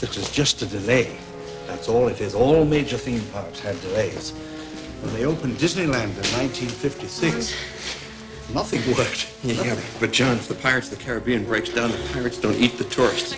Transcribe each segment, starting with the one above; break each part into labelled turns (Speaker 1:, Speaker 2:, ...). Speaker 1: that is just a delay. That's all it is. All major theme parks had delays. When they opened Disneyland in 1956, nothing worked.
Speaker 2: Yeah, but John, if the Pirates of the Caribbean breaks down, the pirates don't eat the tourists.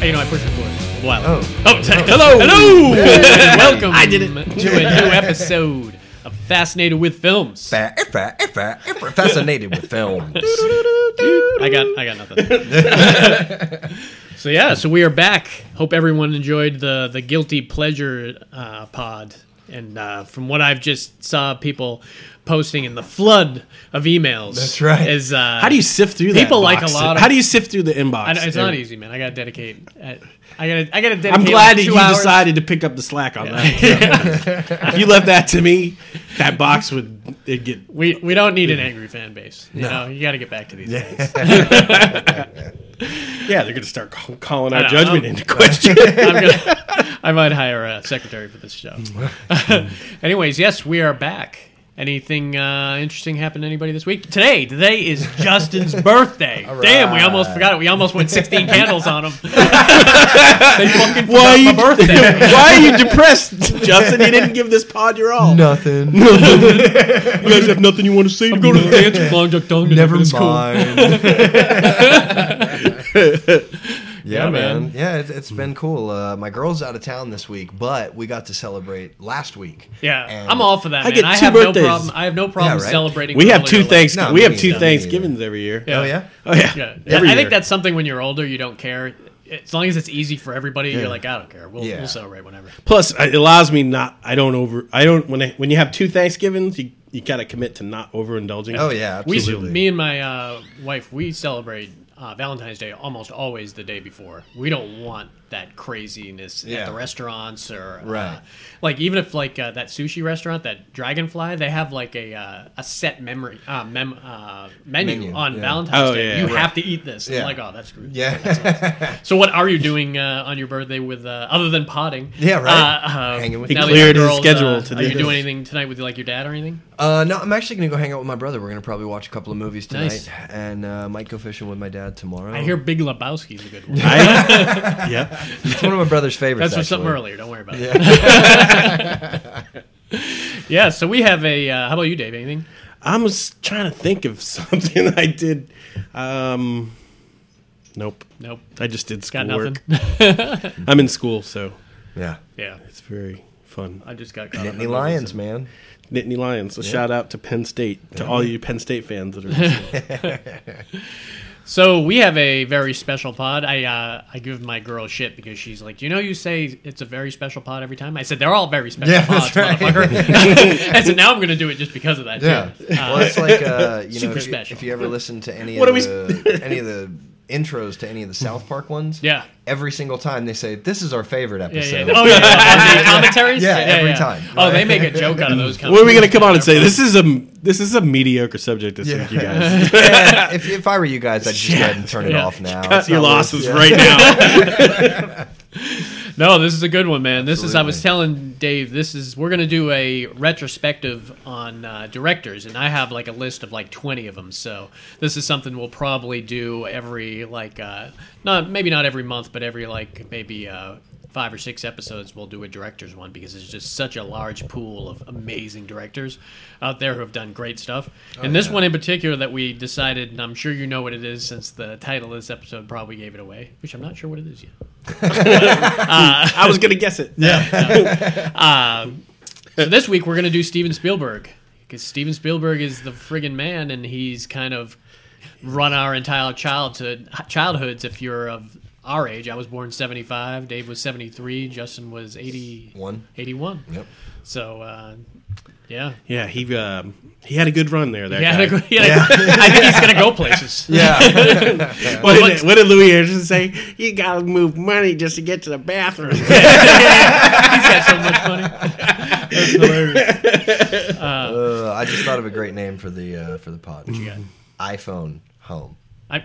Speaker 3: Hey, Oh, you know, I pushed record a while.
Speaker 4: Oh.
Speaker 3: oh t- hello, hello, welcome. I did it. to a new episode of Fascinated with Films.
Speaker 4: Fa- fa- fa- fa- fascinated with films.
Speaker 3: I got, I got nothing. so yeah, so we are back. Hope everyone enjoyed the the guilty pleasure uh, pod. And uh, from what I've just saw, people posting in the flood of emails.
Speaker 4: That's right.
Speaker 3: Is uh,
Speaker 5: How do you sift through that?
Speaker 3: People like
Speaker 5: box?
Speaker 3: a lot of-
Speaker 5: How do you sift through the inbox?
Speaker 3: I know, it's not
Speaker 5: Eric?
Speaker 3: easy, man. I gotta dedicate. I, I gotta, I gotta dedicate.
Speaker 5: I'm glad that
Speaker 3: like, two
Speaker 5: you
Speaker 3: hours.
Speaker 5: decided to pick up the slack on that. if you left that to me, that box would it get
Speaker 3: We we don't need an angry fan base. You know, you got to get back to these things.
Speaker 5: yeah. They're gonna start call, calling
Speaker 3: know,
Speaker 5: our judgment
Speaker 3: I'm-
Speaker 5: into question.
Speaker 3: I'm gonna, I might hire a secretary for this job. Anyways, yes, we are back. Anything uh, interesting happened to anybody this week? Today, today is Justin's birthday. Damn, we almost forgot it. We almost went 16 candles on him. they fucking forgot my
Speaker 5: Why you-
Speaker 3: birthday.
Speaker 5: Why are you depressed, Justin? You didn't give this pod your all.
Speaker 4: Nothing.
Speaker 5: You guys have nothing you want to say.
Speaker 3: I'm going to the dance with Long Duck Dong. tonight,
Speaker 4: Never
Speaker 3: but it's cool.
Speaker 4: mind. yeah, man.
Speaker 3: man.
Speaker 4: Yeah, it's, it's been cool. Uh, my girl's out of town this week, but we got to celebrate last week.
Speaker 3: Yeah,
Speaker 4: And-
Speaker 3: I'm all for that.
Speaker 5: I
Speaker 3: man.
Speaker 5: get
Speaker 3: I
Speaker 5: two
Speaker 3: have
Speaker 5: birthdays.
Speaker 3: no problem. I have no problem
Speaker 4: Yeah, right?
Speaker 3: celebrating.
Speaker 5: We have
Speaker 3: earlier,
Speaker 5: two
Speaker 3: like-
Speaker 5: thanks.
Speaker 4: No,
Speaker 5: we
Speaker 4: me
Speaker 5: have
Speaker 4: neither,
Speaker 5: two
Speaker 4: me
Speaker 5: Thanksgivings every year.
Speaker 4: Oh, yeah?
Speaker 5: Oh yeah.
Speaker 3: Yeah,
Speaker 5: Every
Speaker 3: I think
Speaker 5: year.
Speaker 3: that's something when you're older, you don't care. As long as it's easy for everybody, you're like, I don't care. We'll,
Speaker 4: Yeah.
Speaker 3: we'll celebrate whenever.
Speaker 5: Plus, it allows me not. I don't over. I don't when I, when you have two Thanksgivings, you you gotta commit to not overindulging.
Speaker 4: Oh, yeah.
Speaker 3: We,
Speaker 4: Absolutely.
Speaker 3: me and my uh, wife, we celebrate uh, Valentine's Day almost always the day before. We don't want that craziness at
Speaker 4: Yeah.
Speaker 3: the restaurants or uh,
Speaker 4: Right.
Speaker 3: like even if like uh, that sushi restaurant, that Dragonfly, they have like a uh, a set memory uh, mem- uh, menu,
Speaker 4: Menu,
Speaker 3: on
Speaker 4: yeah.
Speaker 3: Valentine's
Speaker 5: Oh,
Speaker 3: Day.
Speaker 5: yeah,
Speaker 3: you
Speaker 5: yeah.
Speaker 3: have to eat this.
Speaker 4: Yeah.
Speaker 3: I'm like, oh, that's screwed.
Speaker 4: Yeah.
Speaker 3: So what are you doing uh, on your birthday with uh, other than potting?
Speaker 4: Yeah, right.
Speaker 3: Uh, uh,
Speaker 4: Hanging with
Speaker 5: He
Speaker 3: now that
Speaker 5: cleared
Speaker 3: your girl's,
Speaker 5: his
Speaker 3: uh,
Speaker 5: schedule to
Speaker 3: Are
Speaker 5: do
Speaker 3: you doing
Speaker 5: this.
Speaker 3: anything tonight with like your dad or anything?
Speaker 4: Uh, no, I'm actually going to go hang out with my brother. We're going to probably watch a couple of movies tonight
Speaker 3: Nice.
Speaker 4: and uh, might go fishing with my dad tomorrow.
Speaker 3: I hear Big Lebowski's a good one.
Speaker 5: I, yeah.
Speaker 4: it's one of my brother's favorites.
Speaker 3: That's for something
Speaker 4: actually.
Speaker 3: earlier. Don't worry about it. yeah. So we have a. Uh, how about you, Dave? Anything?
Speaker 5: I'm just trying to think of something I did. Um, nope.
Speaker 3: Nope.
Speaker 5: I just did
Speaker 3: Got
Speaker 5: schoolwork.
Speaker 3: nothing.
Speaker 5: I'm in school, so
Speaker 4: Yeah.
Speaker 3: yeah.
Speaker 5: it's very fun.
Speaker 3: I just got caught. up
Speaker 4: Nittany
Speaker 3: in
Speaker 4: Lions,
Speaker 3: business.
Speaker 4: man.
Speaker 5: Nittany Lions. A shout out to Penn State to all you Penn State fans that are. listening.
Speaker 3: So we have a very special pod. I uh, I give my girl shit because she's like, you know, you say it's a very special pod every time. I said they're all very special
Speaker 4: Yeah,
Speaker 3: pods,
Speaker 4: that's right.
Speaker 3: motherfucker. I said now I'm going to do it just because of that.
Speaker 4: Yeah.
Speaker 3: Too.
Speaker 4: well, it's like uh, you know,
Speaker 3: Super
Speaker 4: if you,
Speaker 3: special.
Speaker 4: if you ever listen to any
Speaker 5: What
Speaker 4: of
Speaker 5: are we
Speaker 4: the any of the intros to any of the South Park ones,
Speaker 3: Yeah.
Speaker 4: every single time they say this is our favorite
Speaker 3: Yeah,
Speaker 4: episode.
Speaker 3: yeah. Oh yeah, yeah. On the commentaries.
Speaker 4: Yeah, every time.
Speaker 3: Oh, they make a joke out of those.
Speaker 5: when are we gonna come on and say this is a this is a mediocre subject this week, you guys?
Speaker 4: Yeah, if, if I were you guys, I'd just go ahead and turn it
Speaker 3: Yeah.
Speaker 4: off now.
Speaker 5: Cut
Speaker 4: It's
Speaker 5: your
Speaker 4: not worth-
Speaker 5: losses
Speaker 4: yeah.
Speaker 5: right now.
Speaker 3: No, this is a good one, man. This is. I was
Speaker 4: Absolutely.
Speaker 3: telling Dave, this is. We're gonna do a retrospective on uh, directors, and I have like a list of like twenty of them. So this is something we'll probably do every like, uh, not maybe not every month, but every like maybe. Uh, Five or six episodes, we'll do a director's one because there's just such a large pool of amazing directors out there who have done great stuff. and this one in particular that we decided, and I'm sure you know what it is since the title of this episode probably gave it away, which I'm not sure what it is yet.
Speaker 5: I was gonna guess it.
Speaker 3: So this week we're gonna do Steven Spielberg because Steven Spielberg is the friggin' man, and he's kind of run our entire childhood childhoods. If you're of our age, I was born seventy five. Dave was seventy three. Justin was 80,
Speaker 4: One.
Speaker 3: 81.
Speaker 4: Yep.
Speaker 3: So uh, yeah,
Speaker 5: Yeah, he um, he had a good run there. That
Speaker 3: yeah.
Speaker 5: guy.
Speaker 3: I think he's gonna go places.
Speaker 4: Yeah.
Speaker 5: What did, what did Louis Anderson say? You gotta move money just to get to the bathroom.
Speaker 3: He's got so much money.
Speaker 4: Uh, I just thought of a great name for the uh, for the pod. iPhone home.
Speaker 3: I,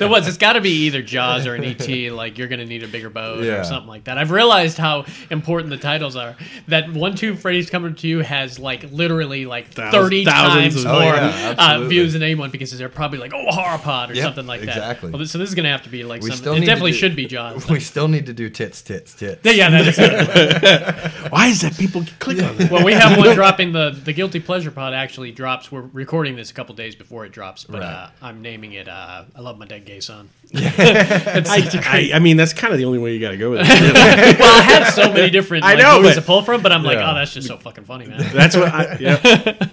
Speaker 3: there was. It's got to be either Jaws or an ET. Like you're going to need a bigger boat
Speaker 4: Yeah.
Speaker 3: or something like that. I've realized how important the titles are. That one, two, Freddy's coming to you has like literally like
Speaker 5: Thous-
Speaker 3: thirty
Speaker 5: thousands
Speaker 3: times
Speaker 5: of-
Speaker 4: Oh,
Speaker 3: more
Speaker 4: yeah,
Speaker 3: uh,
Speaker 4: absolutely.
Speaker 3: views than anyone because they're probably like oh horror pod or
Speaker 4: Yep,
Speaker 3: something like that.
Speaker 4: exactly.
Speaker 3: Well, so this is going to have to be like
Speaker 4: We still
Speaker 3: something. It
Speaker 4: need to
Speaker 3: definitely
Speaker 4: do-
Speaker 3: should be Jaws.
Speaker 4: We still need to do tits, tits, tits.
Speaker 3: yeah, that is.
Speaker 5: Why is that people click on that?
Speaker 3: well, we have one dropping. The the guilty pleasure pod actually drops. We're recording this a couple days before it drops, but uh,
Speaker 4: Right.
Speaker 3: I'm naming it. Uh, I love my dead gay son.
Speaker 5: I, I mean, that's kind of the only way you got to go with it.
Speaker 3: well, I have so many different
Speaker 5: I
Speaker 3: like,
Speaker 5: know,
Speaker 3: movies
Speaker 5: but-
Speaker 3: to pull from, but I'm like,
Speaker 4: Yeah.
Speaker 3: oh, that's just so fucking funny, man.
Speaker 5: That's what. I, yeah.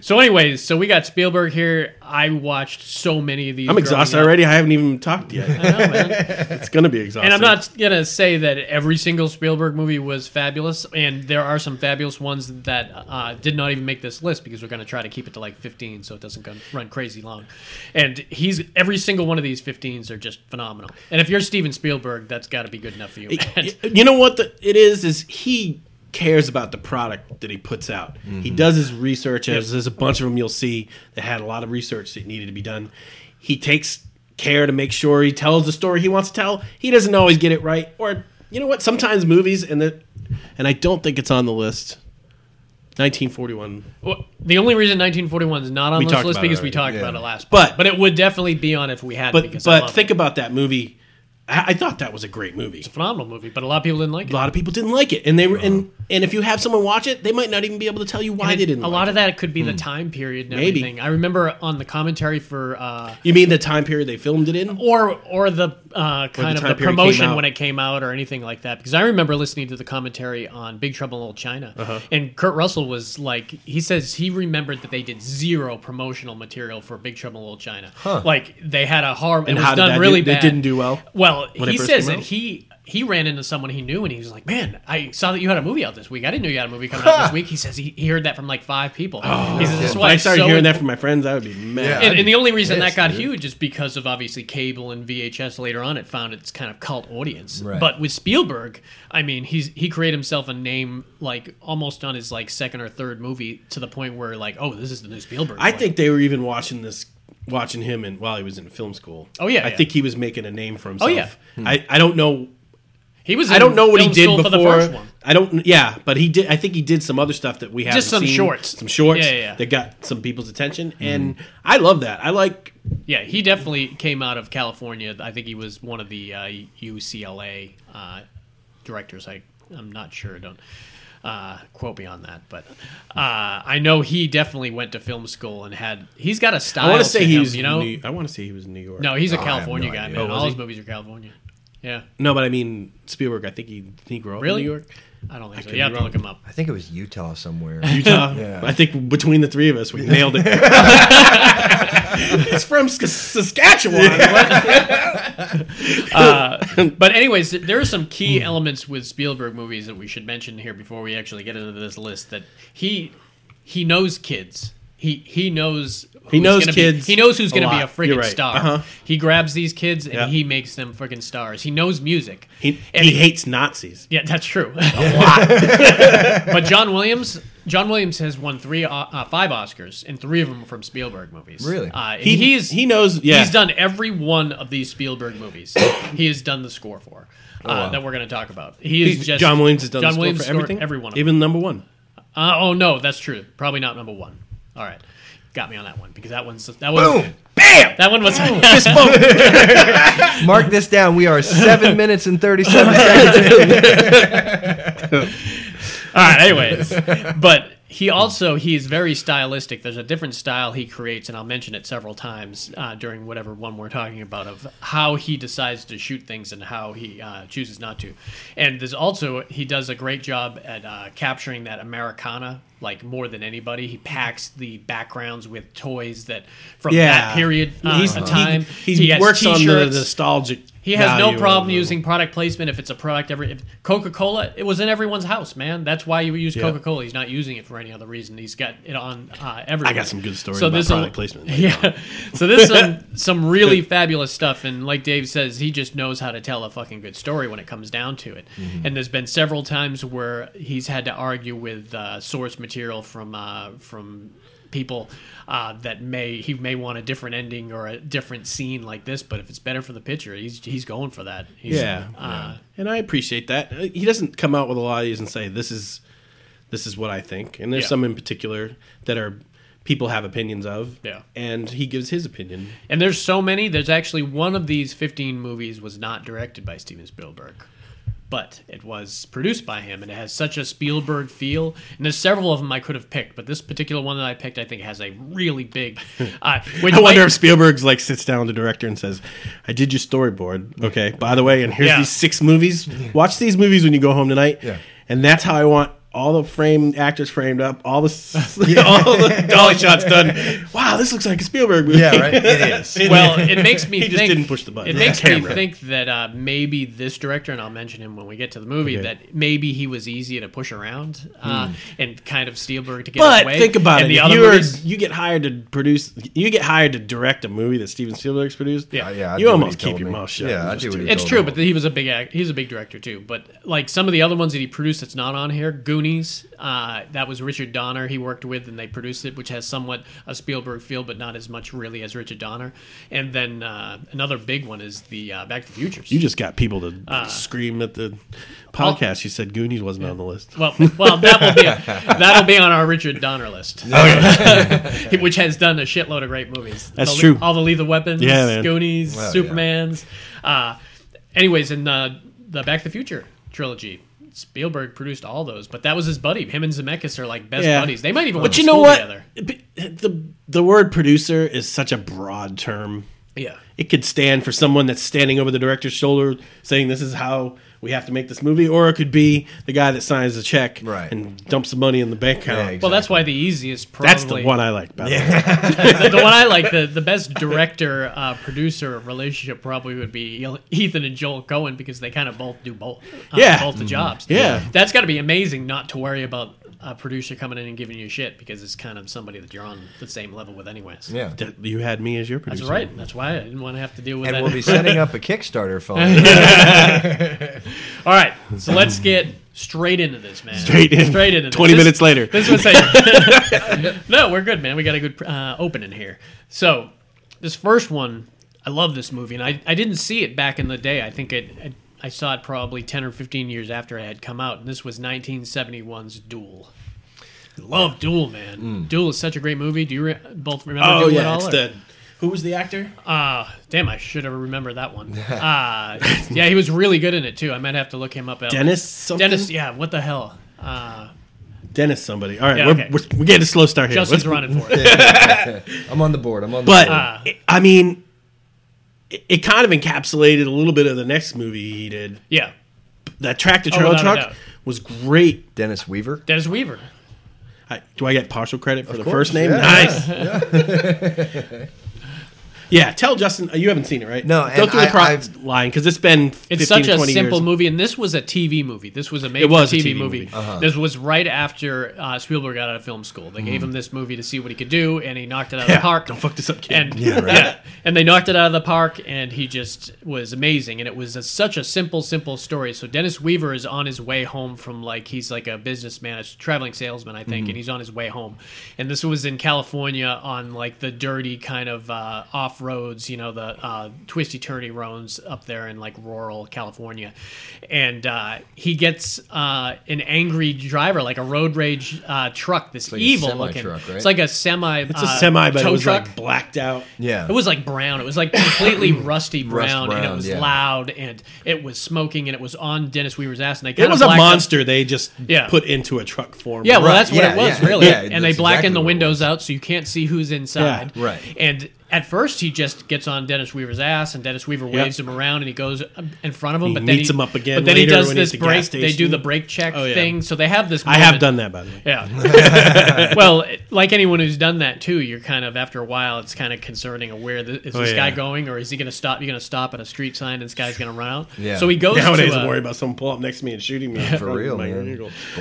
Speaker 3: so, anyways, so we got Spielberg here. I watched so many of these.
Speaker 5: I'm
Speaker 3: growing
Speaker 5: exhausted
Speaker 3: up.
Speaker 5: already. I haven't even talked yet.
Speaker 3: I know, man.
Speaker 5: It's gonna be exhausting.
Speaker 3: And I'm not gonna say that every single Spielberg movie was fabulous, and there are some fabulous ones that uh, did not even make this list because we're gonna try to keep it to like 15 so it doesn't go, run crazy long. And he's every single one of these 15s are just phenomenal. And if you're Steven Spielberg, that's got to be good enough for you. Man.
Speaker 5: you know what the, it is is he cares about the product that he puts out he
Speaker 3: Mm-hmm.
Speaker 5: does his research as there's a bunch of them you'll see that had a lot of research that needed to be done he takes care to make sure he tells the story he wants to tell he doesn't always get it right or you know what sometimes movies and the and i don't think it's on the list 1941
Speaker 3: Well, the only reason 1941 is not on
Speaker 5: We
Speaker 3: this
Speaker 5: talked
Speaker 3: list
Speaker 5: about it
Speaker 3: because we talked
Speaker 5: already,
Speaker 3: about
Speaker 4: yeah.
Speaker 3: it last.
Speaker 5: But-
Speaker 3: but it would definitely be on if we had. it
Speaker 5: but
Speaker 3: because I
Speaker 5: but
Speaker 3: love
Speaker 5: think
Speaker 3: it.
Speaker 5: about that movie I, I thought that was a great movie
Speaker 3: phenomenal movie, but a lot of people didn't like it.
Speaker 5: a lot of people didn't like it and they were and and if you have someone watch it they might not even be able to tell you why
Speaker 3: Uh-huh. And
Speaker 5: they
Speaker 3: it-
Speaker 5: didn't
Speaker 3: A
Speaker 5: like
Speaker 3: lot
Speaker 5: it. Hmm.
Speaker 3: of that could be the time period and
Speaker 5: Maybe.
Speaker 3: everything. I remember on the commentary for uh,
Speaker 5: You mean the time period they filmed it in?
Speaker 3: or or the uh, kind of
Speaker 5: time
Speaker 3: the
Speaker 5: period came
Speaker 3: promotion
Speaker 5: out.
Speaker 3: when it came out or anything like that. Because I remember listening to the commentary on Big Trouble in Little China,
Speaker 5: Uh-huh.
Speaker 3: and Kurt Russell was like, he says he remembered that they did zero promotional material for Big Trouble in Little China. Like they had a horrible,
Speaker 5: And
Speaker 3: it was
Speaker 5: how did
Speaker 3: done
Speaker 5: that
Speaker 3: really
Speaker 5: do- they
Speaker 3: bad.
Speaker 5: didn't do well
Speaker 3: Well,
Speaker 5: when it
Speaker 3: he
Speaker 5: first
Speaker 3: says
Speaker 5: came
Speaker 3: that
Speaker 5: out?
Speaker 3: he. He ran into someone he knew, and he was like, "Man, I saw that you had a movie out this week. I didn't know you had a movie coming out this week." He says he, he heard that from like five people. he says, "This is
Speaker 5: If
Speaker 3: why
Speaker 5: Oh, I
Speaker 3: it's
Speaker 5: started
Speaker 3: so
Speaker 5: hearing
Speaker 3: important."
Speaker 5: that from my friends, I would be mad.
Speaker 4: Yeah.
Speaker 3: and, and the only reason
Speaker 4: pissed,
Speaker 3: that got
Speaker 4: dude.
Speaker 3: huge is because of obviously cable and VHS later on it found its kind of cult audience.
Speaker 4: Right.
Speaker 3: But with Spielberg, I mean, he's he created himself a name like almost on his like second or third movie to the point where like, oh, this is the new Spielberg.
Speaker 5: I
Speaker 3: Like,
Speaker 5: think they were even watching this, watching him, and while he was in film school.
Speaker 3: Oh, yeah,
Speaker 5: I
Speaker 3: yeah.
Speaker 5: think he was making a name for himself.
Speaker 3: yeah.
Speaker 5: I, I don't know.
Speaker 3: he was
Speaker 5: I don't
Speaker 3: in
Speaker 5: know what he
Speaker 3: film
Speaker 5: did
Speaker 3: school
Speaker 5: before.
Speaker 3: for the first one.
Speaker 5: I don't. Yeah, but he did. I think he did some other stuff that we haven't
Speaker 3: some
Speaker 5: seen,
Speaker 3: shorts.
Speaker 5: some shorts.
Speaker 3: Yeah, Mm-hmm. yeah, yeah.
Speaker 5: that got some people's attention, and I love that. I like.
Speaker 3: Yeah, he definitely came out of California. I think he was one of the uh, UCLA uh, directors. I I'm not sure. Don't uh, quote me on that, but uh, I know he definitely went to film school and had. He's got a style.
Speaker 5: I want to say
Speaker 3: him,
Speaker 5: he was.
Speaker 3: you know.
Speaker 5: New, I want to say he was in New York.
Speaker 3: no, he's a
Speaker 4: I have
Speaker 3: California
Speaker 4: no
Speaker 3: guy,
Speaker 4: idea.
Speaker 3: man.
Speaker 5: Oh, was
Speaker 3: All his
Speaker 5: he?
Speaker 3: movies are California. Yeah,
Speaker 5: no, but I mean Spielberg. I think he did he grew up
Speaker 3: really?
Speaker 5: in New York,
Speaker 3: I don't think so.
Speaker 5: could
Speaker 3: You
Speaker 5: be
Speaker 3: have to
Speaker 5: wrong.
Speaker 3: look him up.
Speaker 4: I think it was Utah somewhere.
Speaker 5: Utah.
Speaker 4: Yeah.
Speaker 5: I think between the three of us, we nailed it. He's from Sk- Saskatchewan.
Speaker 3: But anyways, th- there are some key
Speaker 5: Hmm.
Speaker 3: elements with Spielberg movies that we should mention here before we actually get into this list. That he he knows kids. He he knows
Speaker 5: He
Speaker 3: who's
Speaker 5: knows
Speaker 3: gonna
Speaker 5: kids
Speaker 3: Be, he knows who's
Speaker 5: a
Speaker 3: going to be
Speaker 5: lot.
Speaker 3: a freaking
Speaker 5: You're right.
Speaker 3: star.
Speaker 5: Uh-huh.
Speaker 3: He grabs these kids and
Speaker 5: Yeah.
Speaker 3: he makes them freaking stars. He knows music.
Speaker 5: He,
Speaker 3: And
Speaker 5: he hates Nazis.
Speaker 3: Yeah, that's true. A lot. but John Williams, John Williams has won three, uh, uh, five Oscars, and three of them were from Spielberg movies.
Speaker 4: Really?
Speaker 3: Uh,
Speaker 5: He,
Speaker 3: he, he's
Speaker 5: he knows. Yeah,
Speaker 3: He's done every one of these Spielberg movies. he has done the score for uh, that we're going to talk about. He is
Speaker 5: Oh, He's-
Speaker 3: just
Speaker 5: John Williams has done
Speaker 3: John
Speaker 5: the score
Speaker 3: Williams
Speaker 5: for
Speaker 3: scored
Speaker 5: everything.
Speaker 3: Every one of them.
Speaker 5: even number one.
Speaker 3: Uh, oh no, that's true. Probably not number one. All right, got me on that one because that one's that one.
Speaker 4: Boom!
Speaker 5: Bam!
Speaker 3: That one was
Speaker 4: Mark this down. We are seven minutes and thirty-seven seconds.
Speaker 3: All right, anyways. but he also he is very stylistic. There's a different style he creates, and I'll mention it several times uh, during whatever one we're talking about of how he decides to shoot things and how he uh, chooses not to. And there's also he does a great job at uh, capturing that Americana like more than anybody. He packs the backgrounds with toys that from that period uh,
Speaker 5: He's-
Speaker 3: of time.
Speaker 5: He, he
Speaker 3: has
Speaker 5: works on the
Speaker 3: t-shirts.
Speaker 5: nostalgic.
Speaker 3: He has no
Speaker 5: value
Speaker 3: problem
Speaker 5: of-
Speaker 3: using product placement if it's a product. Every if Coca Cola, it was in everyone's house, man. That's why you use Coca Cola. He's not using it for any other reason. He's got it on uh, everywhere.
Speaker 5: I got some good stories
Speaker 3: So
Speaker 5: about
Speaker 3: this
Speaker 5: product placement.
Speaker 3: Yeah. so this is some, some really fabulous stuff, and like Dave says, he just knows how to tell a fucking good story when it comes down to it.
Speaker 5: Mm-hmm.
Speaker 3: And there's been several times where he's had to argue with uh, source material from uh, from people uh, that may he may want a different ending or a different scene like this. But if it's better for the picture, he's he's going for that. He's,
Speaker 5: Yeah,
Speaker 3: uh,
Speaker 5: and I appreciate that. Uh, He doesn't come out with a lot of these and say this is this is what I think. And there's
Speaker 3: Yeah.
Speaker 5: some in particular that are people have opinions of.
Speaker 3: Yeah.
Speaker 5: and he gives his opinion.
Speaker 3: And there's so many. There's actually one of these 15 movies was not directed by Steven Spielberg, but it was produced by him, and it has such a Spielberg feel. And there's several of them I could have picked, but this particular one that I picked, I think, has a really big. Uh, which
Speaker 5: I wonder
Speaker 3: might-
Speaker 5: if Spielberg's like sits down with the director and says, "I did your storyboard, okay. By the way, and here's
Speaker 3: Yeah.
Speaker 5: these six movies. Watch these movies when you go home tonight.
Speaker 4: Yeah.
Speaker 5: And that's how I want all the framed actors framed up, all the s- all the dolly shots done. Wow, this looks like a Spielberg movie.
Speaker 4: Yeah, right. It is.
Speaker 3: well, it makes me
Speaker 5: He
Speaker 3: think.
Speaker 5: just didn't push the button.
Speaker 3: It
Speaker 5: Yeah.
Speaker 3: makes me
Speaker 5: Camera.
Speaker 3: think that uh, maybe this director, and I'll mention him when we get to the movie,
Speaker 5: Okay. Hmm.
Speaker 3: that maybe he was easy to push around uh, and kind of Spielberg to get
Speaker 5: But
Speaker 3: away.
Speaker 5: think about
Speaker 3: and
Speaker 5: it.
Speaker 3: The
Speaker 5: if
Speaker 3: other
Speaker 5: you, were-
Speaker 3: movies-
Speaker 5: you get hired to produce, you get hired to direct a movie that Steven Spielberg's produced.
Speaker 3: Yeah.
Speaker 4: Uh, yeah, I
Speaker 5: you
Speaker 4: do what
Speaker 5: almost
Speaker 4: he
Speaker 5: keep
Speaker 4: told
Speaker 5: your
Speaker 4: me.
Speaker 5: mouth shut.
Speaker 4: Yeah,
Speaker 5: and
Speaker 4: I
Speaker 5: just
Speaker 4: do what
Speaker 5: do
Speaker 4: he
Speaker 5: it.
Speaker 3: It's
Speaker 4: Golden
Speaker 3: true,
Speaker 4: Globe.
Speaker 3: but he was a big act, he's a big director too. But like some of the other ones that he produced that's not on here, Goonies, uh, that was Richard Donner he worked with and they produced it, which has somewhat a Spielberg feel, but not as much really as Richard Donner. And then uh, another big one is the uh, Back to the Futures.
Speaker 5: You just got people to scream at the podcast. you said Goonies wasn't on the list.
Speaker 3: well, well, that will be that'll be on our Richard Donner list, which has done a shitload of great movies.
Speaker 5: That's
Speaker 3: The-
Speaker 5: true.
Speaker 3: All the Lethal Weapons,
Speaker 5: Yeah, man.
Speaker 3: Goonies,
Speaker 4: Well, yeah.
Speaker 3: Supermans. Uh, anyways, in the the Back to the Future trilogy, Spielberg produced all those, but that was his buddy. Him and Zemeckis are like best
Speaker 5: Yeah.
Speaker 3: buddies. They might even went
Speaker 5: But
Speaker 3: to
Speaker 5: you know
Speaker 3: school
Speaker 5: what?
Speaker 3: together.
Speaker 5: B- The the word producer is such a broad term.
Speaker 3: Yeah.
Speaker 5: It could stand for someone that's standing over the director's shoulder saying this is how we have to make this movie, or it could be the guy that signs the check
Speaker 4: Right.
Speaker 5: and dumps the money in the bank account.
Speaker 4: exactly.
Speaker 3: Well, that's why the easiest probably
Speaker 5: That's the one I like. By the way.
Speaker 3: the, the one I like, the, the best director uh, producer relationship probably would be El- Ethan and Joel Cohen because they kind of both do both. uh,
Speaker 5: Yeah.
Speaker 3: both the jobs.
Speaker 5: Yeah.
Speaker 3: that's got to be amazing not to worry about a producer coming in and giving you shit because it's kind of somebody that you're on the same level with, anyways.
Speaker 4: yeah.
Speaker 5: That- You had me as your
Speaker 3: that's
Speaker 5: producer.
Speaker 3: right. That's why I didn't want to have to deal with
Speaker 4: And
Speaker 3: that.
Speaker 4: we'll be setting up a Kickstarter fund.
Speaker 3: All right, so let's get straight into this, man.
Speaker 5: Straight in.
Speaker 3: Straight into this.
Speaker 5: 20
Speaker 3: This-
Speaker 5: minutes later.
Speaker 3: This was a no, we're good, man. We got a good uh, opening here. So this first one, I love this movie, and I, I didn't see it back in the day. I think it, I, I saw it probably ten or fifteen years after it had come out, and this was 1971's Duel. Love Duel, man. Duel is such a great movie. Do you re- both remember?
Speaker 5: Mm. Oh
Speaker 3: Duel at
Speaker 5: yeah,
Speaker 3: all,
Speaker 5: it's
Speaker 3: or-
Speaker 5: the. Who was the actor?
Speaker 3: uh, damn, I should have remembered that one. Uh, yeah, he was really good in it too. I might have to look him up. out.
Speaker 5: Dennis. Something?
Speaker 3: Dennis, yeah, what the hell? Uh,
Speaker 5: Dennis. Somebody. All right,
Speaker 3: Yeah,
Speaker 5: we're,
Speaker 3: okay.
Speaker 5: we're, we're getting a slow start here.
Speaker 3: Justin's
Speaker 5: Let's-
Speaker 3: running for it.
Speaker 4: I'm on the board. I'm on the
Speaker 5: But
Speaker 4: board.
Speaker 3: Ah.
Speaker 5: it- I mean, it, it kind of encapsulated a little bit of the next movie he did.
Speaker 3: Yeah,
Speaker 5: That tractor
Speaker 3: Oh,
Speaker 5: turbo
Speaker 3: without a
Speaker 5: truck
Speaker 3: doubt.
Speaker 5: was great.
Speaker 4: Dennis Weaver.
Speaker 3: Dennis Weaver.
Speaker 5: I, do I get partial credit for the
Speaker 4: course,
Speaker 5: first name?
Speaker 4: yeah.
Speaker 5: Nice. Yeah. tell Justin. uh, You haven't seen it, right?
Speaker 4: No,
Speaker 5: go
Speaker 4: and
Speaker 5: through the
Speaker 4: I-
Speaker 5: product line because it's been
Speaker 3: It's
Speaker 5: 15,
Speaker 3: such a
Speaker 5: 20
Speaker 3: simple
Speaker 5: years.
Speaker 3: movie, and this was a TV movie. This was a made
Speaker 5: It was
Speaker 3: for
Speaker 5: a
Speaker 3: TV,
Speaker 5: TV
Speaker 3: movie.
Speaker 5: movie. Uh-huh.
Speaker 3: This was right after uh, Spielberg got out of film school. They gave him this movie to see what he could do, and he knocked it out of
Speaker 5: Mm. Yeah,
Speaker 3: the park.
Speaker 5: don't fuck this up, kid.
Speaker 3: And yeah, and they knocked it out of the park, and he just was amazing. And it was a, such a simple, simple story. So Dennis Weaver is on his way home from like he's like a businessman, a traveling salesman, I think,
Speaker 5: Mm-hmm.
Speaker 3: and he's on his way home. And this was in California on like the dirty kind of uh, off roads, you know, the uh, twisty turny roads up there in like rural California. And uh, he gets uh, an angry driver, like a road rage uh, truck, this
Speaker 4: like a
Speaker 3: evil
Speaker 4: semi
Speaker 3: looking.
Speaker 4: truck, right?
Speaker 3: It's like a semi. uh,
Speaker 5: It's a semi, but
Speaker 3: tow
Speaker 5: it was
Speaker 3: truck.
Speaker 5: like blacked out.
Speaker 4: Yeah.
Speaker 3: It was like brown. It was like completely rusty
Speaker 4: Rust
Speaker 3: brown, and it
Speaker 4: brown,
Speaker 3: was
Speaker 4: yeah.
Speaker 3: loud, and it was smoking, and it was on Dennis Weaver's ass, and they
Speaker 5: It
Speaker 3: kind
Speaker 5: was
Speaker 3: of
Speaker 5: a monster. They just
Speaker 3: Yeah.
Speaker 5: put into a truck form.
Speaker 3: Yeah, well,
Speaker 4: Right,
Speaker 3: that's what
Speaker 4: yeah,
Speaker 3: it was
Speaker 4: yeah,
Speaker 3: really,
Speaker 4: yeah,
Speaker 3: and they
Speaker 4: that's
Speaker 3: blacken
Speaker 4: exactly
Speaker 3: the
Speaker 4: what it
Speaker 3: windows out so you can't see who's inside.
Speaker 5: Yeah,
Speaker 4: right.
Speaker 3: And at first, he just gets on Dennis Weaver's ass, and Dennis Weaver waves him around, and he goes um, in front of him.
Speaker 5: He
Speaker 3: but then
Speaker 5: meets
Speaker 3: he,
Speaker 5: him up again
Speaker 3: But then
Speaker 5: later
Speaker 3: he does
Speaker 5: when he's
Speaker 3: this
Speaker 5: at the
Speaker 3: break.
Speaker 5: gas
Speaker 3: They do
Speaker 5: station. Oh,
Speaker 3: the brake check
Speaker 5: yeah.
Speaker 3: thing, so they have this.
Speaker 5: I have
Speaker 3: moment-
Speaker 5: done that by the way.
Speaker 3: Yeah. well, it- like anyone who's done that too, you're kind of after a while, it's kind of concerning. of Where the, is this guy
Speaker 5: Oh, yeah.
Speaker 3: going, or is he going to stop? You're going to stop at a street sign, and this guy's going to run out.
Speaker 4: Yeah.
Speaker 3: So he goes.
Speaker 5: Nowadays,
Speaker 3: to
Speaker 5: I'm
Speaker 3: a-
Speaker 5: worried about someone pulling up next to me and shooting me.
Speaker 4: For real, man.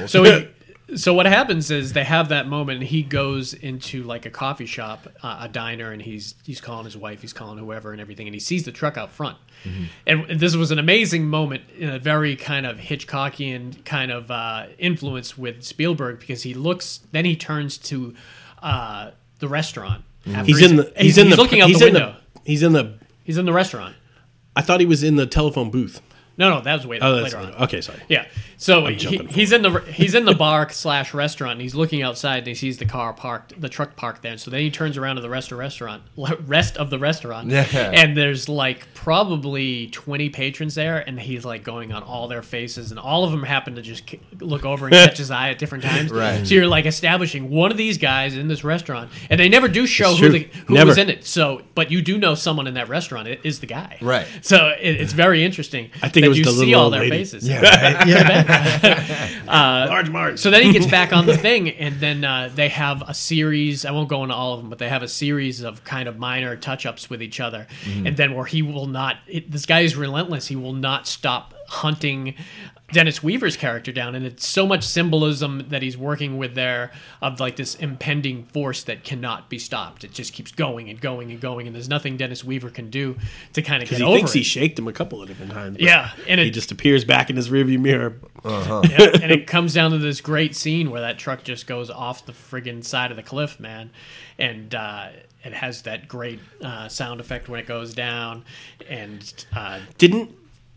Speaker 3: so he, so what happens is they have that moment. And he goes into like a coffee shop, uh, a diner, and he's he's calling his wife, he's calling whoever, and everything. And he sees the truck out front,
Speaker 5: Mm-hmm.
Speaker 3: and this was an amazing moment in a very kind of Hitchcockian kind of uh, influence with Spielberg because he looks. Then he turns to. Uh, the restaurant. after
Speaker 5: Mm-hmm. He's in the. He's, in the.
Speaker 3: looking out
Speaker 5: he's
Speaker 3: the
Speaker 5: in
Speaker 3: window.
Speaker 5: The, he's in the.
Speaker 3: he's in the restaurant.
Speaker 5: I thought he was in the telephone booth.
Speaker 3: No, no, that was way
Speaker 5: Oh, that's
Speaker 3: later on.
Speaker 5: okay. Sorry.
Speaker 3: Yeah. So he,
Speaker 5: jumping
Speaker 3: he's in the he's in the bar slash restaurant. And he's looking outside and he sees the car parked, the truck parked there. So then he turns around to the rest of restaurant, rest of the restaurant,
Speaker 4: Yeah.
Speaker 3: and there's like probably twenty patrons there, and he's like going on all their faces, and all of them happen to just ki- look over and catch his eye at different times.
Speaker 4: Right.
Speaker 3: So you're like establishing one of these guys in this restaurant, and they never do show
Speaker 5: It's
Speaker 3: who
Speaker 5: true.
Speaker 3: the, who
Speaker 5: Never.
Speaker 3: was in it. So, but you do know someone in that restaurant i- is the guy.
Speaker 4: Right.
Speaker 3: So it, it's very interesting.
Speaker 5: I think it
Speaker 3: that
Speaker 5: was
Speaker 3: you
Speaker 5: the
Speaker 3: see
Speaker 5: little
Speaker 3: all
Speaker 5: old
Speaker 3: their
Speaker 5: lady.
Speaker 3: faces.
Speaker 4: Yeah, right? yeah.
Speaker 5: Large Martin.
Speaker 3: Uh, So then he gets back on the thing, and then uh, they have a series. I won't go into all of them, but they have a series of kind of minor touch ups with each other.
Speaker 5: Mm-hmm.
Speaker 3: And then where he will not, it, this guy is relentless. He will not stop hunting Dennis Weaver's character down. And it's so much symbolism that he's working with there of like this impending force that cannot be stopped. It just keeps going and going and going. And there's nothing Dennis Weaver can do to kind of get
Speaker 5: Because he
Speaker 3: over
Speaker 5: thinks
Speaker 3: it.
Speaker 5: he shaked him a couple of different times. but
Speaker 3: Yeah, and
Speaker 5: he
Speaker 3: it-
Speaker 5: just appears back in his rearview mirror.
Speaker 3: yeah, and it comes down to this great scene where that truck just goes off the friggin' side of the cliff, man, and uh, it has that great uh, sound effect when it goes down, and uh,
Speaker 5: Didn't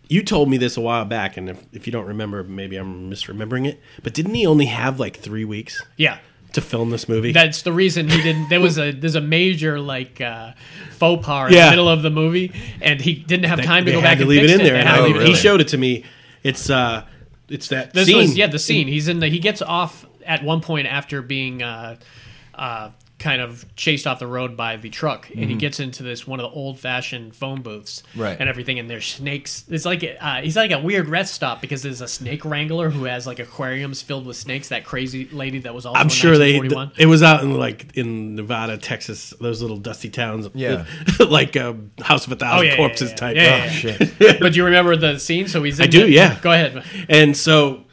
Speaker 5: you told me this a while back? And if, if you don't remember, maybe I'm misremembering it. But didn't he only have like three weeks
Speaker 3: yeah.
Speaker 5: to film this movie?
Speaker 3: That's the reason he didn't. There was a there's a major like uh, faux pas in
Speaker 5: Yeah.
Speaker 3: the middle of the movie, and he didn't have time to
Speaker 5: They
Speaker 3: go
Speaker 5: had
Speaker 3: back
Speaker 5: to
Speaker 3: and
Speaker 5: leave it
Speaker 3: fix
Speaker 5: in there. Oh,
Speaker 3: They
Speaker 5: and
Speaker 3: had to
Speaker 5: I-
Speaker 4: leave
Speaker 3: leave
Speaker 4: it
Speaker 5: He
Speaker 4: in.
Speaker 5: showed it to me. It's uh, it's that
Speaker 3: This
Speaker 5: scene.
Speaker 3: was yeah the scene. He's in the he gets off at one point after being uh, uh, kind of chased off the road by the truck, and he
Speaker 5: Mm-hmm.
Speaker 3: gets into this one of the old fashioned phone booths,
Speaker 4: Right.
Speaker 3: And everything, and there's snakes. It's like uh, he's like a weird rest stop because there's a snake wrangler who has like aquariums filled with snakes. That crazy lady that was also
Speaker 5: I'm
Speaker 3: in
Speaker 5: sure they.
Speaker 3: 1941.
Speaker 5: It was out in like in Nevada, Texas, those little dusty towns.
Speaker 4: Yeah.
Speaker 5: like um, House of a Thousand
Speaker 3: Oh, yeah, yeah,
Speaker 5: Corpses
Speaker 3: yeah.
Speaker 5: type.
Speaker 3: Yeah,
Speaker 4: Oh,
Speaker 3: yeah, yeah. but do you remember the scene? So he's in
Speaker 5: I do,
Speaker 3: the-
Speaker 5: yeah.
Speaker 3: Go ahead.
Speaker 5: And so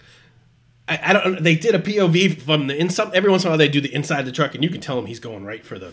Speaker 5: I, I don't. They did a POV from the inside. Every once in a while, they do the inside of the truck, and you can tell him he's going right for the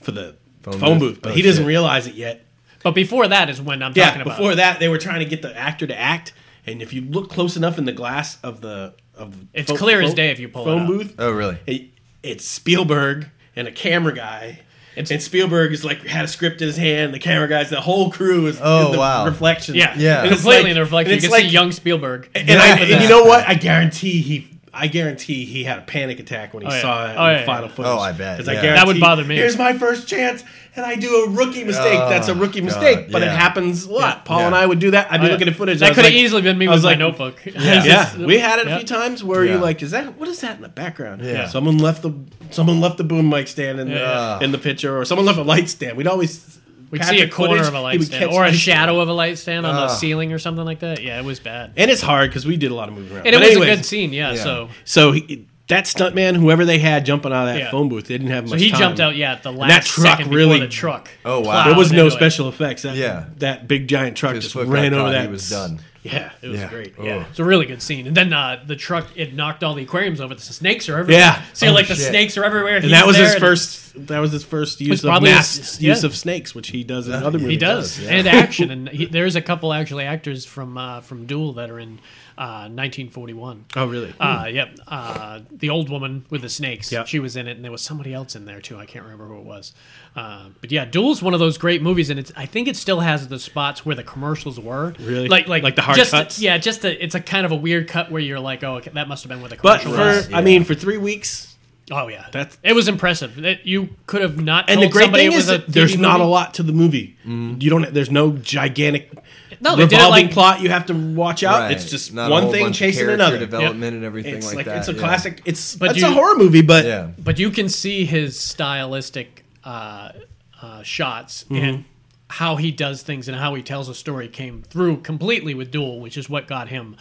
Speaker 5: for the phone,
Speaker 4: Phone
Speaker 5: booth.
Speaker 4: booth.
Speaker 5: but
Speaker 4: Oh,
Speaker 5: he doesn't
Speaker 4: shit.
Speaker 5: realize it yet.
Speaker 3: But before that is when I'm
Speaker 5: Yeah.
Speaker 3: talking about.
Speaker 5: Before that, they were trying to get the actor to act, and if you look close enough in the glass of the of the
Speaker 3: It's clear as day if you pull it
Speaker 5: phone
Speaker 3: up.
Speaker 5: booth.
Speaker 4: Oh, really?
Speaker 5: It, it's Spielberg and a camera guy.
Speaker 3: It's-
Speaker 5: and Spielberg is like had a script in his hand. The camera guys, the whole crew is
Speaker 4: Oh,
Speaker 5: in the
Speaker 4: wow.
Speaker 5: reflection.
Speaker 3: yeah,
Speaker 4: Yeah.
Speaker 5: And it's
Speaker 3: completely
Speaker 5: like-
Speaker 3: in the reflection.
Speaker 5: and
Speaker 3: You
Speaker 5: it's
Speaker 3: can see
Speaker 5: like-
Speaker 3: young Spielberg.
Speaker 5: and, I,
Speaker 4: Yeah.
Speaker 5: and you know what? I guarantee he. I guarantee he had a panic attack when he
Speaker 3: Oh, yeah.
Speaker 5: saw it
Speaker 3: Oh,
Speaker 5: in
Speaker 3: yeah,
Speaker 5: the
Speaker 3: yeah.
Speaker 5: final footage.
Speaker 4: Oh, I bet,
Speaker 5: 'Cause
Speaker 4: yeah.
Speaker 5: guarantee-
Speaker 3: That would bother me.
Speaker 5: Here's my first chance, and I do a rookie mistake. That's a rookie
Speaker 4: Oh, God,
Speaker 5: mistake, but it
Speaker 4: yeah.
Speaker 5: happens a lot. Paul
Speaker 4: Yeah.
Speaker 5: and I would do that. I'd be
Speaker 3: Oh, yeah.
Speaker 5: looking at footage. I
Speaker 3: That
Speaker 5: was
Speaker 3: could have
Speaker 5: like-
Speaker 3: easily been me
Speaker 5: I was
Speaker 3: with
Speaker 5: like-
Speaker 3: my notebook.
Speaker 5: Yeah, we had it a
Speaker 3: Yep.
Speaker 5: few times where you're
Speaker 4: Yeah.
Speaker 5: like, "Is that what is that in the background?"
Speaker 4: Yeah.
Speaker 5: someone left the someone left the boom mic stand in the
Speaker 3: Yeah.
Speaker 5: in the picture, or someone left a light stand. We'd always
Speaker 3: We'd
Speaker 5: catch
Speaker 3: see a
Speaker 5: the
Speaker 3: corner
Speaker 5: footage,
Speaker 3: of a
Speaker 5: he
Speaker 3: light
Speaker 5: would
Speaker 3: stand
Speaker 5: catch Ah.
Speaker 3: or a
Speaker 5: light
Speaker 3: shadow of a light stand on a
Speaker 4: Ugh.
Speaker 3: ceiling or something like that. Yeah, it was bad.
Speaker 5: and it's hard because we did a lot of moving around.
Speaker 3: And it
Speaker 5: But
Speaker 3: was a
Speaker 5: anyways,
Speaker 3: good scene, yeah.
Speaker 4: Yeah.
Speaker 3: So
Speaker 5: So he, that stuntman, whoever they had jumping out of that
Speaker 3: Yeah.
Speaker 5: phone booth, they didn't have much.
Speaker 3: so he
Speaker 5: time.
Speaker 3: jumped out, yeah, at the last
Speaker 5: that truck
Speaker 3: second before
Speaker 5: really-
Speaker 3: the truck.
Speaker 4: Oh, wow.
Speaker 3: plowed
Speaker 5: There was no
Speaker 3: into it.
Speaker 5: special effects. That,
Speaker 4: Yeah.
Speaker 5: that big giant truck
Speaker 4: His
Speaker 5: just
Speaker 4: foot
Speaker 5: ran
Speaker 4: got
Speaker 5: over
Speaker 4: caught,
Speaker 5: that.
Speaker 4: he was done.
Speaker 5: Yeah, it was
Speaker 4: Yeah.
Speaker 5: great.
Speaker 4: Oh.
Speaker 5: Yeah.
Speaker 3: It's a really good scene. And then uh, the truck it knocked all the aquariums over. The snakes are everywhere.
Speaker 5: Yeah.
Speaker 3: So you're
Speaker 4: Oh,
Speaker 3: like the
Speaker 4: shit.
Speaker 3: snakes are everywhere.
Speaker 5: And that was his
Speaker 3: there.
Speaker 5: first. That was his first use of
Speaker 3: probably
Speaker 5: mass
Speaker 3: his-
Speaker 5: use
Speaker 3: yeah.
Speaker 5: of snakes, which he does in other movies.
Speaker 3: He does,
Speaker 4: does,
Speaker 3: and action, and he, there's a couple actually actors from uh, from Duel that are in uh, 1941.
Speaker 5: Oh, really?
Speaker 3: Uh, yep. Uh, the old woman with the snakes.
Speaker 5: Yep.
Speaker 3: She was in it, and there was somebody else in there too. I can't remember who it was. Uh, but yeah, Duel's one of those great movies, and it's I think it still has the spots where the commercials were.
Speaker 5: Really?
Speaker 3: Like like
Speaker 5: Like the hard
Speaker 3: just,
Speaker 5: cuts?
Speaker 3: Yeah, just a, it's a kind of a weird cut where you're like, oh, okay, that must have been where the
Speaker 5: But
Speaker 3: commercial
Speaker 5: for
Speaker 3: was.
Speaker 5: I mean, for three weeks,
Speaker 3: Oh yeah,
Speaker 5: That's-
Speaker 3: it was impressive. That you could have not.
Speaker 5: and
Speaker 3: told
Speaker 5: the great
Speaker 3: somebody
Speaker 5: thing
Speaker 3: it was
Speaker 5: is
Speaker 3: a
Speaker 5: that there's
Speaker 3: 3D
Speaker 5: not a
Speaker 3: movie.
Speaker 5: lot to the movie.
Speaker 4: Mm.
Speaker 5: You don't. There's no gigantic
Speaker 3: No, they did it
Speaker 5: revolving
Speaker 3: like-
Speaker 5: plot you have to watch out.
Speaker 4: Right.
Speaker 5: It's just
Speaker 4: Not a
Speaker 5: one
Speaker 4: whole
Speaker 5: thing
Speaker 4: bunch of
Speaker 5: chasing
Speaker 4: character
Speaker 5: another.
Speaker 4: Development
Speaker 3: Yep.
Speaker 4: and everything
Speaker 5: It's
Speaker 4: like,
Speaker 5: like,
Speaker 4: that.
Speaker 5: it's a
Speaker 4: yeah.
Speaker 5: classic. It's
Speaker 3: But
Speaker 5: it's
Speaker 3: you-
Speaker 5: a horror movie, but
Speaker 4: Yeah. Oh,
Speaker 3: but you can see his stylistic uh, uh, shots
Speaker 5: Mm-hmm.
Speaker 3: and how he does things and how he tells a story came through completely with Duel, which is what got him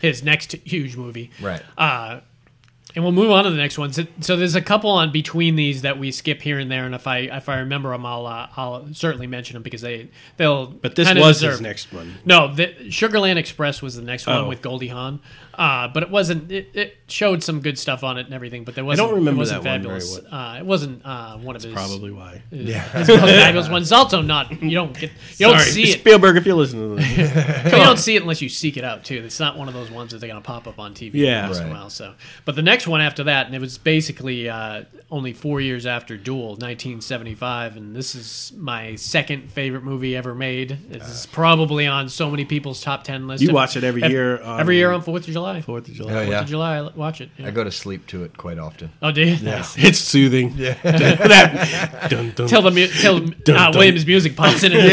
Speaker 3: his next huge movie.
Speaker 4: Right.
Speaker 3: Uh, and we'll move on to the next ones. So, so there's a couple on between these that we skip here and there, and if I if I remember them, I'll uh, I'll certainly mention them because they they'll.
Speaker 5: but this
Speaker 3: kinda
Speaker 5: was his
Speaker 3: deserve-
Speaker 5: next one.
Speaker 3: no, the Sugarland Express was the next one
Speaker 5: Oh.
Speaker 3: with Goldie Hawn, uh, but it wasn't. It, it showed some good stuff on it and everything, but there wasn't.
Speaker 5: remember
Speaker 3: it wasn't
Speaker 5: that one very
Speaker 3: fabulous. Uh, it wasn't uh, one of his
Speaker 5: Probably why.
Speaker 3: his most fabulous ones. It's also not. You don't get. You don't
Speaker 5: Sorry,
Speaker 3: see it.
Speaker 5: Spielberg. If you're listening to this,
Speaker 3: You don't see it unless you seek it out too. It's not one of those ones that they're going to pop up on TV.
Speaker 5: Yeah.
Speaker 3: every once in a
Speaker 4: Right.
Speaker 3: while, So, but the next next one after that, and it was basically uh, only four years after Duel, 1975, and this is my second favorite movie ever made. It's probably on so many people's top ten list.
Speaker 5: Uh. You
Speaker 3: If-
Speaker 5: watch it every
Speaker 3: if-
Speaker 5: year on-
Speaker 3: every year on Fourth of July.
Speaker 5: Fourth of July.
Speaker 4: Oh,
Speaker 3: Fourth
Speaker 4: yeah.
Speaker 3: of July, I watch it. yeah.
Speaker 4: I go to sleep to it quite often.
Speaker 3: oh, do you?
Speaker 5: It's soothing. Yeah. that, dun, dun,
Speaker 3: Till the mu- till
Speaker 5: Dun,
Speaker 3: uh,
Speaker 5: dun.
Speaker 3: Williams music pops in and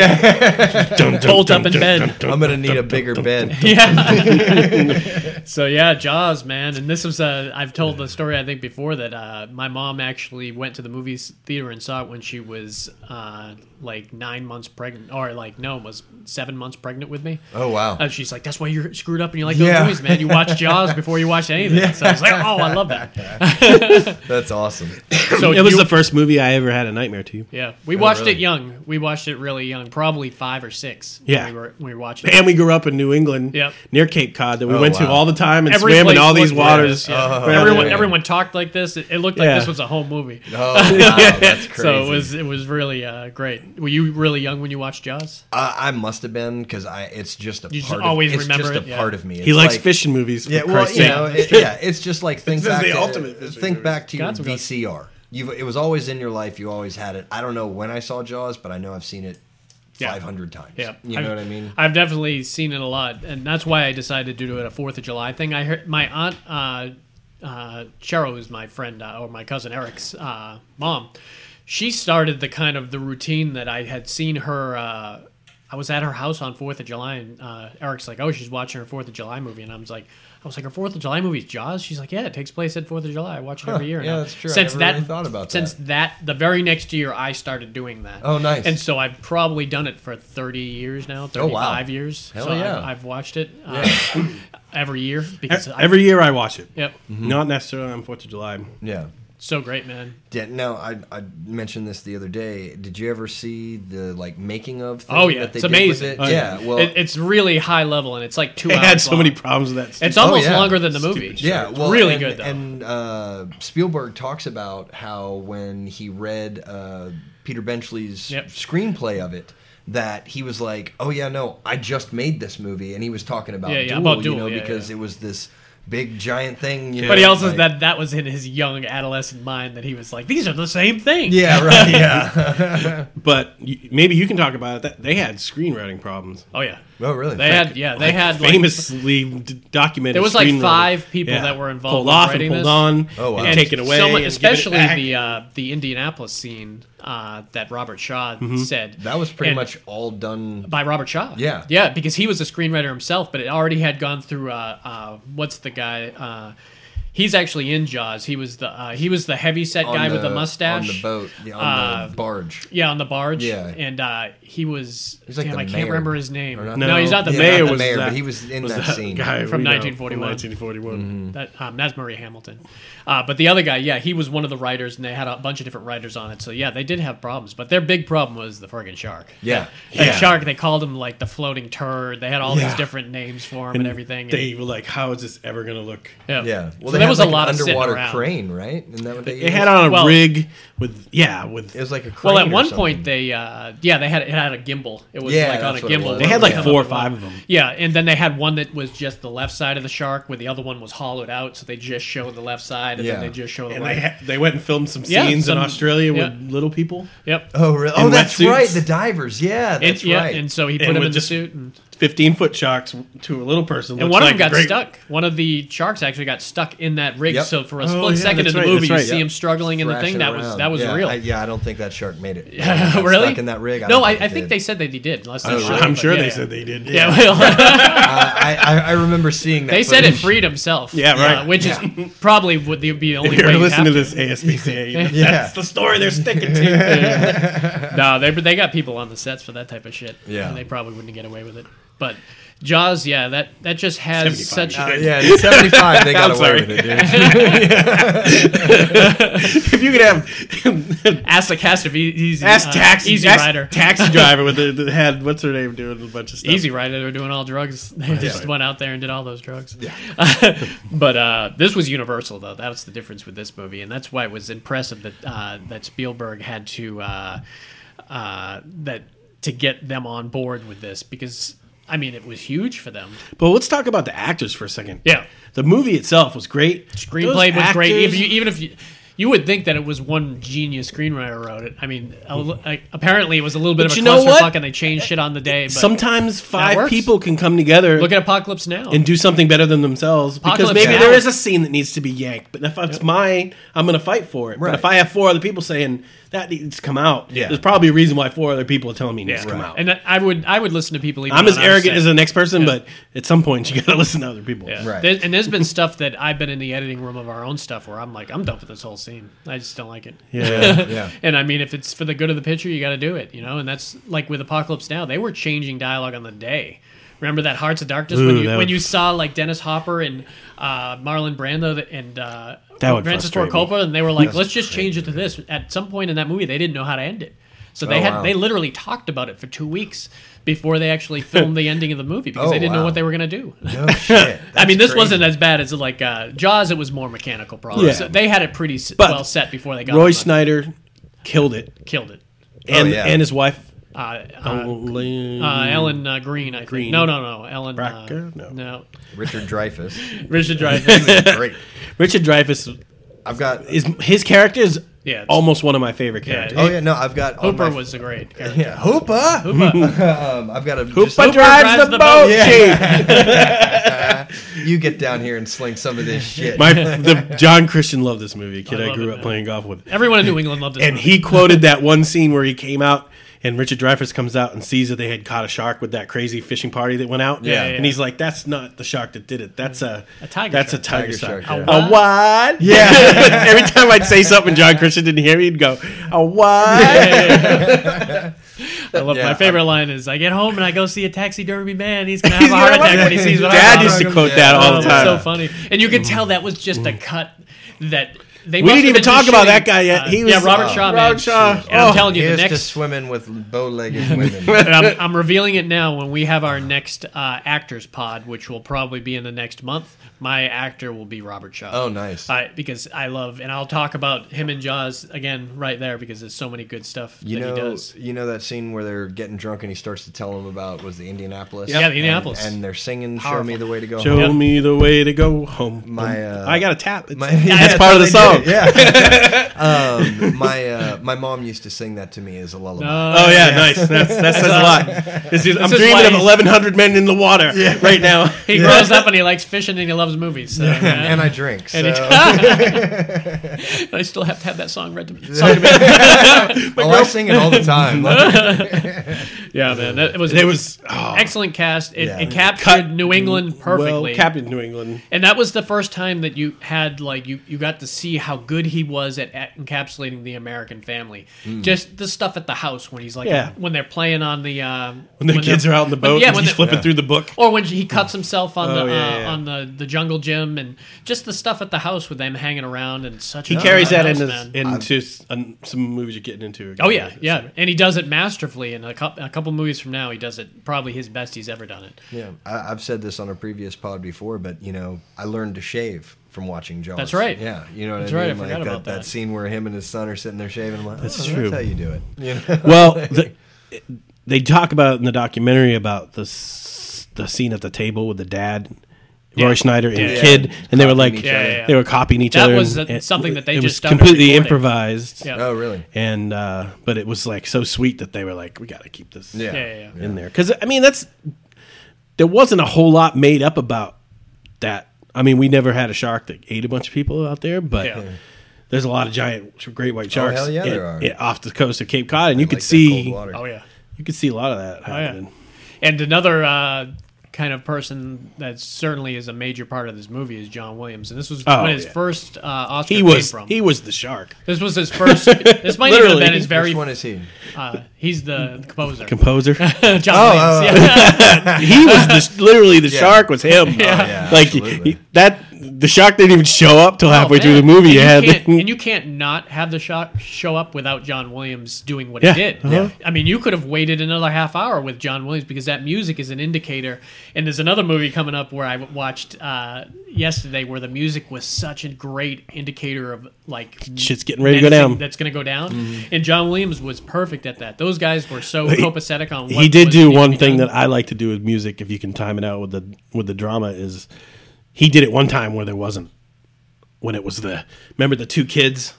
Speaker 3: bolt up in bed.
Speaker 4: I'm gonna need a bigger bed.
Speaker 3: Yeah. so yeah, Jaws, man, and this was uh, I've told the story I think before that uh, my mom actually went to the movies theater and saw it when she was uh, like nine months pregnant, or like no, was seven months pregnant with me.
Speaker 4: Oh wow.
Speaker 3: And she's like, "That's why you're screwed up and you like
Speaker 4: Yeah.
Speaker 3: those movies, man. You watch Jaws before you watch anything." So I was like, "Oh, I love that."
Speaker 4: That's awesome. Oh,
Speaker 3: So
Speaker 5: It was
Speaker 3: you-
Speaker 5: the first movie I ever had a nightmare to.
Speaker 3: yeah, we watched it
Speaker 4: really?
Speaker 3: young. We watched it really young, probably five or six.
Speaker 5: Yeah.
Speaker 3: when we were, when we were watching. it.
Speaker 5: And we grew up in New England,
Speaker 3: Yep.
Speaker 5: near Cape Cod, that we
Speaker 4: Oh,
Speaker 5: went to
Speaker 4: wow.
Speaker 5: all the time and swam in
Speaker 3: place
Speaker 5: all these
Speaker 3: looked like
Speaker 5: waters.
Speaker 3: this, yeah.
Speaker 4: Uh-huh.
Speaker 5: Right.
Speaker 3: everyone, everyone talked like this. It, it looked like
Speaker 5: Yeah.
Speaker 3: this was a home movie.
Speaker 4: Oh wow, that's crazy.
Speaker 3: So it was it was really uh, great. Were you really young when you watched Jaws?
Speaker 4: Uh, I must have been because I. It's just a
Speaker 3: You just
Speaker 4: part.
Speaker 3: always
Speaker 4: of,
Speaker 3: remember
Speaker 4: It's just
Speaker 3: it,
Speaker 4: a
Speaker 3: yeah.
Speaker 4: part of me.
Speaker 5: He
Speaker 4: It's
Speaker 5: likes
Speaker 4: like-
Speaker 5: fishing movies. For
Speaker 4: Yeah, well,
Speaker 5: Christ's
Speaker 4: you
Speaker 5: sake.
Speaker 4: know, it, yeah, it's just like think
Speaker 5: This is
Speaker 4: back
Speaker 5: the
Speaker 4: to
Speaker 5: ultimate fishing
Speaker 4: think
Speaker 5: movie.
Speaker 4: back to your
Speaker 3: God's got-
Speaker 4: VCR. You've, it was always in your life. You always had it. I don't know when I saw Jaws, but I know I've seen it
Speaker 3: Yeah.
Speaker 4: 500 times.
Speaker 3: Yeah,
Speaker 4: you know what I mean.
Speaker 3: I've definitely seen it a lot, and that's why I decided to do it a Fourth of July thing. I heard my aunt uh, uh, Cheryl, who's my friend uh, or my cousin Eric's uh, mom, she started the kind of the routine that I had seen her. Uh, I was at her house on Fourth of July, and uh, Eric's like, "Oh, she's watching her Fourth of July movie," and I was like. I was like, her Fourth of July movie is Jaws. She's like, yeah, it takes place at Fourth of July. I watch it every year.
Speaker 4: yeah,
Speaker 3: now."
Speaker 4: that's true. I
Speaker 3: Since
Speaker 4: never
Speaker 3: that,
Speaker 4: really thought about
Speaker 3: since
Speaker 4: that.
Speaker 3: that, the very next year, I started doing that.
Speaker 4: Oh, nice.
Speaker 3: And so I've probably done it for 30 years now, 35
Speaker 4: Oh, wow.
Speaker 3: years.
Speaker 4: Hell
Speaker 3: so I've-
Speaker 4: yeah.
Speaker 3: I've, watched it uh, every year because
Speaker 5: E-
Speaker 3: I-
Speaker 5: Every year I watch it.
Speaker 3: Yep.
Speaker 4: Mm-hmm.
Speaker 5: Not necessarily on Fourth of July.
Speaker 4: Yeah.
Speaker 3: So great, man.
Speaker 4: Did, now I, I mentioned this the other day. Did you ever see the like making of? Thing
Speaker 3: Oh yeah,
Speaker 4: that they
Speaker 3: it's
Speaker 4: did with
Speaker 3: amazing.
Speaker 4: it?
Speaker 5: Oh,
Speaker 4: yeah.
Speaker 5: yeah.
Speaker 4: Well,
Speaker 3: it, it's really high level and it's like two
Speaker 5: It
Speaker 3: hours.
Speaker 5: had so
Speaker 3: long.
Speaker 5: many problems with that. stupid-
Speaker 3: It's almost
Speaker 4: Oh, yeah.
Speaker 3: longer than the movie.
Speaker 5: Stupid
Speaker 4: Yeah, well,
Speaker 3: really
Speaker 4: and,
Speaker 3: good though.
Speaker 4: And uh, Spielberg talks about how when he read uh, Peter Benchley's
Speaker 3: Yep.
Speaker 4: screenplay of it, that he was like, "Oh yeah, no, I just made this movie," and he was talking about
Speaker 3: Yeah, yeah,
Speaker 4: Duel,
Speaker 3: about
Speaker 4: you
Speaker 3: Duel,
Speaker 4: know,
Speaker 3: yeah,
Speaker 4: because
Speaker 3: yeah.
Speaker 4: it was this big giant thing. You know,
Speaker 3: but he also
Speaker 4: like-
Speaker 3: said that that was in his young adolescent mind that he was like, these are the same thing.
Speaker 4: Yeah, right. Yeah.
Speaker 5: But you, maybe you can talk about it. That they had screenwriting problems.
Speaker 3: Oh yeah.
Speaker 4: oh, really?
Speaker 3: They had yeah they
Speaker 5: Like,
Speaker 3: had like,
Speaker 5: famously d- documented.
Speaker 3: There was, like,
Speaker 5: screenwriting.
Speaker 3: five people that were involved
Speaker 5: Pulled
Speaker 3: with
Speaker 5: off
Speaker 3: writing
Speaker 5: and pulled
Speaker 3: this.
Speaker 5: on.
Speaker 4: Oh, wow.
Speaker 5: and
Speaker 4: And
Speaker 5: taken away.
Speaker 3: Someone-
Speaker 5: and given it
Speaker 3: especially
Speaker 5: back.
Speaker 3: the uh, the Indianapolis scene uh, that Robert Shaw
Speaker 5: Mm-hmm.
Speaker 3: said
Speaker 4: that was pretty
Speaker 3: And-
Speaker 4: much all done.
Speaker 3: by Robert Shaw.
Speaker 4: Yeah.
Speaker 3: yeah, because he was a screenwriter himself, but it already had gone through. Uh, uh, what's the guy? Uh, he's actually in Jaws. He was the uh, he was the heavy set
Speaker 4: on
Speaker 3: guy
Speaker 4: the,
Speaker 3: with the mustache
Speaker 4: on the boat, yeah, on
Speaker 3: Uh,
Speaker 4: the barge.
Speaker 3: Yeah, on the barge.
Speaker 4: Yeah.
Speaker 3: and uh, he was.
Speaker 4: He's like
Speaker 3: damn,
Speaker 4: the
Speaker 3: I can't
Speaker 4: mayor.
Speaker 3: remember his name.
Speaker 4: Or not-
Speaker 3: No, he's not the
Speaker 4: Yeah,
Speaker 3: mayor.
Speaker 4: not the
Speaker 5: was
Speaker 4: mayor,
Speaker 5: that-
Speaker 4: but he was in
Speaker 5: was
Speaker 4: that scene.
Speaker 5: guy
Speaker 3: From
Speaker 5: we know,
Speaker 3: 1941.
Speaker 5: 1941.
Speaker 3: That, um, that's Murray Hamilton. Uh, but the other guy, yeah, he was one of the writers, and they had a bunch of different writers on it. So yeah, they did have problems, but their big problem was the friggin' shark.
Speaker 4: Yeah.
Speaker 3: That
Speaker 5: Yeah.
Speaker 3: shark, they called him like the floating turd. They had all these
Speaker 5: Yeah.
Speaker 3: different names for him and, everything.
Speaker 5: They were like, "How is this ever going to look?"
Speaker 3: yeah,
Speaker 4: Yeah. Well,
Speaker 3: Well,
Speaker 4: they
Speaker 3: there
Speaker 4: had,
Speaker 3: was
Speaker 4: like,
Speaker 3: a lot
Speaker 4: an
Speaker 3: of sitting
Speaker 4: underwater
Speaker 3: around.
Speaker 4: crane, right? Isn't that what they,
Speaker 5: They
Speaker 4: used?
Speaker 5: had on a
Speaker 3: Well-
Speaker 5: rig with yeah with
Speaker 4: It was like a crane.
Speaker 3: Well, at
Speaker 4: or
Speaker 3: one
Speaker 4: something.
Speaker 3: point they, uh, yeah, they had it had a gimbal. It was
Speaker 4: Yeah,
Speaker 3: like on a
Speaker 4: that's what it
Speaker 3: gimbal.
Speaker 4: was.
Speaker 5: they had like
Speaker 4: Yeah.
Speaker 5: four or five of them.
Speaker 3: Yeah, and then they had one that was just the left side of the shark, where the other one was hollowed out, so they just showed the left side, and then
Speaker 4: Yeah.
Speaker 3: they just showed the
Speaker 5: And
Speaker 3: right.
Speaker 5: they ha- they went and filmed some
Speaker 3: Yeah,
Speaker 5: scenes
Speaker 3: some-
Speaker 5: in Australia
Speaker 3: yeah.
Speaker 5: with little people.
Speaker 3: yep.
Speaker 4: Oh, really?
Speaker 5: In
Speaker 4: Oh, that's
Speaker 5: wetsuits.
Speaker 4: right. The divers. Yeah,
Speaker 3: And-
Speaker 4: that's
Speaker 3: yeah,
Speaker 4: right.
Speaker 3: and so he put
Speaker 5: And
Speaker 3: him
Speaker 5: with
Speaker 3: in the
Speaker 5: just-
Speaker 3: suit, and,
Speaker 5: Fifteen foot sharks to a little person.
Speaker 3: and
Speaker 5: looks
Speaker 3: one of
Speaker 5: like
Speaker 3: them got
Speaker 5: great-
Speaker 3: stuck. One of the sharks actually got stuck in that rig.
Speaker 4: Yep.
Speaker 3: So for a
Speaker 5: Oh,
Speaker 3: split
Speaker 5: yeah,
Speaker 3: second in
Speaker 5: that's
Speaker 3: the
Speaker 5: right,
Speaker 3: movie,
Speaker 5: that's
Speaker 3: you
Speaker 5: right.
Speaker 3: see him struggling in the
Speaker 4: Thrashing
Speaker 3: thing. That was
Speaker 4: around.
Speaker 3: that was
Speaker 4: yeah,
Speaker 3: real.
Speaker 4: I, yeah, I don't think that shark made it. It got
Speaker 3: really?
Speaker 4: Stuck in that rig.
Speaker 3: no,
Speaker 4: don't
Speaker 3: I,
Speaker 4: it
Speaker 3: I think
Speaker 4: did.
Speaker 3: they said they did. Unless they
Speaker 4: Oh,
Speaker 3: shot
Speaker 4: really?
Speaker 3: it,
Speaker 5: I'm
Speaker 3: but
Speaker 5: sure
Speaker 3: yeah,
Speaker 5: they
Speaker 3: yeah.
Speaker 5: said they did.
Speaker 3: Yeah, well,
Speaker 4: Uh, I, I, I remember seeing that.
Speaker 3: they said it
Speaker 4: footage.
Speaker 3: freed himself.
Speaker 5: Yeah, right.
Speaker 3: uh, which is probably would be the only
Speaker 5: If you're
Speaker 3: way. you
Speaker 5: listening to
Speaker 3: have
Speaker 5: this ASPCA, you know,
Speaker 4: Yeah.
Speaker 5: that's the story they're sticking to.
Speaker 3: No, they they got people on the sets for that type of shit.
Speaker 4: Yeah.
Speaker 3: and they probably wouldn't get away with it. But Jaws, yeah, that that just has
Speaker 5: 75
Speaker 3: such.
Speaker 4: Uh, yeah, in '75 they got
Speaker 5: I'm
Speaker 4: away
Speaker 5: sorry.
Speaker 4: with it, dude.
Speaker 5: if you could have
Speaker 3: Ask the cast of E- Easy,
Speaker 5: ask
Speaker 3: uh,
Speaker 5: taxi
Speaker 3: Easy
Speaker 5: ask
Speaker 3: Rider,
Speaker 5: taxi driver with the, the head, what's her name, doing a bunch of stuff.
Speaker 3: Easy Rider. They were doing all drugs. They just went out there and did all those drugs.
Speaker 4: Yeah.
Speaker 3: but uh, this was Universal, though. That was the difference with this movie, and that's why it was impressive that uh, that Spielberg had to uh, uh, that to get them on board with this because I mean, it was huge for them.
Speaker 5: But let's talk about the actors for a second.
Speaker 3: Yeah.
Speaker 5: The movie itself was great.
Speaker 3: Screenplay
Speaker 5: Those
Speaker 3: was great.
Speaker 5: actors-
Speaker 3: Even, even if you, you would think that it was one genius screenwriter wrote it. I mean, a li- like, apparently it was a little bit of
Speaker 5: But
Speaker 3: a
Speaker 5: you know
Speaker 3: clusterfuck,
Speaker 5: what?
Speaker 3: and they changed shit on the day. But
Speaker 5: Sometimes five
Speaker 3: works.
Speaker 5: people can come together
Speaker 3: look at Apocalypse Now.
Speaker 5: and do something better than themselves because
Speaker 3: Apocalypse
Speaker 5: maybe
Speaker 3: Now.
Speaker 5: there is a scene that needs to be yanked. But if it's mine, I'm going to fight for it.
Speaker 4: Right.
Speaker 5: But if I have four other people saying that needs to come out,
Speaker 4: Yeah.
Speaker 5: there's probably a reason why four other people are telling me it needs to come out.
Speaker 3: and I- I would I would listen to people. Even
Speaker 5: I'm
Speaker 3: when
Speaker 5: as
Speaker 3: I was
Speaker 5: arrogant
Speaker 3: sick.
Speaker 5: as the next person, but at some point you got to listen to other people.
Speaker 3: Yeah.
Speaker 4: Right.
Speaker 3: There- and there's been stuff that I've been in the editing room of our own stuff where I'm like, I'm done with this whole scene. I just don't like it.
Speaker 5: Yeah.
Speaker 4: Yeah.
Speaker 3: And I mean, if it's for the good of the picture, you got to do it, you know. And that's like with Apocalypse Now, they were changing dialogue on the day. Remember that Hearts of Darkness when
Speaker 5: Ooh,
Speaker 3: you
Speaker 5: that
Speaker 3: when
Speaker 5: would-
Speaker 3: you saw like Dennis Hopper and uh, Marlon Brando th- and uh,
Speaker 5: That would
Speaker 3: Francis Ford
Speaker 5: frustrate me.
Speaker 3: Coppola, and they were like, let's just change it to this. At some point in that movie, they didn't know how to end it, so they
Speaker 4: Oh,
Speaker 3: had
Speaker 4: wow.
Speaker 3: they literally talked about it for two weeks before they actually filmed the ending of the movie because
Speaker 4: Oh,
Speaker 3: they didn't know
Speaker 4: wow.
Speaker 3: what they were gonna do.
Speaker 4: No shit.
Speaker 3: I mean, this
Speaker 4: That's crazy.
Speaker 3: wasn't as bad as like uh, Jaws. It was more mechanical problems.
Speaker 5: Yeah.
Speaker 3: So they had it pretty s
Speaker 5: But
Speaker 3: well set before they got
Speaker 5: Roy
Speaker 3: them.
Speaker 5: Snyder killed it,
Speaker 3: killed it.
Speaker 5: and
Speaker 4: yeah.
Speaker 5: and his wife.
Speaker 3: Uh, uh,
Speaker 5: Ellen-
Speaker 3: uh, Ellen uh, Green, I think.
Speaker 5: Oh, Green.
Speaker 3: No, no, no. Ellen
Speaker 5: Bracker?
Speaker 3: Uh,
Speaker 5: No.
Speaker 3: no.
Speaker 4: Richard Dreyfuss.
Speaker 3: Richard Dreyfuss.
Speaker 4: Great.
Speaker 5: Richard Dreyfuss
Speaker 4: I've got.
Speaker 5: is his character is
Speaker 3: Yeah, it's-
Speaker 5: almost one of my favorite characters.
Speaker 4: oh yeah, no, I've got. all
Speaker 3: Hooper
Speaker 4: my-
Speaker 3: was a great character.
Speaker 4: Yeah, Hoopa. um, I've got a. just-
Speaker 5: Hoopa drives, the, boat. Chief.
Speaker 4: you get down here and sling some of this shit.
Speaker 5: My the John Christian loved this movie. Kid,
Speaker 3: I
Speaker 5: I,
Speaker 3: love
Speaker 5: grew
Speaker 3: it,
Speaker 5: up
Speaker 3: man.
Speaker 5: playing golf with,
Speaker 3: Everyone in New England loved this
Speaker 5: and
Speaker 3: movie.
Speaker 5: he quoted that one scene where he came out. And Richard Dreyfuss comes out and sees that they had caught a shark with that crazy fishing party that went out.
Speaker 3: Yeah, yeah.
Speaker 5: and he's like, "That's not the shark that did it. That's a,
Speaker 3: A tiger
Speaker 5: That's
Speaker 3: shark.
Speaker 5: a tiger,
Speaker 4: Tiger
Speaker 5: shark.
Speaker 4: shark,
Speaker 3: yeah.
Speaker 5: A what? Yeah. Every time I'd say something, John Christian didn't hear me. He'd go, "A what?"
Speaker 3: I love,
Speaker 4: Yeah,
Speaker 3: my favorite line is, "I get home and I go see a taxidermy man. He's gonna have a heart
Speaker 5: gonna-
Speaker 3: attack when he sees what
Speaker 5: Dad
Speaker 3: I
Speaker 5: used to quote that
Speaker 4: Yeah.
Speaker 5: all
Speaker 3: Oh,
Speaker 5: the
Speaker 3: it's
Speaker 5: time. Mm.
Speaker 3: So funny, and you could tell that was just a cut that they.
Speaker 5: We
Speaker 3: must
Speaker 5: didn't
Speaker 3: have
Speaker 5: even
Speaker 3: been
Speaker 5: talk
Speaker 3: just
Speaker 5: about
Speaker 3: shooting, uh,
Speaker 5: that guy yet. He was-
Speaker 3: yeah, Robert
Speaker 5: oh,
Speaker 3: Shaw.
Speaker 5: Robert
Speaker 3: man.
Speaker 5: Shaw.
Speaker 3: And I'm
Speaker 5: Oh.
Speaker 3: telling you, the
Speaker 4: Here's to
Speaker 3: next.
Speaker 4: swimming with bow-legged women.
Speaker 3: and I'm, I'm revealing it now when we have our next uh, actors pod, which will probably be in the next month. My actor will be Robert Shaw.
Speaker 4: Oh, nice.
Speaker 3: I, because I love, and I'll talk about him and Jaws again right there because there's so many good stuff
Speaker 4: You
Speaker 3: that
Speaker 4: know,
Speaker 3: he does.
Speaker 4: you know that scene where they're getting drunk and he starts to tell them about was the Indianapolis.
Speaker 3: Yeah, the Indianapolis.
Speaker 4: and, and they're singing
Speaker 3: Powerful.
Speaker 4: "Show Me the Way to Go."
Speaker 5: Show
Speaker 4: Home.
Speaker 3: Yeah.
Speaker 5: me the way to go home.
Speaker 4: My, uh,
Speaker 5: I got a tap. It's-
Speaker 4: My-
Speaker 5: that's part of the
Speaker 4: how they
Speaker 5: song.
Speaker 4: do it, Yeah. um, my uh, my mom used to sing that to me as a lullaby.
Speaker 5: Oh yeah, nice. That's, that says a lot. This is, I'm
Speaker 3: is
Speaker 5: dreaming
Speaker 3: why
Speaker 5: of
Speaker 3: he's-
Speaker 5: 1,100 men in the water right now.
Speaker 3: He grows up and he likes fishing and he loves movies. So, yeah.
Speaker 4: and I drink. So.
Speaker 3: And he- I still have to have that song read to me. Song to me.
Speaker 4: oh, I sing it all the time. Like,
Speaker 3: Yeah, man, that, it was
Speaker 5: It was oh,
Speaker 3: excellent cast. It,
Speaker 4: Yeah.
Speaker 3: it captured
Speaker 5: Cut
Speaker 3: New England
Speaker 5: well
Speaker 3: perfectly.
Speaker 5: captain New England.
Speaker 3: And that was the first time that you had like you you got to see how good he was at, at encapsulating the American family. Just the stuff at the house when he's like
Speaker 5: Hmm. Yeah.
Speaker 3: when they're playing on the um,
Speaker 5: When the kids
Speaker 3: they're-
Speaker 5: are out in the
Speaker 3: when-
Speaker 5: boat,
Speaker 3: yeah,
Speaker 5: and
Speaker 3: when
Speaker 5: he's
Speaker 3: the-
Speaker 5: flipping through the book.
Speaker 3: or when he cuts himself on
Speaker 5: Oh,
Speaker 3: the
Speaker 5: yeah,
Speaker 3: uh,
Speaker 5: yeah.
Speaker 3: on the, the jungle gym and just the stuff at the house with them hanging around and such.
Speaker 5: He
Speaker 3: a
Speaker 5: carries
Speaker 3: fun
Speaker 5: Uh, that in
Speaker 3: house,
Speaker 5: his,
Speaker 3: man.
Speaker 5: into s- um, some movies you're getting into.
Speaker 3: Oh yeah, yeah, and he does it masterfully. And a, cou- a couple movies from now, he does it probably his best he's ever done it.
Speaker 4: yeah, I, I've said this on a previous pod before, but you know, I learned to shave from watching Jaws.
Speaker 3: That's right.
Speaker 4: Yeah, you know what
Speaker 3: That's
Speaker 4: I
Speaker 3: right,
Speaker 4: mean.
Speaker 3: I forgot
Speaker 4: like
Speaker 3: about that.
Speaker 4: that scene where him and his son are sitting there shaving. I'm like, "Oh, that's
Speaker 5: true.
Speaker 4: That's how you do it. You know?
Speaker 5: Well, the, they talk about in the documentary about the s- the scene at the table with the dad, Roy
Speaker 3: Yeah.
Speaker 5: Schneider and
Speaker 3: Yeah.
Speaker 5: the kid, and they were
Speaker 4: Copying
Speaker 5: like
Speaker 4: each Yeah,
Speaker 3: other. yeah, yeah.
Speaker 5: they were copying each
Speaker 3: That
Speaker 5: other.
Speaker 3: was
Speaker 5: and-
Speaker 3: a- something that they
Speaker 5: it
Speaker 3: just
Speaker 5: was
Speaker 3: done and
Speaker 5: completely
Speaker 3: recorded.
Speaker 5: improvised.
Speaker 3: Yeah.
Speaker 4: Oh, really?
Speaker 5: And uh, but it was like so sweet that they were like, we got to keep this
Speaker 3: Yeah,
Speaker 4: Yeah.
Speaker 3: yeah, yeah.
Speaker 5: in there because I mean that's there wasn't a whole lot made up about that. I mean, we never had a shark that ate a bunch of people out there, but
Speaker 3: Yeah.
Speaker 5: there's a lot of giant great white sharks
Speaker 4: Oh, hell yeah,
Speaker 5: in-
Speaker 4: there are.
Speaker 5: in- off the coast of Cape Cod, and you
Speaker 4: Like
Speaker 5: could
Speaker 4: that
Speaker 5: see
Speaker 4: cold water.
Speaker 3: Oh yeah.
Speaker 5: you could see a lot of that
Speaker 3: Oh, yeah.
Speaker 5: happening.
Speaker 3: And another uh, kind of person that certainly is a major part of this movie is John Williams, and this was
Speaker 5: Oh,
Speaker 3: when his
Speaker 5: yeah.
Speaker 3: first uh, Oscar
Speaker 5: He was
Speaker 3: came from.
Speaker 5: he was the shark
Speaker 3: this was his first. this might even have
Speaker 5: Literally.
Speaker 3: been his very.
Speaker 4: Which one is he?
Speaker 3: Uh, he's the composer.
Speaker 5: composer.
Speaker 3: John
Speaker 5: Oh,
Speaker 3: Williams. yeah.
Speaker 5: he was the, literally the shark was him.
Speaker 4: yeah,
Speaker 5: like
Speaker 4: absolutely.
Speaker 5: he- that the shock didn't even show up till halfway
Speaker 3: Oh,
Speaker 5: through the
Speaker 3: man.
Speaker 5: movie.
Speaker 3: And you,
Speaker 5: yeah,
Speaker 3: can't, and you can't not have the shot show up without John Williams doing what
Speaker 5: Yeah,
Speaker 3: he did.
Speaker 5: uh-huh.
Speaker 3: I mean, you could have waited another half hour with John Williams because that music is an indicator. And there's another movie coming up where I watched uh, yesterday where the music was such a great indicator of like
Speaker 5: Shit's getting ready to go
Speaker 3: menacing
Speaker 5: down.
Speaker 3: That's going to go down. And John Williams was perfect at that. Those guys were so
Speaker 5: He-
Speaker 3: copacetic on. What
Speaker 5: he did
Speaker 3: was
Speaker 5: do
Speaker 3: needed to
Speaker 5: one
Speaker 3: be
Speaker 5: thing
Speaker 3: done.
Speaker 5: that I like to do with music, if you can time it out with the with the drama, is he did it one time where there wasn't when it was the remember the two kids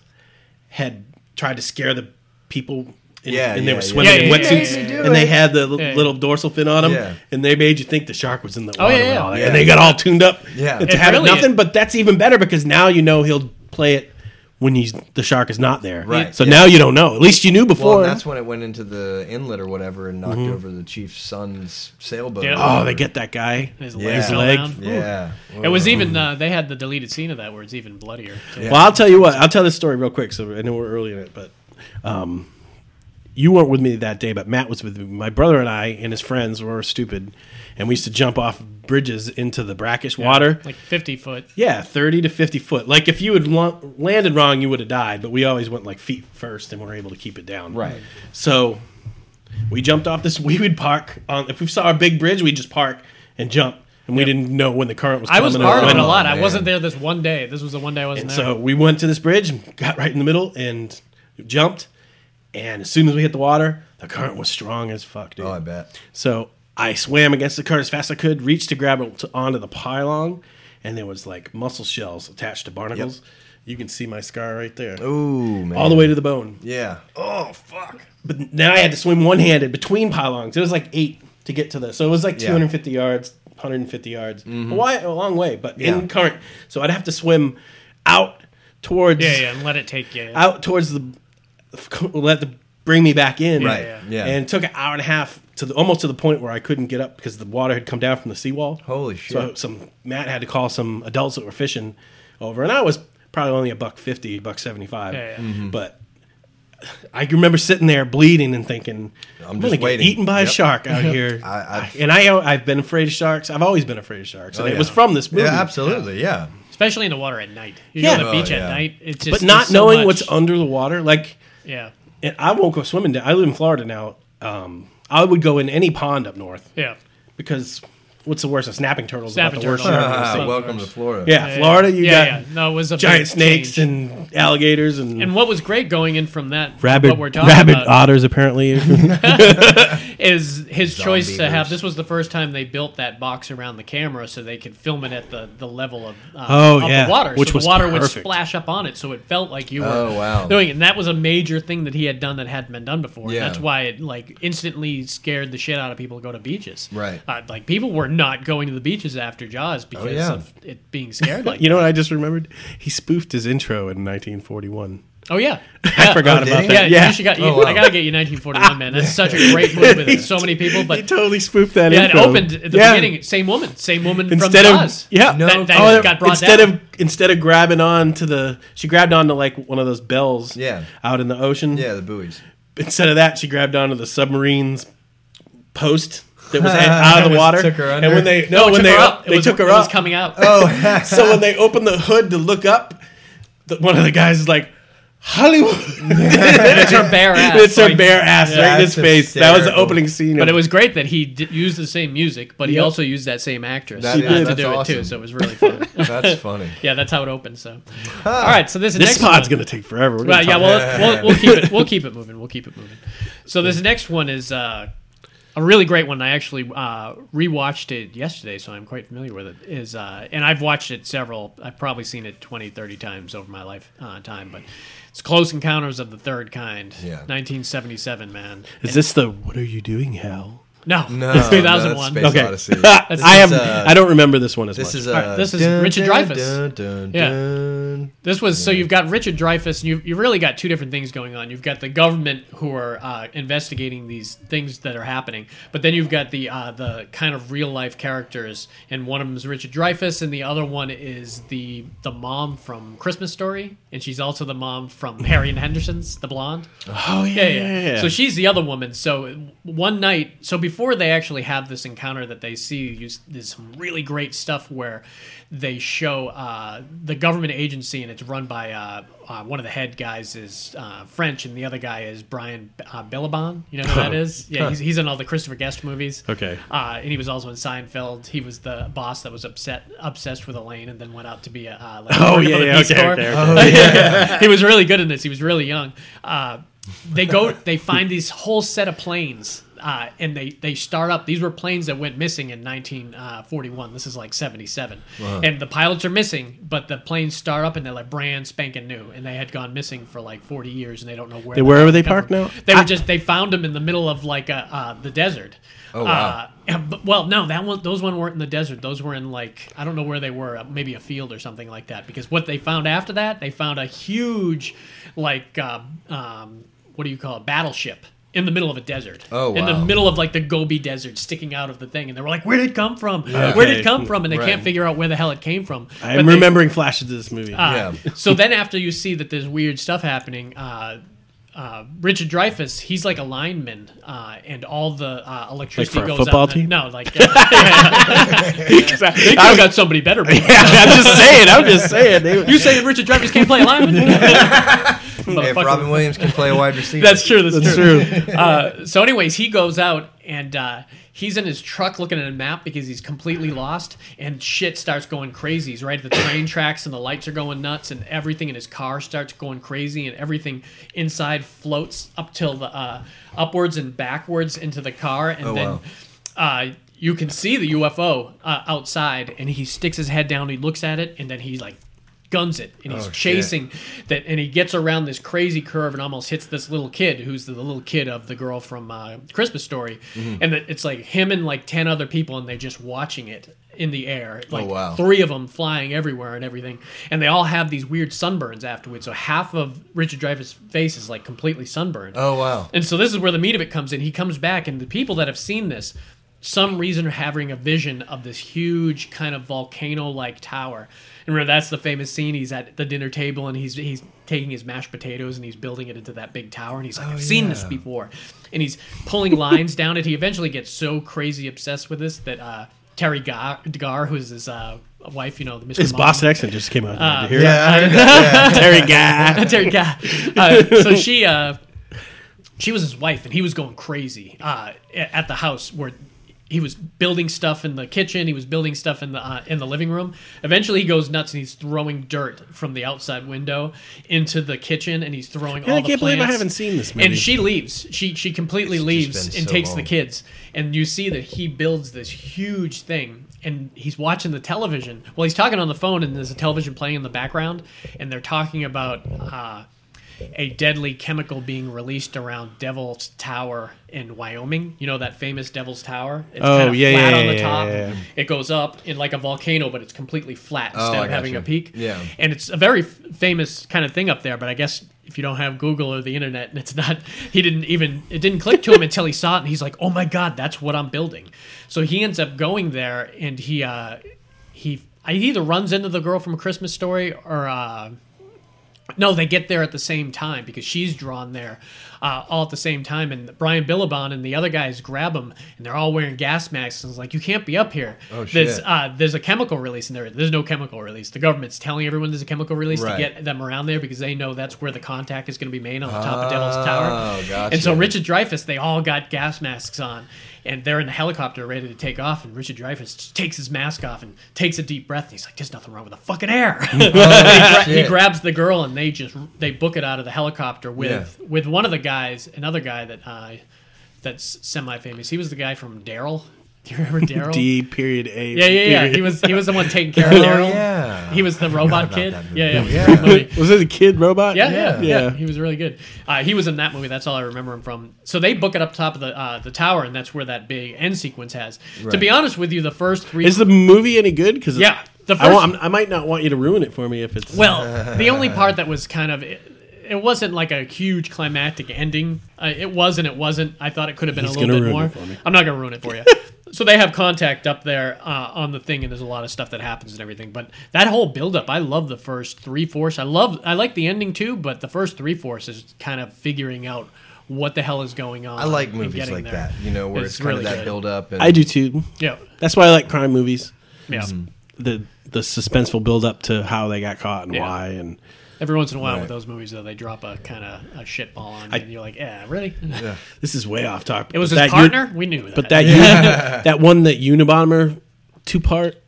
Speaker 5: had tried to scare the people. And,
Speaker 4: Yeah,
Speaker 5: and they
Speaker 4: yeah,
Speaker 5: were
Speaker 4: yeah.
Speaker 5: swimming
Speaker 3: Yeah, yeah,
Speaker 5: in
Speaker 3: yeah,
Speaker 5: wetsuits,
Speaker 4: yeah, yeah.
Speaker 5: and they had the l-
Speaker 3: Yeah.
Speaker 5: little dorsal fin on them,
Speaker 4: Yeah.
Speaker 5: and they made you think the shark was in the water,
Speaker 3: Oh, yeah,
Speaker 5: and,
Speaker 3: yeah.
Speaker 5: all that.
Speaker 4: Yeah.
Speaker 5: and they got all tuned up
Speaker 4: Yeah.
Speaker 5: to
Speaker 4: It
Speaker 5: have it
Speaker 3: really-
Speaker 5: nothing. But that's even better because now you know he'll play it when he's the shark is not there.
Speaker 4: Right,
Speaker 5: So
Speaker 4: yeah.
Speaker 5: now you don't know. At least you knew
Speaker 4: Well,
Speaker 5: before.
Speaker 4: and that's when it went into the inlet or whatever and knocked over the chief's son's sailboat.
Speaker 3: Yeah.
Speaker 5: oh, they get that guy.
Speaker 3: His
Speaker 4: Yeah.
Speaker 3: legs
Speaker 4: His
Speaker 3: fell
Speaker 5: leg.
Speaker 3: down.
Speaker 4: Yeah.
Speaker 3: It was
Speaker 5: Mm.
Speaker 3: even uh, they had the deleted scene of that where it's even bloodier. So-
Speaker 5: Well, I'll tell you what. I'll tell this story real quick. So I know we're early in it, but um, you weren't with me that day, but Matt was with me. My brother and I and his friends were stupid, and we used to jump off bridges into the brackish water.
Speaker 3: like fifty foot.
Speaker 5: Yeah, thirty to fifty foot. Like if you had lo- landed wrong, you would have died. But we always went like feet first, and we were able to keep it down.
Speaker 4: Right.
Speaker 5: So we jumped off this. We would park on if we saw a big bridge, we'd just park and jump, and we didn't know when the current was.
Speaker 3: I was
Speaker 5: coming or
Speaker 3: part of it
Speaker 5: when.
Speaker 3: a lot. I
Speaker 4: man.
Speaker 3: wasn't there this one day. This was the one day I wasn't
Speaker 5: And
Speaker 3: there.
Speaker 5: so we went to this bridge and got right in the middle and jumped. And as soon as we hit the water, the current was strong as fuck, dude.
Speaker 4: Oh, I bet.
Speaker 5: So I swam against the current as fast as I could, reached to grab it to- onto the pylon, and there was like mussel shells attached to barnacles. You can see my scar right there.
Speaker 4: Ooh, man.
Speaker 5: All the way to the bone.
Speaker 4: Yeah.
Speaker 5: Oh fuck! But now I had to swim one handed between pylons. It was like eight to get to the. So it was like
Speaker 4: Yeah. Mm-hmm.
Speaker 5: 250 yards, 150 yards. A, wi- a long way, but
Speaker 4: Yeah.
Speaker 5: in current. So I'd have to swim out towards
Speaker 3: yeah, yeah, and let it take you.
Speaker 5: out towards the let the bring me back in.
Speaker 4: Right, yeah.
Speaker 5: And it took an hour and a half to the, almost to the point where I couldn't get up because the water had come down from the seawall.
Speaker 4: Holy
Speaker 5: So
Speaker 4: shit.
Speaker 5: some Matt had to call some adults that were fishing over, and I was probably only a buck fifty, buck seventy five.
Speaker 3: Yeah, yeah.
Speaker 5: But I can remember sitting there bleeding and thinking,
Speaker 4: I'm
Speaker 5: "I'm,
Speaker 4: just
Speaker 5: gonna get
Speaker 4: waiting."
Speaker 5: eaten by
Speaker 4: Yep.
Speaker 5: a shark out here."
Speaker 4: I- I've-
Speaker 5: and I I've been afraid of sharks. I've always been afraid of sharks, and
Speaker 4: Oh,
Speaker 5: it
Speaker 4: yeah.
Speaker 5: was from this movie.
Speaker 4: Yeah, absolutely. Yeah.
Speaker 3: especially in the water at night. You
Speaker 5: Yeah.
Speaker 3: go to the
Speaker 4: Oh,
Speaker 3: beach
Speaker 4: yeah.
Speaker 3: at night. It's just
Speaker 5: But not
Speaker 3: there's so
Speaker 5: knowing
Speaker 3: much-
Speaker 5: what's under the water, like
Speaker 3: yeah,
Speaker 5: and I won't go swimming. down- I live in Florida now. Um, I would go in any pond up north
Speaker 3: yeah.
Speaker 5: because what's the worst? A snapping turtle's
Speaker 3: Snapping
Speaker 5: about the worst.
Speaker 3: turtle.
Speaker 5: shark I've ever
Speaker 4: Ah,
Speaker 5: seen.
Speaker 4: welcome to Florida.
Speaker 5: yeah,
Speaker 3: Yeah,
Speaker 5: Florida, you
Speaker 3: yeah,
Speaker 5: got
Speaker 3: yeah. no, it was a big
Speaker 5: giant snakes
Speaker 3: change.
Speaker 5: and alligators and,
Speaker 3: And what was great going in from that
Speaker 5: rabid,
Speaker 3: what we're talking
Speaker 5: rabid
Speaker 3: about
Speaker 5: otters. Apparently,
Speaker 3: is his choice to have
Speaker 4: Zombievers.
Speaker 3: this was the first time they built that box around the camera so they could film it at the, the level of, uh,
Speaker 5: Oh,
Speaker 3: of
Speaker 5: yeah,
Speaker 3: the water
Speaker 5: which
Speaker 3: so
Speaker 5: was
Speaker 3: the water would
Speaker 5: perfect.
Speaker 3: splash up on it so it felt like you were
Speaker 4: Oh, wow.
Speaker 3: doing it and that was a major thing that he had done that hadn't been done before
Speaker 4: Yeah.
Speaker 3: and that's why it like instantly scared the shit out of people to go to beaches
Speaker 4: Right. Oh,
Speaker 3: uh, like people were not going to the beaches after Jaws because
Speaker 4: yeah.
Speaker 3: of it being scared like
Speaker 5: you know what I just remembered? He spoofed his intro in 1941.
Speaker 3: oh yeah
Speaker 5: I forgot
Speaker 4: Oh, did
Speaker 5: about
Speaker 4: he?
Speaker 5: that.
Speaker 3: yeah,
Speaker 5: Yeah,
Speaker 3: you should got, you,
Speaker 4: Oh, wow.
Speaker 3: I gotta get you 1941 man that's such a great movie with so many people but
Speaker 5: he totally spoofed that.
Speaker 3: Yeah, it
Speaker 5: intro.
Speaker 3: opened at the
Speaker 5: Yeah.
Speaker 3: beginning. Same woman, same woman
Speaker 5: instead
Speaker 3: from
Speaker 5: of
Speaker 3: Jaws.
Speaker 5: yeah,
Speaker 4: No.
Speaker 3: that, that
Speaker 5: Oh,
Speaker 3: got brought
Speaker 5: instead
Speaker 3: down.
Speaker 5: of instead of grabbing on to the she grabbed onto like one of those bells
Speaker 4: Yeah.
Speaker 5: out in the ocean
Speaker 4: Yeah, the buoys.
Speaker 5: instead of that she grabbed onto the submarine's post that was out of the water
Speaker 4: Took her under?
Speaker 5: and when they
Speaker 3: No,
Speaker 5: no,
Speaker 3: it
Speaker 5: when
Speaker 3: took
Speaker 5: they
Speaker 3: her up. It
Speaker 5: they
Speaker 3: was,
Speaker 5: took her
Speaker 3: it was
Speaker 5: up
Speaker 3: coming out.
Speaker 4: Oh,
Speaker 5: so when they opened the hood to look up the, one of the guys is like Hollywood
Speaker 3: it's her bare ass.
Speaker 5: it's her
Speaker 3: like-
Speaker 5: bare ass right in
Speaker 4: That's
Speaker 5: his face that was the
Speaker 4: hysterical.
Speaker 5: opening scene
Speaker 3: But it
Speaker 5: of-
Speaker 3: was great that he d- used the same music, but he
Speaker 5: Yep.
Speaker 3: also used that same actress
Speaker 4: That- yeah,
Speaker 3: uh, to
Speaker 4: that's
Speaker 3: do it too.
Speaker 4: awesome.
Speaker 3: So it was really fun.
Speaker 4: that's funny.
Speaker 3: yeah, that's how it opened. So, all right. So this, next
Speaker 5: this pod's
Speaker 3: one-
Speaker 5: gonna take forever We're
Speaker 3: Well,
Speaker 5: gonna
Speaker 3: yeah, well, we'll,
Speaker 5: talk-
Speaker 3: we'll keep it. We'll keep it moving. We'll keep it moving. So this next one is uh, a really great one. I actually uh, rewatched it yesterday, so I'm quite familiar with it. Is uh, and I've watched it several. I've probably seen it 20, 30 times over my life uh, time. But it's Close Encounters of the Third Kind.
Speaker 4: Yeah.
Speaker 3: 1977, man.
Speaker 5: is this the what are you doing hell
Speaker 3: No,
Speaker 4: No,
Speaker 3: it's
Speaker 4: no,
Speaker 3: 2001.
Speaker 4: that's
Speaker 5: okay
Speaker 4: Odyssey.
Speaker 5: I
Speaker 4: This is,
Speaker 5: am
Speaker 4: uh,
Speaker 5: I don't remember this one as
Speaker 4: This
Speaker 5: much
Speaker 4: is
Speaker 3: All
Speaker 4: uh,
Speaker 3: right, this is Richard Dreyfuss.
Speaker 4: dun,
Speaker 3: Yeah.
Speaker 4: dun, something.
Speaker 3: This was so you've got Richard Dreyfuss, and you've, you've really got two different things going on. You've got the government who are uh, investigating these things that are happening, but then you've got the uh, the kind of real life characters, and one of them is Richard Dreyfuss, and the other one is the the mom from Christmas Story, and she's also the mom from Harry and Henderson's, the blonde.
Speaker 5: Oh
Speaker 3: Yeah, yeah. So she's the other woman. So one night, so before they actually have this encounter that they see, you, s- there's some really great stuff where they show uh, the government agency, and it's run by uh, uh, one of the head guys is uh, French, and the other guy is Brian uh, Billabong. You know who that is? Yeah, he's, he's in all the Christopher Guest movies.
Speaker 6: Okay.
Speaker 3: Uh, and he was also in Seinfeld. He was the boss that was upset, obsessed with Elaine, and then went out to be a uh, like,
Speaker 5: Oh,
Speaker 3: working
Speaker 5: yeah,
Speaker 3: for the
Speaker 5: yeah,
Speaker 3: Peace
Speaker 5: okay,
Speaker 3: Corps.
Speaker 5: okay, okay.
Speaker 3: he was really good in this. He was really young. Uh, they go. They find these whole set of planes, uh, and they they start up. These were planes that went missing in 1941. This is like 77,
Speaker 5: Uh-huh.
Speaker 3: and the pilots are missing, but the planes start up and they're like brand spanking new, and they had gone missing for like 40 years, and they don't know where.
Speaker 5: They- where were they
Speaker 3: come
Speaker 5: parked
Speaker 3: from.
Speaker 5: now?
Speaker 3: They were just. They found them in the middle of like a, uh, the desert.
Speaker 4: Oh, wow.
Speaker 3: Uh, but, well, no, that one. Those one weren't in the desert. Those were in like I don't know where they were. uh, Maybe a field or something like that. Because what they found after that, they found a huge, like, uh, um, what do you call it, battleship in the middle of a desert.
Speaker 4: Oh,
Speaker 3: In the
Speaker 4: wow.
Speaker 3: middle of like the Gobi Desert, sticking out of the thing, and they were like, "Where did it come from? Where did it
Speaker 5: Okay.
Speaker 3: come from?" And they
Speaker 4: Right.
Speaker 3: can't figure out where the hell it came from. But
Speaker 5: I'm
Speaker 3: they-
Speaker 5: remembering flashes of this movie.
Speaker 3: uh,
Speaker 4: Yeah.
Speaker 3: so then after you see that there's weird stuff happening, uh, uh, Richard Dreyfuss, he's like a lineman, uh, and all the uh, electricity
Speaker 5: for a
Speaker 3: goes
Speaker 5: football
Speaker 3: out. the-
Speaker 5: team?
Speaker 3: No, like uh, they could have got somebody better. but-
Speaker 5: I'm just saying. I'm just saying. They,
Speaker 3: You saying Richard Dreyfuss can't play lineman?
Speaker 4: If Robin Williams can play a wide receiver,
Speaker 3: That's true. That's,
Speaker 5: that's
Speaker 3: true.
Speaker 5: true.
Speaker 3: Uh, so, anyways, he goes out and uh, he's in his truck looking at a map because he's completely lost, and shit starts going crazy. He's right at the train tracks, and the lights are going nuts, and everything in his car starts going crazy, and everything inside floats up till the uh, upwards and backwards into the car,
Speaker 5: Oh,
Speaker 3: and then.
Speaker 4: wow.
Speaker 3: Uh, you can see the UFO uh, outside, and he sticks his head down. He looks at it, and then he like guns it,
Speaker 5: Oh,
Speaker 3: and he's chasing that, and he gets around this crazy curve and almost hits this little kid, who's the little kid of the girl from uh, Christmas Story,
Speaker 4: Mm-hmm.
Speaker 3: and that it's like him and like ten other people, and they're just watching it in the air, like
Speaker 4: Oh, wow.
Speaker 3: three of them flying everywhere and everything, and they all have these weird sunburns afterwards. So half of Richard Dreyfuss' face is like completely sunburned.
Speaker 4: Oh, wow.
Speaker 3: And so this is where the meat of it comes in. He comes back, and the people that have seen this, some reason are having a vision of this huge kind of volcano-like tower. And remember, that's the famous scene. He's at the dinner table, and he's he's taking his mashed potatoes and he's building it into that big tower. And he's like, I've seen this before, and he's pulling lines down it. He eventually gets so crazy obsessed with this that uh, Terry Gar, Gar who's his uh, wife, you know, the Mr.
Speaker 5: His
Speaker 3: Mom-
Speaker 5: Boston accent just came out.
Speaker 3: Ah.
Speaker 5: Did you hear
Speaker 4: Yeah, I heard
Speaker 5: it? Terry guy.
Speaker 3: Terry Guy. Uh, so she uh, she was his wife, and he was going crazy uh, a- at the house where he was building stuff in the kitchen. He was building stuff in the uh, in the living room. Eventually, he goes nuts and he's throwing dirt from the outside window into the kitchen, and he's throwing
Speaker 5: Yeah,
Speaker 3: all
Speaker 5: I
Speaker 3: the
Speaker 5: can't believe I
Speaker 3: plants.
Speaker 5: haven't seen this movie.
Speaker 3: And she leaves. She she completely
Speaker 4: It's just
Speaker 3: leaves
Speaker 4: been
Speaker 3: and
Speaker 4: so
Speaker 3: takes the
Speaker 4: long.
Speaker 3: kids. And you see that he builds this huge thing. And he's watching the television. Well, he's talking on the phone, and there's a television playing in the background. And they're talking about uh, a deadly chemical being released around Devil's Tower in Wyoming. You know that famous Devil's Tower? It's
Speaker 5: Oh,
Speaker 3: kinda
Speaker 5: yeah,
Speaker 3: flat
Speaker 5: yeah,
Speaker 3: on the
Speaker 5: yeah,
Speaker 3: top.
Speaker 5: yeah, yeah.
Speaker 3: It goes up in like a volcano, but it's completely flat instead
Speaker 4: Oh, I
Speaker 3: of having
Speaker 4: gotcha.
Speaker 3: a peak.
Speaker 4: Yeah.
Speaker 3: And it's a very f- famous kind of thing up there, but I guess if you don't have Google or the internet, and it's not, he didn't even, it didn't click to him until he saw it, and he's like, oh my God, that's what I'm building. So he ends up going there, and he, uh, he, I he either runs into the girl from a Christmas story or, uh, no, they get there at the same time because she's drawn there uh, all at the same time. And Brian Billabong and the other guys grab him, and they're all wearing gas masks. And it's like, you can't be up here.
Speaker 4: Oh,
Speaker 3: There's,
Speaker 4: shit.
Speaker 3: uh, there's a chemical release, and there, there's no chemical release. The government's telling everyone there's a chemical release
Speaker 4: Right.
Speaker 3: to get them around there because they know that's where the contact is going to be made on the top of Devil's Tower.
Speaker 4: Oh, gotcha.
Speaker 3: And so Richard Dreyfuss, they all got gas masks on, and they're in the helicopter ready to take off. And Richard Dreyfuss just takes his mask off and takes a deep breath. And he's like, "There's nothing wrong with the fucking air." he, gra- he
Speaker 4: Oh, shit.
Speaker 3: grabs the girl, and they just they book it out of the helicopter with
Speaker 4: Yeah.
Speaker 3: with one of the guys, another guy that uh, that's semi famous. He was the guy from Daryl. Do you remember Daryl?
Speaker 5: D period A.
Speaker 3: Yeah, yeah, yeah. He was he was the one taking care of Daryl.
Speaker 4: Oh, yeah.
Speaker 3: He was the robot
Speaker 4: about
Speaker 3: kid.
Speaker 4: that movie.
Speaker 3: Yeah, yeah. it was a great movie.
Speaker 5: Was it a kid robot?
Speaker 3: Yeah, yeah, yeah,
Speaker 5: yeah.
Speaker 3: He was really good. Uh, he was in that movie. That's all I remember him from. So they book it up top of the uh, the tower, and that's where that big end sequence has. To be honest with you, the first three.
Speaker 5: Is the movie any good? Because
Speaker 3: yeah, The
Speaker 5: I,
Speaker 3: first-
Speaker 5: want, I'm- I might not want you to ruin it for me if it's
Speaker 3: Well, the only part that was kind of it, it wasn't like a huge climactic ending. Uh, it was and it wasn't. I thought it could have been
Speaker 5: He's
Speaker 3: a little
Speaker 5: gonna
Speaker 3: bit
Speaker 5: ruin
Speaker 3: more.
Speaker 5: it for me.
Speaker 3: I'm not gonna ruin it for you. so they have contact up there uh, on the thing, and there's a lot of stuff that happens and everything. But that whole buildup, I love the first three fourths. I love I like the ending too, but the first three fourths is kind of figuring out what the hell is going on.
Speaker 4: I like
Speaker 3: and
Speaker 4: movies
Speaker 3: getting
Speaker 4: like
Speaker 3: there.
Speaker 4: that, you know, where it's, kind
Speaker 3: really
Speaker 4: of that
Speaker 3: good.
Speaker 4: build up. And
Speaker 5: I do too.
Speaker 3: Yeah,
Speaker 5: That's why I like crime movies.
Speaker 3: yeah.
Speaker 4: Mm-hmm.
Speaker 5: The the suspenseful build up to how they got caught and
Speaker 3: Yeah.
Speaker 5: why and
Speaker 3: Every once in a while with
Speaker 4: Right.
Speaker 3: those movies, though, they drop a kind of a shit ball on, you and you're like, "Yeah, really."
Speaker 5: this is way off topic.
Speaker 3: It was
Speaker 5: But
Speaker 3: his
Speaker 5: that uni-
Speaker 3: partner. we knew that.
Speaker 5: but that uni- that one that Unabomber two part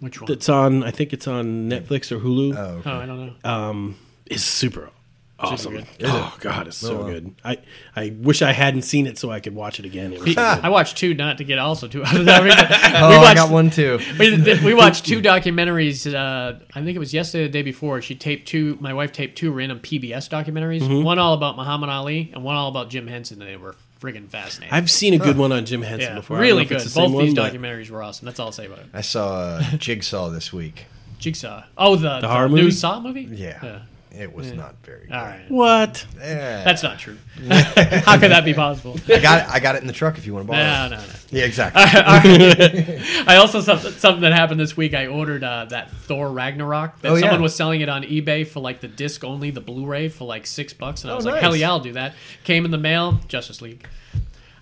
Speaker 3: which one?
Speaker 5: that's on I think it's on Netflix or Hulu
Speaker 3: Oh, I don't know.
Speaker 5: Uh, is super awesome.
Speaker 3: good.
Speaker 5: Oh god, it's so good. I I wish I hadn't seen it so I could watch it again. It was so good.
Speaker 3: I watched two, not to get also two. out of that reason.
Speaker 4: Oh,
Speaker 3: we watched,
Speaker 4: I got one too.
Speaker 3: We, th- we watched two documentaries. Uh, I think it was yesterday, or the day before. She taped two. My wife taped two random PBS documentaries.
Speaker 5: Mm-hmm.
Speaker 3: One all about Muhammad Ali, and one all about Jim Henson. And they were friggin' fascinating.
Speaker 5: I've seen a good one on Jim Henson
Speaker 3: yeah,
Speaker 5: before. I don't know
Speaker 3: really
Speaker 5: if it's
Speaker 3: good.
Speaker 5: the same
Speaker 3: Both these
Speaker 5: one, but-
Speaker 3: documentaries were awesome. That's all I'll say about it.
Speaker 4: I saw uh, Jigsaw this week.
Speaker 3: Jigsaw. Oh, the, the
Speaker 5: horror
Speaker 3: new
Speaker 5: movie?
Speaker 3: Saw movie.
Speaker 4: Yeah, it was not very. Good.
Speaker 3: All right.
Speaker 5: What?
Speaker 4: Yeah.
Speaker 3: That's not true. How could that be possible?
Speaker 4: I got it. I got it in the truck if you want to borrow.
Speaker 3: No,
Speaker 4: it.
Speaker 3: no, no.
Speaker 4: Yeah, exactly.
Speaker 3: I also something, something that happened this week. I ordered uh, that Thor Ragnarok. That
Speaker 4: Oh, yeah.
Speaker 3: someone was selling it on eBay for like the disc only, the Blu-ray for like six bucks, and I was like,
Speaker 4: Oh, nice.
Speaker 3: hell yeah, I'll do that. Came in the mail, Justice League.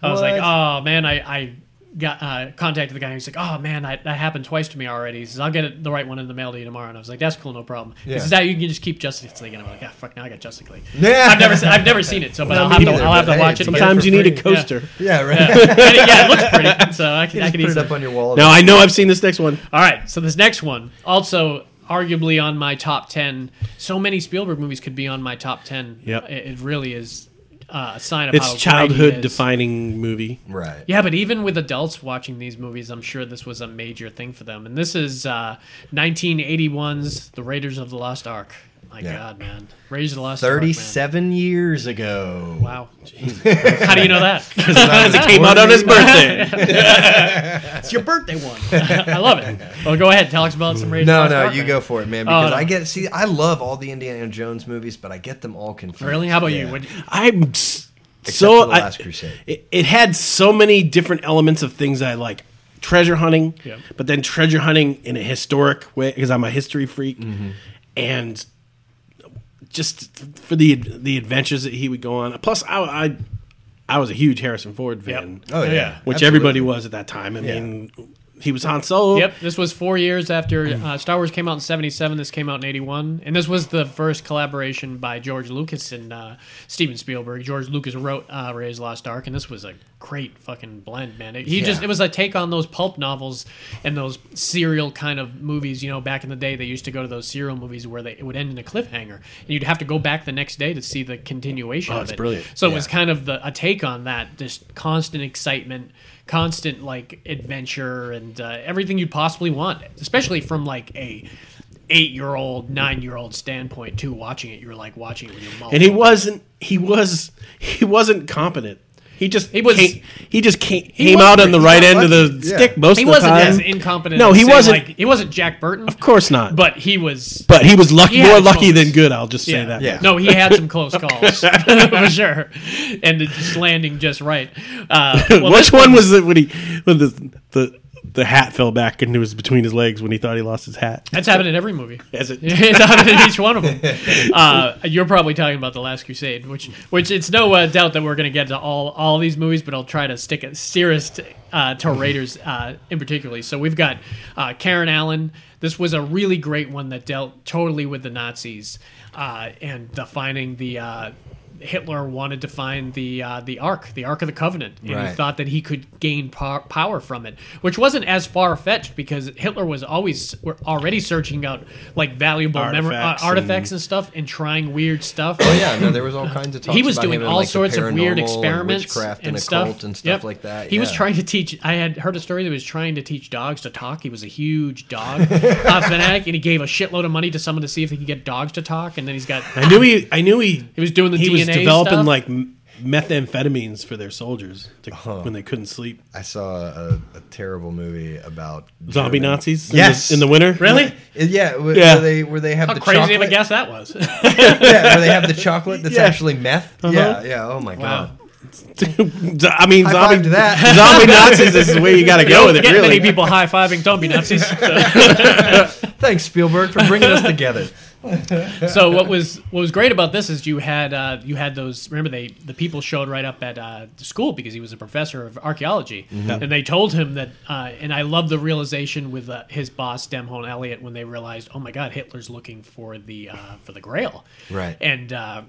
Speaker 3: I was like,
Speaker 4: What?
Speaker 3: oh man, I. I Got uh, contacted the guy. He's like, "Oh man, I, that happened twice to me already." He says, "I'll get it, the right one in the mail to you tomorrow." And I was like, "That's cool, no problem." He
Speaker 4: Yeah.
Speaker 3: says, "That you can just keep Justice League." And I'm like, "Ah, fuck, now I got Justice League."
Speaker 4: Yeah.
Speaker 3: I've never, se- I've never seen it, so but
Speaker 4: No,
Speaker 3: I'll
Speaker 4: me
Speaker 3: have, to,
Speaker 4: neither,
Speaker 3: I'll have
Speaker 4: but
Speaker 3: to
Speaker 4: hey,
Speaker 3: watch it.
Speaker 4: it's a
Speaker 3: but-
Speaker 4: for
Speaker 5: Sometimes you need a
Speaker 4: free.
Speaker 5: coaster.
Speaker 4: yeah, right.
Speaker 3: yeah, it looks pretty, so I can, I can
Speaker 4: Just put it
Speaker 3: easily
Speaker 4: up on your wall.
Speaker 5: Now I know I've seen this next one.
Speaker 3: All right, so this next one, also arguably on my top 10. So many Spielberg movies could be on my top 10.
Speaker 5: Yep.
Speaker 3: It, it really is uh, a sign of how
Speaker 5: It's
Speaker 3: great he
Speaker 5: childhood
Speaker 3: is.
Speaker 5: defining movie.
Speaker 4: right.
Speaker 3: Yeah, but even with adults watching these movies, I'm sure this was a major thing for them. And this is uh, 1981's The Raiders of the Lost Ark. My
Speaker 4: Yeah.
Speaker 3: God, man. Raiders of the Lost Ark.
Speaker 4: Thirty-seven years ago.
Speaker 3: man. Wow. How do you know that?
Speaker 4: Because it came
Speaker 5: Not on his birthday.
Speaker 3: It's your birthday one. I love it. Well, go ahead. Tell us about some Raiders
Speaker 4: No,
Speaker 3: of the Lost
Speaker 4: no,
Speaker 3: Ark,
Speaker 4: you
Speaker 3: man.
Speaker 4: go for it, man. Because
Speaker 3: Oh, no.
Speaker 4: I get see, I love all the Indiana Jones movies, but I get them all confused.
Speaker 3: Really? How about
Speaker 4: Yeah.
Speaker 3: you? What,
Speaker 5: I'm s-
Speaker 4: Except
Speaker 5: so
Speaker 4: for The Last
Speaker 5: I-
Speaker 4: Crusade.
Speaker 5: It, it had so many different elements of things I like treasure hunting,
Speaker 3: Yeah.
Speaker 5: but then treasure hunting in a historic way because I'm a history freak,
Speaker 4: Mm-hmm.
Speaker 5: and just for the the adventures that he would go on. Plus, I I, I was a huge Harrison Ford
Speaker 3: Yep.
Speaker 5: fan,
Speaker 4: Oh yeah,
Speaker 3: Yeah.
Speaker 5: which
Speaker 4: Absolutely.
Speaker 5: everybody was at that time. I
Speaker 4: Yeah.
Speaker 5: mean, he was Han Solo.
Speaker 3: Yep, this was four years after
Speaker 5: Hmm.
Speaker 3: uh, Star Wars came out in '77. This came out in '81, and this was the first collaboration by George Lucas and uh, Steven Spielberg. George Lucas wrote uh, *Raiders of the Lost Ark*, and this was a great fucking blend, man. It, he
Speaker 4: Yeah.
Speaker 3: just it was a take on those pulp novels and those serial kind of movies. You know, back in the day, they used to go to those serial movies where they it would end in a cliffhanger, and you'd have to go back the next day to see the continuation.
Speaker 5: Oh,
Speaker 3: of
Speaker 5: it's
Speaker 3: it.
Speaker 5: brilliant.
Speaker 3: So it was
Speaker 4: Yeah.
Speaker 3: kind of the, a take on that, just constant excitement, constant like adventure, and uh, everything you'd possibly want, especially from like a eight-year-old, nine-year-old standpoint. Too watching it, you're like watching it with your mom.
Speaker 5: and he wasn't he was he wasn't competent. He just
Speaker 3: He was-
Speaker 5: came, he just came, came
Speaker 3: wasn't-
Speaker 5: out on the
Speaker 3: he's
Speaker 5: right end
Speaker 4: not
Speaker 5: of
Speaker 4: lucky.
Speaker 5: the
Speaker 4: Yeah.
Speaker 5: stick most
Speaker 3: He
Speaker 5: of the time.
Speaker 3: wasn't as incompetent.
Speaker 5: No,
Speaker 3: as,
Speaker 5: he
Speaker 3: say,
Speaker 5: wasn't.
Speaker 3: Like, he wasn't Jack Burton,
Speaker 5: of course not. But
Speaker 3: but he was.
Speaker 5: but he was lucky,
Speaker 3: He had
Speaker 5: more
Speaker 3: his
Speaker 5: lucky
Speaker 3: moments.
Speaker 5: than good. I'll just say
Speaker 3: Yeah.
Speaker 5: that.
Speaker 4: Yeah.
Speaker 3: No, he had some close calls for sure, and it's just landing just right. Uh, well,
Speaker 5: Which
Speaker 3: this-
Speaker 5: one was it when he when the the the hat fell back and it was between his legs when he thought he lost his hat?
Speaker 3: That's happened in every movie.
Speaker 5: Has it?
Speaker 3: it's happened in each one of them. Uh, you're probably talking about the Last Crusade, which which it's no uh, doubt that we're going to get to all all these movies, but I'll try to stick it serious uh, to Raiders uh, in particularly. So we've got uh, Karen Allen. This was a really great one that dealt totally with the Nazis uh, and the finding the. Uh, Hitler wanted to find the uh, the Ark, the Ark of the Covenant, and he
Speaker 4: Right.
Speaker 3: thought that he could gain po- power from it, which wasn't as far fetched because Hitler was always were already searching out like valuable artifacts,
Speaker 5: Artifacts
Speaker 3: uh, artifacts and, stuff and trying weird stuff.
Speaker 4: Oh yeah, no, there was all kinds of talks.
Speaker 3: He was
Speaker 4: about
Speaker 3: doing
Speaker 4: him and,
Speaker 3: all
Speaker 4: like, the
Speaker 3: sorts of
Speaker 4: paranormal
Speaker 3: weird
Speaker 4: and
Speaker 3: experiments
Speaker 4: witchcraft and,
Speaker 3: stuff
Speaker 4: occult and stuff
Speaker 3: Yep.
Speaker 4: like that.
Speaker 3: He was
Speaker 4: yeah.
Speaker 3: trying to teach. I had heard a story that he was trying to teach dogs to talk. He was a huge dog uh, fanatic, and he gave a shitload of money to someone to see if he could get dogs to talk. And then he's got
Speaker 5: I knew he. I knew he.
Speaker 3: He was doing the
Speaker 5: He was
Speaker 3: DNA
Speaker 5: developing
Speaker 3: stuff?
Speaker 5: like m- methamphetamines for their soldiers to,
Speaker 4: Uh-huh.
Speaker 5: when they couldn't sleep.
Speaker 4: I saw a, a terrible movie about
Speaker 5: Zombie
Speaker 4: German-
Speaker 5: Nazis. in the-
Speaker 4: Yes,
Speaker 5: in the, winter.
Speaker 3: Really?
Speaker 4: Yeah, where,
Speaker 5: Yeah.
Speaker 4: Where they where they have
Speaker 3: How
Speaker 4: the
Speaker 3: crazy
Speaker 4: chocolate.
Speaker 3: of a guess that was.
Speaker 4: yeah, where they have the chocolate that's actually meth. Yeah, yeah. Oh my
Speaker 3: Wow.
Speaker 4: god.
Speaker 5: I mean,
Speaker 4: High five
Speaker 5: zombie
Speaker 4: to that.
Speaker 5: zombie Nazis is where you got to
Speaker 3: You
Speaker 5: go
Speaker 3: don't
Speaker 5: with it.
Speaker 3: get
Speaker 5: Really,
Speaker 3: many people high fiving zombie Nazis. So,
Speaker 4: Thanks Spielberg for bringing us together.
Speaker 3: so what was what was great about this is you had uh, you had those. Remember they the people showed right up at uh, the school because he was a professor of archaeology, and they told him that. Uh, and I love the realization with uh, his boss Demhon Elliot when they realized, oh my God, Hitler's looking for the uh, for the Grail.
Speaker 4: Right.
Speaker 3: And uh,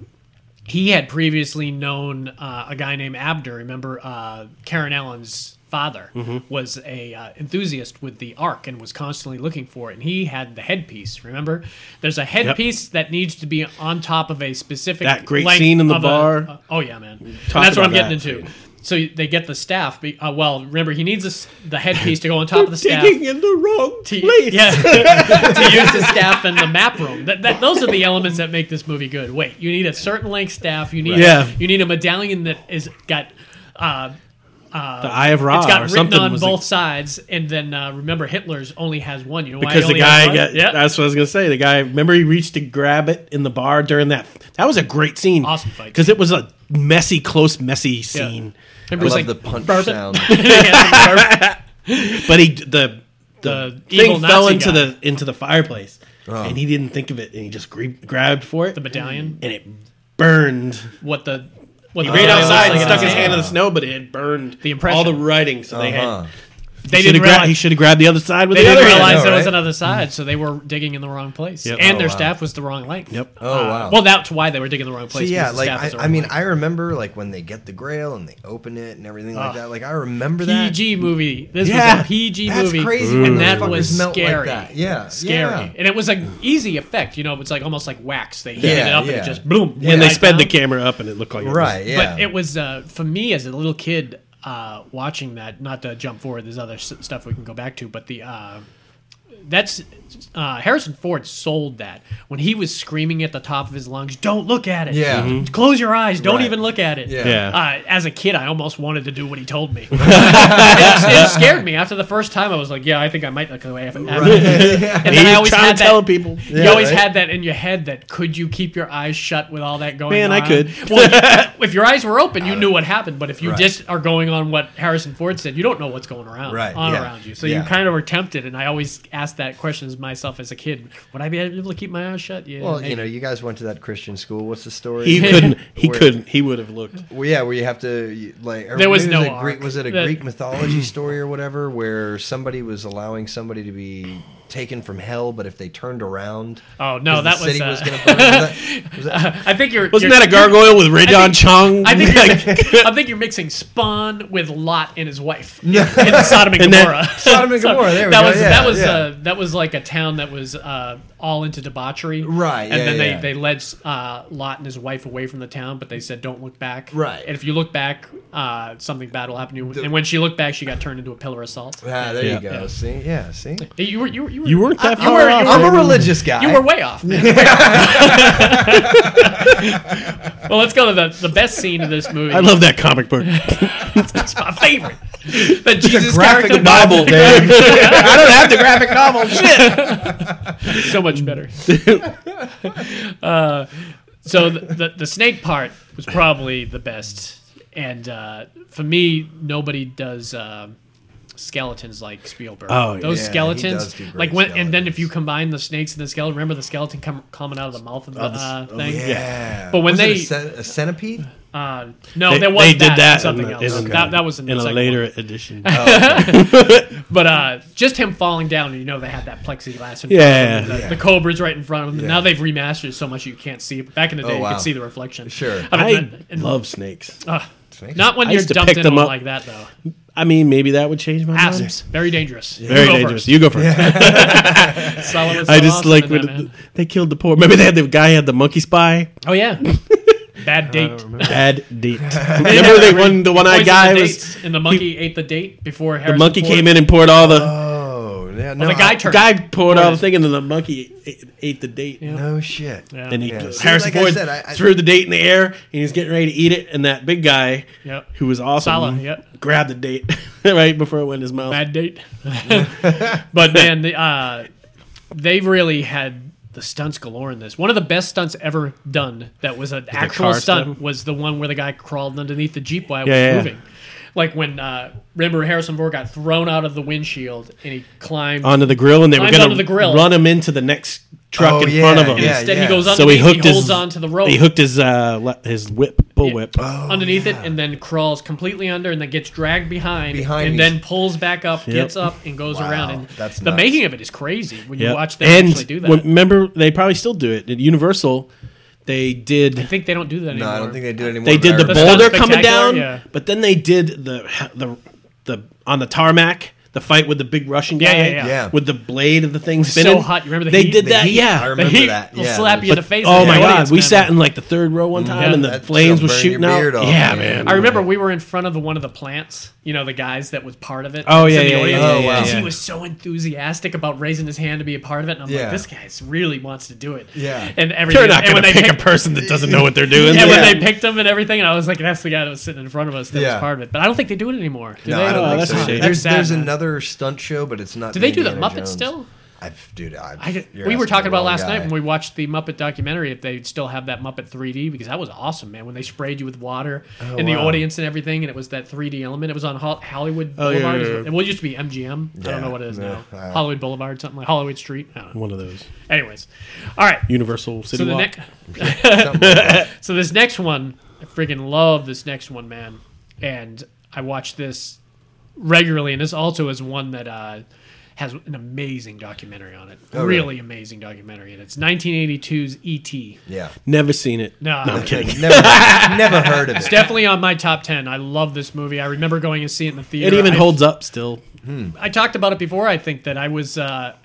Speaker 3: he had previously known uh, a guy named Abner. Remember, uh, Karen Allen's father
Speaker 5: Mm-hmm.
Speaker 3: was a uh, enthusiast with the Ark and was constantly looking for it. And he had the headpiece. Remember, there's a headpiece that needs to be on top of a specific
Speaker 5: That great
Speaker 3: length
Speaker 5: scene in the
Speaker 3: of a-
Speaker 5: bar.
Speaker 3: uh, oh yeah, man. And
Speaker 5: Talk
Speaker 3: that's what I'm
Speaker 5: about
Speaker 3: getting
Speaker 5: that.
Speaker 3: into. So they get the staff. be- Uh, well, remember, he needs this, the headpiece to go on top of the staff
Speaker 5: digging in the wrong
Speaker 3: to,
Speaker 5: place.
Speaker 3: yeah, to use the staff and the map room. That, that, those are the elements that make this movie good. Wait, you need a certain length staff. You need
Speaker 5: Yeah.
Speaker 3: you need a medallion that is got uh,
Speaker 5: The Eye of Ra
Speaker 3: it's got
Speaker 5: or
Speaker 3: written
Speaker 5: something
Speaker 3: on
Speaker 5: was
Speaker 3: both sides. And then uh, remember, Hitler's only has one. You know why he
Speaker 5: because the
Speaker 3: only has
Speaker 5: guy
Speaker 3: one?
Speaker 5: got,
Speaker 3: yeah.
Speaker 5: that's what I was gonna say. The guy remember he reached to grab it in the bar during that. That was a great scene.
Speaker 3: Awesome fight.
Speaker 5: because it was a messy, close, messy scene.
Speaker 4: I
Speaker 3: Remember,
Speaker 4: love
Speaker 3: it's like
Speaker 4: the punch
Speaker 3: burp it.
Speaker 4: sound.
Speaker 3: Yeah, burp.
Speaker 5: But he the the,
Speaker 3: The
Speaker 5: thing
Speaker 3: evil Nazi
Speaker 5: fell into
Speaker 3: guy.
Speaker 5: the into the fireplace, and he didn't think of it, and he just gre- grabbed for it,
Speaker 3: the medallion.
Speaker 5: and it burned. Uh,
Speaker 3: What the what
Speaker 5: He
Speaker 3: the
Speaker 5: ran
Speaker 3: medallion
Speaker 5: outside and
Speaker 3: looks like
Speaker 5: stuck
Speaker 3: in
Speaker 5: his
Speaker 3: the-
Speaker 5: hand in the snow, but it had burned
Speaker 3: The impression.
Speaker 5: all the writing. So they
Speaker 4: Uh-huh.
Speaker 5: had
Speaker 3: They
Speaker 5: should
Speaker 3: didn't
Speaker 5: have gra-
Speaker 3: realize
Speaker 5: he should have grabbed the other side with
Speaker 3: They
Speaker 5: the
Speaker 3: didn't
Speaker 5: other hand.
Speaker 3: realize
Speaker 4: know,
Speaker 3: there was
Speaker 4: right?
Speaker 3: another side, so they were digging in the wrong place,
Speaker 5: Yep.
Speaker 3: and
Speaker 4: Oh,
Speaker 3: their
Speaker 4: wow.
Speaker 3: staff was the wrong length. Uh,
Speaker 5: Yep.
Speaker 4: Oh, wow.
Speaker 3: Well, that's why they were digging the wrong
Speaker 4: So
Speaker 3: place.
Speaker 4: yeah,
Speaker 3: because the
Speaker 4: like
Speaker 3: staff
Speaker 4: I,
Speaker 3: was the
Speaker 4: I
Speaker 3: wrong
Speaker 4: mean,
Speaker 3: length.
Speaker 4: I remember like when they get the Grail and they open it and everything like
Speaker 3: Ugh.
Speaker 4: that. Like I remember that.
Speaker 3: PG movie. This
Speaker 4: Yeah.
Speaker 3: was a PG
Speaker 4: That's
Speaker 3: movie.
Speaker 4: crazy when
Speaker 3: and that
Speaker 4: motherfuckers
Speaker 3: was
Speaker 4: melt like
Speaker 3: scary.
Speaker 4: that. Yeah,
Speaker 3: scary.
Speaker 4: yeah.
Speaker 3: And it was an easy effect. You know, it's like almost like wax. They heated
Speaker 4: Yeah,
Speaker 3: it up and
Speaker 4: yeah.
Speaker 3: it just boom.
Speaker 5: And
Speaker 3: went
Speaker 5: they
Speaker 3: right
Speaker 5: sped the
Speaker 3: down.
Speaker 5: camera up, and it looked like it was-
Speaker 4: Right. Yeah.
Speaker 3: But it was uh, for me as a little kid uh, watching that. Not to jump forward. There's other s- stuff we can go back to, but the. Uh, that's uh, Harrison Ford sold that when he was screaming at the top of his lungs, "Don't look at it!
Speaker 4: Yeah. Mhm.
Speaker 3: close your eyes! Don't
Speaker 4: Right.
Speaker 3: even look at it!"
Speaker 4: Yeah.
Speaker 5: Yeah.
Speaker 3: Uh, as a kid, I almost wanted to do what he told me. it, it scared me. After the first time, I was like, "Yeah, I think I might look away." Right. And then I
Speaker 5: He's
Speaker 3: always
Speaker 5: trying
Speaker 3: had
Speaker 5: to tell
Speaker 3: that.
Speaker 5: people.
Speaker 3: You
Speaker 4: Yeah,
Speaker 3: always
Speaker 4: right.
Speaker 3: had that in your head that could you keep your eyes shut with all that going
Speaker 5: Man,
Speaker 3: on?
Speaker 5: I could.
Speaker 3: well, you- if your eyes were open, you knew what happened. But if you
Speaker 4: Right.
Speaker 3: just are going on what Harrison Ford said, you don't know what's going around
Speaker 4: Right,
Speaker 3: on
Speaker 4: yeah.
Speaker 3: around you. So
Speaker 4: Yeah.
Speaker 3: you kind of were tempted. And I always asked that question as myself as a kid: Would I be able to keep my eyes shut? Yeah.
Speaker 4: well,
Speaker 3: maybe.
Speaker 4: you know, you guys went to that Christian school. What's the story?
Speaker 5: He couldn't. He
Speaker 4: Where-
Speaker 5: couldn't. He would have looked.
Speaker 4: Well, yeah, where you have to you- like. or
Speaker 3: There was
Speaker 4: maybe it
Speaker 3: no
Speaker 4: a
Speaker 3: arc.
Speaker 4: Greek, was it a
Speaker 3: The-
Speaker 4: Greek mythology story or whatever where somebody was allowing somebody to be taken from hell, but if they turned around,
Speaker 3: Oh, no,
Speaker 4: 'cause
Speaker 3: that
Speaker 4: the
Speaker 3: was,
Speaker 4: city
Speaker 3: uh,
Speaker 4: was going to burn. Was that- was that-
Speaker 3: I think you're
Speaker 5: Wasn't
Speaker 3: you're-
Speaker 5: that a gargoyle with
Speaker 3: I
Speaker 5: Radon
Speaker 3: think-
Speaker 5: Chong?
Speaker 3: I think,
Speaker 5: Like,
Speaker 3: you're, I think you're mixing Spawn with Lot and his wife in, in Sodom and
Speaker 5: And then-
Speaker 3: Gomorrah.
Speaker 4: Sodom and Gomorrah, there we
Speaker 3: that
Speaker 4: go,
Speaker 3: was
Speaker 4: yeah,
Speaker 3: that was
Speaker 4: yeah.
Speaker 3: uh, that was like a town that was uh, all into debauchery,
Speaker 4: Right,
Speaker 3: And
Speaker 4: yeah,
Speaker 3: then
Speaker 4: yeah.
Speaker 3: they they led uh, Lot and his wife away from the town, but they said don't look back,
Speaker 4: Right.
Speaker 3: And if you look back, uh, something bad will happen to you. And when she looked back, she got turned into a pillar of salt.
Speaker 4: Ah, there
Speaker 5: Yeah.
Speaker 4: you go. See, yeah, see.
Speaker 3: You were you were you were
Speaker 5: you weren't that
Speaker 3: you
Speaker 5: far
Speaker 3: were- you
Speaker 5: off.
Speaker 3: were-
Speaker 4: I'm a religious guy.
Speaker 3: You were way off. man. well, let's go to the, the best scene of this movie.
Speaker 5: I love that comic book.
Speaker 3: It's my favorite. The Jesus
Speaker 4: graphic
Speaker 3: character
Speaker 4: novel,
Speaker 3: man.
Speaker 5: I don't have the graphic novel. Shit.
Speaker 3: so much better. uh, so the, the the snake part was probably the best, and uh, for me, nobody does. um Skeletons like Spielberg.
Speaker 5: Oh, yeah.
Speaker 3: those
Speaker 4: Yeah, he does
Speaker 3: skeletons,
Speaker 4: do great
Speaker 3: like when, and then
Speaker 4: skeletons.
Speaker 3: if you combine the snakes and the skeleton, remember the skeleton com- coming out of the mouth of the uh,
Speaker 5: oh,
Speaker 3: thing.
Speaker 4: Yeah.
Speaker 3: But when
Speaker 4: Was it
Speaker 3: they-
Speaker 4: a, cen- a centipede,
Speaker 3: Uh, no,
Speaker 5: They,
Speaker 3: there was
Speaker 5: they did that.
Speaker 3: and something
Speaker 5: in the-
Speaker 3: else.
Speaker 5: in the-
Speaker 3: That, that was in,
Speaker 5: in
Speaker 3: the
Speaker 5: a
Speaker 3: second Oh,
Speaker 5: later edition.
Speaker 3: But uh, just him falling down, you know, they had that plexiglass. In
Speaker 5: Yeah.
Speaker 3: front of him, the,
Speaker 4: Yeah.
Speaker 3: the cobra's right in front of him.
Speaker 4: Yeah. Oh,
Speaker 3: Now they've remastered it so much you can't see it. But back in the day,
Speaker 4: wow.
Speaker 3: you could see the reflection.
Speaker 4: Sure.
Speaker 3: I, Uh,
Speaker 5: I
Speaker 3: mean, and-
Speaker 5: love snakes.
Speaker 3: ugh.
Speaker 4: Snakes.
Speaker 3: not when
Speaker 5: I
Speaker 3: you're
Speaker 5: used to
Speaker 3: dumped
Speaker 5: pick
Speaker 3: in
Speaker 5: them
Speaker 3: them
Speaker 5: up.
Speaker 3: like that though.
Speaker 5: I mean, maybe that would change my mind.
Speaker 3: Asps, very dangerous.
Speaker 5: Very dangerous. You go first. I just like when
Speaker 3: that, man.
Speaker 5: they killed the poor. Remember they had the guy had the monkey spy.
Speaker 3: oh yeah, bad date.
Speaker 5: Bad date. Remember they one the one eyed
Speaker 3: Poison
Speaker 5: guy
Speaker 3: the
Speaker 5: was
Speaker 3: dates, and the monkey ate the date before
Speaker 5: the
Speaker 3: Harrison
Speaker 5: monkey
Speaker 3: Ford.
Speaker 5: came in and poured all
Speaker 4: Oh
Speaker 5: the
Speaker 4: one. Yeah, no,
Speaker 3: the guy
Speaker 4: I-
Speaker 3: turned.
Speaker 5: Guy pulled out thinking that the monkey ate, ate the date.
Speaker 4: No shit.
Speaker 3: Yeah.
Speaker 5: And he,
Speaker 4: Yeah. See,
Speaker 5: Harrison
Speaker 4: like I
Speaker 5: Ford
Speaker 4: said, I- I-
Speaker 5: threw the date in the air, and he's getting ready to eat it. And that big guy,
Speaker 3: Yep.
Speaker 5: who was awesome,
Speaker 3: Salah, yep.
Speaker 5: grabbed the date right before it went in his mouth.
Speaker 3: bad date. but man, the, uh, they really had the stunts galore in this. One of the best stunts ever done that was an actual
Speaker 5: car
Speaker 3: stunt
Speaker 5: stunt?
Speaker 3: was the one where the guy crawled underneath the jeep while it
Speaker 5: Yeah, yeah.
Speaker 3: was moving. Like when uh, remember Harrison Ford got thrown out of the windshield and he climbed.
Speaker 5: onto the grill, and they were
Speaker 3: Climbed
Speaker 5: going
Speaker 3: onto the
Speaker 5: to
Speaker 3: grill.
Speaker 5: run him into the next truck
Speaker 4: Oh,
Speaker 5: in
Speaker 4: yeah,
Speaker 5: front of him.
Speaker 3: and
Speaker 4: yeah,
Speaker 3: instead he goes underneath.
Speaker 5: So he hooked
Speaker 3: holds
Speaker 5: his
Speaker 3: onto the rope.
Speaker 5: He hooked his uh, le- his whip, bull
Speaker 3: Yeah.
Speaker 5: whip.
Speaker 4: Oh,
Speaker 3: underneath it and then crawls completely under and then gets dragged behind,
Speaker 4: Behind
Speaker 3: and
Speaker 4: these-
Speaker 3: then pulls back up, gets up and goes
Speaker 4: Wow,
Speaker 3: around. And
Speaker 4: that's
Speaker 3: the
Speaker 4: nuts.
Speaker 3: making of it is crazy when you
Speaker 5: Yep.
Speaker 3: watch them actually do that.
Speaker 5: when- remember, they probably still do it at Universal. They did.
Speaker 3: I think they don't do that
Speaker 4: No,
Speaker 3: anymore.
Speaker 4: I don't think they do it anymore.
Speaker 5: They did the
Speaker 4: but I-
Speaker 3: That's not
Speaker 5: boulder coming
Speaker 3: spectacular,
Speaker 5: down,
Speaker 3: yeah.
Speaker 5: but then they did the the the on the tarmac. The fight with the big Russian guy,
Speaker 3: Yeah, yeah, yeah.
Speaker 4: Yeah.
Speaker 5: with the blade of the thing
Speaker 3: so
Speaker 5: spinning.
Speaker 3: hot. You remember the
Speaker 5: they
Speaker 3: heat?
Speaker 5: did
Speaker 3: The
Speaker 5: that,
Speaker 4: heat,
Speaker 5: yeah.
Speaker 4: I
Speaker 3: The
Speaker 4: remember
Speaker 3: heat
Speaker 4: that.
Speaker 3: will
Speaker 4: Yeah,
Speaker 3: slap you in the
Speaker 5: But-
Speaker 3: face.
Speaker 5: oh
Speaker 3: as
Speaker 5: my
Speaker 3: the
Speaker 5: god,
Speaker 3: audience
Speaker 5: we
Speaker 3: member.
Speaker 5: sat in like the third row
Speaker 4: Mm-hmm.
Speaker 5: one time,
Speaker 3: Yeah.
Speaker 5: and the
Speaker 4: That's
Speaker 5: flames
Speaker 4: gonna
Speaker 5: was
Speaker 4: burn
Speaker 5: shooting
Speaker 4: your
Speaker 5: out.
Speaker 4: beard off,
Speaker 5: yeah,
Speaker 4: man.
Speaker 5: man.
Speaker 3: I remember we were in front of one of the plants. You know, the guys that was part of it.
Speaker 5: Oh,
Speaker 3: was in
Speaker 5: yeah,
Speaker 3: the
Speaker 5: yeah,
Speaker 3: audience,
Speaker 5: yeah, yeah, yeah,
Speaker 3: 'cause
Speaker 5: yeah.
Speaker 3: He was so enthusiastic about raising his hand to be a part of it, and I'm
Speaker 4: Yeah.
Speaker 3: like, this guy's really wants to do it.
Speaker 4: Yeah.
Speaker 3: and every
Speaker 5: They're
Speaker 3: and
Speaker 5: not going
Speaker 3: when
Speaker 5: to
Speaker 3: they
Speaker 5: pick a
Speaker 3: picked-
Speaker 5: person that doesn't know what they're doing.
Speaker 3: And when
Speaker 4: Yeah.
Speaker 3: they picked him and everything, and I was like, that's the guy that was sitting in front of us that
Speaker 4: Yeah.
Speaker 3: was part of it. But I don't think they do it anymore. Do
Speaker 4: No,
Speaker 3: they?
Speaker 4: I don't
Speaker 5: Oh,
Speaker 4: think
Speaker 5: that's
Speaker 4: so.
Speaker 5: a
Speaker 4: either.
Speaker 5: shame.
Speaker 4: There's,
Speaker 3: They're sad,
Speaker 4: there's
Speaker 3: man.
Speaker 4: another stunt show, but it's not.
Speaker 3: Do they do the
Speaker 4: Indiana
Speaker 3: Muppets
Speaker 4: Jones.
Speaker 3: still?
Speaker 4: I've, dude, I've,
Speaker 3: I,
Speaker 4: you're
Speaker 3: we were
Speaker 4: asking
Speaker 3: talking
Speaker 4: the
Speaker 3: about
Speaker 4: wrong
Speaker 3: last
Speaker 4: guy.
Speaker 3: night when we watched the Muppet documentary if they still have that Muppet 3D because that was awesome, man. When they sprayed you with water in the
Speaker 4: Oh, wow.
Speaker 3: audience and everything, and it was that 3D element. It was on Hol- Hollywood
Speaker 5: Oh, yeah,
Speaker 3: Boulevard.
Speaker 5: yeah, yeah.
Speaker 3: Well, it used to be MGM. I
Speaker 4: Yeah,
Speaker 3: don't know what it is
Speaker 4: yeah,
Speaker 3: now.
Speaker 4: I-
Speaker 3: Hollywood Boulevard, something like Hollywood Street. I don't know.
Speaker 5: One of those
Speaker 3: Anyways, all right.
Speaker 5: Universal City
Speaker 3: So the
Speaker 5: Walk.
Speaker 3: next.
Speaker 4: Something like that.
Speaker 3: So this next one, I freaking love this next one, man. And I watch this regularly, and this also is one that uh, has an amazing documentary on it.
Speaker 4: really?
Speaker 5: Oh,
Speaker 3: really, amazing documentary, and it's E 1982's E.T.
Speaker 4: Yeah.
Speaker 5: Never seen it.
Speaker 3: No,
Speaker 5: I'm kidding.
Speaker 4: Never, never heard of it.
Speaker 3: definitely on my top ten. I love this movie. I remember going and seeing it in the
Speaker 5: It
Speaker 3: theater.
Speaker 5: even
Speaker 3: I-
Speaker 5: holds up still.
Speaker 3: I talked about it before. I think that I was uh,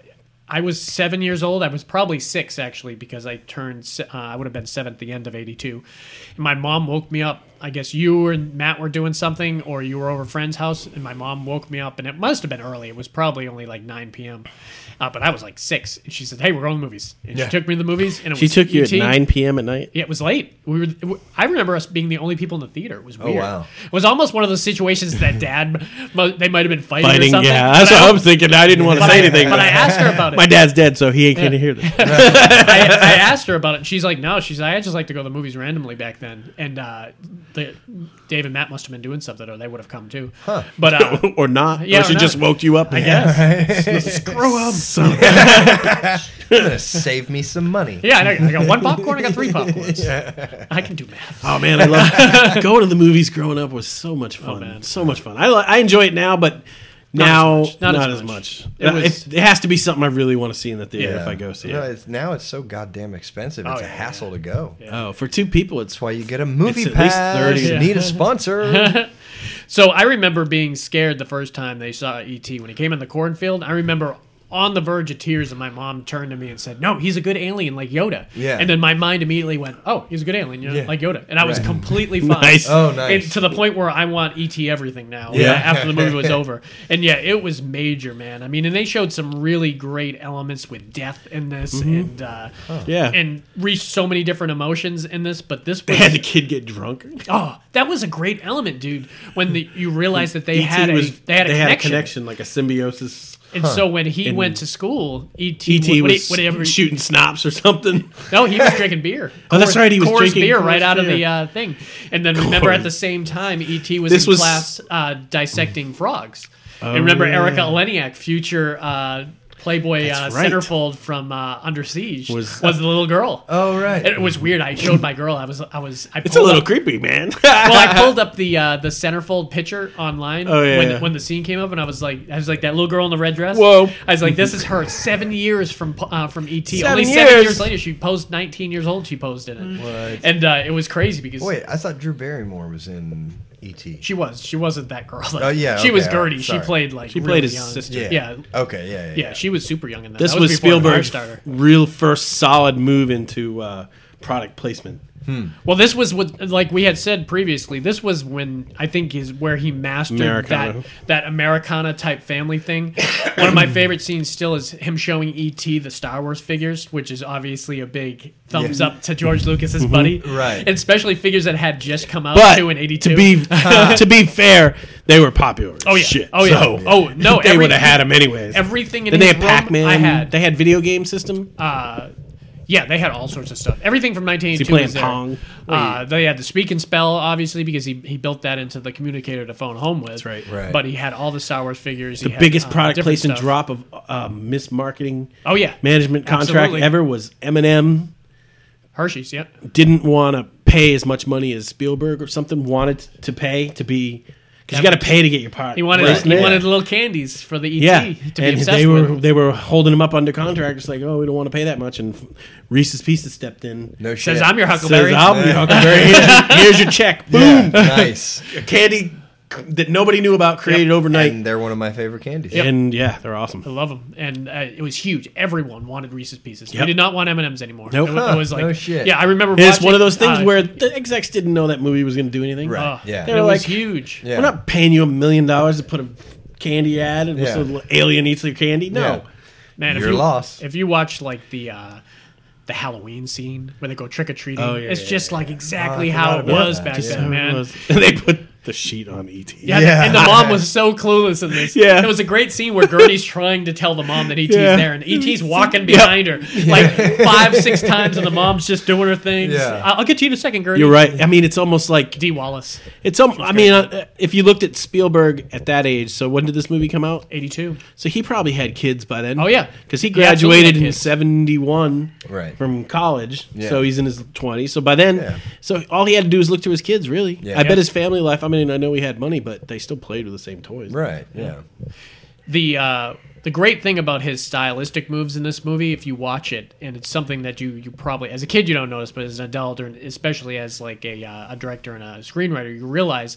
Speaker 3: I was seven years old. I was probably six actually because I turned se- uh, I would have been seven at the end of '82. And my mom woke me up. I guess you and Matt were doing something, or you were over a friend's house, and my mom woke me up. And it must have been early. It was probably only like 9 p.m. Uh, but I was like six, and she said, "Hey, we're going to the movies." And
Speaker 4: Yeah.
Speaker 3: she took me to the movies, and it
Speaker 5: She
Speaker 3: was E
Speaker 5: took you at
Speaker 3: ET.
Speaker 5: 9 p.m. at night.
Speaker 3: Yeah, it was late. We were. I remember us being the only people in the theater. It was weird.
Speaker 4: wow.
Speaker 3: It was almost one of those situations that Dad, mo- they might have been fighting, or
Speaker 5: Fighting,
Speaker 3: something.
Speaker 5: yeah. That's
Speaker 3: but I
Speaker 5: what I was thinking. I didn't want to
Speaker 3: but
Speaker 5: say
Speaker 3: I,
Speaker 5: anything.
Speaker 3: But I
Speaker 5: but
Speaker 3: asked her about it.
Speaker 5: My dad's dead, so he ain't going to hear this.
Speaker 3: I, I asked her about it. And she's like, no. She's I just like to go to the movies randomly back then. And uh, the, Dave and Matt must have been doing something, or they would have come too. But uh,
Speaker 5: or not.
Speaker 3: Yeah,
Speaker 5: or she
Speaker 3: or not.
Speaker 5: just woke you up.
Speaker 3: I guess screw them.
Speaker 4: You're gonna save me some money.
Speaker 3: Yeah, I, know. I got one popcorn. I got three popcorns. I can do math.
Speaker 5: Oh man, I love going to the movies. Growing up was so much fun,
Speaker 3: Oh, man.
Speaker 5: so much fun. I, li- I enjoy it now, but now
Speaker 3: much. Not as
Speaker 5: as
Speaker 3: much.
Speaker 5: much. Uh,
Speaker 3: It was-
Speaker 5: It, it has to be something I really want to see in the theater
Speaker 4: Yeah.
Speaker 5: if I go see
Speaker 4: No,
Speaker 5: it.
Speaker 4: it's, now it's so goddamn expensive.
Speaker 3: Oh,
Speaker 4: It's a
Speaker 3: yeah,
Speaker 4: hassle to go.
Speaker 5: Oh, for two people, it's
Speaker 4: That's why you get a movie
Speaker 5: It's at least
Speaker 4: pass.
Speaker 5: 30.
Speaker 4: You
Speaker 5: Yeah.
Speaker 4: Need a sponsor.
Speaker 3: So I remember being scared the first time they saw ET when he came in the cornfield. I remember on the verge of tears, and my mom turned to me and said, "No, he's a good alien like Yoda."
Speaker 4: Yeah.
Speaker 3: And then my mind immediately went, "Oh, he's a good alien, you know,
Speaker 4: Yeah.
Speaker 3: like Yoda," and I was
Speaker 4: Right.
Speaker 3: completely fine.
Speaker 5: Nice.
Speaker 4: Oh, nice.
Speaker 3: And to the point where I want ET everything now.
Speaker 5: Yeah.
Speaker 3: Yeah. After the movie was over, and yeah, it was major, man. I mean, and they showed some really great elements with death in this, and uh,
Speaker 5: yeah.
Speaker 3: and reached so many different emotions in this. But this
Speaker 5: they
Speaker 3: was
Speaker 5: had the kid get drunk.
Speaker 3: Oh, that was a great element, dude. When the, you realized that they
Speaker 5: ET
Speaker 3: had a
Speaker 5: E was-
Speaker 3: they had a connection,
Speaker 5: like a symbiosis.
Speaker 3: and so when he
Speaker 5: And-
Speaker 3: went to school, E ET,
Speaker 5: ET
Speaker 3: what- what he-
Speaker 5: was
Speaker 3: whatever.
Speaker 5: shooting snaps or something.
Speaker 3: No, he was drinking beer.
Speaker 5: Oh, that's
Speaker 3: Coors-
Speaker 5: right, he was
Speaker 3: Coors
Speaker 5: drinking
Speaker 3: beer
Speaker 5: Coors
Speaker 3: right out of
Speaker 5: beer.
Speaker 3: the uh, thing. And then remember,
Speaker 5: Coors.
Speaker 3: at the same time, ET was
Speaker 5: This
Speaker 3: in
Speaker 5: was- Oh.
Speaker 3: class uh, dissecting frogs. and remember,
Speaker 5: yeah.
Speaker 3: Erica Oleniak, future. Uh, Playboy uh,
Speaker 5: That's right.
Speaker 3: centerfold from uh, Under Siege
Speaker 5: Was-
Speaker 3: was, the little girl.
Speaker 4: Oh, right.
Speaker 3: And it was weird. I showed my girl. I was I was I
Speaker 5: It's a little
Speaker 3: up,
Speaker 5: creepy, man.
Speaker 3: well, I pulled up the uh, the centerfold picture online
Speaker 5: Oh, yeah,
Speaker 3: when,
Speaker 5: yeah.
Speaker 3: when the scene came up, and I was like, I was like that little girl in the red dress.
Speaker 5: Whoa.
Speaker 3: I was like, this is her seven years from uh, from ET. Only seven
Speaker 5: Seven years?
Speaker 3: years later, she posed 19 years old. She posed in it, and uh, it was crazy because
Speaker 4: Mm. Wait, I thought Drew Barrymore was in E ET.
Speaker 3: she was she wasn't that girl.
Speaker 4: Oh, yeah,
Speaker 3: she was
Speaker 4: okay,
Speaker 3: Gertie.
Speaker 4: sorry.
Speaker 3: She played like
Speaker 5: She
Speaker 3: really
Speaker 5: played his
Speaker 3: young.
Speaker 5: sister.
Speaker 3: Yeah.
Speaker 4: Yeah.
Speaker 3: yeah,
Speaker 4: Okay. Yeah. Yeah.
Speaker 3: she was super young in that.
Speaker 5: This
Speaker 3: That
Speaker 5: was,
Speaker 3: before
Speaker 5: Spielberg's
Speaker 3: Firestarter.
Speaker 5: real first solid move into uh, product placement.
Speaker 3: Well, this was what, like we had said previously. This was when I think is where he mastered
Speaker 5: Americana.
Speaker 3: that that Americana type family thing. One of my favorite scenes still is him showing ET the Star Wars figures, which is obviously a big thumbs up to George Lucas's buddy,
Speaker 4: Right.
Speaker 3: And especially figures that had just come out
Speaker 5: Mm-hmm. But
Speaker 3: too in '82.
Speaker 5: to be to be fair, they were popular. as
Speaker 3: oh yeah,
Speaker 5: shit.
Speaker 3: oh yeah,
Speaker 5: So
Speaker 3: oh no,
Speaker 5: they
Speaker 3: every-
Speaker 5: would have had them anyways.
Speaker 3: everything in
Speaker 5: then they
Speaker 3: his
Speaker 5: had
Speaker 3: room
Speaker 5: Pac Man.
Speaker 3: I had.
Speaker 5: They had video game system.
Speaker 3: uh, yeah, they had all sorts of stuff. Everything from 1982
Speaker 5: playing
Speaker 3: was there.
Speaker 5: Pong?
Speaker 3: Uh, they had the speak and spell, obviously, because he, he built that into the communicator to phone home with. That's
Speaker 5: right.
Speaker 4: Right.
Speaker 3: But he had all the Star Wars figures.
Speaker 5: the
Speaker 3: he had,
Speaker 5: biggest
Speaker 3: uh,
Speaker 5: product
Speaker 3: different
Speaker 5: placement
Speaker 3: stuff.
Speaker 5: drop of uh, mismarketing
Speaker 3: Oh yeah,
Speaker 5: management contract
Speaker 3: Absolutely.
Speaker 5: ever was Eminem.
Speaker 3: Hershey's. Yep.
Speaker 5: Didn't want to pay as much money as Spielberg or something. Wanted to pay to be because you got to pay to get your part.
Speaker 3: He wanted
Speaker 5: placed
Speaker 3: he
Speaker 5: there.
Speaker 3: wanted little candies for the ET
Speaker 5: yeah,
Speaker 3: to be
Speaker 5: and
Speaker 3: obsessed
Speaker 5: they were
Speaker 3: with.
Speaker 5: they were holding him up under contract. It's like, oh, we don't want to pay that much. And Reese's Pieces stepped in.
Speaker 4: No shit.
Speaker 3: Says I'm your Huckleberry.
Speaker 5: Says, I'll be Huckleberry. Here's, here's your check. Boom.
Speaker 4: Yeah, nice.
Speaker 5: A candy c- that nobody knew about created overnight.
Speaker 4: And they're one of my favorite candies.
Speaker 5: And yeah, they're
Speaker 3: I
Speaker 5: awesome.
Speaker 3: love them, and uh, it was huge. Everyone wanted Reese's Pieces. We
Speaker 5: Yep.
Speaker 3: did not want M and M's anymore.
Speaker 5: Nope.
Speaker 3: It, wa- it was like
Speaker 4: No shit.
Speaker 3: Yeah, I remember.
Speaker 5: It's
Speaker 3: watching,
Speaker 5: one of those things
Speaker 3: uh,
Speaker 5: where the execs didn't know that movie was going to do anything.
Speaker 4: Right.
Speaker 3: uh,
Speaker 4: Yeah.
Speaker 3: it
Speaker 5: They're
Speaker 3: was
Speaker 5: like-
Speaker 3: huge.
Speaker 4: Yeah.
Speaker 5: We're not paying you a million dollars to put a candy ad and
Speaker 4: Yeah.
Speaker 5: so alien eats your candy. No.
Speaker 3: Man, if
Speaker 4: Your
Speaker 3: you,
Speaker 4: loss.
Speaker 3: If you watch like the uh, the Halloween scene where they go trick or treating,
Speaker 5: Oh, yeah,
Speaker 3: it's
Speaker 5: yeah,
Speaker 3: just like exactly
Speaker 4: I forgot
Speaker 3: how it
Speaker 4: about
Speaker 3: was
Speaker 4: that.
Speaker 3: back
Speaker 4: Yeah.
Speaker 3: then, man.
Speaker 5: And they put the sheet on E ET.
Speaker 3: Yeah,
Speaker 4: Yeah.
Speaker 3: and the mom was so clueless in this.
Speaker 5: Yeah.
Speaker 3: it was a great scene where Gertie's trying to tell the mom that ET's
Speaker 5: Yeah.
Speaker 3: there, and ET's walking behind her like five, six times, and the mom's just doing her things.
Speaker 4: Yeah.
Speaker 3: I- I'll get to you in a second, Gertie.
Speaker 5: You're right. I mean, it's almost like
Speaker 3: D. Wallace,
Speaker 5: it's. Al- I mean, uh, if you looked at Spielberg at that age, so when did this movie come out?
Speaker 3: eighty-two.
Speaker 5: So he probably had kids by then.
Speaker 3: Oh, yeah.
Speaker 5: because he
Speaker 3: He absolutely
Speaker 5: graduated
Speaker 3: had
Speaker 5: in
Speaker 3: kids.
Speaker 5: '71
Speaker 4: Right.
Speaker 5: from college.
Speaker 4: Yeah.
Speaker 5: So he's in his 20s. So by then,
Speaker 4: Yeah.
Speaker 5: so all he had to do was look to his kids. Really,
Speaker 4: Yeah.
Speaker 5: I bet
Speaker 3: Yeah.
Speaker 5: his family life. I mean, I know he had money, but they still played with the same toys.
Speaker 4: Right. Yeah.
Speaker 3: the uh, the great thing about his stylistic moves in this movie, if you watch it, and it's something that you you probably as a kid you don't notice, but as an adult, or especially as like a uh, a director and a screenwriter, you realize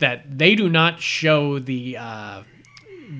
Speaker 3: that they do not show the uh,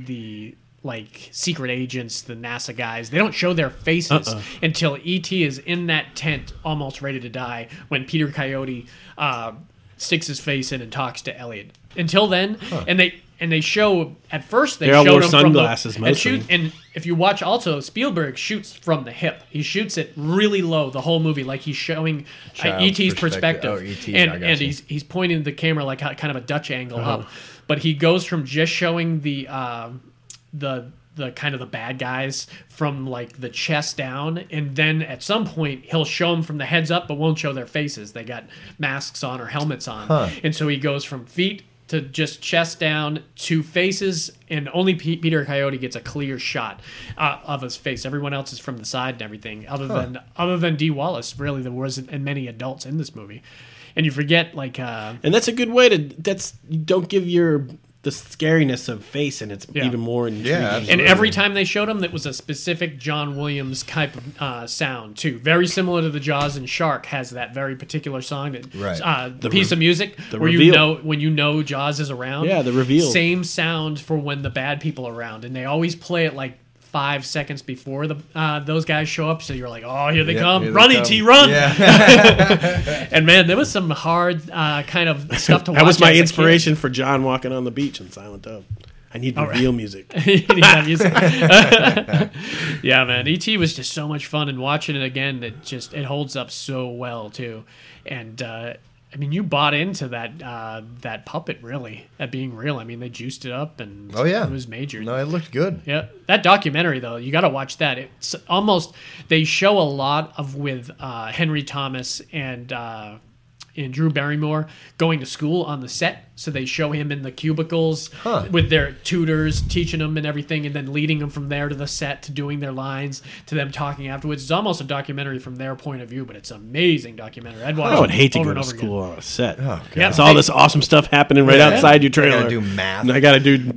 Speaker 3: the like secret agents, the NASA guys. They don't show their faces
Speaker 4: Uh-uh.
Speaker 3: until ET is in that tent, almost ready to die, when Peter Coyote uh, sticks his face in and talks to Elliot. Until then, and they and they show at first they
Speaker 5: They all
Speaker 3: showed
Speaker 5: wore
Speaker 3: him from the-
Speaker 5: sunglasses
Speaker 3: and
Speaker 5: mostly.
Speaker 3: shoot and if you watch also Spielberg shoots from the hip. He shoots it really low the whole movie, like he's showing uh,
Speaker 4: Child's
Speaker 3: ET's
Speaker 4: perspective.
Speaker 3: perspective,
Speaker 4: Oh, ET, I
Speaker 3: and
Speaker 4: got
Speaker 3: and
Speaker 4: you.
Speaker 3: he's he's pointing the camera like a- kind of a Dutch angle up, but he goes from just showing the um the the kind of the bad guys from like the chest down and then at some point he'll show them from the heads up but won't show their faces they got masks on or helmets on and so he goes from feet to just chest down to faces and only Pe- peter coyote gets a clear shot uh, of his face everyone else is from the side and everything other than other than d wallace really there wasn't and many adults in this movie and you forget like uh,
Speaker 5: And that's a good way to. That's you don't give your the scariness of face, and it's
Speaker 3: Yeah.
Speaker 5: even more intriguing.
Speaker 4: absolutely.
Speaker 3: And every time they showed him, that was a specific John Williams type of uh, sound too. Very similar to the Jaws and Shark has that very particular song that
Speaker 4: Right.
Speaker 3: uh, piece of music
Speaker 5: the
Speaker 3: where you
Speaker 5: reveal.
Speaker 3: know when you know Jaws is around.
Speaker 5: Yeah, the reveal.
Speaker 3: Same sound for when the bad people are around, and they always play it like five seconds before the uh, those guys show up. So you're like, oh, here they
Speaker 4: Yeah,
Speaker 3: come,
Speaker 4: here they
Speaker 3: run
Speaker 4: come.
Speaker 3: ET, run!
Speaker 4: Yeah.
Speaker 3: And man, there was some hard uh, kind of stuff to watch.
Speaker 5: That was my
Speaker 3: as a kid.
Speaker 5: inspiration for John walking on the beach in Silent Dub. I need real music.
Speaker 3: You need that music. yeah, man. ET was just so much fun, and watching it again, it just it holds up so well too. And uh, I mean, you bought into that uh, that puppet really at being real. I mean, they juiced it up, and
Speaker 4: Oh yeah.
Speaker 3: it was major.
Speaker 4: No, it looked good.
Speaker 3: Yeah, that documentary though, you got to watch that. It's almost they show a lot of with uh, Henry Thomas and uh, and Drew Barrymore going to school on the set. So they show him in the cubicles with their tutors teaching him and everything, and then leading him from there to the set to doing their lines to them talking afterwards. It's almost a documentary from their point of view, but it's an amazing documentary. I'd watch.
Speaker 5: I would hate to
Speaker 3: Oh, over
Speaker 5: go to
Speaker 3: and over again.
Speaker 5: school on a set. Oh,
Speaker 3: Yeah,
Speaker 5: It's all this awesome stuff happening right
Speaker 4: Yeah.
Speaker 5: outside your trailer.
Speaker 4: gotta do math.
Speaker 5: And I gotta do.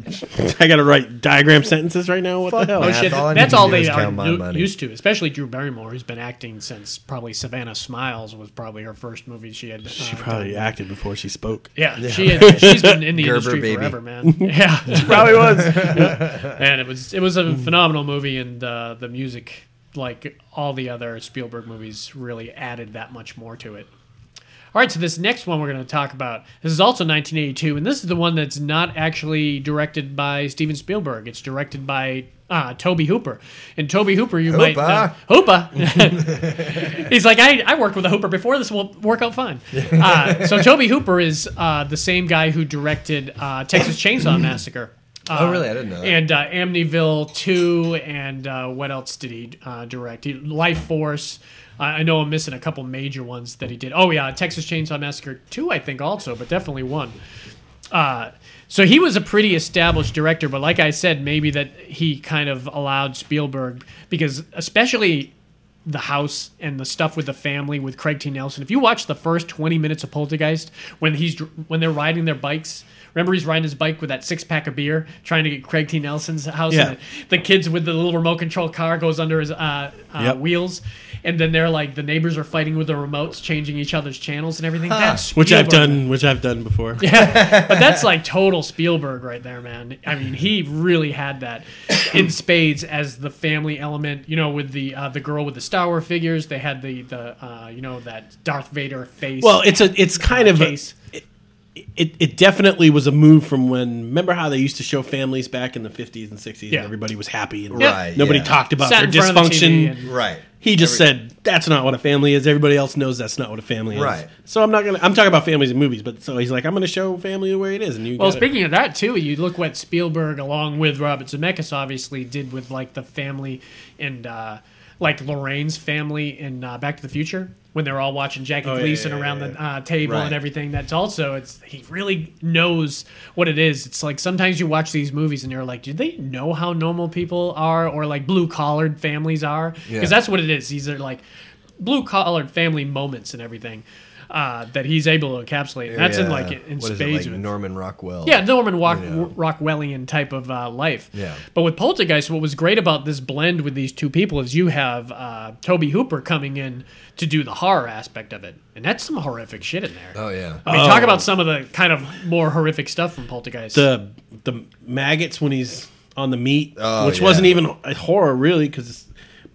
Speaker 5: I gotta write diagram sentences right now. What
Speaker 4: Fuck
Speaker 5: the hell?
Speaker 4: that.
Speaker 3: Oh, shit.
Speaker 4: all I need
Speaker 3: that's
Speaker 4: to
Speaker 3: all
Speaker 4: do
Speaker 3: they
Speaker 4: is
Speaker 3: are
Speaker 4: count my
Speaker 3: u-
Speaker 4: money.
Speaker 3: used to, especially Drew Barrymore, who's been acting since probably Savannah Smiles was probably her first movie she had.
Speaker 5: She
Speaker 3: uh,
Speaker 5: probably acted before she spoke.
Speaker 3: yeah, she had, she's been in the
Speaker 4: Gerber
Speaker 3: industry
Speaker 4: baby.
Speaker 3: forever, man. Yeah, she probably was. and it was it was a phenomenal movie, and uh, the music, like all the other Spielberg movies, really added that much more to it. All right, so this next one we're going to talk about. This is also 1982, and this is the one that's not actually directed by Steven Spielberg. It's directed by uh, Toby Hooper. And Toby Hooper, you might know.
Speaker 4: Hooper.
Speaker 3: Hooper. He's like, I, I worked with a Hooper before. This will work out fine. Uh, so Toby Hooper is uh, the same guy who directed uh, Texas Chainsaw Massacre. Uh,
Speaker 4: Oh, really? Mm-hmm. I didn't know that.
Speaker 3: And uh, Amityville 2, and uh, what else did he uh, direct? He, Life Force. I I know I'm missing a couple major ones that he did. Oh, yeah, Texas Chainsaw Massacre 2, I think, also, but definitely one. Uh, so he was a pretty established director, but like I said, maybe that he kind of allowed Spielberg because, especially the house and the stuff with the family with Craig T. Nelson. If you watch the first 20 minutes of Poltergeist when he's dr- when they're riding their bikes, remember he's riding his bike with that six pack of beer trying to get Craig T. Nelson's house.
Speaker 5: Yeah.
Speaker 3: And the, the kids with the little remote control car goes under his uh, uh,
Speaker 5: Yep.
Speaker 3: wheels. And then they're like the neighbors are fighting with the remotes, changing each other's channels and everything. That's
Speaker 5: which I've
Speaker 3: Spielberg.
Speaker 5: done, which I've done before.
Speaker 3: But that's like total Spielberg right there, man. I mean, he really had that in spades as the family element. You know, with the uh, the girl with the Star Wars figures, they had the the uh, you know that Darth Vader face.
Speaker 5: Well, it's a, it's kind of, a,
Speaker 3: case.
Speaker 5: it, it definitely was a move from when. Remember how they used to show families back in the fifties and sixties,
Speaker 3: Yeah.
Speaker 5: and everybody was happy and
Speaker 4: Right,
Speaker 5: nobody
Speaker 4: yeah.
Speaker 5: talked about
Speaker 3: Sat
Speaker 5: their
Speaker 3: in front of the TV
Speaker 5: dysfunction.
Speaker 3: and-
Speaker 4: Right.
Speaker 5: He just said that's not what a family is. Everybody else knows that's not what a family is.
Speaker 4: Right.
Speaker 5: So I'm not gonna. I'm talking about families and movies, but so he's like, I'm gonna show family where it is, and you.
Speaker 3: Well,
Speaker 5: got it.
Speaker 3: speaking of that too, you look what Spielberg, along with Robert Zemeckis, obviously did with like the family and uh, like Lorraine's family in uh, Back to the Future when they're all watching Jackie
Speaker 4: Oh,
Speaker 5: yeah,
Speaker 3: Gleason
Speaker 5: yeah, yeah,
Speaker 3: around the uh, table
Speaker 4: Right.
Speaker 3: and everything. That's also it's he really knows what it is. It's like sometimes you watch these movies and you're like, do they know how normal people are or like blue collared families are? Because
Speaker 4: Yeah.
Speaker 3: that's what it is. These are like blue collared family moments and everything. Uh, that he's able to encapsulate. And that's in like in
Speaker 4: what is it,
Speaker 3: spades.
Speaker 4: like
Speaker 3: with-
Speaker 4: Norman Rockwell.
Speaker 3: yeah, Norman Rock,
Speaker 4: You know.
Speaker 3: Rockwellian type of uh, life.
Speaker 4: Yeah.
Speaker 3: But with Poltergeist, what was great about this blend with these two people is you have uh, Toby Hooper coming in to do the horror aspect of it, and that's some horrific shit in there.
Speaker 4: Oh yeah.
Speaker 3: I mean, talk about some of the kind of more horrific stuff from Poltergeist.
Speaker 5: the the maggots when he's on the meat,
Speaker 4: Oh,
Speaker 5: which
Speaker 4: yeah.
Speaker 5: wasn't even a horror really, because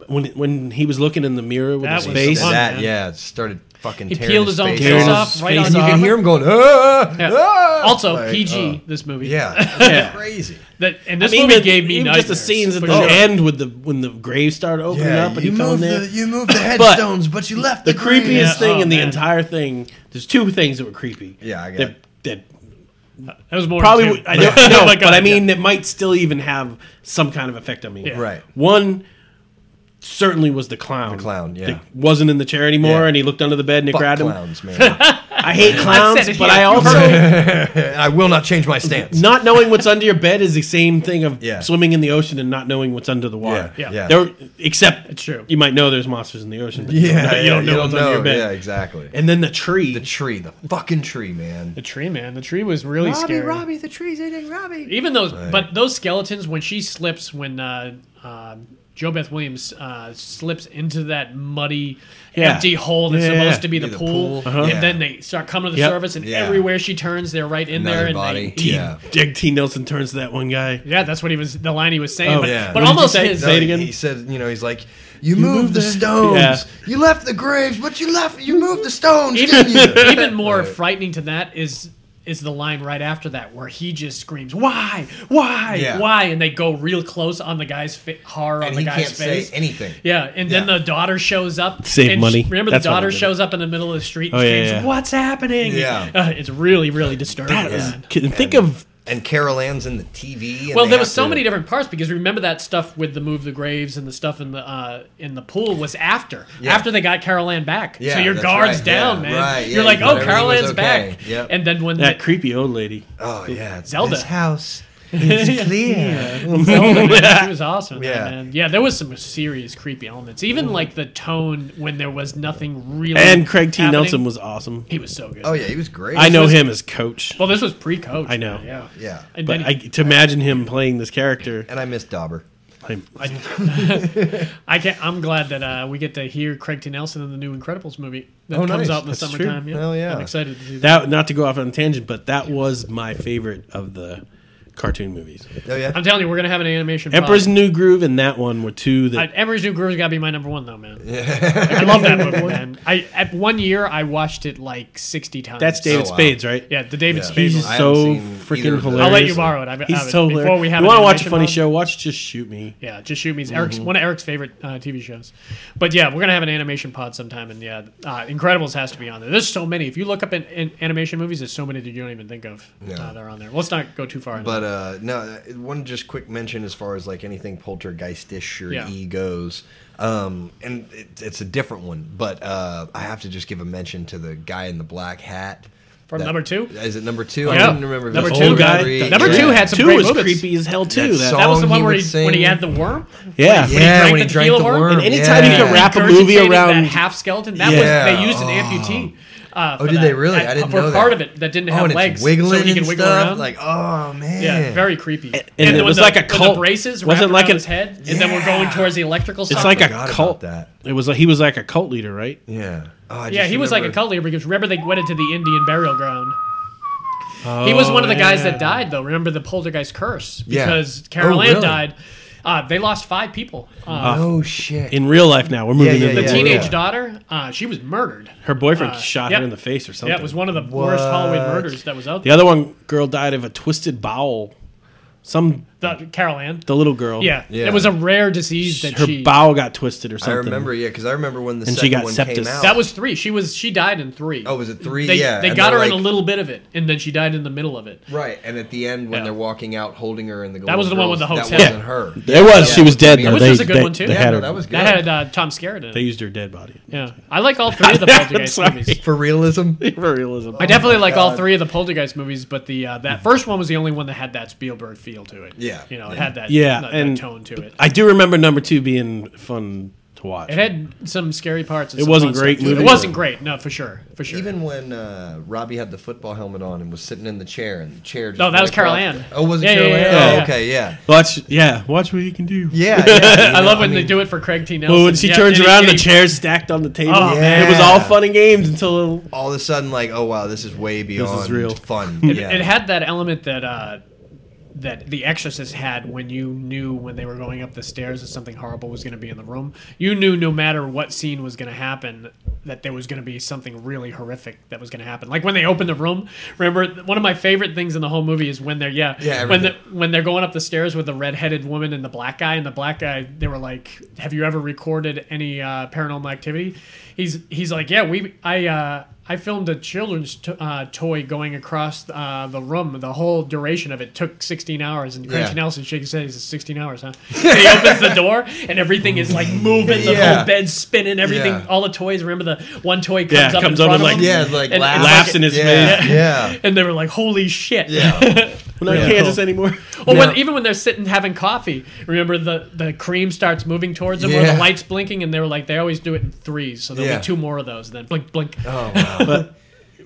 Speaker 5: when when he was looking in the mirror with
Speaker 3: That
Speaker 5: his
Speaker 3: was
Speaker 5: face,
Speaker 3: the one.
Speaker 4: that
Speaker 3: man.
Speaker 4: yeah, it started fucking.
Speaker 3: he
Speaker 4: tearing
Speaker 3: peeled his own
Speaker 4: face
Speaker 3: face
Speaker 5: Tearing
Speaker 4: off.
Speaker 3: off
Speaker 5: his
Speaker 3: right
Speaker 5: face
Speaker 3: on
Speaker 4: And you can
Speaker 3: camera.
Speaker 4: hear him going. Ah,
Speaker 3: Yeah.
Speaker 4: ah,"
Speaker 3: Also,
Speaker 4: like,
Speaker 3: PG.
Speaker 4: oh.
Speaker 3: this movie,
Speaker 4: yeah,
Speaker 5: Yeah.
Speaker 4: It's crazy.
Speaker 3: That and this
Speaker 5: even
Speaker 3: movie
Speaker 5: the-
Speaker 3: gave me
Speaker 5: even
Speaker 3: nightmares.
Speaker 5: just the scenes at
Speaker 3: for
Speaker 5: the
Speaker 3: sure.
Speaker 5: end with the when the grave started opening up and he fell in there.
Speaker 4: you moved the but you left
Speaker 5: the
Speaker 4: grave.
Speaker 5: creepiest
Speaker 3: Yeah,
Speaker 5: thing
Speaker 3: oh,
Speaker 5: in the
Speaker 3: man.
Speaker 5: entire thing. There's two things that were creepy.
Speaker 4: Yeah, I got
Speaker 5: that,
Speaker 4: it.
Speaker 5: that
Speaker 3: That was more
Speaker 5: probably
Speaker 3: than
Speaker 5: would,
Speaker 3: two.
Speaker 5: I know, I know,
Speaker 3: Oh my
Speaker 5: but I
Speaker 3: God, yeah.
Speaker 5: mean that might still even have some kind of effect on me.
Speaker 3: Yeah.
Speaker 4: Right.
Speaker 5: One certainly was the clown.
Speaker 4: The clown, yeah.
Speaker 5: That wasn't in the chair anymore,
Speaker 4: Yeah.
Speaker 5: and he looked under the bed and it
Speaker 4: Fuck
Speaker 5: grabbed him.
Speaker 4: clowns, man.
Speaker 5: I hate clowns,
Speaker 3: said it,
Speaker 5: but
Speaker 3: yeah,
Speaker 5: I
Speaker 3: you
Speaker 5: also
Speaker 4: I will not change my stance.
Speaker 5: not knowing what's under your bed is the same thing of
Speaker 4: Yeah.
Speaker 5: swimming in the ocean and not knowing what's under the water.
Speaker 3: Yeah.
Speaker 4: yeah.
Speaker 5: There, except
Speaker 3: It's true.
Speaker 5: You might know there's monsters in the ocean. But you
Speaker 4: Yeah,
Speaker 5: don't know- you don't know what's under your bed.
Speaker 4: Yeah, exactly.
Speaker 5: And then the tree.
Speaker 4: the tree, the fucking tree, man.
Speaker 3: the tree, man. The tree was really scary.
Speaker 4: the tree's eating Robbie.
Speaker 3: Even those, but those skeletons when she slips when uh, uh, Joe Beth Williams uh, slips into that muddy,
Speaker 5: Yeah.
Speaker 3: empty hole that's
Speaker 5: Yeah, yeah,
Speaker 3: supposed
Speaker 5: yeah.
Speaker 3: to be the,
Speaker 4: Be the
Speaker 3: pool,
Speaker 4: pool. Uh-huh.
Speaker 3: and
Speaker 4: Yeah.
Speaker 3: then they start coming to the
Speaker 5: Yep.
Speaker 3: surface, and
Speaker 4: Yeah.
Speaker 3: everywhere she turns, they're right in
Speaker 4: Another
Speaker 3: there, and
Speaker 4: body.
Speaker 3: they.
Speaker 4: Yeah.
Speaker 5: Dig T. Nelson turns to that one guy.
Speaker 3: Yeah, that's what he was. The line he was saying,
Speaker 5: Oh,
Speaker 3: but,
Speaker 4: yeah.
Speaker 3: but
Speaker 4: What did you
Speaker 3: almost
Speaker 5: say?
Speaker 3: his.
Speaker 5: Say it again.
Speaker 4: He said, you know, he's like, you, moved, the stones.
Speaker 5: Yeah.
Speaker 4: You left the graves, but you left. You moved the stones,
Speaker 3: even,
Speaker 4: didn't you?
Speaker 3: even more frightening to that is is the line right after that where he just screams why why
Speaker 4: Yeah.
Speaker 3: why and they go real close on the guy's fa- hard on
Speaker 4: And
Speaker 3: the
Speaker 4: he
Speaker 3: guy's
Speaker 4: can't say
Speaker 3: face
Speaker 4: anything.
Speaker 3: yeah and then
Speaker 4: Yeah.
Speaker 3: the daughter shows up
Speaker 5: Save
Speaker 3: and
Speaker 5: money.
Speaker 3: she- remember
Speaker 5: That's
Speaker 3: the
Speaker 5: what I
Speaker 3: daughter
Speaker 5: did.
Speaker 3: shows up in the middle of the street and
Speaker 5: Oh, yeah,
Speaker 3: screams
Speaker 5: yeah.
Speaker 3: what's happening
Speaker 4: Yeah.
Speaker 3: Uh, it's really really disturbing
Speaker 5: That is-
Speaker 3: man.
Speaker 5: can- think of
Speaker 4: And Carol Ann's in the TV. And
Speaker 3: well
Speaker 4: they
Speaker 3: there
Speaker 4: have
Speaker 3: was so
Speaker 4: to-
Speaker 3: many different parts because remember that stuff with the move the graves and the stuff in the uh, in the pool was after
Speaker 4: Yeah.
Speaker 3: after they got Carol Ann back
Speaker 4: Yeah,
Speaker 3: so your
Speaker 4: that's
Speaker 3: guard's
Speaker 4: right,
Speaker 3: down
Speaker 4: yeah,
Speaker 3: man
Speaker 4: right,
Speaker 3: you're
Speaker 4: yeah,
Speaker 3: like
Speaker 4: you thought
Speaker 3: oh Carol
Speaker 4: everything
Speaker 3: Ann's
Speaker 4: was okay,
Speaker 3: back
Speaker 4: yep.
Speaker 3: and then when
Speaker 5: that
Speaker 3: the,
Speaker 5: creepy old lady.
Speaker 4: Oh yeah, it's
Speaker 3: Zelda.
Speaker 4: This house is clear.
Speaker 3: Zelda, man, she was awesome. Yeah,
Speaker 4: Yeah. Mm.
Speaker 3: man. yeah. There was some serious creepy elements. Even like the tone when there was nothing really.
Speaker 5: And Craig T.
Speaker 3: happening.
Speaker 5: Nelson was awesome.
Speaker 3: he was so good.
Speaker 4: oh yeah, he was great.
Speaker 5: I know him as coach,
Speaker 3: Well, this was pre-coach.
Speaker 5: I know.
Speaker 3: man, Yeah.
Speaker 4: Yeah.
Speaker 3: And
Speaker 5: but
Speaker 3: then
Speaker 5: I, to imagine him playing this character,
Speaker 4: And I miss Dauber.
Speaker 5: I'm-
Speaker 3: I can I'm glad that uh, we get to hear Craig T. Nelson in the new Incredibles movie that
Speaker 4: Oh,
Speaker 3: comes
Speaker 4: nice.
Speaker 3: out in the
Speaker 5: That's true.
Speaker 3: summertime. Yeah.
Speaker 4: Hell, yeah.
Speaker 3: I'm excited to see that.
Speaker 5: that not to go off on a tangent, but that was my favorite of the cartoon movies.
Speaker 4: Oh yeah.
Speaker 3: I'm telling you, we're gonna have an animation.
Speaker 5: Emperor's
Speaker 3: project.
Speaker 5: New Groove and that one were two that
Speaker 3: I, Emperor's New Groove's got to be my number one though, man. I love that movie, man. I at one year I watched it like sixty times.
Speaker 5: that's David
Speaker 4: Oh, wow.
Speaker 5: Spades, right?
Speaker 3: Yeah, the David
Speaker 4: Yeah.
Speaker 3: Spade.
Speaker 5: He's
Speaker 3: one.
Speaker 4: I
Speaker 5: so
Speaker 4: haven't seen either
Speaker 5: freaking
Speaker 4: of those.
Speaker 5: hilarious.
Speaker 3: I'll let you borrow it. I've,
Speaker 5: He's
Speaker 3: I've,
Speaker 5: so
Speaker 3: before
Speaker 5: hilarious.
Speaker 3: we have
Speaker 5: you
Speaker 3: want to
Speaker 5: watch a funny show? Watch Just Shoot Me.
Speaker 3: Yeah, just shoot me. It's Eric's
Speaker 4: Mm-hmm.
Speaker 3: one of Eric's favorite uh, TV shows. But yeah, we're gonna have an animation pod sometime, and yeah, uh, Incredibles has to be on there. There's so many. If you look up in, in animation movies, there's so many that you don't even think of.
Speaker 4: Yeah.
Speaker 3: Uh, they're on there. Let's not go too far. into
Speaker 4: But uh, no, uh, one just quick mention as far as like anything poltergeistish or
Speaker 3: Yeah.
Speaker 4: e goes, um, and it, it's a different one. But uh, I have to just give a mention to the guy in the black hat
Speaker 3: From number two?
Speaker 4: Is it number two? I
Speaker 3: Yeah.
Speaker 4: didn't remember. if
Speaker 3: Number
Speaker 4: it was
Speaker 3: two,
Speaker 4: or
Speaker 3: guy-
Speaker 4: three.
Speaker 3: number
Speaker 4: Yeah.
Speaker 3: two had some
Speaker 5: two
Speaker 3: great
Speaker 5: was
Speaker 3: moments.
Speaker 5: creepy as hell too.
Speaker 4: That
Speaker 5: That,
Speaker 3: that. that was the
Speaker 4: song
Speaker 3: one
Speaker 4: he
Speaker 3: where
Speaker 4: would
Speaker 3: he when he
Speaker 4: sing.
Speaker 3: had the worm.
Speaker 5: yeah.
Speaker 3: he
Speaker 4: Yeah,
Speaker 3: drank
Speaker 4: when he
Speaker 3: the
Speaker 4: drank
Speaker 3: tequila
Speaker 4: the
Speaker 3: worm?
Speaker 4: worm.
Speaker 5: And anytime you
Speaker 4: yeah.
Speaker 5: can wrap a movie
Speaker 3: regurgitated
Speaker 5: around
Speaker 3: that half skeleton. That
Speaker 4: Yeah.
Speaker 3: was they used an
Speaker 4: Oh.
Speaker 3: amputee. Uh,
Speaker 4: Oh,
Speaker 3: for
Speaker 4: did
Speaker 3: that-
Speaker 4: they really?
Speaker 3: that-
Speaker 4: I didn't
Speaker 3: for
Speaker 4: know that.
Speaker 3: part of it that didn't
Speaker 4: Oh,
Speaker 3: have
Speaker 4: and
Speaker 3: legs,
Speaker 4: it's wiggling
Speaker 3: so he could
Speaker 4: and
Speaker 3: wiggle
Speaker 4: stuff.
Speaker 3: around.
Speaker 4: Like, oh man,
Speaker 3: yeah, very creepy. And,
Speaker 5: it
Speaker 3: when
Speaker 5: was
Speaker 3: the,
Speaker 5: like a
Speaker 3: when the
Speaker 5: cult.
Speaker 3: braces
Speaker 5: Was it
Speaker 3: wrapped
Speaker 5: like
Speaker 3: around
Speaker 5: a-
Speaker 3: his head, and then we're going towards the electrical.
Speaker 5: It's
Speaker 3: stuff.
Speaker 5: like
Speaker 4: forgot
Speaker 5: a
Speaker 4: about
Speaker 5: cult.
Speaker 4: that.
Speaker 5: It was like, he was like a cult leader, right?
Speaker 4: yeah. Oh, I
Speaker 3: Yeah,
Speaker 4: just
Speaker 3: he was like a
Speaker 4: remember-
Speaker 3: cult leader because remember they went into the Indian burial ground. he was one of the guys that died though. Remember the poltergeist curse
Speaker 4: Oh, Yeah.
Speaker 3: because Carol
Speaker 4: Oh,
Speaker 3: Ann
Speaker 4: really?
Speaker 3: died. Uh, they lost five people. Uh,
Speaker 4: Oh shit.
Speaker 5: In real life, now we're moving
Speaker 4: yeah,
Speaker 5: into
Speaker 3: the
Speaker 4: yeah.
Speaker 3: teenage
Speaker 4: yeah.
Speaker 3: daughter, uh, she was murdered.
Speaker 5: Her boyfriend
Speaker 3: Uh,
Speaker 5: shot
Speaker 3: yep.
Speaker 5: her in the face or something.
Speaker 3: Yeah, it was one of the worst Halloween
Speaker 4: What?
Speaker 3: murders that was out
Speaker 5: The
Speaker 3: there.
Speaker 5: other one girl died of a twisted bowel. Some
Speaker 3: The, Carol Ann.
Speaker 5: the little girl.
Speaker 3: Yeah.
Speaker 4: Yeah.
Speaker 3: it was a rare disease that
Speaker 5: her
Speaker 3: she.
Speaker 5: bowel got twisted or
Speaker 4: I
Speaker 5: something.
Speaker 4: remember, yeah, because I remember when the
Speaker 5: And she
Speaker 4: second
Speaker 5: got
Speaker 4: one came
Speaker 5: sepsis.
Speaker 4: out.
Speaker 3: that was three. She was she died in three.
Speaker 4: Oh, was it three?
Speaker 3: They,
Speaker 4: yeah,
Speaker 3: they
Speaker 4: and
Speaker 3: got her
Speaker 4: they're
Speaker 3: in a
Speaker 4: like-
Speaker 3: little bit of it, and then she died in the middle of it.
Speaker 4: right. And at the end, when
Speaker 3: Yeah.
Speaker 4: they're walking out, holding her in the
Speaker 3: That was
Speaker 4: Golden
Speaker 3: the one with
Speaker 4: Girls,
Speaker 3: the
Speaker 4: That
Speaker 3: hotel.
Speaker 4: wasn't her.
Speaker 5: It was.
Speaker 4: Yeah.
Speaker 5: She was dead.
Speaker 4: Yeah,
Speaker 5: though.
Speaker 3: which
Speaker 5: They-
Speaker 3: was a good
Speaker 5: they-
Speaker 3: one, too.
Speaker 5: They
Speaker 3: Yeah,
Speaker 5: had
Speaker 4: no,
Speaker 5: her-
Speaker 4: that was good.
Speaker 3: That had uh, Tom Skerritt in
Speaker 5: They
Speaker 3: it.
Speaker 5: used her dead body.
Speaker 3: Yeah, I like all three of the Poltergeist
Speaker 5: sorry.
Speaker 3: movies.
Speaker 4: For realism,
Speaker 5: For realism.
Speaker 3: I definitely like all three of the Poltergeist movies, but the uh, that first one was the only one that had that Spielberg feel to it.
Speaker 4: Yeah.
Speaker 3: you know, it had that
Speaker 5: Yeah,
Speaker 3: that, that
Speaker 5: and-
Speaker 3: tone to it.
Speaker 5: I do remember number two being fun to watch.
Speaker 3: It had some scary parts. and
Speaker 5: It
Speaker 3: some
Speaker 5: wasn't
Speaker 3: fun
Speaker 5: great
Speaker 3: stuff, too.
Speaker 5: movie.
Speaker 3: It wasn't great. No, for sure, for sure.
Speaker 4: even when uh, Robbie had the football helmet on and was sitting in the chair, and the chair. Just
Speaker 3: No, that was
Speaker 4: went
Speaker 3: Carol
Speaker 4: off.
Speaker 3: Ann.
Speaker 4: Oh, was it
Speaker 3: Yeah,
Speaker 4: Carol
Speaker 3: yeah,
Speaker 4: Ann?
Speaker 3: yeah, yeah.
Speaker 4: Oh, okay, yeah,
Speaker 5: Watch, yeah, watch what you can do.
Speaker 4: yeah. yeah
Speaker 3: I love when they do it for Craig T. Nelson.
Speaker 5: Well, when she
Speaker 3: Yeah,
Speaker 5: turns
Speaker 3: and he-
Speaker 5: around,
Speaker 3: and
Speaker 5: the
Speaker 3: he-
Speaker 5: chair's stacked on the table.
Speaker 3: Oh,
Speaker 5: It was
Speaker 4: man.
Speaker 5: all fun and games until
Speaker 4: All of a sudden, like, oh wow, this is way beyond
Speaker 5: real.
Speaker 4: fun.
Speaker 3: It,
Speaker 4: yeah.
Speaker 3: it had that element that uh, that The Exorcist had when you knew when they were going up the stairs that something horrible was going to be in the room. You knew no matter what scene was going to happen that there was going to be something really horrific that was going to happen. Like when they opened the room. Remember, one of my favorite things in the whole movie is when they're yeah,
Speaker 4: Yeah,
Speaker 3: when the,
Speaker 4: everything.
Speaker 3: when they're going up the stairs with the red-headed woman and the black guy and the black guy they were like have you ever recorded any uh, paranormal activity he's he's like yeah we i uh, i filmed a children's to uh, toy going across uh, the room the whole duration of it took 16 hours and Craig
Speaker 4: Yeah.
Speaker 3: nelson shakes his head he says 16 hours huh and he opens the door and everything is like moving the
Speaker 4: Yeah.
Speaker 3: whole bed's spinning everything
Speaker 4: Yeah.
Speaker 3: all the toys remember the one toy comes
Speaker 5: Yeah,
Speaker 3: up
Speaker 5: comes
Speaker 3: in
Speaker 5: up
Speaker 3: front of
Speaker 5: and like-
Speaker 3: him,
Speaker 4: yeah, it's like
Speaker 3: and- and
Speaker 4: laughs,
Speaker 5: laughs in his
Speaker 4: yeah,
Speaker 5: face.
Speaker 4: Yeah,
Speaker 3: and they were like holy shit
Speaker 4: yeah.
Speaker 5: we're not in
Speaker 3: Yeah.
Speaker 5: Kansas anymore.
Speaker 3: Well, when, even when they're sitting having coffee, remember the, the cream starts moving towards them, or
Speaker 4: Yeah.
Speaker 3: the lights blinking, and they were like, they always do it in threes, so there'll
Speaker 4: Yeah.
Speaker 3: be two more of those. Then blink, blink.
Speaker 4: Oh wow.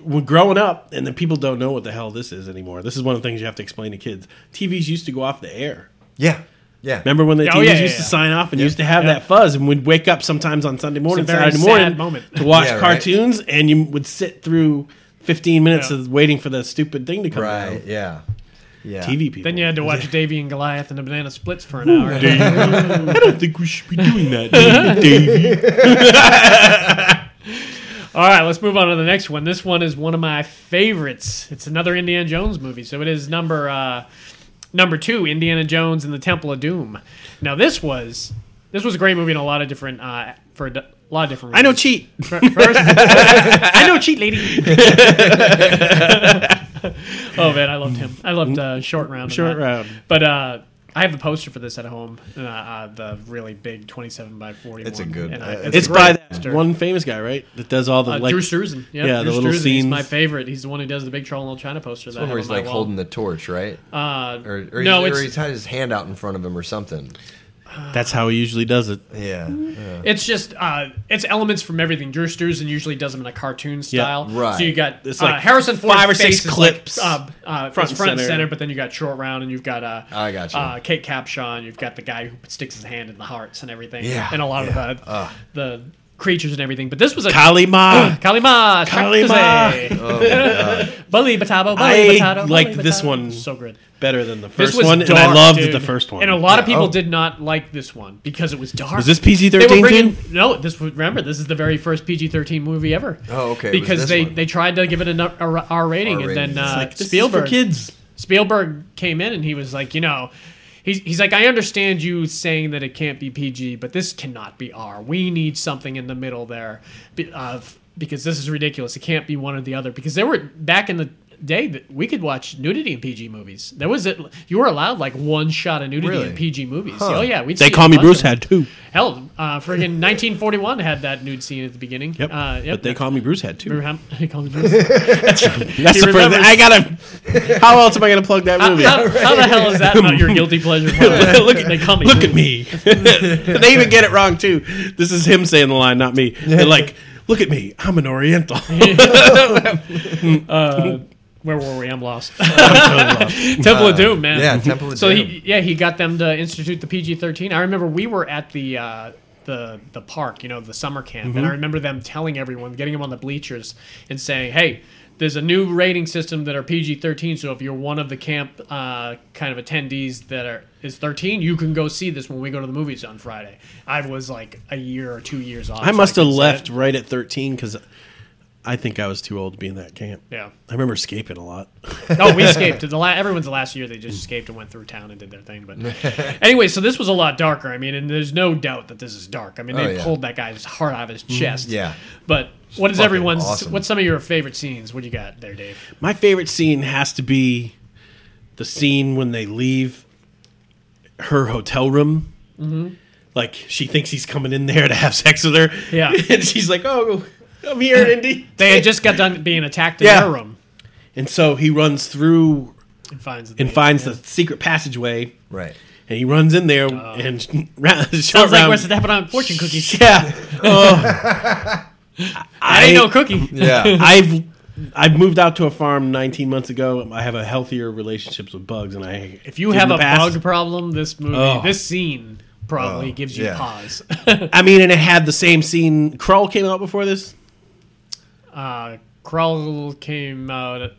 Speaker 5: We're growing up, and the people don't know what the hell this is anymore. This is one of the things you have to explain to kids. TVs used to go off the air.
Speaker 4: Yeah, yeah.
Speaker 5: Remember when the
Speaker 3: Oh,
Speaker 5: TVs
Speaker 3: yeah, yeah,
Speaker 5: used to
Speaker 3: yeah.
Speaker 5: sign off and used to have
Speaker 3: Yeah.
Speaker 5: that fuzz, and we'd wake up sometimes on Sunday morning,
Speaker 3: It's a very
Speaker 5: Saturday
Speaker 3: sad
Speaker 5: morning,
Speaker 3: moment.
Speaker 5: to watch
Speaker 4: Yeah, right.
Speaker 5: cartoons, and you would sit through fifteen minutes
Speaker 3: Yeah.
Speaker 5: of waiting for the stupid thing to come
Speaker 4: Right.
Speaker 5: out.
Speaker 4: Yeah. Yeah.
Speaker 5: TV people.
Speaker 3: Then you had to watch Davy and Goliath and the Banana Splits for an hour.
Speaker 5: I don't think we should be doing that, Davey.
Speaker 3: All right, let's move on to the next one. This one is one of my favorites. It's another Indiana Jones movie, so it is number uh, number two, Indiana Jones and the Temple of Doom. Now this was this was a great movie in a lot of different uh, for a d- lot of different.
Speaker 5: I know
Speaker 3: reasons.
Speaker 5: cheat.
Speaker 3: Fir- First, I know cheat lady. oh man, I loved him. I loved uh, short round. and
Speaker 5: Short
Speaker 3: that.
Speaker 5: Round.
Speaker 3: But uh, I have the poster for this at home. Uh, uh, the really big twenty-seven by forty.
Speaker 4: It's a good- uh,
Speaker 3: it's
Speaker 4: it's
Speaker 5: It's
Speaker 3: a
Speaker 5: by
Speaker 3: great
Speaker 5: that
Speaker 3: poster.
Speaker 5: one famous guy, right? That does all the
Speaker 3: Uh,
Speaker 5: like.
Speaker 3: Drew Struzan. Yeah,
Speaker 5: yeah, the
Speaker 3: Drew
Speaker 5: little
Speaker 3: Struzan. He's
Speaker 5: scenes.
Speaker 3: my favorite. He's the one who does the big Trouble in Little China poster. That I
Speaker 4: Where
Speaker 3: have
Speaker 4: he's
Speaker 3: on my
Speaker 4: like
Speaker 3: wall.
Speaker 4: holding the torch, right?
Speaker 3: Uh,
Speaker 4: Or, or,
Speaker 3: no,
Speaker 4: he's,
Speaker 3: it's
Speaker 4: or he's had his hand out in front of him or something.
Speaker 5: That's how he usually does it.
Speaker 4: Yeah.
Speaker 3: It's just uh, it's elements from everything. Drew Struzan usually does them in a cartoon style.
Speaker 4: right.
Speaker 3: So you got
Speaker 5: It's
Speaker 3: uh,
Speaker 5: like
Speaker 3: Harrison Ford
Speaker 5: five or six clips.
Speaker 3: uh, uh, front,
Speaker 5: Front
Speaker 3: front
Speaker 5: and
Speaker 3: and
Speaker 5: center.
Speaker 3: center, but then you got short round, and you've got uh,
Speaker 4: I got you.
Speaker 3: uh, Kate Capshaw, and you've got the guy who sticks his hand in the hearts and everything.
Speaker 4: Yeah,
Speaker 3: and a lot
Speaker 4: yeah.
Speaker 3: of the the creatures and everything. But this was a
Speaker 5: Kalima.
Speaker 3: Kalima,
Speaker 5: Kalima.
Speaker 3: Shakuzai. Bully Batabo,
Speaker 5: Oh I
Speaker 3: Bully Batabo.
Speaker 5: liked
Speaker 3: Bully
Speaker 5: this
Speaker 3: Batabo.
Speaker 5: one
Speaker 3: so good.
Speaker 5: Better than the
Speaker 3: This
Speaker 5: first
Speaker 3: was
Speaker 5: one,
Speaker 3: dark,
Speaker 5: and I loved
Speaker 3: dude.
Speaker 5: the first one.
Speaker 3: And a lot of
Speaker 4: Yeah,
Speaker 3: people
Speaker 4: oh.
Speaker 3: did not like this one because it was dark.
Speaker 5: Was this PG-13
Speaker 3: They were bringing-
Speaker 5: too?
Speaker 3: No, this was- remember this is the very first PG thirteen movie ever.
Speaker 4: Oh, okay, it was
Speaker 3: Because
Speaker 4: this
Speaker 3: they,
Speaker 4: one.
Speaker 3: they tried to give it an R- R R rating,
Speaker 4: R
Speaker 3: and then
Speaker 4: rating.
Speaker 3: uh,
Speaker 4: It's
Speaker 5: like, this is
Speaker 3: Spielberg
Speaker 5: for kids.
Speaker 3: Spielberg came in and he was like, you know, he's, he's like, I understand you saying that it can't be PG, but this cannot be R. We need something in the middle there be- of because this is ridiculous. It can't be one or the other because there were back in the day that we could watch nudity in PG movies. There was a, you were allowed like one shot of nudity
Speaker 4: Really?
Speaker 3: in PG movies. Oh yeah, we'd
Speaker 5: They
Speaker 3: see a
Speaker 5: call me
Speaker 3: bunch
Speaker 5: Bruce
Speaker 3: of 'em.
Speaker 5: had two.
Speaker 3: hell, uh, friggin' 1941 had that nude scene at the beginning.
Speaker 5: Yep.
Speaker 3: uh,
Speaker 5: But they call me Bruce had two.
Speaker 3: Remember how- they call me Bruce?
Speaker 5: That's
Speaker 3: He
Speaker 5: the first.
Speaker 3: remembers.
Speaker 5: I gotta. How else am I gonna plug that
Speaker 3: How,
Speaker 5: movie?
Speaker 3: how- how the hell is that not your guilty pleasure?
Speaker 5: Look at-
Speaker 3: they call me
Speaker 5: Look
Speaker 3: Bruce.
Speaker 5: at me. they even get it wrong too. This is him saying the line, not me. They're like, "Look at me. I'm an Oriental."
Speaker 3: where were we? I'm lost. Temple of Doom, man.
Speaker 4: yeah, Temple of
Speaker 3: so
Speaker 4: Doom.
Speaker 3: he, yeah, he got them to institute the PG-13. I remember we were at the uh, the the park, you know, the summer camp, and I remember them telling everyone, getting them on the bleachers, and saying, "Hey." There's a new rating system that are PG-13, so if you're one of the camp uh, kind of attendees that are is 13, you can go see this when we go to the movies on Friday. I was like a year or two years off.
Speaker 5: I
Speaker 3: so
Speaker 5: must have
Speaker 3: couldn't see
Speaker 5: left
Speaker 3: it.
Speaker 5: right at 13 because I think I was too old to be in that camp.
Speaker 3: Yeah.
Speaker 5: I remember escaping a lot.
Speaker 3: oh, we escaped. The la- everyone's the last year they just escaped and went through town and did their thing. But anyway, so this was a lot darker. I mean, and there's no doubt that this is dark. I mean, they
Speaker 4: Oh, yeah. Mm-hmm.
Speaker 3: pulled that guy's heart out of his chest.
Speaker 4: yeah.
Speaker 3: But what is
Speaker 4: fucking
Speaker 3: everyone's?
Speaker 4: awesome.
Speaker 3: What's some of your favorite scenes? What do you got there, Dave?
Speaker 5: My favorite scene has to be the scene when they leave her hotel room.
Speaker 3: Mm-hmm.
Speaker 5: Like she thinks he's coming in there to have sex with her.
Speaker 3: Yeah.
Speaker 5: and she's like, "Oh, I'm here, Indy."
Speaker 3: They had just got done being attacked in
Speaker 5: Yeah.
Speaker 3: their room
Speaker 5: and so he runs through
Speaker 3: and finds
Speaker 5: and finds the secret passageway,
Speaker 4: Right.
Speaker 5: and he runs in there and round,
Speaker 3: Oh. Sounds like
Speaker 5: round,
Speaker 3: we're stepping on fortune cookies.
Speaker 5: Yeah. Oh.
Speaker 3: I ain't no cookie.
Speaker 4: Yeah.
Speaker 5: I've I've moved out to a farm 19 months ago. I have a healthier relationships with bugs, and I
Speaker 3: If you
Speaker 5: did in
Speaker 3: have
Speaker 5: the
Speaker 3: a
Speaker 5: past.
Speaker 3: bug problem, this movie,
Speaker 5: Oh.
Speaker 3: this scene probably
Speaker 4: Oh,
Speaker 3: gives you
Speaker 4: yeah.
Speaker 3: pause.
Speaker 5: I mean, and it had the same scene. Crawl came out before this.
Speaker 3: uh, Crawl came out. at-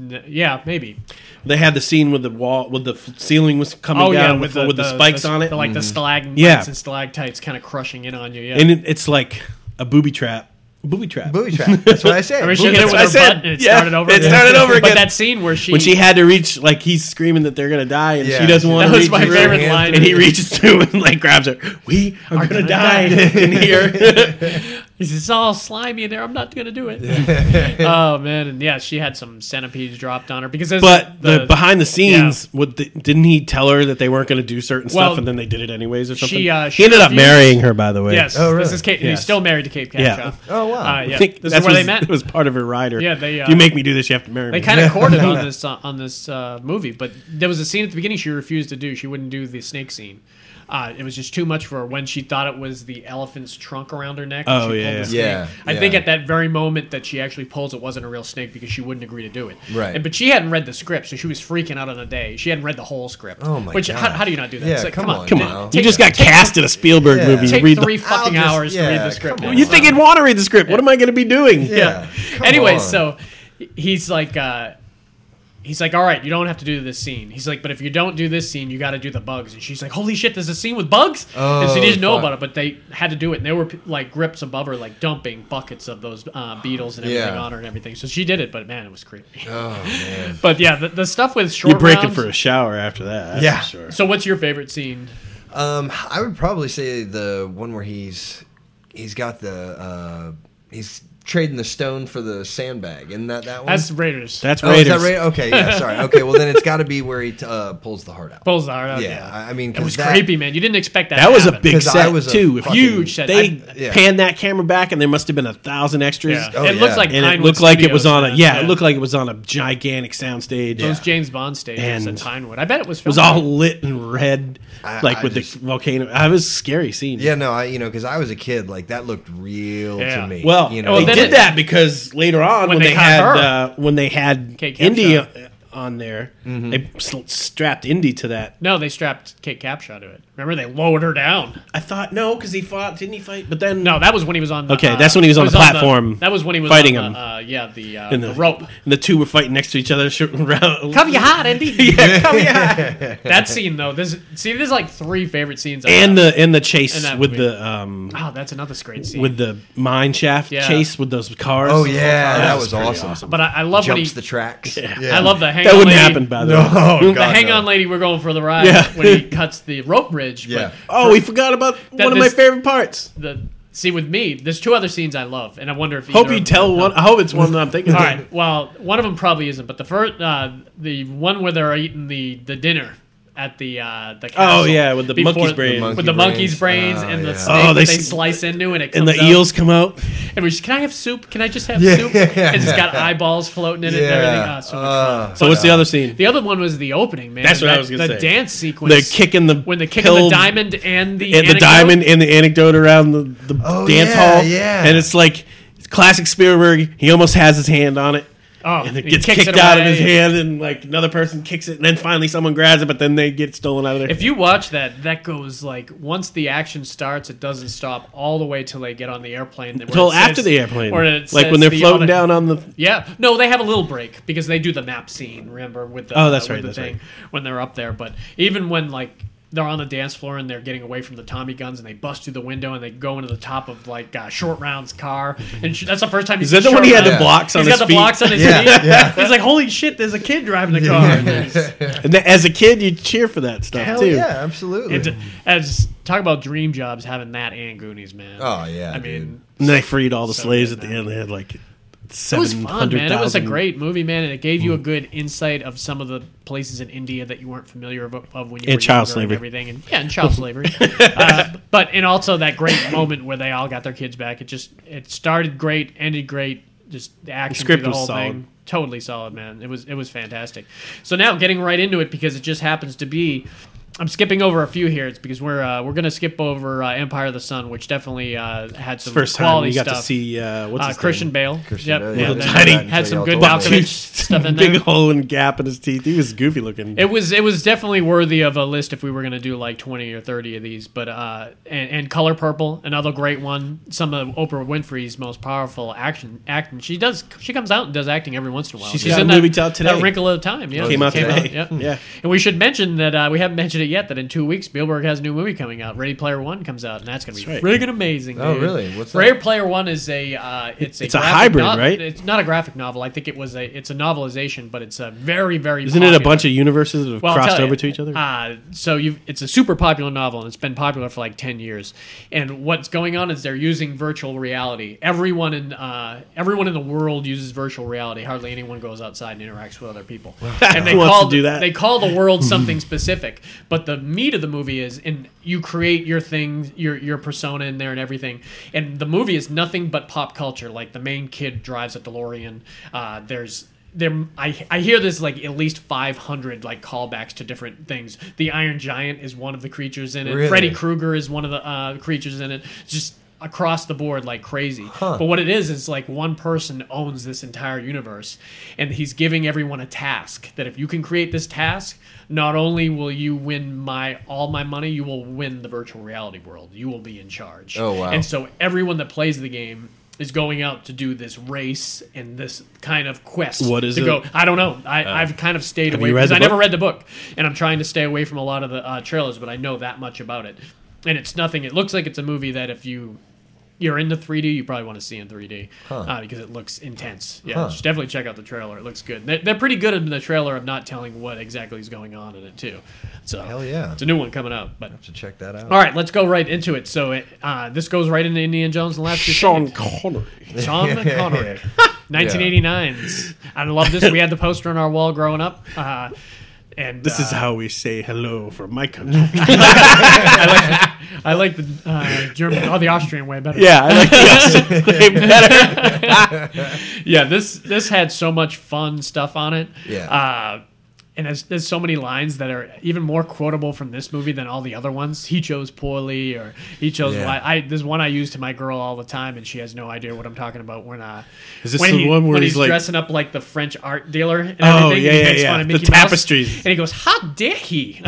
Speaker 3: n- yeah, maybe.
Speaker 5: They had the scene with the wall, with the f- ceiling was coming
Speaker 3: oh yeah,
Speaker 5: down with, the, with the, spikes
Speaker 3: the-
Speaker 5: on it,
Speaker 3: the, like the stalagmites
Speaker 5: Yeah.
Speaker 3: and stalactites kind of crushing in on you. Yeah,
Speaker 5: and it, it's like a booby trap. Booby trap.
Speaker 4: Booby trap. That's what I say.
Speaker 3: I mean, she hit it with
Speaker 5: That's what I
Speaker 3: her
Speaker 5: said.
Speaker 3: butt and it
Speaker 5: Yeah,
Speaker 3: started over.
Speaker 5: it
Speaker 3: again.
Speaker 5: started over
Speaker 3: But
Speaker 5: again.
Speaker 3: that scene where she,
Speaker 5: when she had to reach, like he's screaming that they're gonna die, and she
Speaker 4: Yeah.
Speaker 5: doesn't want
Speaker 3: that
Speaker 5: to
Speaker 3: was
Speaker 5: reach.
Speaker 3: my
Speaker 5: through.
Speaker 3: favorite
Speaker 4: hand
Speaker 3: line.
Speaker 5: and he reaches through and like grabs her. We are, gonna,
Speaker 3: gonna
Speaker 5: die,
Speaker 3: die.
Speaker 5: in here.
Speaker 3: He says, "It's all slimy in there. I'm not gonna do it." oh man, and yeah, she had some centipedes dropped on her because there's
Speaker 5: but the, behind the scenes, what the, didn't he tell her that they weren't going to do certain
Speaker 3: Well,
Speaker 5: stuff, and then they did it anyways or something?
Speaker 3: she, uh, she
Speaker 5: he ended up
Speaker 3: refused-
Speaker 5: marrying her, by the way.
Speaker 3: yes,
Speaker 4: Oh, really?
Speaker 3: this is Kate. and He's
Speaker 5: Yes.
Speaker 3: still married to Kate
Speaker 5: Yeah.
Speaker 3: Capshaw.
Speaker 4: Oh, wow.
Speaker 3: Uh, yeah,
Speaker 5: I think
Speaker 3: this is
Speaker 5: that's
Speaker 3: where
Speaker 5: what-
Speaker 3: they met.
Speaker 5: It was part of her rider.
Speaker 3: Yeah, they, uh,
Speaker 5: you make me do this, you have to marry
Speaker 3: They
Speaker 5: me.
Speaker 3: kind of courted on this uh, on this uh, movie, but there was a scene at the beginning she refused to do. She wouldn't do the snake scene. Uh, it was just too much for her when she thought it was the elephant's trunk around her neck. and
Speaker 5: Oh,
Speaker 3: she pulled
Speaker 5: yeah,
Speaker 3: the
Speaker 5: yeah.
Speaker 3: snake.
Speaker 4: Yeah,
Speaker 3: I think
Speaker 4: yeah.
Speaker 3: at that very moment that she actually pulls, it wasn't a real snake because she wouldn't agree to do it.
Speaker 4: Right.
Speaker 3: And, but she hadn't read the script, so she was freaking out on the day. She hadn't read the whole script.
Speaker 4: Oh, my
Speaker 3: Which How,
Speaker 4: God.
Speaker 3: how do you not do that?
Speaker 4: Yeah,
Speaker 3: It's like,
Speaker 4: come
Speaker 3: come on,
Speaker 4: on,
Speaker 5: Come
Speaker 4: Yeah.
Speaker 5: on,
Speaker 3: Take,
Speaker 5: you just got cast in a Spielberg
Speaker 4: Yeah.
Speaker 5: movie.
Speaker 3: take
Speaker 5: read
Speaker 3: three
Speaker 5: the,
Speaker 3: fucking
Speaker 4: I'll just-
Speaker 3: hours to read
Speaker 4: yeah,
Speaker 3: the script.
Speaker 4: come
Speaker 3: man.
Speaker 4: on.
Speaker 5: you think he'd want to read the script? What am I going to be doing?
Speaker 4: Yeah. Come
Speaker 3: anyway,
Speaker 4: on.
Speaker 3: so he's like, uh, he's like, all right, you don't have to do this scene. He's like, but if you don't do this scene, you got to do the bugs. And she's like, holy shit, there's a scene with bugs. and she
Speaker 4: Oh,
Speaker 3: didn't know
Speaker 4: fuck.
Speaker 3: about it, but they had to do it. And they were like grips above her, like dumping buckets of those uh, beetles and everything
Speaker 4: Yeah.
Speaker 3: on her and everything. So she did it, but man, it was creepy. Oh man. but yeah, the, the stuff with short.
Speaker 5: You break it
Speaker 3: rounds-
Speaker 5: for a shower after that.
Speaker 4: Yeah.
Speaker 5: That's for sure.
Speaker 3: So what's your favorite scene?
Speaker 4: Um, I would probably say the one where he's he's got the uh, he's trading the stone for the sandbag. Isn't that that one?
Speaker 3: That's Raiders.
Speaker 5: That's
Speaker 4: oh, is
Speaker 5: Raiders.
Speaker 4: that right? Okay, yeah, sorry. Okay, well then it's got to be where he uh, pulls the heart out.
Speaker 3: Pulls that out.
Speaker 4: yeah,
Speaker 3: Yeah.
Speaker 4: I I mean,
Speaker 3: It was
Speaker 4: that,
Speaker 3: creepy, man. You didn't expect that.
Speaker 5: That
Speaker 3: to
Speaker 5: was a
Speaker 3: happen.
Speaker 5: big
Speaker 4: 'Cause I
Speaker 5: set
Speaker 4: was a
Speaker 5: too. If
Speaker 4: fucking-
Speaker 3: Huge set.
Speaker 5: They
Speaker 3: I-
Speaker 4: yeah.
Speaker 5: panned that camera back, and there must have been a thousand extras.
Speaker 3: Yeah.
Speaker 4: Oh,
Speaker 3: it looks
Speaker 4: yeah.
Speaker 3: like
Speaker 5: and it
Speaker 3: Pinewood
Speaker 5: looked like it was
Speaker 3: Studios,
Speaker 5: on a
Speaker 3: man.
Speaker 5: yeah, it looked like it was on a gigantic soundstage.
Speaker 3: those
Speaker 5: It
Speaker 3: James Bond stages
Speaker 5: And-
Speaker 3: at Pinewood. I bet it was
Speaker 5: was
Speaker 3: filmed.
Speaker 5: all lit and red, like
Speaker 4: I
Speaker 5: with
Speaker 4: just-
Speaker 5: the volcano. It was a scary scene.
Speaker 4: Yeah, no, I you know because I was a kid, like that looked real
Speaker 3: Yeah.
Speaker 4: to me.
Speaker 5: Well,
Speaker 4: you know,
Speaker 3: well,
Speaker 5: they
Speaker 3: then
Speaker 5: did
Speaker 3: it-
Speaker 5: that because later on when,
Speaker 3: they
Speaker 5: they,
Speaker 3: caught
Speaker 5: had
Speaker 3: her.
Speaker 5: uh, when they had
Speaker 3: Kate Capshaw.
Speaker 5: India on there.
Speaker 4: Mm-hmm.
Speaker 5: They s- strapped Indy to that.
Speaker 3: No, they strapped Kate Capshaw to it. Remember, they lowered her down.
Speaker 5: I thought no, because he fought. Didn't he fight? But then
Speaker 3: No, that was when he was on. The,
Speaker 5: Okay,
Speaker 3: uh,
Speaker 5: that's when he was on the platform
Speaker 3: that was when he was
Speaker 5: fighting
Speaker 3: on
Speaker 5: him.
Speaker 3: the, Uh, yeah, the, uh,
Speaker 5: and
Speaker 3: the rope.
Speaker 5: And the two were fighting next to each other. sh- around-
Speaker 3: Cover your heart, Andy. yeah, cover your heart. that scene though, this see, there's like three favorite scenes. I
Speaker 5: and
Speaker 3: have.
Speaker 5: the and the chase
Speaker 3: And that
Speaker 5: with
Speaker 3: movie.
Speaker 5: the um
Speaker 3: oh, that's another great scene.
Speaker 5: with the mine shaft
Speaker 3: Yeah.
Speaker 5: chase with those cars.
Speaker 4: Oh yeah, that was
Speaker 5: pretty
Speaker 4: awesome.
Speaker 3: but I, I love when he.
Speaker 4: Jumps the tracks. Yeah.
Speaker 3: I love the hang.
Speaker 5: That
Speaker 3: on
Speaker 5: wouldn't
Speaker 3: lady-
Speaker 5: happen by the way.
Speaker 4: Oh
Speaker 3: The hang on, lady, we're going for the ride
Speaker 5: Yeah.
Speaker 3: when he cuts the rope bridge.
Speaker 4: Yeah.
Speaker 3: But
Speaker 5: Oh, we forgot about
Speaker 3: That
Speaker 5: one of my
Speaker 3: this-
Speaker 5: favorite parts.
Speaker 3: the see with me, there's two other scenes I love, and I wonder if
Speaker 5: Hope
Speaker 3: either
Speaker 5: you
Speaker 3: of-
Speaker 5: tell one. I hope it's one that I'm thinking.
Speaker 3: All
Speaker 5: of.
Speaker 3: right. Well, one of them probably isn't, but the first, uh, the one where they're eating the the dinner at the uh, the castle.
Speaker 5: Oh, yeah, with the monkey's brain.
Speaker 3: with
Speaker 4: Monkey
Speaker 3: the monkey's brains
Speaker 4: brains. Ah,
Speaker 3: and the
Speaker 4: yeah.
Speaker 3: snake
Speaker 5: Oh,
Speaker 3: that
Speaker 5: they
Speaker 3: they,
Speaker 5: s-
Speaker 3: slice into, and it
Speaker 5: And
Speaker 3: comes
Speaker 5: the
Speaker 3: out.
Speaker 5: eels come out.
Speaker 3: And we're just, can I have soup? Can I just have
Speaker 4: Yeah.
Speaker 3: soup? And it's got eyeballs floating in it and everything. Ah, so much fun.
Speaker 4: Uh,
Speaker 5: So what's the other scene?
Speaker 3: The other one was the opening, man.
Speaker 5: That's what I
Speaker 3: That-
Speaker 5: was gonna
Speaker 3: The
Speaker 5: say.
Speaker 3: dance sequence.
Speaker 5: They're kicking the
Speaker 3: when the kick of
Speaker 5: pill-
Speaker 3: the diamond and the
Speaker 5: and the
Speaker 3: anecdote.
Speaker 5: diamond and the anecdote around the, the
Speaker 4: Oh,
Speaker 5: dance
Speaker 4: yeah,
Speaker 5: hall.
Speaker 4: yeah.
Speaker 5: And it's like it's classic Spielberg. He almost has his hand on it.
Speaker 3: Oh,
Speaker 5: And it
Speaker 3: and he
Speaker 5: gets
Speaker 3: kicks
Speaker 5: kicked
Speaker 3: it
Speaker 5: out of
Speaker 3: away.
Speaker 5: his hand, and like another person kicks it, and then finally someone grabs it, but then they get stolen out of there.
Speaker 3: If you watch that, that goes like once the action starts, it doesn't stop all the way till they get on the airplane. where
Speaker 5: Until
Speaker 3: it says-
Speaker 5: after the airplane,
Speaker 3: or it
Speaker 5: like
Speaker 3: says
Speaker 5: when they're
Speaker 3: the
Speaker 5: floating
Speaker 3: other-
Speaker 5: down on the
Speaker 3: Yeah, no, they have a little break because they do the map scene. Remember with the
Speaker 5: Oh, that's
Speaker 3: with
Speaker 5: right,
Speaker 3: the
Speaker 5: that's
Speaker 3: thing
Speaker 5: right.
Speaker 3: when they're up there. But even when like they're on the dance floor and they're getting away from the Tommy guns and they bust through the window and they go into the top of like uh, Short Round's car and sh- that's the first time.
Speaker 5: Is that the one he had the blocks on
Speaker 3: He's
Speaker 5: his
Speaker 3: got the
Speaker 5: feet?
Speaker 3: blocks on his
Speaker 4: Yeah,
Speaker 3: feet. He's like, holy shit! There's a kid driving the car. And there's-
Speaker 5: And th- as a kid, you cheer for that stuff
Speaker 4: hell
Speaker 5: too.
Speaker 4: yeah, absolutely.
Speaker 3: It's, as talk about dream jobs, having that and Goonies, man.
Speaker 4: Oh, yeah,
Speaker 3: I
Speaker 4: dude.
Speaker 3: mean,
Speaker 5: And they freed all the
Speaker 3: So
Speaker 5: slaves
Speaker 3: good,
Speaker 5: at the
Speaker 3: man.
Speaker 5: end. They had like
Speaker 3: it was
Speaker 5: seven
Speaker 3: fun,
Speaker 5: hundred
Speaker 3: man.
Speaker 5: thousand. Mm.
Speaker 3: It was a great movie, man, and it gave you a good insight of some of the places in India that you weren't familiar of, of when you
Speaker 5: And
Speaker 3: were
Speaker 5: child
Speaker 3: younger
Speaker 5: slavery.
Speaker 3: and everything, and yeah, and child slavery. Uh, but and also that great moment where they all got their kids back. It just it started great, ended great. Just the action
Speaker 5: script
Speaker 3: through the
Speaker 5: was
Speaker 3: whole
Speaker 5: solid.
Speaker 3: thing, totally solid, man. It was it was fantastic. So now getting right into it because it just happens to be. I'm skipping over a few here. It's because we're uh, we're gonna skip over uh, Empire of the Sun, which definitely uh, had some
Speaker 5: First time
Speaker 3: quality
Speaker 5: we got
Speaker 3: stuff.
Speaker 5: to see uh, what's
Speaker 3: Uh,
Speaker 5: his
Speaker 3: Christian
Speaker 5: name?
Speaker 3: Bale.
Speaker 4: Christian
Speaker 3: yep.
Speaker 4: Bale,
Speaker 3: yeah,
Speaker 4: yeah.
Speaker 3: and
Speaker 5: Little
Speaker 3: then
Speaker 5: tiny-
Speaker 3: had some good
Speaker 4: Buck
Speaker 3: Malkovich
Speaker 5: Huge
Speaker 3: stuff in
Speaker 5: big
Speaker 3: there.
Speaker 5: hole and gap in his teeth. He was goofy looking.
Speaker 3: It was it was definitely worthy of a list if we were going to do like twenty or thirty of these. But uh, and, and Color Purple, another great one. Some of Oprah Winfrey's most powerful action acting. She does she comes out and does acting every once in a while.
Speaker 5: She's got a movie out today.
Speaker 3: That Wrinkle of Time. Yeah,
Speaker 5: Came out today.
Speaker 3: yep.
Speaker 5: Yeah.
Speaker 3: And we should mention that uh, we haven't mentioned it yet. That in two weeks, Spielberg has a new movie coming out. Ready Player One comes out, and that's going to be
Speaker 5: That's right.
Speaker 3: friggin' amazing.
Speaker 4: Oh,
Speaker 3: dude.
Speaker 4: really? What's that?
Speaker 3: Ready Player One is a uh, it's a
Speaker 5: It's a
Speaker 3: graphic
Speaker 5: hybrid,
Speaker 3: nov-
Speaker 5: right?
Speaker 3: It's not a graphic novel. I think it was a it's a novelization, but it's a very very.
Speaker 5: Isn't it a
Speaker 3: popular-
Speaker 5: bunch of universes that have
Speaker 3: I'll
Speaker 5: crossed
Speaker 3: tell you,
Speaker 5: over to each other?
Speaker 3: Uh, so you, it's a super popular novel, and it's been popular for like ten years. And what's going on is they're using virtual reality. Everyone in uh, everyone in the world uses virtual reality. Hardly anyone goes outside and interacts with other people. And
Speaker 5: Who wants
Speaker 3: call
Speaker 5: to do that?
Speaker 3: They call the world something specific, but the meat of the movie is, and you create your thing, your your persona in there, and everything. And the movie is nothing but pop culture. Like the main kid drives a DeLorean. Uh, there's there, I, I hear there's like at least 500 like callbacks to different things. The Iron Giant is one of the creatures in it.
Speaker 4: Really?
Speaker 3: Freddy Krueger is one of the uh, creatures in it. Just across the board like crazy. But what it is is like one person owns this entire universe and he's giving everyone a task that if you can create this task, not only will you win my all my money, you will win the virtual reality world. You will be in charge.
Speaker 4: Oh, wow.
Speaker 3: And so everyone that plays the game is going out to do this race and this kind of quest.
Speaker 5: What is
Speaker 3: to
Speaker 5: it?
Speaker 3: Go. I don't know. I,
Speaker 4: Uh.
Speaker 3: I've kind of stayed
Speaker 5: Have
Speaker 3: away
Speaker 5: you read
Speaker 3: because
Speaker 5: the
Speaker 3: I never
Speaker 5: book?
Speaker 3: read the book, and I'm trying to stay away from a lot of the uh, trailers, but I know that much about it. And it's nothing. It looks like it's a movie that if you you're into 3D, you probably want to see in 3D uh, because it looks intense. Yeah,
Speaker 4: Huh.
Speaker 3: just definitely check out the trailer. It looks good. They're, they're pretty good in the trailer of not telling what exactly is going on in it too. So
Speaker 4: Hell yeah.
Speaker 3: it's a new one coming up. But
Speaker 4: to check that out.
Speaker 3: all right, let's go right into it. So it, uh, this goes right into Indiana Jones and the last
Speaker 5: Sean
Speaker 3: Crusade.
Speaker 5: Connery.
Speaker 3: Sean Connery. 1989's. I love this. We had the poster on our wall growing up. Uh, and
Speaker 5: This
Speaker 3: uh,
Speaker 5: is how we say hello from my country.
Speaker 3: I like the uh, German, oh, the Austrian way better.
Speaker 5: yeah, I like
Speaker 3: yeah. This this had so much fun stuff on it.
Speaker 4: Yeah.
Speaker 3: Uh, and there's, there's so many lines that are even more quotable from this movie than all the other ones. He chose poorly, or he chose.
Speaker 4: Yeah.
Speaker 3: Why, I there's one I use to my girl all the time, and she has no idea what I'm talking about when uh
Speaker 5: Is this
Speaker 3: when
Speaker 5: the one where
Speaker 3: when
Speaker 5: he's like-
Speaker 3: dressing up like the French art dealer and
Speaker 5: Oh,
Speaker 3: everything?
Speaker 5: yeah,
Speaker 3: and he
Speaker 5: yeah,
Speaker 3: makes
Speaker 5: yeah.
Speaker 3: Fun of
Speaker 5: The
Speaker 3: Mickey Mouse,
Speaker 5: tapestries.
Speaker 3: and he goes, "How dare he!"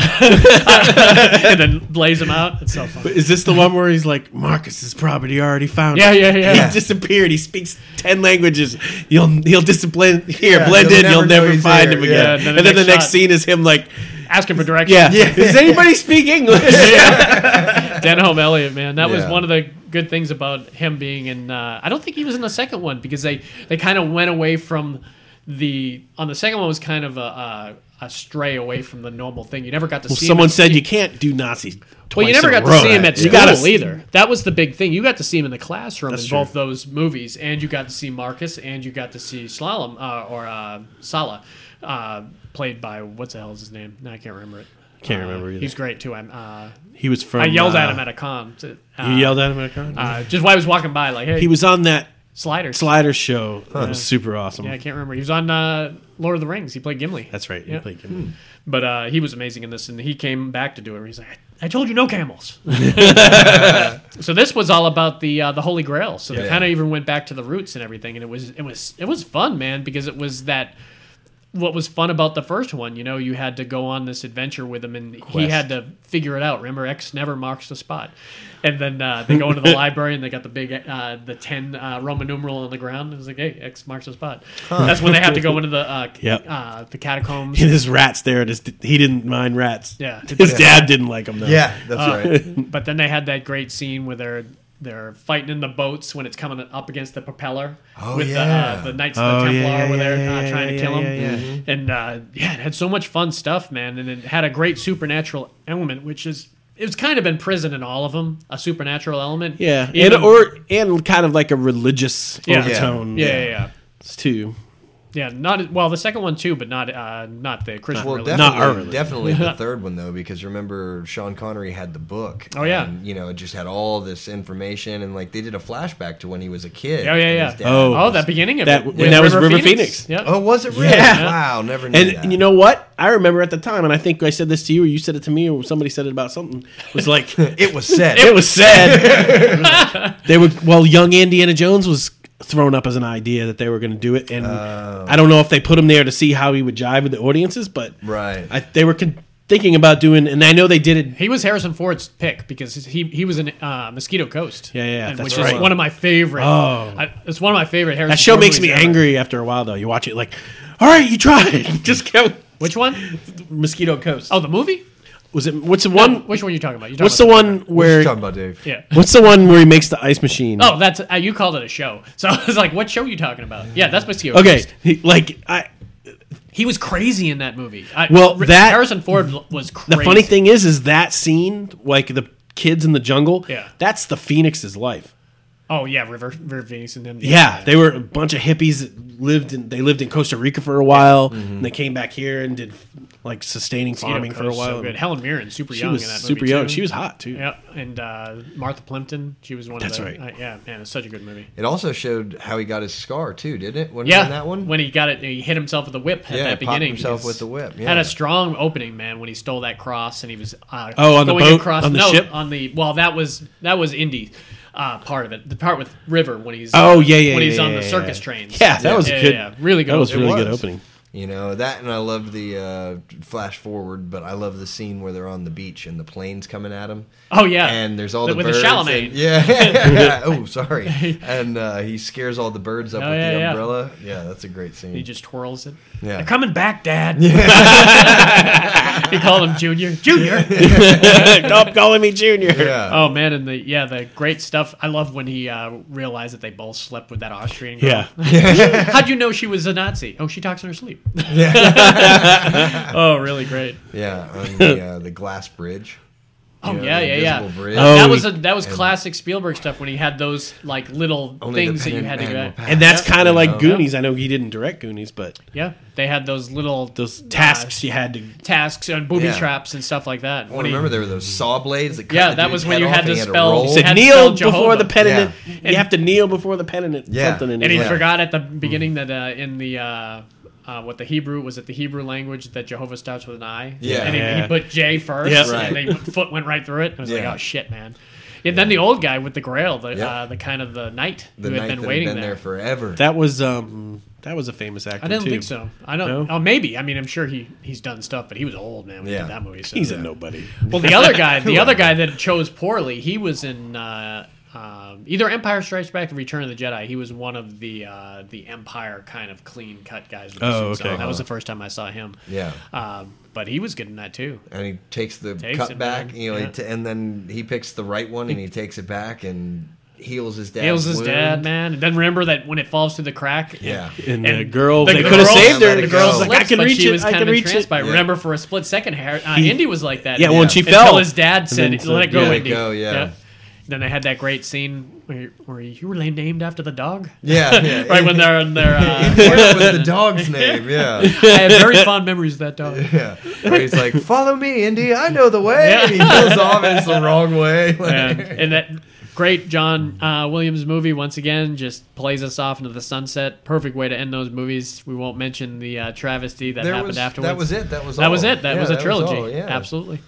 Speaker 3: and then blaze him out. It's so funny.
Speaker 5: Is this the one where he's like, Marcus's property already found?
Speaker 3: Yeah,
Speaker 5: it."
Speaker 3: yeah, yeah.
Speaker 5: He disappeared. He speaks ten languages. You'll he'll discipline here,
Speaker 4: Yeah,
Speaker 5: blend
Speaker 4: you'll
Speaker 5: in. You'll
Speaker 4: never know
Speaker 5: never
Speaker 4: he's
Speaker 5: find
Speaker 4: there,
Speaker 5: him
Speaker 4: yeah.
Speaker 5: again. and then the next
Speaker 3: shot-
Speaker 5: scene is him like,
Speaker 3: Asking for directions.
Speaker 5: yeah, does anybody speak English?
Speaker 3: Denholm Elliott, man, that was
Speaker 4: Yeah.
Speaker 3: one of the good things about him being in. Uh, I don't think he was in the second one because they they kind of went away from the on the second one was kind of a, a, a stray away from the normal thing. You never got to
Speaker 5: Well,
Speaker 3: see.
Speaker 5: someone
Speaker 3: him.
Speaker 5: said you can't do Nazis. Twice
Speaker 3: Well, you never
Speaker 5: in a
Speaker 3: got to
Speaker 5: row.
Speaker 3: see him at
Speaker 5: You
Speaker 3: school
Speaker 5: gotta see-
Speaker 3: either. That was the big thing. You got to see him in the classroom
Speaker 5: That's
Speaker 3: in
Speaker 5: true.
Speaker 3: both those movies, and you got to see Marcus, and you got to see Slalom uh, or uh, Sala, uh, played by what's the hell is his name? No, I can't remember it.
Speaker 5: Can't
Speaker 3: Uh,
Speaker 5: remember either.
Speaker 3: He's great too. I'm. Uh,
Speaker 5: He was from.
Speaker 3: I yelled at
Speaker 5: uh,
Speaker 3: him at a com. to- uh,
Speaker 5: You yelled at him at a con.
Speaker 3: uh, just while I was walking by, like, hey,
Speaker 5: he was on that
Speaker 3: sliders.
Speaker 5: slider show. That was super awesome.
Speaker 3: Yeah, I can't remember. He was on uh, Lord of the Rings. He played Gimli.
Speaker 5: That's right.
Speaker 3: Yeah.
Speaker 5: You played him.
Speaker 3: But uh, he was amazing in this, and he came back to do it. He's like, I, I told you no camels. so this was all about the uh, the Holy Grail. So they
Speaker 4: Yeah.
Speaker 3: kind of even went back to the roots and everything, and it was it was it was fun, man, because it was that. What was fun about the first one, you know, you had to go on this adventure with him, and he
Speaker 5: Quest.
Speaker 3: had to figure it out. Remember, X never marks the spot, and then uh, they go into the library and they got the big, uh, the ten uh, Roman numeral on the ground. It was like, hey, X marks the spot. That's when they have to go into the uh,
Speaker 5: Yep.
Speaker 3: uh, the catacombs.
Speaker 5: And his rats there. and His, he didn't mind rats.
Speaker 3: Yeah.
Speaker 5: His dad didn't like him though.
Speaker 4: Yeah, that's
Speaker 3: Uh,
Speaker 4: right.
Speaker 3: But then they had that great scene where they're they're fighting in the boats when it's coming up against the propeller
Speaker 4: Oh,
Speaker 3: with the,
Speaker 4: yeah. Mm-hmm.
Speaker 3: uh, the Knights
Speaker 5: Oh,
Speaker 3: of the
Speaker 5: yeah,
Speaker 3: Templar
Speaker 5: yeah,
Speaker 3: where
Speaker 5: yeah,
Speaker 3: they're
Speaker 5: yeah,
Speaker 3: uh,
Speaker 5: yeah,
Speaker 3: trying to
Speaker 5: yeah,
Speaker 3: kill
Speaker 5: yeah,
Speaker 3: him. And uh, yeah, it had so much fun stuff, man, and it had a great supernatural element, which is it's kind of been present in all of them, a supernatural element.
Speaker 5: Yeah,
Speaker 3: Even-
Speaker 5: and or and kind of like a religious
Speaker 3: Yeah.
Speaker 5: overtone.
Speaker 3: yeah, yeah, yeah.
Speaker 5: It's too.
Speaker 3: Yeah, not well. The second one too, but not uh, not the Christian.
Speaker 4: Well,
Speaker 3: religion.
Speaker 4: definitely,
Speaker 5: Not early.
Speaker 4: definitely the third one though, because remember Sean Connery had the book.
Speaker 3: Oh, yeah.
Speaker 4: and, you know it just had all this information, and like they did a flashback to when he was a kid.
Speaker 3: Oh yeah,
Speaker 4: and
Speaker 3: yeah.
Speaker 4: his dad-
Speaker 5: Oh.
Speaker 3: oh, that beginning of
Speaker 5: That-
Speaker 3: it.
Speaker 5: when
Speaker 3: with
Speaker 5: that was River Phoenix.
Speaker 3: Yep.
Speaker 4: oh, was it really?
Speaker 5: Yeah.
Speaker 4: Wow, never knew
Speaker 5: And
Speaker 4: that.
Speaker 5: you know what? I remember at the time, and I think I said this to you, or you said it to me, or somebody said it about something. Was like it
Speaker 4: it was said.
Speaker 5: was said. they were well, young Indiana Jones was thrown up as an idea that they were going to do it, and I don't know if they put him there to see how he would jive with the audiences, but
Speaker 4: Right.
Speaker 5: I, they were con- thinking about doing, and I know they did it
Speaker 3: He was Harrison Ford's pick because he he was in uh, Mosquito Coast.
Speaker 5: Yeah, yeah,
Speaker 3: and-
Speaker 5: that's
Speaker 3: which
Speaker 5: right.
Speaker 3: is one of my favorite.
Speaker 5: Oh.
Speaker 3: I, it's one of my favorite Harrison.
Speaker 5: That show
Speaker 3: Ford
Speaker 5: makes me
Speaker 3: movies ever.
Speaker 5: angry after a while, though. You watch it like, all right, you tried. Just go.
Speaker 3: Which one?
Speaker 5: Mosquito Coast.
Speaker 3: Oh, the movie.
Speaker 5: was it? What's the
Speaker 3: One.
Speaker 5: one?
Speaker 3: which one are you talking about? You talking
Speaker 5: What's the
Speaker 3: about
Speaker 5: one
Speaker 4: what are
Speaker 5: where?
Speaker 4: you talking about, Dave?
Speaker 3: Yeah.
Speaker 5: What's the one where he makes the ice machine?
Speaker 3: Oh, that's uh, you called it a show. So I was like, "What show are you talking about?" Yeah, that's Mosquito.
Speaker 5: okay.
Speaker 3: Coast.
Speaker 5: He, like I,
Speaker 3: he was crazy in that movie. I,
Speaker 5: Well,
Speaker 3: Ri-
Speaker 5: that-
Speaker 3: Harrison Ford l- was
Speaker 5: the
Speaker 3: crazy.
Speaker 5: funny thing is, is that scene like the kids in the jungle.
Speaker 3: Yeah.
Speaker 5: That's the Phoenix's life.
Speaker 3: Oh yeah, River River Phoenix and them.
Speaker 5: Yeah, they were a bunch of hippies. That lived in they lived in Costa Rica for a while,
Speaker 3: Mm-hmm.
Speaker 5: and they came back here and did like sustaining
Speaker 3: Mosquito
Speaker 5: farming
Speaker 3: Coast
Speaker 5: for a
Speaker 3: is
Speaker 5: while.
Speaker 3: So good. Helen Mirren, super
Speaker 5: she
Speaker 3: young
Speaker 5: was
Speaker 3: in that
Speaker 5: super
Speaker 3: movie
Speaker 5: young.
Speaker 3: too.
Speaker 5: She was hot too.
Speaker 3: Yeah, and uh, Martha Plimpton. She was one
Speaker 5: That's
Speaker 3: of the.
Speaker 5: right.
Speaker 3: uh, yeah, man, it's such a good movie.
Speaker 4: It also showed how he got his scar too, didn't it? When
Speaker 3: Yeah,
Speaker 4: in that one.
Speaker 3: when he got it, he hit himself with the whip at
Speaker 4: Yeah,
Speaker 3: that
Speaker 4: he popped
Speaker 3: beginning.
Speaker 4: himself
Speaker 3: because
Speaker 4: with the whip, yeah.
Speaker 3: Had a strong opening, man, when he stole that cross and he was uh,
Speaker 5: Oh, on the
Speaker 3: going
Speaker 5: boat?
Speaker 3: across,
Speaker 5: On the
Speaker 3: no,
Speaker 5: ship?
Speaker 3: on the well that was that was Indy uh, part of it. The part with River when he's
Speaker 5: Oh, yeah, yeah,
Speaker 3: when
Speaker 5: yeah,
Speaker 3: he's
Speaker 5: yeah,
Speaker 3: on the
Speaker 5: yeah,
Speaker 3: circus
Speaker 5: yeah.
Speaker 3: trains.
Speaker 5: Yeah, that was a
Speaker 3: yeah,
Speaker 5: good-
Speaker 3: yeah. really good.
Speaker 5: That was
Speaker 3: opening.
Speaker 5: really good
Speaker 4: was.
Speaker 5: opening.
Speaker 4: You know that, and I love the uh, flash forward, but I love the scene where they're on the beach and the plane's coming at them.
Speaker 3: Oh yeah,
Speaker 4: and there's all the,
Speaker 3: with
Speaker 4: birds.
Speaker 3: the Chalamet.
Speaker 4: and- yeah. oh, sorry. And uh, he scares all the birds up
Speaker 3: Oh,
Speaker 4: with
Speaker 3: yeah,
Speaker 4: the
Speaker 3: yeah.
Speaker 4: umbrella. Yeah, that's a great scene.
Speaker 3: He just twirls it.
Speaker 4: Yeah.
Speaker 3: They're coming back, Dad. he called him Junior. Junior.
Speaker 5: Stop calling me Junior.
Speaker 4: yeah.
Speaker 3: Oh man, and the yeah, the great stuff. I love when he uh, realized that they both slept with that Austrian girl.
Speaker 5: Yeah.
Speaker 3: How'd you know she was a Nazi? Oh, she talks in her sleep. oh, really great.
Speaker 4: Yeah, on the, uh, the glass bridge.
Speaker 3: Oh
Speaker 4: You know,
Speaker 3: yeah,
Speaker 4: the
Speaker 3: yeah, yeah.
Speaker 4: invisible bridge.
Speaker 5: Oh,
Speaker 3: that was
Speaker 5: he-
Speaker 3: a, that was classic Spielberg stuff when he had those like little
Speaker 4: Only the
Speaker 3: things that you
Speaker 4: pen
Speaker 3: had to
Speaker 4: and
Speaker 3: go.
Speaker 4: will pass.
Speaker 5: And that's
Speaker 3: Yeah.
Speaker 5: kind of like
Speaker 4: Yeah.
Speaker 5: Goonies. I know he didn't direct Goonies, but
Speaker 3: Yeah, they had those little
Speaker 5: those
Speaker 3: uh,
Speaker 5: tasks you had to.
Speaker 3: tasks and booby
Speaker 4: Yeah.
Speaker 3: traps and stuff like that.
Speaker 4: I
Speaker 3: When he-
Speaker 4: remember there were those saw blades that cut
Speaker 3: Yeah,
Speaker 4: the
Speaker 3: that
Speaker 4: dude's
Speaker 3: was when
Speaker 4: head
Speaker 3: you
Speaker 4: off
Speaker 3: had
Speaker 4: and
Speaker 3: to
Speaker 4: he to
Speaker 3: spell-
Speaker 4: roll.
Speaker 3: Said- Had
Speaker 5: kneel
Speaker 3: spelled
Speaker 5: before
Speaker 3: Jehovah.
Speaker 5: the pen
Speaker 4: Yeah.
Speaker 5: and it. You have to kneel before the pen and it.
Speaker 4: Yeah. Hmm.
Speaker 5: Something in
Speaker 3: and
Speaker 5: it.
Speaker 3: he
Speaker 4: Yeah.
Speaker 3: forgot at the beginning that uh, in the uh, uh, what the Hebrew was it the Hebrew language that Jehovah starts with an I?
Speaker 4: Yeah.
Speaker 3: and he, he
Speaker 5: Yeah.
Speaker 3: put J first,
Speaker 5: Yeah.
Speaker 3: and they foot went right through it. I was
Speaker 4: Yeah.
Speaker 3: like, oh shit, man. And then the old guy with the Grail, the
Speaker 4: Yeah.
Speaker 3: uh, the kind of the knight
Speaker 4: The
Speaker 3: who
Speaker 4: night
Speaker 3: had been
Speaker 4: that
Speaker 3: waiting
Speaker 4: had been there.
Speaker 3: there.
Speaker 4: forever.
Speaker 5: That was um that was a famous actor.
Speaker 3: I didn't
Speaker 5: too.
Speaker 3: think so. I don't.
Speaker 5: No?
Speaker 3: Oh, maybe. I mean, I'm sure he he's done stuff, but he was old man when
Speaker 4: Yeah.
Speaker 3: he did that movie. So
Speaker 5: He's a nobody.
Speaker 3: Well, the other guy, the other guy that chose poorly, he was in uh, um either Empire Strikes Back or Return of the Jedi. He was one of the uh, the Empire kind of clean cut guys. With the
Speaker 5: Oh,
Speaker 3: suits on.
Speaker 5: okay.
Speaker 3: That was the first time I saw him.
Speaker 4: Yeah.
Speaker 3: Um, but he was good in that too.
Speaker 4: and he takes the
Speaker 3: Takes
Speaker 4: cut
Speaker 3: it,
Speaker 4: back,
Speaker 3: man.
Speaker 4: you know, he
Speaker 3: Yeah.
Speaker 4: t- and then he picks the right one and he takes it back and heals his dad.
Speaker 3: Hails his
Speaker 4: wound.
Speaker 3: dad, man. And then remember that when it falls through the crack. and-
Speaker 4: Yeah.
Speaker 5: And,
Speaker 3: And
Speaker 5: the girl,
Speaker 3: the
Speaker 5: they
Speaker 3: girl-
Speaker 5: could have saved her.
Speaker 4: let
Speaker 5: The
Speaker 4: it
Speaker 5: girl's
Speaker 4: go.
Speaker 5: like,
Speaker 3: slips,
Speaker 5: I can
Speaker 3: but
Speaker 5: reach
Speaker 3: she
Speaker 5: it.
Speaker 3: was
Speaker 5: I
Speaker 3: kind
Speaker 5: can
Speaker 3: of
Speaker 5: reach
Speaker 3: entranced
Speaker 5: it.
Speaker 3: by. it.
Speaker 4: Yeah.
Speaker 3: Remember for a split second, Harry, uh,
Speaker 5: He-
Speaker 3: Indy was like that.
Speaker 5: Yeah, when she
Speaker 3: until
Speaker 5: fell.
Speaker 3: his dad said,
Speaker 5: then
Speaker 3: "Let
Speaker 5: said,
Speaker 3: it go,
Speaker 5: "Yeah, let it
Speaker 3: Indy."
Speaker 4: go, yeah.
Speaker 3: Then they had that great scene where, where you were named after the dog.
Speaker 4: Yeah, yeah.
Speaker 3: right when they're in their. Uh,
Speaker 4: Where was the dog's name? Yeah.
Speaker 3: I have very fond memories of that dog.
Speaker 4: Yeah. Where he's like, follow me, Indy. I know the way. And he goes off and it's the wrong way. Like,
Speaker 3: And, and that great John uh, Williams movie once again just plays us off into the sunset. Perfect way to end those movies. We won't mention the uh, travesty that
Speaker 4: there
Speaker 3: happened
Speaker 4: was,
Speaker 3: afterwards.
Speaker 4: That was it. That was
Speaker 3: That
Speaker 4: all.
Speaker 3: was it. That
Speaker 4: Yeah,
Speaker 3: was a trilogy.
Speaker 4: all, yeah.
Speaker 3: Absolutely.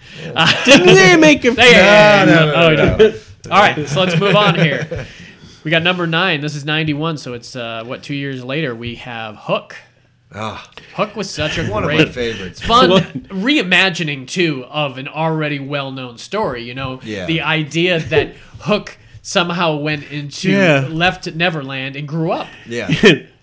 Speaker 5: Didn't they make him?
Speaker 3: Hey, hey, hey,
Speaker 4: No, no,
Speaker 3: hey.
Speaker 4: no,
Speaker 3: Oh,
Speaker 4: no,
Speaker 3: yeah. All right, so let's move on here. We got number nine. This is ninety-one, so it's uh, what two years later. We have Hook.
Speaker 4: Ah,
Speaker 3: Hook was such a
Speaker 4: one of my
Speaker 3: great
Speaker 4: favorites.
Speaker 3: fun reimagining too of an already well-known story you know
Speaker 4: Yeah.
Speaker 3: the idea that hook somehow went into
Speaker 5: Yeah.
Speaker 3: left neverland and grew up
Speaker 4: Yeah.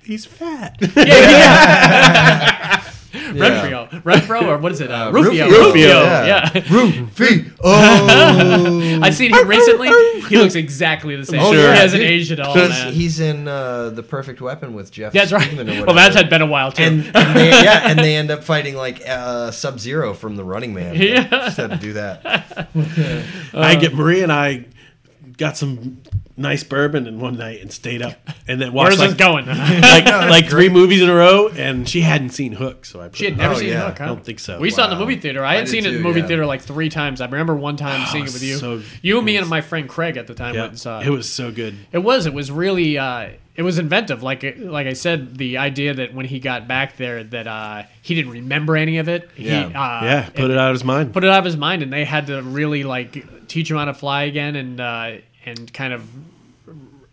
Speaker 5: He's fat.
Speaker 3: renfro renfro or what is it uh, rufio
Speaker 4: Rufio, yeah.
Speaker 3: yeah,
Speaker 4: Rufy. Oh.
Speaker 3: i've seen him recently he looks exactly the same
Speaker 4: Oh,
Speaker 3: he
Speaker 4: yeah,
Speaker 3: hasn't
Speaker 4: dude.
Speaker 3: aged at all
Speaker 4: He's,
Speaker 3: man.
Speaker 4: he's in uh, The Perfect Weapon with Jeff.
Speaker 3: that's right
Speaker 4: Speakman or
Speaker 3: well
Speaker 4: whatever.
Speaker 3: that's had been a while too
Speaker 4: And, and they, yeah, and they end up fighting like uh, Sub Zero from The Running Man. Yeah. Just had to do that.
Speaker 5: I get Maria and I got some nice bourbon in one night and stayed up and then
Speaker 3: where's this
Speaker 5: watched like,
Speaker 3: going
Speaker 5: like, like three movies in a row. And she hadn't seen Hook, so I put
Speaker 3: She had
Speaker 5: it on.
Speaker 3: never
Speaker 4: Oh,
Speaker 3: seen
Speaker 4: yeah.
Speaker 3: Hook, huh?
Speaker 5: I don't think so.
Speaker 3: We saw it in the
Speaker 4: Wow.
Speaker 3: movie theater. I,
Speaker 4: I
Speaker 3: had
Speaker 4: did
Speaker 3: seen it in the
Speaker 4: too,
Speaker 3: movie
Speaker 4: yeah.
Speaker 3: theater like three times. I remember one time seeing it with you.
Speaker 5: so
Speaker 3: you, me, and my friend Craig at the time went
Speaker 5: Yeah,
Speaker 3: and saw it.
Speaker 5: it was so good.
Speaker 3: It was. It was really. Uh, it was inventive. Like like I said, the idea that when he got back there, that uh, he didn't remember any of it. He,
Speaker 4: Yeah.
Speaker 3: uh,
Speaker 5: yeah, put it, out of his mind.
Speaker 3: put it out of his mind, and they had to really like teach him how to fly again, and uh, and kind of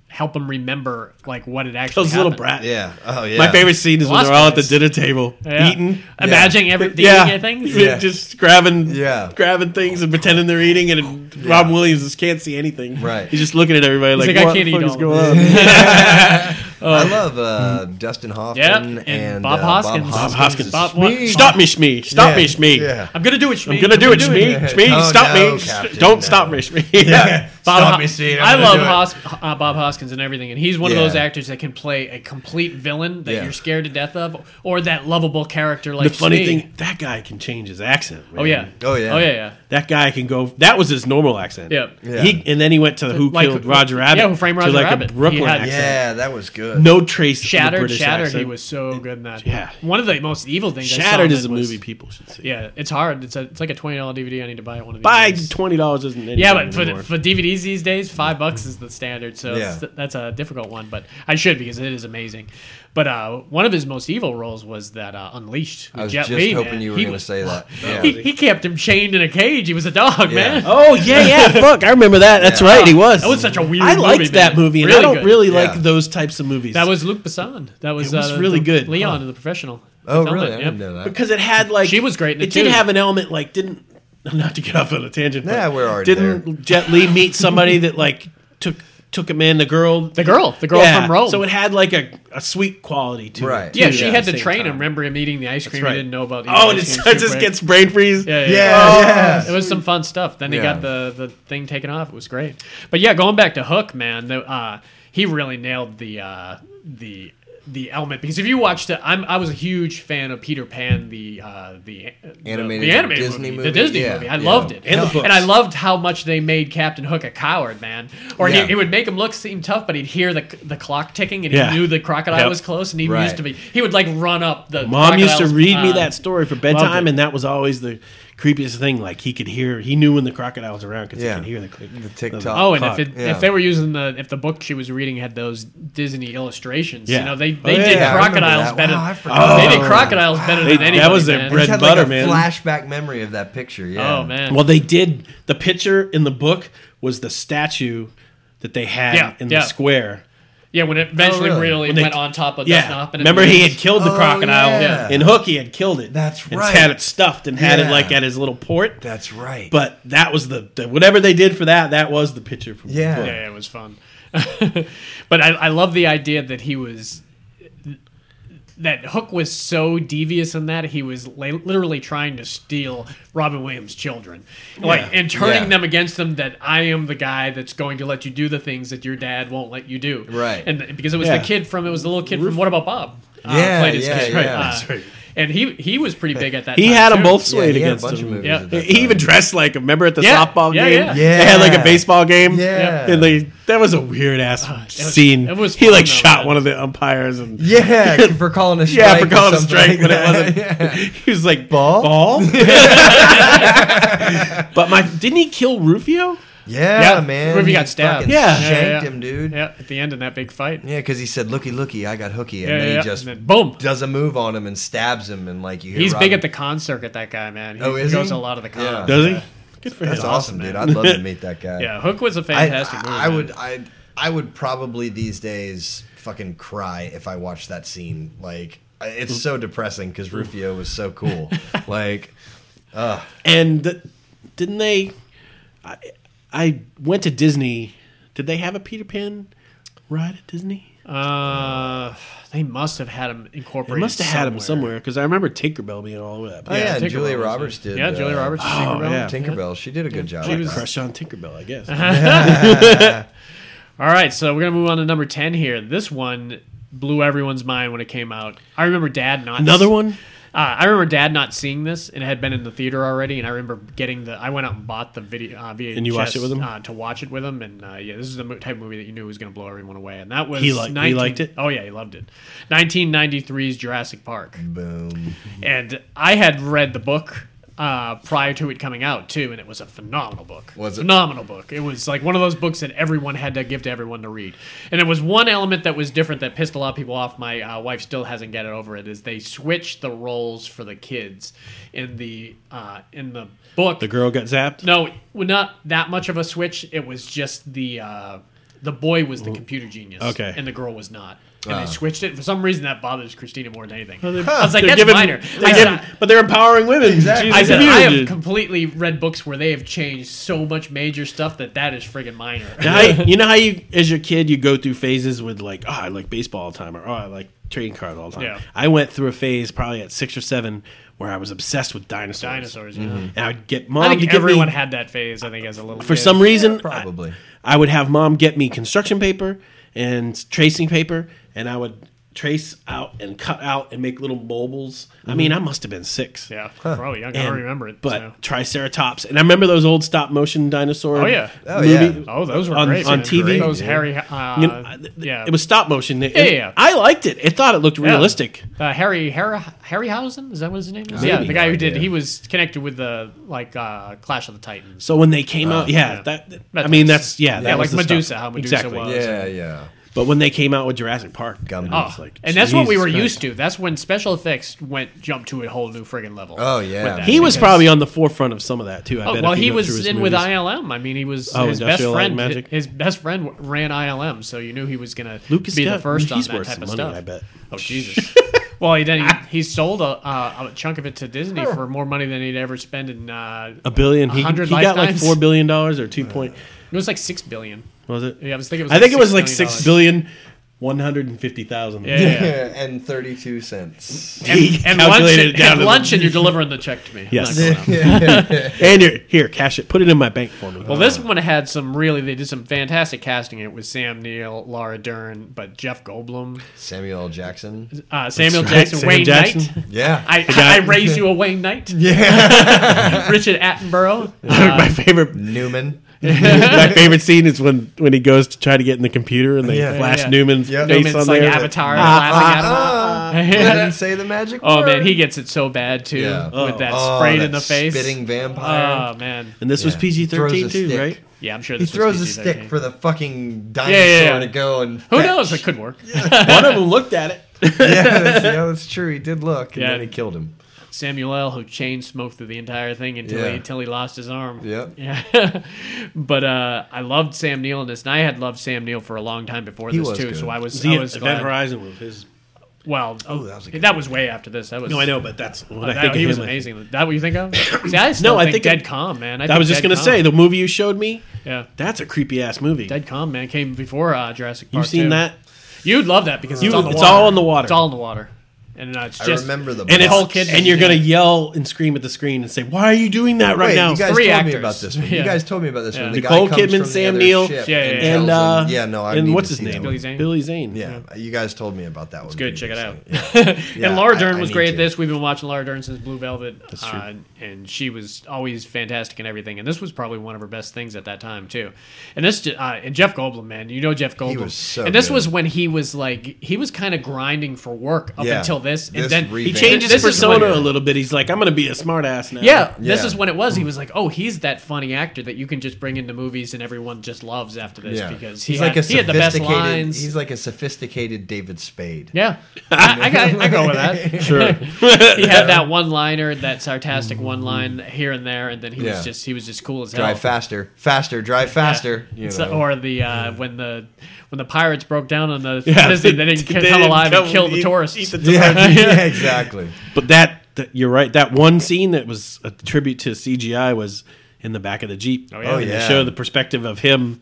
Speaker 3: help him remember like what it actually.
Speaker 5: Those little
Speaker 3: happened.
Speaker 5: brat.
Speaker 4: Yeah. Oh, yeah.
Speaker 5: My favorite scene is when
Speaker 3: Lost
Speaker 5: they're all at the
Speaker 3: Boys.
Speaker 5: dinner table
Speaker 3: Yeah.
Speaker 5: eating.
Speaker 3: Imagining every the
Speaker 5: yeah.
Speaker 3: eating things.
Speaker 5: Yeah. just grabbing,
Speaker 4: Yeah.
Speaker 5: grabbing things and pretending they're eating, and Rob Williams just can't see anything.
Speaker 4: Right.
Speaker 5: he's just looking at everybody like,
Speaker 3: like, I
Speaker 5: "What
Speaker 3: can't
Speaker 5: the
Speaker 3: eat
Speaker 5: fuck is
Speaker 3: all
Speaker 5: going on?"
Speaker 4: I love uh, Dustin Hoffman
Speaker 3: Yeah,
Speaker 4: and,
Speaker 3: and, Bob,
Speaker 4: uh,
Speaker 3: Hoskins.
Speaker 5: Bob Hoskins.
Speaker 3: Bob, what?
Speaker 4: Shmee.
Speaker 5: Stop me, Shmee! Stop
Speaker 4: Yeah.
Speaker 5: me, Shmee!
Speaker 4: Yeah.
Speaker 3: I'm gonna do it. Shmee.
Speaker 5: I'm gonna do it, Shmee!
Speaker 4: it.
Speaker 5: Shmee,
Speaker 4: Oh,
Speaker 5: stop
Speaker 4: no,
Speaker 5: me!
Speaker 4: Captain,
Speaker 5: Don't
Speaker 4: no.
Speaker 5: stop me, Shmee! Yeah.
Speaker 3: Bob
Speaker 4: Stop
Speaker 3: Ho-
Speaker 4: me, Steve. I'm
Speaker 3: I
Speaker 4: gonna
Speaker 3: love
Speaker 4: do it.
Speaker 3: Hos- uh, Bob Hoskins and everything, and he's one
Speaker 4: Yeah.
Speaker 3: of those actors that can play a complete villain that
Speaker 4: Yeah.
Speaker 3: you're scared to death of, or that lovable character
Speaker 5: The
Speaker 3: like.
Speaker 5: funny
Speaker 3: Shmee.
Speaker 5: thing, that guy can change his accent.
Speaker 3: Oh
Speaker 5: man.
Speaker 3: yeah.
Speaker 4: Oh, yeah.
Speaker 3: Oh yeah. Yeah.
Speaker 5: That guy can go. That was his normal accent.
Speaker 3: Yeah.
Speaker 4: Yeah.
Speaker 5: He and then he went to Who
Speaker 3: Like-
Speaker 5: Killed Roger Rabbit.
Speaker 3: Yeah, Who Framed Roger
Speaker 5: to like
Speaker 3: Rabbit.
Speaker 5: a
Speaker 3: He
Speaker 5: Brooklyn
Speaker 3: had-
Speaker 5: accent.
Speaker 4: Yeah, that was good.
Speaker 5: No trace. of the
Speaker 3: Shattered.
Speaker 5: British
Speaker 3: Shattered.
Speaker 5: accent.
Speaker 3: He was so good in that.
Speaker 5: Yeah.
Speaker 3: One of the most evil things. I saw
Speaker 5: Shattered
Speaker 3: in
Speaker 5: is a
Speaker 3: it was-
Speaker 5: movie people should see.
Speaker 3: Yeah, it's hard. It's a, it's like a twenty dollar DVD. I need to buy one of these.
Speaker 5: Buy
Speaker 3: days.
Speaker 5: twenty dollars isn't anything
Speaker 3: Yeah, but for,
Speaker 5: anymore.
Speaker 3: for DVDs these days, five bucks is the standard. So
Speaker 4: Yeah.
Speaker 3: it's, that's a difficult one, but I should because it is amazing. But uh, one of his most evil roles was that uh, Unleashed.
Speaker 4: I
Speaker 3: with
Speaker 4: was
Speaker 3: Jet
Speaker 4: just
Speaker 3: Li,
Speaker 4: hoping
Speaker 3: man.
Speaker 4: you were
Speaker 3: He
Speaker 4: going to
Speaker 3: was-
Speaker 4: say that.
Speaker 3: He,
Speaker 4: Yeah.
Speaker 3: he kept him chained in a cage. He was a dog,
Speaker 4: Yeah.
Speaker 3: man.
Speaker 5: oh yeah, yeah. fuck, I remember that. That's right. He was.
Speaker 3: That was such a weird
Speaker 5: I
Speaker 3: movie,
Speaker 5: liked that
Speaker 3: man.
Speaker 5: movie, and
Speaker 3: Really
Speaker 5: I don't
Speaker 3: good.
Speaker 5: really
Speaker 4: Yeah.
Speaker 5: like those types of movies.
Speaker 3: That was Luke Besson. That was,
Speaker 5: It was
Speaker 3: uh,
Speaker 5: really
Speaker 3: the-
Speaker 5: good.
Speaker 3: Leon,
Speaker 5: Huh.
Speaker 3: the professional.
Speaker 4: Oh,
Speaker 3: He filmed
Speaker 4: really?
Speaker 3: it,
Speaker 4: I
Speaker 3: yeah.
Speaker 4: didn't know that.
Speaker 5: because it had like
Speaker 3: She was great in it,
Speaker 5: It did
Speaker 3: too.
Speaker 5: have an element like didn't not to get off on a tangent.
Speaker 4: Nah,
Speaker 5: but
Speaker 4: we're already
Speaker 5: didn't Jet Li meet somebody that like took took him in the girl
Speaker 3: The girl, the girl
Speaker 5: Yeah,
Speaker 3: from Rome.
Speaker 5: So it had like a, a sweet quality to
Speaker 4: Right.
Speaker 5: it.
Speaker 3: yeah,
Speaker 5: too,
Speaker 3: she
Speaker 5: at
Speaker 3: had
Speaker 5: the
Speaker 3: to
Speaker 5: same
Speaker 3: train
Speaker 5: time.
Speaker 3: him. Remember him eating the ice cream?
Speaker 5: right.
Speaker 3: He didn't know about. eating
Speaker 5: Oh, and
Speaker 3: ice cream.
Speaker 5: it starts- just
Speaker 3: Super-
Speaker 5: gets brain freeze.
Speaker 3: Yeah, yeah.
Speaker 4: Yeah,
Speaker 3: It was some fun stuff. Then they
Speaker 4: Yeah.
Speaker 3: got the the thing taken off. It was great. But yeah, going back to Hook, man, the, uh, he really nailed the uh, the the element because if you watched it, I'm I was a huge fan of Peter Pan, the uh, the
Speaker 4: Animated
Speaker 3: the, animated
Speaker 4: Disney
Speaker 3: movie,
Speaker 4: movie?
Speaker 3: the Disney
Speaker 4: Yeah,
Speaker 3: movie. I
Speaker 4: yeah.
Speaker 3: loved it,
Speaker 5: And the books.
Speaker 3: I loved how much they made Captain Hook a coward, man. Or
Speaker 4: Yeah.
Speaker 3: he, it would make him look seem tough, but he'd hear the the clock ticking and
Speaker 5: Yeah.
Speaker 3: he knew the crocodile
Speaker 5: Yep.
Speaker 3: was close, and he
Speaker 4: Right.
Speaker 3: used to be he would like run up the
Speaker 5: Mom used to
Speaker 3: crocodile's,
Speaker 5: read me
Speaker 3: uh,
Speaker 5: that story for bedtime,
Speaker 3: it.
Speaker 5: and that was always the creepiest thing. Like he could hear, he knew when the crocodile was around because
Speaker 4: Yeah.
Speaker 5: he could hear the click.
Speaker 4: The tick-tock.
Speaker 3: Oh, and
Speaker 5: clock.
Speaker 3: if it,
Speaker 4: yeah.
Speaker 3: if they were using the if the book she was reading had those Disney illustrations,
Speaker 5: Yeah.
Speaker 3: you know they
Speaker 5: Oh,
Speaker 3: they
Speaker 5: yeah,
Speaker 3: did
Speaker 5: yeah, I
Speaker 4: remember
Speaker 3: crocodiles
Speaker 4: that.
Speaker 3: better.
Speaker 4: Wow, I forgot.
Speaker 3: They did
Speaker 5: Oh.
Speaker 3: crocodiles better
Speaker 5: They-
Speaker 3: than anybody.
Speaker 5: that was their
Speaker 3: man.
Speaker 5: bread-
Speaker 4: Just had
Speaker 5: butter,
Speaker 4: like a
Speaker 5: man.
Speaker 4: flashback memory of that picture. Yeah.
Speaker 3: Oh man.
Speaker 5: Well, they did. The picture in the book was the statue that they had
Speaker 3: Yeah,
Speaker 5: in
Speaker 3: yeah.
Speaker 5: the square.
Speaker 3: yeah, when it eventually
Speaker 4: Oh, really?
Speaker 3: really,
Speaker 5: When they-
Speaker 3: went on top of the
Speaker 5: Yeah,
Speaker 3: snop. And it
Speaker 5: remember he had
Speaker 3: was-
Speaker 5: killed the
Speaker 4: Oh,
Speaker 5: crocodile
Speaker 4: yeah.
Speaker 5: in Hook. He had killed it.
Speaker 4: That's
Speaker 5: and
Speaker 4: right.
Speaker 5: Had it stuffed and had it
Speaker 4: Yeah.
Speaker 5: like at his little port.
Speaker 4: That's right.
Speaker 5: But that was the, the whatever they did for that. That was the picture from
Speaker 4: Yeah.
Speaker 5: the book.
Speaker 3: Yeah, yeah, it was fun. but I, I love the idea that he was that Hook was so devious in that he was la- literally trying to steal Robin Williams' children, like and turning
Speaker 4: Yeah.
Speaker 3: them against them. That I am the guy that's going to let you do the things that your dad won't let you do.
Speaker 4: Right.
Speaker 3: and because it was
Speaker 5: Yeah.
Speaker 3: the kid from it was the little kid from What About Bob? uh,
Speaker 4: Yeah, yeah,
Speaker 3: kid.
Speaker 4: That's right, that's
Speaker 3: Uh,
Speaker 5: right.
Speaker 3: And he he was pretty big at that.
Speaker 5: He
Speaker 3: time,
Speaker 5: had them
Speaker 3: too.
Speaker 5: both
Speaker 4: Yeah,
Speaker 5: swayed
Speaker 4: he had a
Speaker 5: against
Speaker 4: bunch of
Speaker 5: him.
Speaker 4: movies
Speaker 3: Yeah.
Speaker 4: at that
Speaker 5: He even
Speaker 4: time.
Speaker 5: dressed like remember at the
Speaker 3: Yeah.
Speaker 5: softball
Speaker 3: Yeah,
Speaker 5: game.
Speaker 3: yeah.
Speaker 5: they had like
Speaker 4: Yeah.
Speaker 5: a baseball game.
Speaker 4: Yeah.
Speaker 5: and they that was a weird ass
Speaker 3: was-
Speaker 5: scene.
Speaker 3: Ah, it was
Speaker 5: he
Speaker 3: fun,
Speaker 5: like
Speaker 3: though,
Speaker 5: shot
Speaker 3: man.
Speaker 5: one of the umpires and
Speaker 4: Yeah, for calling a strike.
Speaker 5: yeah, for calling
Speaker 4: or
Speaker 5: a strike,
Speaker 4: something
Speaker 5: but it
Speaker 4: like
Speaker 5: wasn't.
Speaker 4: that.
Speaker 5: He was like
Speaker 4: Ball?
Speaker 5: ball. but my didn't he kill Rufio?
Speaker 4: Yeah,
Speaker 3: Yeah,
Speaker 4: man.
Speaker 3: Ruby
Speaker 4: He
Speaker 3: got stabbed.
Speaker 4: fucking
Speaker 5: Yeah.
Speaker 4: shanked
Speaker 3: Yeah, yeah, yeah.
Speaker 4: him, dude. Yeah,
Speaker 3: Yeah, at the end in that big fight.
Speaker 4: because he said, "Looky, looky, I got hooky," and
Speaker 3: Yeah,
Speaker 4: then
Speaker 3: yeah,
Speaker 4: he
Speaker 3: yeah.
Speaker 4: just
Speaker 3: And then boom.
Speaker 4: does a move on him and stabs him, and like you. Hear
Speaker 3: He's
Speaker 4: Robin-
Speaker 3: big at the con circuit. That guy, man. He
Speaker 4: Oh, is
Speaker 3: goes
Speaker 4: he?
Speaker 3: to a lot of the cons.
Speaker 4: Yeah.
Speaker 3: Yeah.
Speaker 5: Does he? Good for
Speaker 4: That's
Speaker 5: him.
Speaker 4: awesome, dude. I'd love to meet that guy.
Speaker 3: Hook was a
Speaker 4: I,
Speaker 3: fantastic movie.
Speaker 4: I, I
Speaker 3: man.
Speaker 4: would. I I would probably these days fucking cry if I watched that scene. Like I-
Speaker 3: Mm.
Speaker 4: it's so depressing because Rufio was so cool. like
Speaker 5: And th- didn't they? I, I went to Disney. Did they have a Peter Pan ride at Disney?
Speaker 3: Uh, they must have had him
Speaker 5: They
Speaker 3: incorporated.
Speaker 5: must have had him somewhere because I remember Tinkerbell being all over that.
Speaker 4: oh yeah,
Speaker 3: Tinkerbell
Speaker 4: and Julia
Speaker 3: was
Speaker 4: Roberts
Speaker 3: in-
Speaker 4: did.
Speaker 3: Yeah, Julia
Speaker 4: uh,
Speaker 3: Roberts.
Speaker 5: oh,
Speaker 3: Tinkerbell.
Speaker 5: yeah.
Speaker 4: Tinkerbell. She did a good job.
Speaker 5: I
Speaker 4: with
Speaker 5: was Uh-huh.
Speaker 4: that.
Speaker 5: crush on Tinkerbell, I guess.
Speaker 3: All right, so we're gonna move on to number ten here. This one blew everyone's mind when it came out. I remember Dad not
Speaker 5: Another one?
Speaker 3: Uh, I remember Dad not seeing this, and it had been in the theater already. And I remember getting the. I went out and bought the video. Uh, VHS,
Speaker 5: And you watched it with him?
Speaker 3: uh, to watch it with him. And uh, yeah, this is the mo- type of movie that you knew was going to blow everyone away. And that was
Speaker 5: He li- he liked it?
Speaker 3: Oh yeah, he loved it. 1993's Jurassic Park.
Speaker 4: Boom.
Speaker 3: And I had read the book uh, prior to it coming out too, and it was a phenomenal book.
Speaker 4: Was it?
Speaker 3: Phenomenal book. It was like one of those books that everyone had to give to everyone to read. And it was one element that was different that pissed a lot of people off. My uh, wife still hasn't got it over it. Is they switched the roles for the kids in the uh, in the book.
Speaker 5: The girl got zapped.
Speaker 3: No, well, not that much of a switch. It was just the uh, the boy was the computer genius,
Speaker 5: Okay. Uh.
Speaker 3: and the girl was not. And they switched it for some reason. That bothers Christina more than anything.
Speaker 5: they-
Speaker 3: I was like, that's
Speaker 5: They're giving-
Speaker 3: minor.
Speaker 5: they're
Speaker 3: I said,
Speaker 5: giving- but they're empowering women.
Speaker 4: Exactly.
Speaker 5: She's
Speaker 3: I,
Speaker 5: a
Speaker 3: said,
Speaker 5: computer
Speaker 3: I have
Speaker 5: dude.
Speaker 3: completely read books where they have changed so much major stuff that that is friggin' minor.
Speaker 5: Now, I- you know how you, as your kid, you go through phases with like, oh, I like baseball all the time, or oh, I like trading cards all the time.
Speaker 3: Yeah.
Speaker 5: I went through a phase probably at six or seven where I was obsessed with dinosaurs. Mm-hmm.
Speaker 3: Dinosaurs, yeah.
Speaker 5: And I'd get mom
Speaker 3: I
Speaker 5: to
Speaker 3: think
Speaker 5: get
Speaker 3: everyone
Speaker 5: me,
Speaker 3: had that phase. I think as a little
Speaker 5: for
Speaker 3: kid.
Speaker 5: some reason,
Speaker 4: Probably.
Speaker 5: I, I would have mom get me construction paper and tracing paper, and I would trace out and cut out and make little mobiles. I mean, I must have been six.
Speaker 3: Mm-hmm. yeah, probably young. I
Speaker 5: And-
Speaker 3: don't remember it,
Speaker 5: But
Speaker 3: so.
Speaker 5: Triceratops, and I remember those old stop motion dinosaur.
Speaker 3: Oh, yeah.
Speaker 4: Oh,
Speaker 5: movie-
Speaker 3: oh, those were
Speaker 5: on-
Speaker 3: great
Speaker 5: on
Speaker 3: man.
Speaker 5: TV.
Speaker 3: Those
Speaker 5: Yeah.
Speaker 3: Harry, uh,
Speaker 5: You know, I- th-
Speaker 3: yeah,
Speaker 5: It was stop motion. It-
Speaker 3: Yeah, yeah, yeah.
Speaker 5: I liked it. It thought it looked
Speaker 3: Yeah.
Speaker 5: realistic.
Speaker 3: Uh, Harry Harry Harryhausen is that what his name is?
Speaker 5: Maybe.
Speaker 3: Yeah, the guy who did.
Speaker 4: idea.
Speaker 3: He was connected with the like uh, Clash of the Titans.
Speaker 5: So when they came out, yeah,
Speaker 3: Uh, yeah.
Speaker 5: that, that-
Speaker 3: That
Speaker 5: I mean,
Speaker 3: was-
Speaker 5: that's yeah, that
Speaker 3: yeah,
Speaker 5: was
Speaker 3: like
Speaker 5: the stuff.
Speaker 3: Medusa, how Medusa was.
Speaker 4: Yeah, yeah.
Speaker 5: But when they came out with Jurassic Park,
Speaker 4: Gumby.
Speaker 5: it
Speaker 3: Oh,
Speaker 5: was like,
Speaker 3: and that's what we
Speaker 5: Jesus
Speaker 3: were
Speaker 5: Christ.
Speaker 3: used to. That's when special effects went jumped to a whole new friggin' level.
Speaker 4: Oh, yeah.
Speaker 3: with that.
Speaker 5: He was
Speaker 3: Because-
Speaker 5: probably on the forefront of some of that too. I
Speaker 3: Oh,
Speaker 5: bet
Speaker 3: well,
Speaker 5: if you
Speaker 3: he
Speaker 5: go through his
Speaker 3: was in with
Speaker 5: movies.
Speaker 3: ILM. I mean, he was
Speaker 5: Oh,
Speaker 3: his best
Speaker 5: Industrial Light and
Speaker 3: friend.
Speaker 5: Magic?
Speaker 3: His best friend ran ILM, so you knew he was gonna
Speaker 5: Lucas
Speaker 3: be
Speaker 5: got-
Speaker 3: the first on
Speaker 5: he's
Speaker 3: that
Speaker 5: worth
Speaker 3: type
Speaker 5: some
Speaker 3: of
Speaker 5: money,
Speaker 3: stuff.
Speaker 5: I bet.
Speaker 3: Oh Jesus. well, he then he, he sold a, uh, a chunk of it to Disney for more money than he'd ever spend in. Uh,
Speaker 5: A billion. He, he
Speaker 3: hundred
Speaker 5: got like
Speaker 3: lifetimes.
Speaker 5: four billion dollars or two point.
Speaker 3: it was like six billion.
Speaker 5: Was it?
Speaker 3: Yeah, I was thinking. It was
Speaker 5: I
Speaker 3: like
Speaker 5: think it was
Speaker 3: $6
Speaker 5: like
Speaker 3: billion.
Speaker 5: six billion one hundred and fifty thousand.
Speaker 3: Yeah, yeah, yeah.
Speaker 4: and thirty-two cents.
Speaker 5: He
Speaker 3: and lunch,
Speaker 5: calculated
Speaker 3: and,
Speaker 5: it down to the-
Speaker 3: lunch and you're delivering the check to me.
Speaker 5: Yes.
Speaker 3: Not going out.
Speaker 5: and here, here, cash it. Put it in my bank for me.
Speaker 3: Well, this one had some really. They did some fantastic casting. It was Sam Neill, Laura Dern, but Jeff Goldblum,
Speaker 4: Samuel L. Jackson.
Speaker 3: uh, Samuel
Speaker 5: right,
Speaker 3: Jackson,
Speaker 5: Sam
Speaker 3: Wayne
Speaker 5: Jackson.
Speaker 3: Knight.
Speaker 4: Yeah.
Speaker 3: I,
Speaker 5: guy-
Speaker 3: I raise you a Wayne Knight. Richard Attenborough. Uh,
Speaker 5: my
Speaker 3: um,
Speaker 5: favorite
Speaker 4: Newman.
Speaker 5: my favorite scene is when when he goes to try to get in the computer and they
Speaker 4: Yeah.
Speaker 5: flash
Speaker 3: Yeah, yeah.
Speaker 5: Newman's
Speaker 4: Yeah.
Speaker 5: face
Speaker 3: Newman's
Speaker 5: on
Speaker 3: like
Speaker 5: there. Ah,
Speaker 3: Avatar, laughing at him.
Speaker 4: I didn't say the magic
Speaker 3: Oh
Speaker 4: word.
Speaker 3: man, he gets it so bad too
Speaker 4: Yeah.
Speaker 3: with that
Speaker 4: Oh,
Speaker 3: sprayed
Speaker 4: that
Speaker 3: in the face.
Speaker 4: Spitting vampire.
Speaker 3: Oh man,
Speaker 5: And this was
Speaker 4: Yeah.
Speaker 5: PG thirteen
Speaker 4: Throws a
Speaker 5: too,
Speaker 4: stick.
Speaker 5: right?
Speaker 3: yeah, I'm sure
Speaker 4: he
Speaker 3: this
Speaker 4: throws a
Speaker 3: was PG-13.
Speaker 4: stick for the fucking dinosaur
Speaker 3: yeah, yeah.
Speaker 4: to go and.
Speaker 3: Who
Speaker 4: fetch.
Speaker 3: knows? It could work.
Speaker 5: One of them looked at it.
Speaker 4: yeah, that's, yeah, that's true. He did look, and
Speaker 3: Yeah.
Speaker 4: then he killed him.
Speaker 3: Samuel L. who chain smoked through the entire thing until
Speaker 4: Yeah.
Speaker 3: he until he lost his arm.
Speaker 4: Yep.
Speaker 3: Yeah. but uh, I loved Sam Neill in this, and I had loved Sam Neill for a long time before
Speaker 4: He
Speaker 3: this
Speaker 4: was
Speaker 3: too.
Speaker 4: good.
Speaker 3: So I was, I
Speaker 5: The
Speaker 3: was
Speaker 5: Event
Speaker 3: glad-
Speaker 5: Horizon was his.
Speaker 3: Well, oh,
Speaker 4: that was a
Speaker 3: that,
Speaker 4: good
Speaker 3: was way after this. That was
Speaker 5: No, I know, but that's what I
Speaker 3: that-
Speaker 5: think.
Speaker 3: he
Speaker 5: of
Speaker 3: was
Speaker 5: him.
Speaker 3: amazing. That what you think of? See, I still
Speaker 5: No, I
Speaker 3: think,
Speaker 5: think
Speaker 3: Dead
Speaker 5: it-
Speaker 3: Calm, man.
Speaker 5: I
Speaker 3: think
Speaker 5: was just
Speaker 3: Dead
Speaker 5: gonna
Speaker 3: Calm.
Speaker 5: say the movie you showed me.
Speaker 3: yeah,
Speaker 5: That's a creepy ass movie.
Speaker 3: Dead Calm, man, came before uh, Jurassic Park.
Speaker 5: You've seen
Speaker 3: too.
Speaker 5: that?
Speaker 3: You'd love that because it's
Speaker 5: You-
Speaker 3: on the
Speaker 5: it's
Speaker 3: water.
Speaker 5: all in the water.
Speaker 3: It's all in the water, and uh, it's
Speaker 4: I
Speaker 3: just
Speaker 4: remember the
Speaker 5: And it's
Speaker 3: whole kid-
Speaker 5: And you're gonna
Speaker 3: yeah.
Speaker 5: yell and scream at the screen and say, "Why are you doing that right
Speaker 4: Wait,
Speaker 5: now?"
Speaker 4: you guys
Speaker 3: three
Speaker 4: told me
Speaker 3: actors.
Speaker 4: about this one.
Speaker 3: Yeah.
Speaker 4: You guys told me about this one. The
Speaker 5: Nicole
Speaker 4: guy comes
Speaker 5: Kidman,
Speaker 4: from the
Speaker 5: Sam
Speaker 4: other
Speaker 5: Neil,
Speaker 4: ship
Speaker 3: yeah, yeah,
Speaker 4: tells
Speaker 5: and
Speaker 4: him-
Speaker 5: uh,
Speaker 4: yeah, no, I need
Speaker 5: and
Speaker 4: to
Speaker 5: what's his
Speaker 4: see that
Speaker 5: name?
Speaker 4: one.
Speaker 3: Billy Zane.
Speaker 5: Billy Zane.
Speaker 4: Yeah, you guys told me about that one.
Speaker 3: It's good. Check it out.
Speaker 4: previously. Yeah.
Speaker 3: and
Speaker 4: Yeah,
Speaker 3: Laura
Speaker 4: I-
Speaker 3: Dern
Speaker 4: I
Speaker 3: was
Speaker 4: need
Speaker 3: great at
Speaker 4: to.
Speaker 3: this. We've been watching Laura Dern since Blue Velvet,
Speaker 5: true.
Speaker 3: uh, and she was always fantastic in everything. And this was probably one of her best things at that time too. And this, uh, and Jeff Goldblum, man, you know Jeff Goldblum.
Speaker 4: was so
Speaker 3: and this
Speaker 4: good.
Speaker 3: was when he was like he was kind of grinding for work up
Speaker 4: Yeah.
Speaker 3: until this, and
Speaker 4: This
Speaker 3: then
Speaker 4: re-
Speaker 5: He
Speaker 4: Revamp.
Speaker 5: changes
Speaker 3: This is
Speaker 5: persona
Speaker 3: what-
Speaker 5: a little bit. He's like, "I'm gonna be a smartass now."
Speaker 3: Yeah, this
Speaker 4: Yeah. Mm-hmm.
Speaker 3: is when it was. He was like, "Oh, he's that funny actor that you can just bring into movies and everyone just loves after this
Speaker 4: Yeah.
Speaker 3: because he had, he had the best
Speaker 4: sophisticated.
Speaker 3: lines."
Speaker 4: He's like a sophisticated David Spade.
Speaker 3: yeah, I, I, got- I go with that. Sure, he had that one liner, that sarcastic one line here and there, and then he
Speaker 4: Yeah.
Speaker 3: was just he was just cool as hell.
Speaker 4: Drive faster, faster, drive faster.
Speaker 3: Yeah.
Speaker 4: you
Speaker 3: It's
Speaker 4: know.
Speaker 3: the- or the uh, when the when the pirates broke down on the
Speaker 5: Yeah,
Speaker 3: Disney,
Speaker 5: they-
Speaker 3: they didn't
Speaker 5: they
Speaker 3: come
Speaker 5: didn't
Speaker 3: alive
Speaker 5: come
Speaker 3: and kill the
Speaker 5: eat-
Speaker 3: tourists.
Speaker 5: eat the
Speaker 4: yeah, yeah, exactly.
Speaker 5: But that, that- you're right. That one scene that was a tribute to CGI was in the back of the jeep.
Speaker 3: yeah. Oh,
Speaker 5: And they
Speaker 4: yeah.
Speaker 5: show the perspective of him.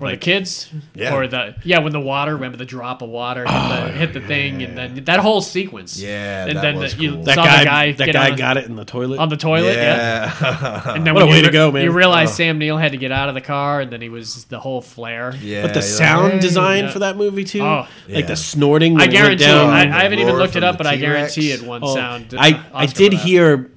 Speaker 3: or the kids,
Speaker 4: Yeah.
Speaker 3: or the yeah, when the water, remember the drop of water
Speaker 5: Oh,
Speaker 3: hit the, hit the thing, and then that whole sequence,
Speaker 4: Yeah,
Speaker 3: and
Speaker 4: that
Speaker 3: then
Speaker 4: was
Speaker 3: the, you
Speaker 4: cool.
Speaker 5: That
Speaker 3: saw
Speaker 5: guy,
Speaker 3: the guy,
Speaker 5: that
Speaker 3: get
Speaker 5: guy
Speaker 3: on,
Speaker 5: got it in the toilet.
Speaker 3: on the toilet, yeah.
Speaker 4: Yeah.
Speaker 3: And then
Speaker 5: What
Speaker 3: when
Speaker 5: a
Speaker 3: you
Speaker 5: way to
Speaker 3: re-
Speaker 5: go, man. Oh.
Speaker 3: You realize Sam Neill had to get out of the car, and then he was the whole flare.
Speaker 4: yeah.
Speaker 5: but the
Speaker 4: you're
Speaker 5: sound
Speaker 4: like,
Speaker 5: design
Speaker 3: Yeah.
Speaker 5: for that movie too,
Speaker 3: Oh.
Speaker 5: like
Speaker 4: Yeah.
Speaker 5: the snorting.
Speaker 3: I
Speaker 5: that went
Speaker 3: guarantee.
Speaker 5: down.
Speaker 3: I, I
Speaker 4: the
Speaker 3: haven't even
Speaker 4: roar
Speaker 3: looked
Speaker 4: from
Speaker 3: it up,
Speaker 4: the
Speaker 3: but I
Speaker 4: T-Rex.
Speaker 3: guarantee it won
Speaker 5: Oh,
Speaker 3: sound. uh,
Speaker 5: I, I
Speaker 3: Oscar
Speaker 5: did
Speaker 3: for that.
Speaker 5: hear,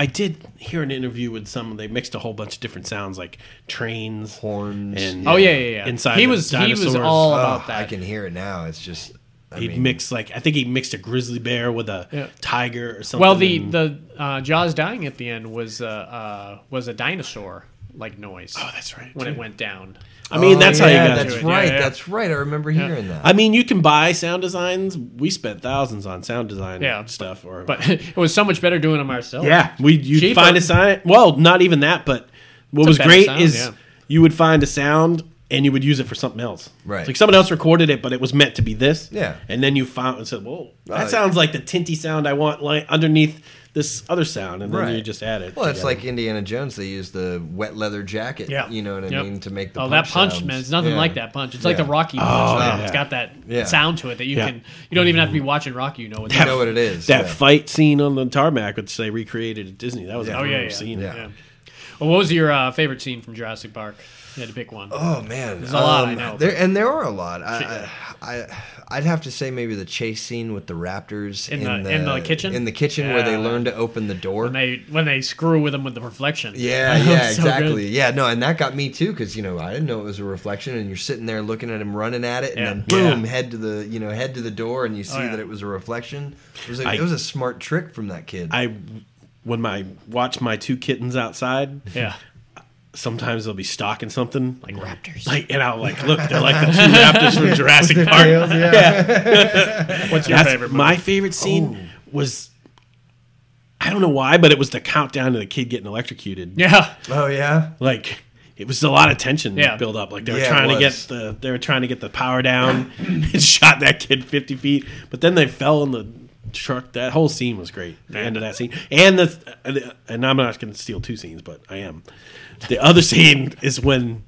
Speaker 5: I did hear an interview with someone. They mixed a whole bunch of different sounds, like trains,
Speaker 4: Horns.
Speaker 5: and
Speaker 3: Oh yeah, yeah, yeah.
Speaker 5: Inside
Speaker 3: he
Speaker 5: the
Speaker 3: was he was
Speaker 5: dinosaurs.
Speaker 3: all
Speaker 4: Oh,
Speaker 3: about that.
Speaker 4: I can hear it now. It's just. I
Speaker 5: He
Speaker 4: mean,
Speaker 5: mixed like I think he mixed a grizzly bear with a
Speaker 3: Yeah.
Speaker 5: tiger or something.
Speaker 3: Well, the
Speaker 5: and-
Speaker 3: the uh, Jaws dying at the end was uh, uh, was a dinosaur like noise. Oh,
Speaker 5: that's right,
Speaker 3: When it
Speaker 5: too.
Speaker 3: went down.
Speaker 5: I mean
Speaker 4: Oh,
Speaker 5: that's
Speaker 4: yeah,
Speaker 5: how you got
Speaker 4: That's
Speaker 5: to it.
Speaker 3: Yeah,
Speaker 4: right.
Speaker 3: yeah.
Speaker 4: That's right. I remember hearing that.
Speaker 5: I mean, you can buy sound designs. We spent thousands on sound design
Speaker 3: Yeah,
Speaker 5: stuff. Or
Speaker 3: But it was so much better doing them ourselves.
Speaker 5: yeah, we you
Speaker 3: Oh. Cheaper.
Speaker 5: find a sign. Well, not even that. But what
Speaker 3: It's a
Speaker 5: was
Speaker 3: better
Speaker 5: great
Speaker 3: sound,
Speaker 5: is
Speaker 3: yeah.
Speaker 5: you would find a sound and you would use it for something else.
Speaker 4: Right.
Speaker 5: It's like someone else recorded it, but it was meant to be this.
Speaker 4: Yeah.
Speaker 5: And then you found and said, "Whoa, that
Speaker 4: Right.
Speaker 5: sounds like the tinty sound I want like underneath this other sound," and then
Speaker 4: Right.
Speaker 5: you just add it.
Speaker 4: Well, it's
Speaker 5: together.
Speaker 4: like Indiana Jones. They use the wet leather jacket.
Speaker 3: Yeah.
Speaker 4: You know what I
Speaker 3: Yep.
Speaker 4: mean to make the.
Speaker 3: oh, that punch,
Speaker 4: sounds.
Speaker 3: man! It's nothing
Speaker 4: Yeah.
Speaker 3: like that punch. It's like
Speaker 4: Yeah.
Speaker 3: the Rocky punch. man.
Speaker 5: Oh, yeah.
Speaker 3: It's got that
Speaker 4: Yeah.
Speaker 3: sound to it that you
Speaker 5: Yeah.
Speaker 3: can. You don't even have to be watching Rocky. You know what?
Speaker 4: You
Speaker 3: that-
Speaker 4: know what it is.
Speaker 5: that
Speaker 4: yeah.
Speaker 5: fight scene on the tarmac, which they recreated at Disney. That was
Speaker 4: Yeah.
Speaker 5: a
Speaker 3: Oh yeah,
Speaker 5: brutal
Speaker 3: yeah.
Speaker 5: scene.
Speaker 3: yeah.
Speaker 4: Yeah.
Speaker 3: Well, what was your uh, favorite scene from Jurassic Park? You had to pick one.
Speaker 4: Oh man,
Speaker 3: There's a lot, I know,
Speaker 4: There and there are a lot. I, I, I, I'd have to say maybe the chase scene with the raptors
Speaker 3: In the- in the kitchen?
Speaker 4: in the kitchen where they
Speaker 3: Yeah.
Speaker 4: learn to open the door.
Speaker 3: When they when they screw with them with the reflection.
Speaker 4: yeah,
Speaker 3: That was
Speaker 4: yeah,
Speaker 3: so good.
Speaker 4: exactly. Yeah, no, and that got me too because you know I didn't know it was a reflection, and you're sitting there looking at him running at it, and
Speaker 3: Yeah.
Speaker 4: then
Speaker 5: Yeah. Oh,
Speaker 4: boom, head to the you know head to the door, and you see
Speaker 3: yeah.
Speaker 4: that it was a reflection. It was a,
Speaker 5: I-
Speaker 4: it was a smart trick from that kid.
Speaker 5: I when my watch my two kittens outside,
Speaker 3: Yeah.
Speaker 5: sometimes they'll be stalking something like
Speaker 3: Raptors.
Speaker 5: like and I'll like look, they're like the two raptors from Jurassic Park.
Speaker 4: yeah.
Speaker 3: What's your
Speaker 5: That's
Speaker 3: favorite?
Speaker 5: my favorite scene was I don't know why, but it was the countdown to the kid getting electrocuted.
Speaker 3: Yeah.
Speaker 4: Oh yeah.
Speaker 5: Like it was a lot of tension
Speaker 3: Yeah.
Speaker 5: build up. Like they were
Speaker 4: Yeah, it
Speaker 5: trying to get
Speaker 4: was.
Speaker 5: the they were trying to get the power down and shot that kid fifty feet, but then they fell in the truck. That whole scene was great. The end of that scene and the and I'm not going to steal two scenes, but I am. The other scene is when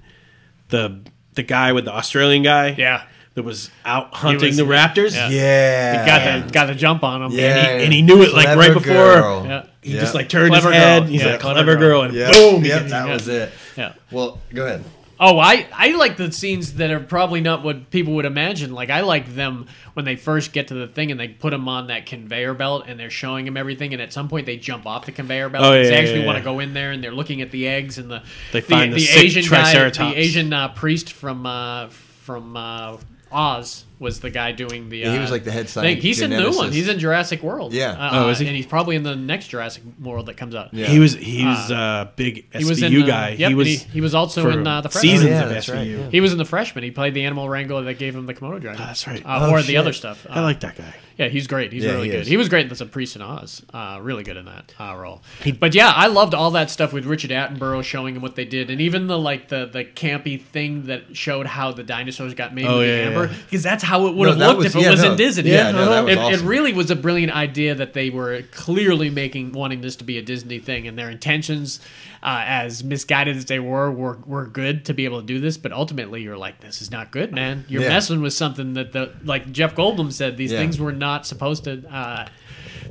Speaker 5: the the guy with the Australian guy,
Speaker 3: Yeah.
Speaker 5: that was out hunting
Speaker 3: was-
Speaker 5: the raptors.
Speaker 3: yeah.
Speaker 4: Yeah.
Speaker 3: Got the got the jump on them.
Speaker 4: Yeah.
Speaker 5: and he- and he knew it, like,
Speaker 4: Clever
Speaker 5: right before-
Speaker 4: girl.
Speaker 3: Yeah.
Speaker 5: He
Speaker 4: Yeah.
Speaker 5: just like turned
Speaker 3: Clever
Speaker 5: his
Speaker 3: girl.
Speaker 5: head. He's
Speaker 3: Yeah,
Speaker 5: like
Speaker 3: clever
Speaker 5: clever
Speaker 3: girl.
Speaker 5: girl, and
Speaker 4: Yep.
Speaker 5: boom, he
Speaker 4: Yep,
Speaker 5: gets-
Speaker 4: that
Speaker 3: yeah.
Speaker 4: was it.
Speaker 3: Yeah.
Speaker 4: Well, go ahead.
Speaker 3: Oh, I I like the scenes that are probably not what people would imagine. Like I like them when they first get to the thing and they put them on that conveyor belt and they're showing them everything. And at some point they jump off the conveyor belt.
Speaker 5: Oh,
Speaker 3: because
Speaker 5: yeah,
Speaker 3: they
Speaker 5: yeah,
Speaker 3: actually
Speaker 5: yeah,
Speaker 3: want to
Speaker 5: yeah.
Speaker 3: go in there and they're looking at the eggs and the
Speaker 5: They find the sick
Speaker 3: Asian guy,
Speaker 5: triceratops.
Speaker 3: the Asian uh, priest from uh, from uh, Oz. was the guy doing the.
Speaker 4: Yeah, he
Speaker 3: uh,
Speaker 4: was like the head
Speaker 3: thing. He's in the new one.
Speaker 4: geneticist.
Speaker 3: He's in Jurassic World.
Speaker 4: Yeah.
Speaker 3: Uh,
Speaker 5: Oh, is he?
Speaker 3: And he's probably in the next Jurassic World that comes out.
Speaker 4: Yeah.
Speaker 5: He was he was a uh, big SVU
Speaker 3: He was in the-
Speaker 5: guy.
Speaker 3: yep,
Speaker 5: he
Speaker 3: and
Speaker 5: was
Speaker 3: he- he was also
Speaker 5: for
Speaker 3: in, uh, The Freshman.
Speaker 5: seasons
Speaker 4: Oh, yeah,
Speaker 5: of
Speaker 4: that's
Speaker 5: SVU.
Speaker 4: right, yeah.
Speaker 3: He was in the freshman. He played the animal wrangler that gave him the Komodo dragon.
Speaker 5: That's right.
Speaker 3: Uh,
Speaker 4: Oh,
Speaker 3: or
Speaker 4: shit.
Speaker 3: the other stuff.
Speaker 5: I
Speaker 3: Uh,
Speaker 5: like that guy.
Speaker 3: Yeah, he's great. He's
Speaker 4: Yeah,
Speaker 3: really
Speaker 4: he
Speaker 3: good.
Speaker 4: is.
Speaker 3: He was great in some Priest and Oz. Uh, really good in that uh, role. but yeah, I loved all that stuff with Richard Attenborough showing him what they did, and even the like the the campy thing that showed how the dinosaurs got made
Speaker 5: Oh,
Speaker 3: with
Speaker 5: yeah,
Speaker 3: the amber
Speaker 5: yeah.
Speaker 3: because that's how it would
Speaker 4: No,
Speaker 3: have
Speaker 4: that
Speaker 3: looked
Speaker 4: was-
Speaker 3: if it
Speaker 4: yeah,
Speaker 3: was
Speaker 4: no.
Speaker 3: in Disney.
Speaker 4: Yeah, no, that was
Speaker 3: it, it
Speaker 4: awesome.
Speaker 3: really was a brilliant idea that they were clearly making wanting this to be a Disney thing, and their intentions, uh, as misguided as they were, were were good to be able to do this. But ultimately, you're like, this is not good, man. You're
Speaker 4: Yeah.
Speaker 3: messing with something that the like Jeff Goldblum said these
Speaker 4: Yeah.
Speaker 3: things were not supposed to. Uh,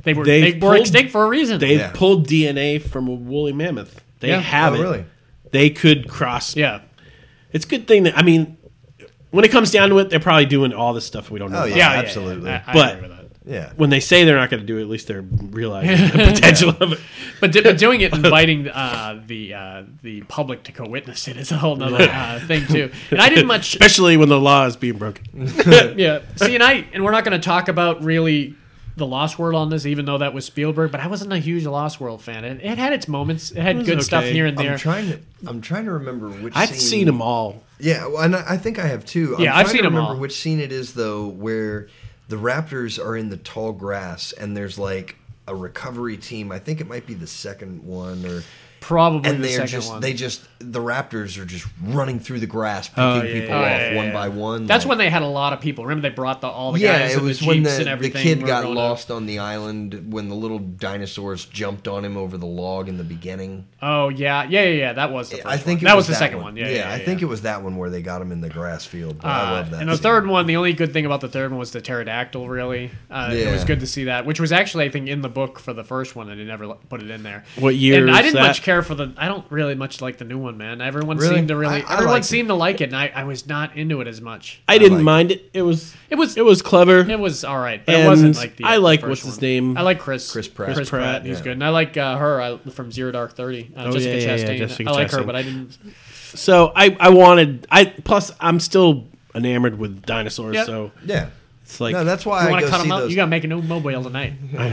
Speaker 3: they were
Speaker 5: They've
Speaker 3: they were
Speaker 5: pulled-
Speaker 3: extinct for a reason.
Speaker 5: They
Speaker 4: Yeah.
Speaker 5: pulled DNA from a woolly mammoth. They
Speaker 3: Yeah.
Speaker 5: have
Speaker 4: Oh,
Speaker 5: it.
Speaker 4: really?
Speaker 5: They could cross.
Speaker 3: yeah,
Speaker 5: It's a good thing that I mean, when it comes down to it, they're probably doing all this stuff we don't know.
Speaker 4: Oh,
Speaker 5: about.
Speaker 3: yeah,
Speaker 4: yeah,
Speaker 3: yeah,
Speaker 4: absolutely.
Speaker 3: yeah. I, I
Speaker 5: But-
Speaker 3: agree with that.
Speaker 4: Yeah.
Speaker 5: When they say they're not going to do it, at least they're realizing the potential of it.
Speaker 3: But, di- but doing it, inviting uh, the uh, the public to co-witness it is a whole nother uh, thing too. And I didn't much
Speaker 5: Especially when the law is being broken.
Speaker 3: yeah. See, and I and we're not going to talk about really the Lost World on this, even though that was Spielberg. But I wasn't a huge Lost World fan. It, it had its moments. It had
Speaker 5: was
Speaker 3: good stuff
Speaker 5: okay.
Speaker 3: here and there.
Speaker 4: I'm trying to. I'm trying to remember which.
Speaker 5: I've
Speaker 4: scene,
Speaker 5: seen them all.
Speaker 4: Yeah, well, and I I think I have too. I'm
Speaker 3: Yeah, I've
Speaker 4: trying
Speaker 3: seen
Speaker 4: to
Speaker 3: 'em
Speaker 4: remember
Speaker 3: all.
Speaker 4: Which scene it is though, where the Raptors are in the tall grass and there's like a recovery team. I think it might be the second one or.
Speaker 3: Probably
Speaker 4: And
Speaker 3: the
Speaker 4: they're
Speaker 3: second
Speaker 4: just
Speaker 3: one.
Speaker 4: they just the Raptors are just running through the grass, picking
Speaker 5: Oh, yeah,
Speaker 4: people
Speaker 5: yeah,
Speaker 4: off
Speaker 3: yeah,
Speaker 4: one
Speaker 3: yeah.
Speaker 4: by one.
Speaker 3: That's
Speaker 4: like-
Speaker 3: when they had a lot of people. Remember, they brought the all the
Speaker 4: yeah,
Speaker 3: guys.
Speaker 4: it
Speaker 3: and
Speaker 4: was
Speaker 3: the
Speaker 4: when
Speaker 3: Jeeps and
Speaker 4: the, the
Speaker 3: everything
Speaker 4: kid
Speaker 3: were
Speaker 4: got
Speaker 3: going
Speaker 4: lost on the island when the little dinosaurs jumped on him over the log in the beginning.
Speaker 3: Up. Oh yeah, yeah, yeah, yeah. That was the first
Speaker 4: I think
Speaker 3: one.
Speaker 4: it
Speaker 3: that was, the
Speaker 4: that
Speaker 3: second one. Yeah, yeah,
Speaker 4: I
Speaker 3: yeah.
Speaker 4: think it was that one where they got him in the grass field. But I
Speaker 3: Uh,
Speaker 4: love that.
Speaker 3: and the
Speaker 4: scene.
Speaker 3: third one, the only good thing about the third one was the pterodactyl. Really, uh, it was
Speaker 4: Yeah.
Speaker 3: good to see that, which was actually I think in the book for the first one, and they never l- put it in there.
Speaker 5: What year
Speaker 3: And I
Speaker 5: is
Speaker 3: didn't
Speaker 5: that?
Speaker 3: much care for the. I don't really much like the new one, man. Everyone
Speaker 4: Really?
Speaker 3: seemed to really.
Speaker 4: I- I
Speaker 3: everyone
Speaker 4: liked it.
Speaker 3: seemed to like it, and I, I was not into it as much.
Speaker 5: I didn't
Speaker 4: like
Speaker 5: mind it. It was
Speaker 3: It was
Speaker 5: it was clever.
Speaker 3: it was all right. But it
Speaker 5: And
Speaker 3: wasn't like the.
Speaker 5: I like
Speaker 3: the first
Speaker 5: what's his
Speaker 3: one.
Speaker 5: name?
Speaker 3: I like Chris.
Speaker 4: Chris Pratt.
Speaker 3: Chris
Speaker 5: Mm-hmm. Chris
Speaker 3: Pratt.
Speaker 5: Pratt,
Speaker 3: He's
Speaker 4: yeah.
Speaker 3: good, and I like uh, her I, from Zero Dark Thirty. Uh,
Speaker 5: Oh,
Speaker 3: Jessica
Speaker 5: yeah, yeah, yeah,
Speaker 3: Chastain.
Speaker 5: Jessica
Speaker 3: I like her,
Speaker 5: Chastain.
Speaker 3: but I didn't.
Speaker 5: So I I wanted I plus I'm still enamored with dinosaurs.
Speaker 3: Yeah.
Speaker 5: So
Speaker 4: Yeah.
Speaker 5: it's like
Speaker 4: no, that's why
Speaker 3: You
Speaker 4: I
Speaker 3: want
Speaker 4: go
Speaker 3: to cut
Speaker 4: see
Speaker 3: him out?
Speaker 4: those.
Speaker 3: You gotta make a new mobile tonight.
Speaker 5: I don't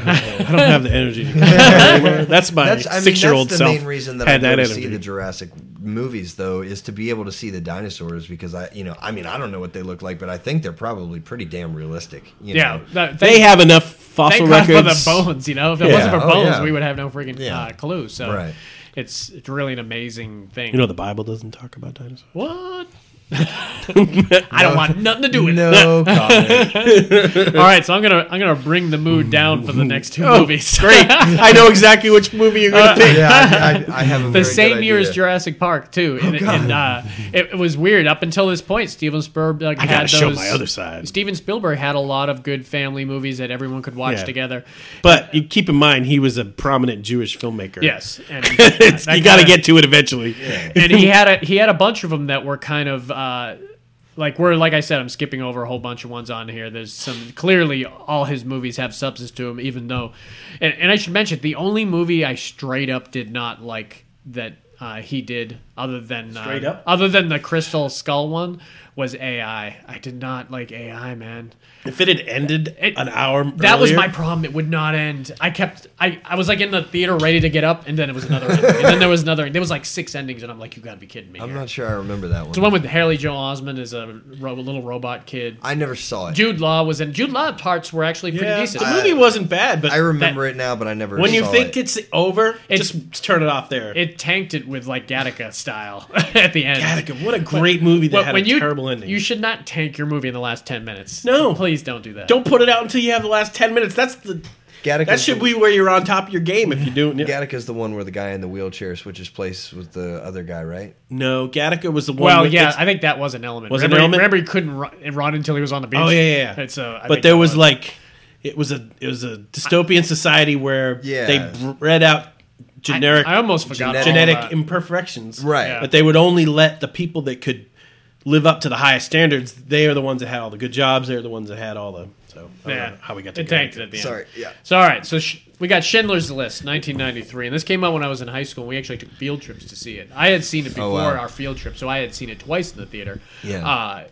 Speaker 5: have the energy. To anymore. That's my
Speaker 4: that's I mean,
Speaker 5: six year old
Speaker 4: that's the
Speaker 5: self.
Speaker 4: main reason that I
Speaker 5: had
Speaker 4: go
Speaker 5: that
Speaker 4: to
Speaker 5: energy.
Speaker 4: see the Jurassic movies, though, is to be able to see the dinosaurs because I, you know, I mean, I don't know what they look like, but I think they're probably pretty damn realistic. You
Speaker 3: Yeah,
Speaker 4: know?
Speaker 3: that-
Speaker 5: they have enough fossil
Speaker 3: Thank
Speaker 5: records.
Speaker 3: God for the bones, you know. If it
Speaker 4: Yeah.
Speaker 3: wasn't for
Speaker 4: Oh,
Speaker 3: bones,
Speaker 4: yeah.
Speaker 3: we would have no freaking
Speaker 4: Yeah.
Speaker 3: uh, clue. So
Speaker 4: Right.
Speaker 3: it's it's really an amazing thing.
Speaker 5: You know the Bible doesn't talk about dinosaurs.
Speaker 3: what? I don't want nothing to do with it.
Speaker 4: No comment.
Speaker 3: All right, so I'm gonna I'm gonna bring the mood down for the next two movies.
Speaker 5: Oh, Great! I know exactly which movie you're going to pick.
Speaker 4: yeah, I, I, I have a very
Speaker 3: the
Speaker 4: good
Speaker 3: same year as
Speaker 4: idea.
Speaker 3: Jurassic Park
Speaker 5: Oh,
Speaker 3: too, and, and uh, it, it was weird up until this point. Steven Spielberg
Speaker 5: gotta
Speaker 3: had those.
Speaker 5: show my other side.
Speaker 3: Steven Spielberg had a lot of good family movies that everyone could watch
Speaker 5: Yeah.
Speaker 3: together.
Speaker 5: But you keep in mind, he was a prominent Jewish filmmaker.
Speaker 3: Yes, and uh,
Speaker 5: It's-
Speaker 3: that
Speaker 5: you got to
Speaker 3: kinda-
Speaker 5: get to it eventually.
Speaker 3: and he had a he had a bunch of them that were kind of uh, like we're like I said, I'm skipping over a whole bunch of ones on here. There's some clearly all his movies have substance to them, even though. And, and I should mention the only movie I straight up did not like that uh, he did, other than uh,
Speaker 5: Straight up?
Speaker 3: other than the Crystal Skull one, was AI. I did not like AI, man.
Speaker 5: If it had ended an hour,
Speaker 3: That was
Speaker 5: earlier-
Speaker 3: my problem. It would not end. I kept. I, I was like in the theater ready to get up, and then it was another. ending, and then there was another. There was like six endings, and I'm like, you gotta be kidding me.
Speaker 4: I'm
Speaker 3: here."
Speaker 4: not sure I remember that one.
Speaker 3: The one with Haley Joel Osment is a ro- little robot kid.
Speaker 4: I never saw it.
Speaker 3: Jude Law was in. Jude Law parts were actually pretty
Speaker 5: Yeah,
Speaker 3: decent.
Speaker 5: the movie wasn't bad, but
Speaker 4: I remember it now, but I never.
Speaker 5: when you
Speaker 4: saw it.
Speaker 5: think it's over,
Speaker 3: It's-
Speaker 5: just turn it off there.
Speaker 3: it tanked it with like Gattaca style at the end.
Speaker 5: Gattaca, what a great movie that
Speaker 3: But
Speaker 5: had
Speaker 3: when
Speaker 5: a
Speaker 3: you,
Speaker 5: terrible ending.
Speaker 3: You should not tank your movie in the last ten minutes.
Speaker 5: No.
Speaker 3: please don't do that.
Speaker 5: don't put it out until you have the last ten minutes. That's the
Speaker 4: Gattaca's
Speaker 5: that should
Speaker 4: the-
Speaker 5: be where you're on top of your game if you do.
Speaker 4: Gattaca's the one where the guy in the wheelchair switches place with the other guy, right?
Speaker 5: No, Gattaca was the one.
Speaker 3: Well,
Speaker 5: with-
Speaker 3: yeah,
Speaker 5: it's-
Speaker 3: I think that was an element.
Speaker 5: Was it an
Speaker 3: remember,
Speaker 5: element?
Speaker 3: remember he couldn't run, run until he was on the beach.
Speaker 5: oh yeah, yeah. yeah.
Speaker 3: And so I
Speaker 5: but
Speaker 3: think
Speaker 5: there
Speaker 3: that
Speaker 5: was like it was a it was a dystopian society where
Speaker 4: Yeah.
Speaker 5: they bred out generic
Speaker 3: I almost forgot all
Speaker 5: genetic
Speaker 3: about-
Speaker 5: imperfections.
Speaker 4: Right.
Speaker 3: Yeah.
Speaker 5: But they would only let the people that could live up to the highest standards. They are the ones that had all the good jobs. They're the ones that had all the. So I don't
Speaker 3: Yeah,
Speaker 5: know how we got to
Speaker 3: it
Speaker 5: Gattaca.
Speaker 3: tanked it at the end.
Speaker 4: Sorry, yeah.
Speaker 3: So all right, so sh- we got Schindler's List, 1993, and this came out when I was in high school. and We actually took field trips to see it. I had seen it before
Speaker 4: Oh, wow.
Speaker 3: our field trip, so I had seen it twice in the theater.
Speaker 4: Yeah.
Speaker 3: Uh,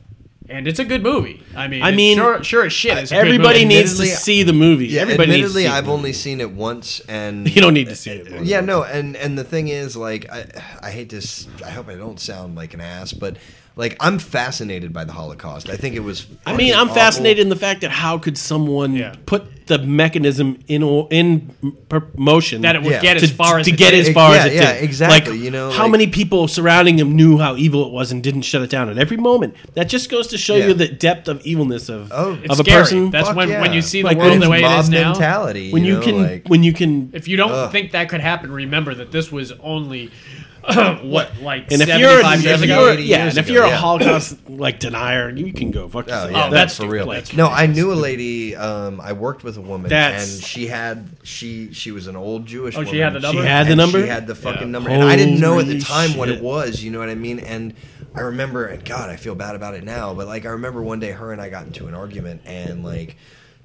Speaker 3: and it's a good movie. I mean,
Speaker 5: I
Speaker 3: it's
Speaker 5: mean,
Speaker 3: sure, sure as shit. It's a good
Speaker 5: Everybody
Speaker 3: movie.
Speaker 5: needs to
Speaker 4: Admittedly,
Speaker 5: see the movie.
Speaker 4: Yeah,
Speaker 5: Everybody needs to
Speaker 4: admittedly,
Speaker 5: see
Speaker 4: I've
Speaker 5: the movie.
Speaker 4: only seen it once, and
Speaker 5: You don't need to see it. more.
Speaker 4: Yeah, no, and and the thing is, like, I I hate this. I hope I don't sound like an ass, but like, I'm fascinated by the Holocaust. I think it was.
Speaker 5: I mean,
Speaker 4: fucking
Speaker 5: I'm
Speaker 4: awful.
Speaker 5: fascinated in the fact that how could someone
Speaker 3: Yeah.
Speaker 5: put the mechanism in o- in m- per- motion
Speaker 3: That it would
Speaker 4: Yeah.
Speaker 3: get
Speaker 5: to,
Speaker 3: as far as
Speaker 5: to
Speaker 3: it
Speaker 5: get
Speaker 3: did.
Speaker 5: as far
Speaker 4: Yeah,
Speaker 5: as it
Speaker 4: yeah,
Speaker 5: did.
Speaker 4: exactly,
Speaker 5: Like,
Speaker 4: you know,
Speaker 5: how
Speaker 4: like-
Speaker 5: many people surrounding him knew how evil it was and didn't shut it down at every moment. That just goes to show
Speaker 4: Yeah.
Speaker 5: you the depth of evilness of
Speaker 4: Oh.
Speaker 3: It's
Speaker 5: of a
Speaker 3: scary.
Speaker 5: person.
Speaker 3: That's
Speaker 4: Fuck
Speaker 3: when
Speaker 4: yeah.
Speaker 3: when you see
Speaker 5: Like,
Speaker 3: the
Speaker 5: when
Speaker 3: world
Speaker 5: it's
Speaker 3: the way it
Speaker 4: mob
Speaker 3: is now.
Speaker 4: mentality.
Speaker 5: when you,
Speaker 4: know,
Speaker 5: can
Speaker 4: like-
Speaker 5: when you can
Speaker 3: If you don't think that could happen, remember that this was only what like
Speaker 5: and if you're,
Speaker 3: seventy-five
Speaker 5: if
Speaker 3: years
Speaker 5: you're-
Speaker 3: ago.
Speaker 4: ago, 80
Speaker 5: yeah,
Speaker 4: years
Speaker 5: and if
Speaker 4: ago,
Speaker 5: you're a
Speaker 4: yeah.
Speaker 5: Holocaust like denier, you can go fuck
Speaker 4: Oh,
Speaker 5: yourself.
Speaker 4: yeah,
Speaker 3: Oh, that's
Speaker 4: that's, for real.
Speaker 3: ridiculous.
Speaker 4: no, I knew a lady. Um, I worked with a woman,
Speaker 5: That's-
Speaker 4: and she had she she was an old Jewish.
Speaker 3: Oh, she
Speaker 4: woman.
Speaker 3: had the number?
Speaker 5: She had the
Speaker 4: And
Speaker 5: number?
Speaker 4: She had the fucking
Speaker 3: Yeah.
Speaker 4: number, and I didn't know at the
Speaker 5: Holy
Speaker 4: time what
Speaker 5: shit.
Speaker 4: it was. You know what I mean? And I remember, and God, I feel bad about it now. But like, I remember one day her and I got into an argument, and like.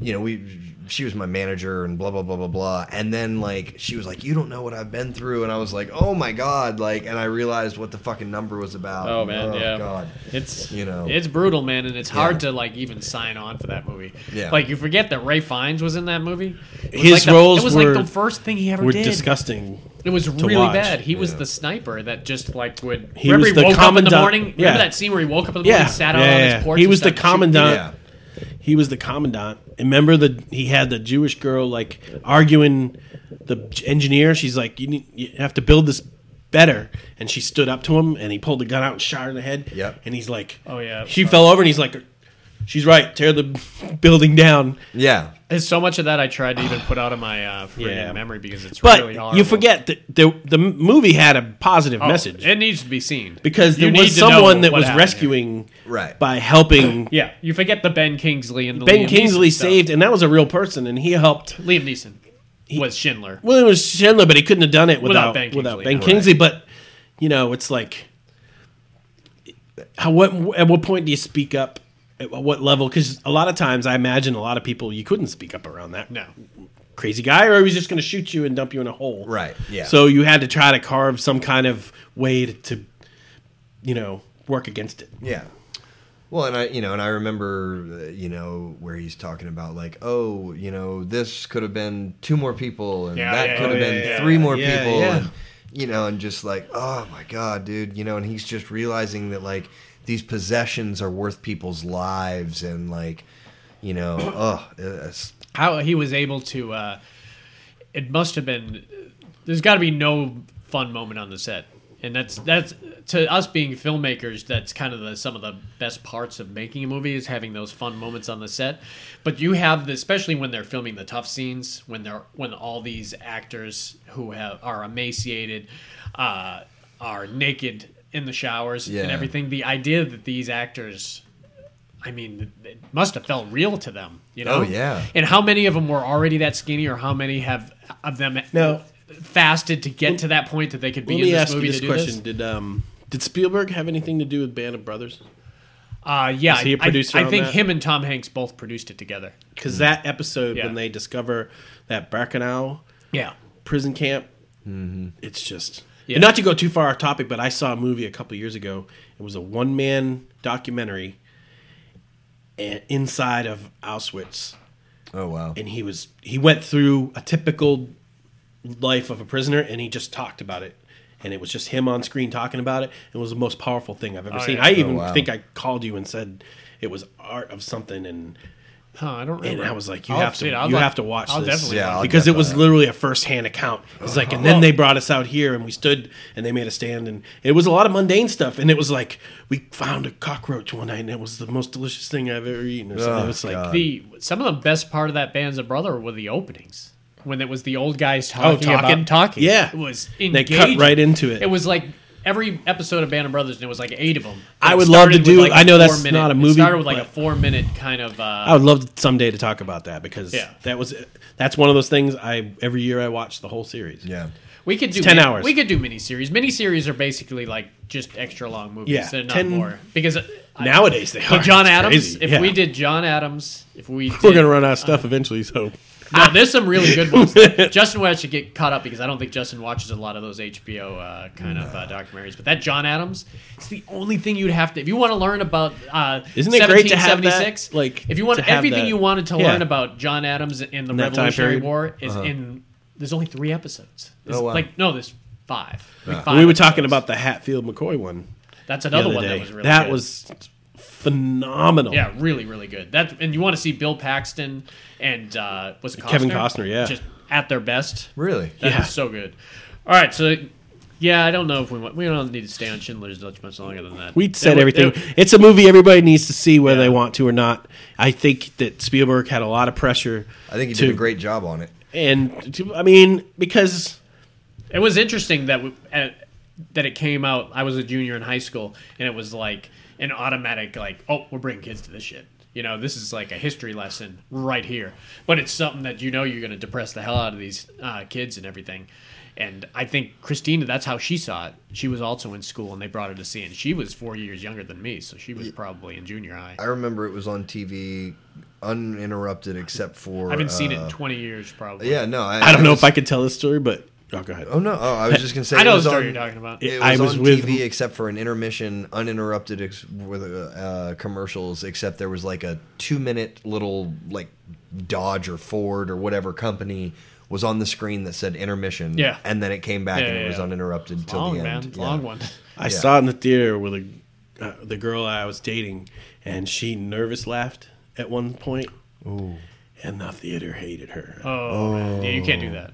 Speaker 4: You know, we she was my manager and blah blah blah blah blah. And then like she was like, You don't know what I've been through and I was like, Oh my god, like and I realized what the fucking number was about.
Speaker 3: Oh man, yeah,
Speaker 4: god.
Speaker 3: it's
Speaker 4: You know.
Speaker 3: it's brutal, man, and it's
Speaker 4: Yeah.
Speaker 3: hard to like even sign on for that movie.
Speaker 4: Yeah.
Speaker 3: like you forget that Ray Fiennes was in that movie. It was
Speaker 5: His
Speaker 3: like the-
Speaker 5: roles
Speaker 3: it was
Speaker 5: were-
Speaker 3: like the first thing he ever
Speaker 5: We're
Speaker 3: did.
Speaker 5: disgusting.
Speaker 3: It was really
Speaker 5: watch.
Speaker 3: bad. He was the sniper that just like would.
Speaker 5: He
Speaker 3: remember
Speaker 5: was
Speaker 3: he
Speaker 5: the
Speaker 3: woke up in the
Speaker 5: commandant-
Speaker 3: morning. Remember
Speaker 5: yeah.
Speaker 3: that scene where he woke up in the morning,
Speaker 5: Yeah,
Speaker 3: and sat out
Speaker 5: yeah,
Speaker 3: on
Speaker 5: yeah.
Speaker 3: his porch.
Speaker 5: He
Speaker 3: and
Speaker 5: was the
Speaker 3: stuff, shooting
Speaker 5: commandant.
Speaker 4: Yeah.
Speaker 5: he was the commandant. And remember the he had the Jewish girl like arguing the engineer. She's like, you need, you have to build this better. And she stood up to him, and he pulled the gun out and shot her in the head.
Speaker 4: Yep.
Speaker 5: And he's like,
Speaker 3: Oh, yeah.
Speaker 5: She fell over, and he's like, she's right. Tear the building down.
Speaker 4: Yeah.
Speaker 3: There's so much of that I tried to even put out of my uh, friggin'
Speaker 5: Yeah.
Speaker 3: memory because it's
Speaker 5: But
Speaker 3: really hard.
Speaker 5: you forget that the the movie had a positive message
Speaker 3: It needs to be seen
Speaker 5: because
Speaker 3: You
Speaker 5: there
Speaker 3: need
Speaker 5: was
Speaker 3: to know
Speaker 5: someone that
Speaker 3: what
Speaker 5: was
Speaker 3: happened
Speaker 5: rescuing
Speaker 4: Right.
Speaker 5: by helping.
Speaker 3: here. Yeah, you forget the Ben Kingsley and the
Speaker 5: Ben
Speaker 3: Liam
Speaker 5: Kingsley
Speaker 3: Neeson stuff.
Speaker 5: saved, and that was a real person, and he helped
Speaker 3: Liam Neeson was Schindler.
Speaker 5: Well, it was Schindler, but he couldn't have done it without
Speaker 3: Without
Speaker 5: without
Speaker 3: Ben
Speaker 5: Ben
Speaker 3: Kingsley.
Speaker 5: Kingsley.
Speaker 3: Right.
Speaker 5: But you know, it's like how what at what point do you speak up? At what level? Because a lot of times, I imagine a lot of people you couldn't speak up around that
Speaker 3: No,
Speaker 5: crazy guy, or he was just going to shoot you and dump you in a hole.
Speaker 4: Right, yeah.
Speaker 5: So you had to try to carve some kind of way to, to you know, work against it.
Speaker 4: Yeah. Well, and I, you know, and I remember, uh, you know, where he's talking about like, oh, you know, this could have been two more people, and
Speaker 3: Yeah,
Speaker 4: that
Speaker 3: yeah,
Speaker 4: could have
Speaker 3: yeah,
Speaker 4: been
Speaker 3: yeah,
Speaker 4: three more
Speaker 5: yeah,
Speaker 4: people,
Speaker 5: yeah.
Speaker 4: and you know, and just like, oh my god, dude, you know, and he's just realizing that like these possessions are worth people's lives, and like, you know, oh, it's,
Speaker 3: how he was able to. Uh, it must have been. There's got to be no fun moment on the set, and that's that's to us being filmmakers. That's kind of the some of the best parts of making a movie is having those fun moments on the set. But you have, the, especially when they're filming the tough scenes, when they're when all these actors who have are emaciated, uh, are naked in the showers
Speaker 4: Yeah.
Speaker 3: and everything. The idea that these actors I mean, it must have felt real to them, you know?
Speaker 4: Oh, yeah.
Speaker 3: And how many of them were already that skinny, or how many have of them
Speaker 5: Now-
Speaker 3: fasted to get to that point that they could be
Speaker 5: Let
Speaker 3: in
Speaker 5: me
Speaker 3: this
Speaker 5: ask you
Speaker 3: movie
Speaker 5: this
Speaker 3: to do
Speaker 5: question:
Speaker 3: this?
Speaker 5: Did um did Spielberg have anything to do with Band of Brothers?
Speaker 3: Uh, yeah,
Speaker 5: he a
Speaker 3: I-
Speaker 5: producer
Speaker 3: I,
Speaker 5: on
Speaker 3: think
Speaker 5: that?
Speaker 3: him and Tom Hanks both produced it together.
Speaker 5: Because that episode
Speaker 3: Hmm. Yeah.
Speaker 5: when they discover that Barkinau
Speaker 3: Yeah.
Speaker 5: prison camp. It's just
Speaker 3: Mm-hmm. Yeah.
Speaker 5: and not to go too far off topic, but I saw a movie a couple years ago. It was a one man documentary and inside of Auschwitz,
Speaker 4: oh wow,
Speaker 5: and he was he went through a typical life of a prisoner, and he just talked about it. And it was just him on screen talking about it. It was the most powerful thing I've ever seen.
Speaker 3: Oh, yeah.
Speaker 5: I even
Speaker 4: wow.
Speaker 5: think I called you and said it was art of something, and
Speaker 3: Huh, I don't remember.
Speaker 5: and I was like, you
Speaker 3: I'll
Speaker 5: have to,
Speaker 3: see it.
Speaker 5: you
Speaker 3: I'll like-
Speaker 5: have to watch
Speaker 3: I'll
Speaker 5: this,
Speaker 3: definitely
Speaker 4: Yeah,
Speaker 3: watch
Speaker 4: I'll
Speaker 3: it.
Speaker 5: because it was
Speaker 4: definitely-
Speaker 5: literally a first hand account. It's like, and then they brought us out here, and we stood, and they made us stand, and it was a lot of mundane stuff, and it was like we found a cockroach one night, and it was the most delicious thing I've ever eaten. Or
Speaker 4: Oh,
Speaker 5: something. it was like,
Speaker 3: the some of the best part of that band's a brother were the openings when it was the old guys
Speaker 5: Oh,
Speaker 3: talking,
Speaker 5: talking.
Speaker 3: about talking.
Speaker 5: Yeah.
Speaker 3: it was
Speaker 5: cut
Speaker 3: engaging.
Speaker 5: right into it.
Speaker 3: It was like every episode of Band of Brothers, and it was like eight of them.
Speaker 5: I
Speaker 3: It
Speaker 5: would love to
Speaker 3: started with,
Speaker 5: do-
Speaker 3: like, a
Speaker 5: I know that's
Speaker 3: four-minute-
Speaker 5: not a
Speaker 3: it
Speaker 5: movie,
Speaker 3: started with like a
Speaker 5: but-
Speaker 3: four minute kind of.
Speaker 5: I
Speaker 3: Uh,
Speaker 5: would love someday to talk about that because
Speaker 3: Yeah.
Speaker 5: that was that's one of those things. I every year I watch the whole series.
Speaker 4: yeah,
Speaker 3: we could do
Speaker 5: 10
Speaker 3: mini-
Speaker 5: hours.
Speaker 3: We could do miniseries. Miniseries are basically like just extra long movies.
Speaker 5: Yeah,
Speaker 3: They're not
Speaker 5: 10
Speaker 3: more because uh, I-
Speaker 5: Nowadays they are
Speaker 3: But John
Speaker 5: It's
Speaker 3: Adams,
Speaker 5: crazy.
Speaker 3: if
Speaker 5: Yeah.
Speaker 3: we did John Adams, if we
Speaker 5: we're
Speaker 3: did- uh,
Speaker 5: gonna run out of stuff eventually, so
Speaker 3: No, there's some really good ones. Justin Welch should get caught up because I don't think Justin watches a lot of those HBO uh, kind of uh, documentaries. But that John Adams, it's the only thing you'd have to if you want to learn about. Uh,
Speaker 5: Isn't it great to have that,
Speaker 3: 1776,
Speaker 5: like,
Speaker 3: if you want
Speaker 5: to have
Speaker 3: everything
Speaker 5: that-
Speaker 3: you wanted to
Speaker 5: Yeah.
Speaker 3: learn about John Adams and the
Speaker 5: that time
Speaker 3: Revolutionary
Speaker 5: period? Uh-huh.
Speaker 3: War is in. There's only three episodes. There's
Speaker 4: Oh, wow.
Speaker 3: Like no, there's five. Like five
Speaker 5: Uh, We were
Speaker 3: episodes.
Speaker 5: talking about the Hatfield McCoy one
Speaker 3: that's
Speaker 5: the
Speaker 3: another
Speaker 5: other
Speaker 3: one
Speaker 5: day.
Speaker 3: that was really good.
Speaker 5: phenomenal.
Speaker 3: Yeah, really, really good. That and you want to see Bill Paxton and uh, was it Costner?
Speaker 5: Kevin Costner, yeah.
Speaker 3: just at their best.
Speaker 4: Really?
Speaker 3: That
Speaker 5: Yeah.
Speaker 3: was so good. All right, so yeah, I don't know if we want, we don't need to stay on Schindler's List much longer than that.
Speaker 5: We
Speaker 3: It
Speaker 5: said
Speaker 3: wa-
Speaker 5: everything.
Speaker 3: it-
Speaker 5: It's a movie everybody needs to see whether they want to or not. I think that Spielberg had a lot of pressure.
Speaker 4: I think he
Speaker 5: to,
Speaker 4: did a great job on it.
Speaker 5: And to, I mean, because
Speaker 3: it was interesting that we, uh, that it came out. I was a junior in high school, and it was like an automatic, like, oh, we're bringing kids to this shit. You know, this is like a history lesson right here. But it's something that you know you're going to depress the hell out of these uh, kids and everything. And I think Christina, that's how she saw it. She was also in school, and they brought her to see it. And she was four years younger than me, so she was probably in junior high.
Speaker 4: I remember it was on TV uninterrupted except for
Speaker 3: I haven't seen it in
Speaker 4: uh,
Speaker 3: 20 years, probably.
Speaker 4: Yeah, no.
Speaker 5: I don't know if
Speaker 4: was-
Speaker 5: I could tell this story, but oh, go ahead.
Speaker 4: Oh no! Oh, I was just gonna say.
Speaker 3: I know
Speaker 4: it
Speaker 3: the
Speaker 4: was
Speaker 3: story
Speaker 4: on-
Speaker 3: you're talking about.
Speaker 4: It was
Speaker 5: I was
Speaker 4: on
Speaker 5: with-
Speaker 4: TV except for an intermission, uninterrupted ex- with uh, uh, commercials. Except there was like a two-minute little like Dodge or Ford or whatever company was on the screen that said intermission.
Speaker 3: Yeah.
Speaker 4: and then it came back
Speaker 3: Yeah,
Speaker 4: and
Speaker 3: yeah,
Speaker 4: it was
Speaker 3: yeah.
Speaker 4: uninterrupted till
Speaker 3: long,
Speaker 4: the
Speaker 3: man.
Speaker 4: end.
Speaker 3: It's a
Speaker 4: Yeah.
Speaker 3: Long one.
Speaker 5: I saw it in the theater with a, uh, the girl I was dating, and she nervous laughed at one point. And the theater hated her.
Speaker 3: Oh, man. yeah, you can't do that.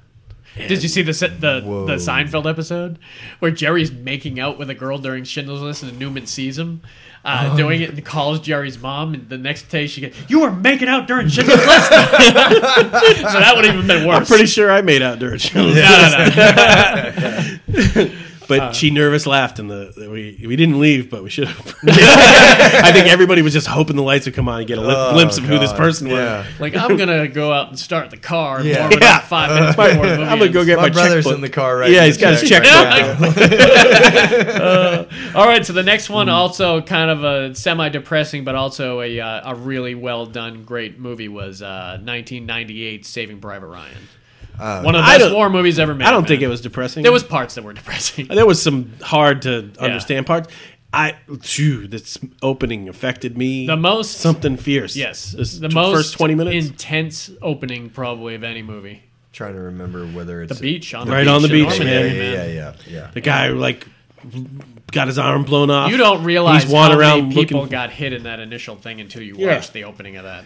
Speaker 3: Did you see the se- the the Seinfeld episode where Jerry's making out with a girl during Schindler's List and Newman sees him uh, doing it and calls Jerry's mom and the next day she gets you were making out during Schindler's List. so that would have even been worse.
Speaker 5: I'm pretty sure I made out during Schindler's
Speaker 3: No, no, no.
Speaker 5: But
Speaker 3: Uh,
Speaker 5: she nervous laughed, and the the- we we didn't leave, but we should have. I think everybody was just hoping the lights would come on and get a lip, glimpse of who this
Speaker 4: God.
Speaker 5: person was.
Speaker 4: Yeah.
Speaker 3: Like I'm gonna go out and start the car and
Speaker 4: Yeah.
Speaker 3: warm it
Speaker 5: Yeah.
Speaker 3: up five minutes before the movie
Speaker 5: I'm gonna go
Speaker 3: ends.
Speaker 5: get
Speaker 4: My
Speaker 5: my,
Speaker 4: brother's
Speaker 5: checkbook.
Speaker 4: in the car right
Speaker 5: Yeah,
Speaker 4: now.
Speaker 5: he's got his
Speaker 4: Check
Speaker 5: checkbook.
Speaker 3: Uh, All right, so the next one also kind of a semi-depressing, but also a uh, a really well done, great movie was uh, 1998 Saving Private Ryan. One of the
Speaker 5: Uh, I
Speaker 3: best
Speaker 5: don't-
Speaker 3: war movies ever made.
Speaker 5: I don't
Speaker 3: man.
Speaker 5: think it was depressing.
Speaker 3: There was parts that were depressing.
Speaker 5: there was some hard to understand parts. I phew, this opening affected me.
Speaker 3: The most-
Speaker 5: something fierce.
Speaker 3: yes,
Speaker 5: This
Speaker 3: the
Speaker 5: t-
Speaker 3: most
Speaker 5: first twenty minutes.
Speaker 3: intense opening probably of any movie.
Speaker 4: trying to remember whether
Speaker 3: The
Speaker 4: it's
Speaker 3: beach on the
Speaker 5: Right
Speaker 3: beach
Speaker 5: on the
Speaker 3: in
Speaker 5: beach,
Speaker 3: Normandy,
Speaker 4: Yeah,
Speaker 5: man.
Speaker 4: yeah, yeah, yeah, yeah.
Speaker 5: the guy who, like got his arm blown off.
Speaker 3: You don't realize
Speaker 5: He's wandering
Speaker 3: how many
Speaker 5: around
Speaker 3: people
Speaker 5: looking-
Speaker 3: got hit in that initial thing until you
Speaker 5: Yeah.
Speaker 3: watch the opening of that.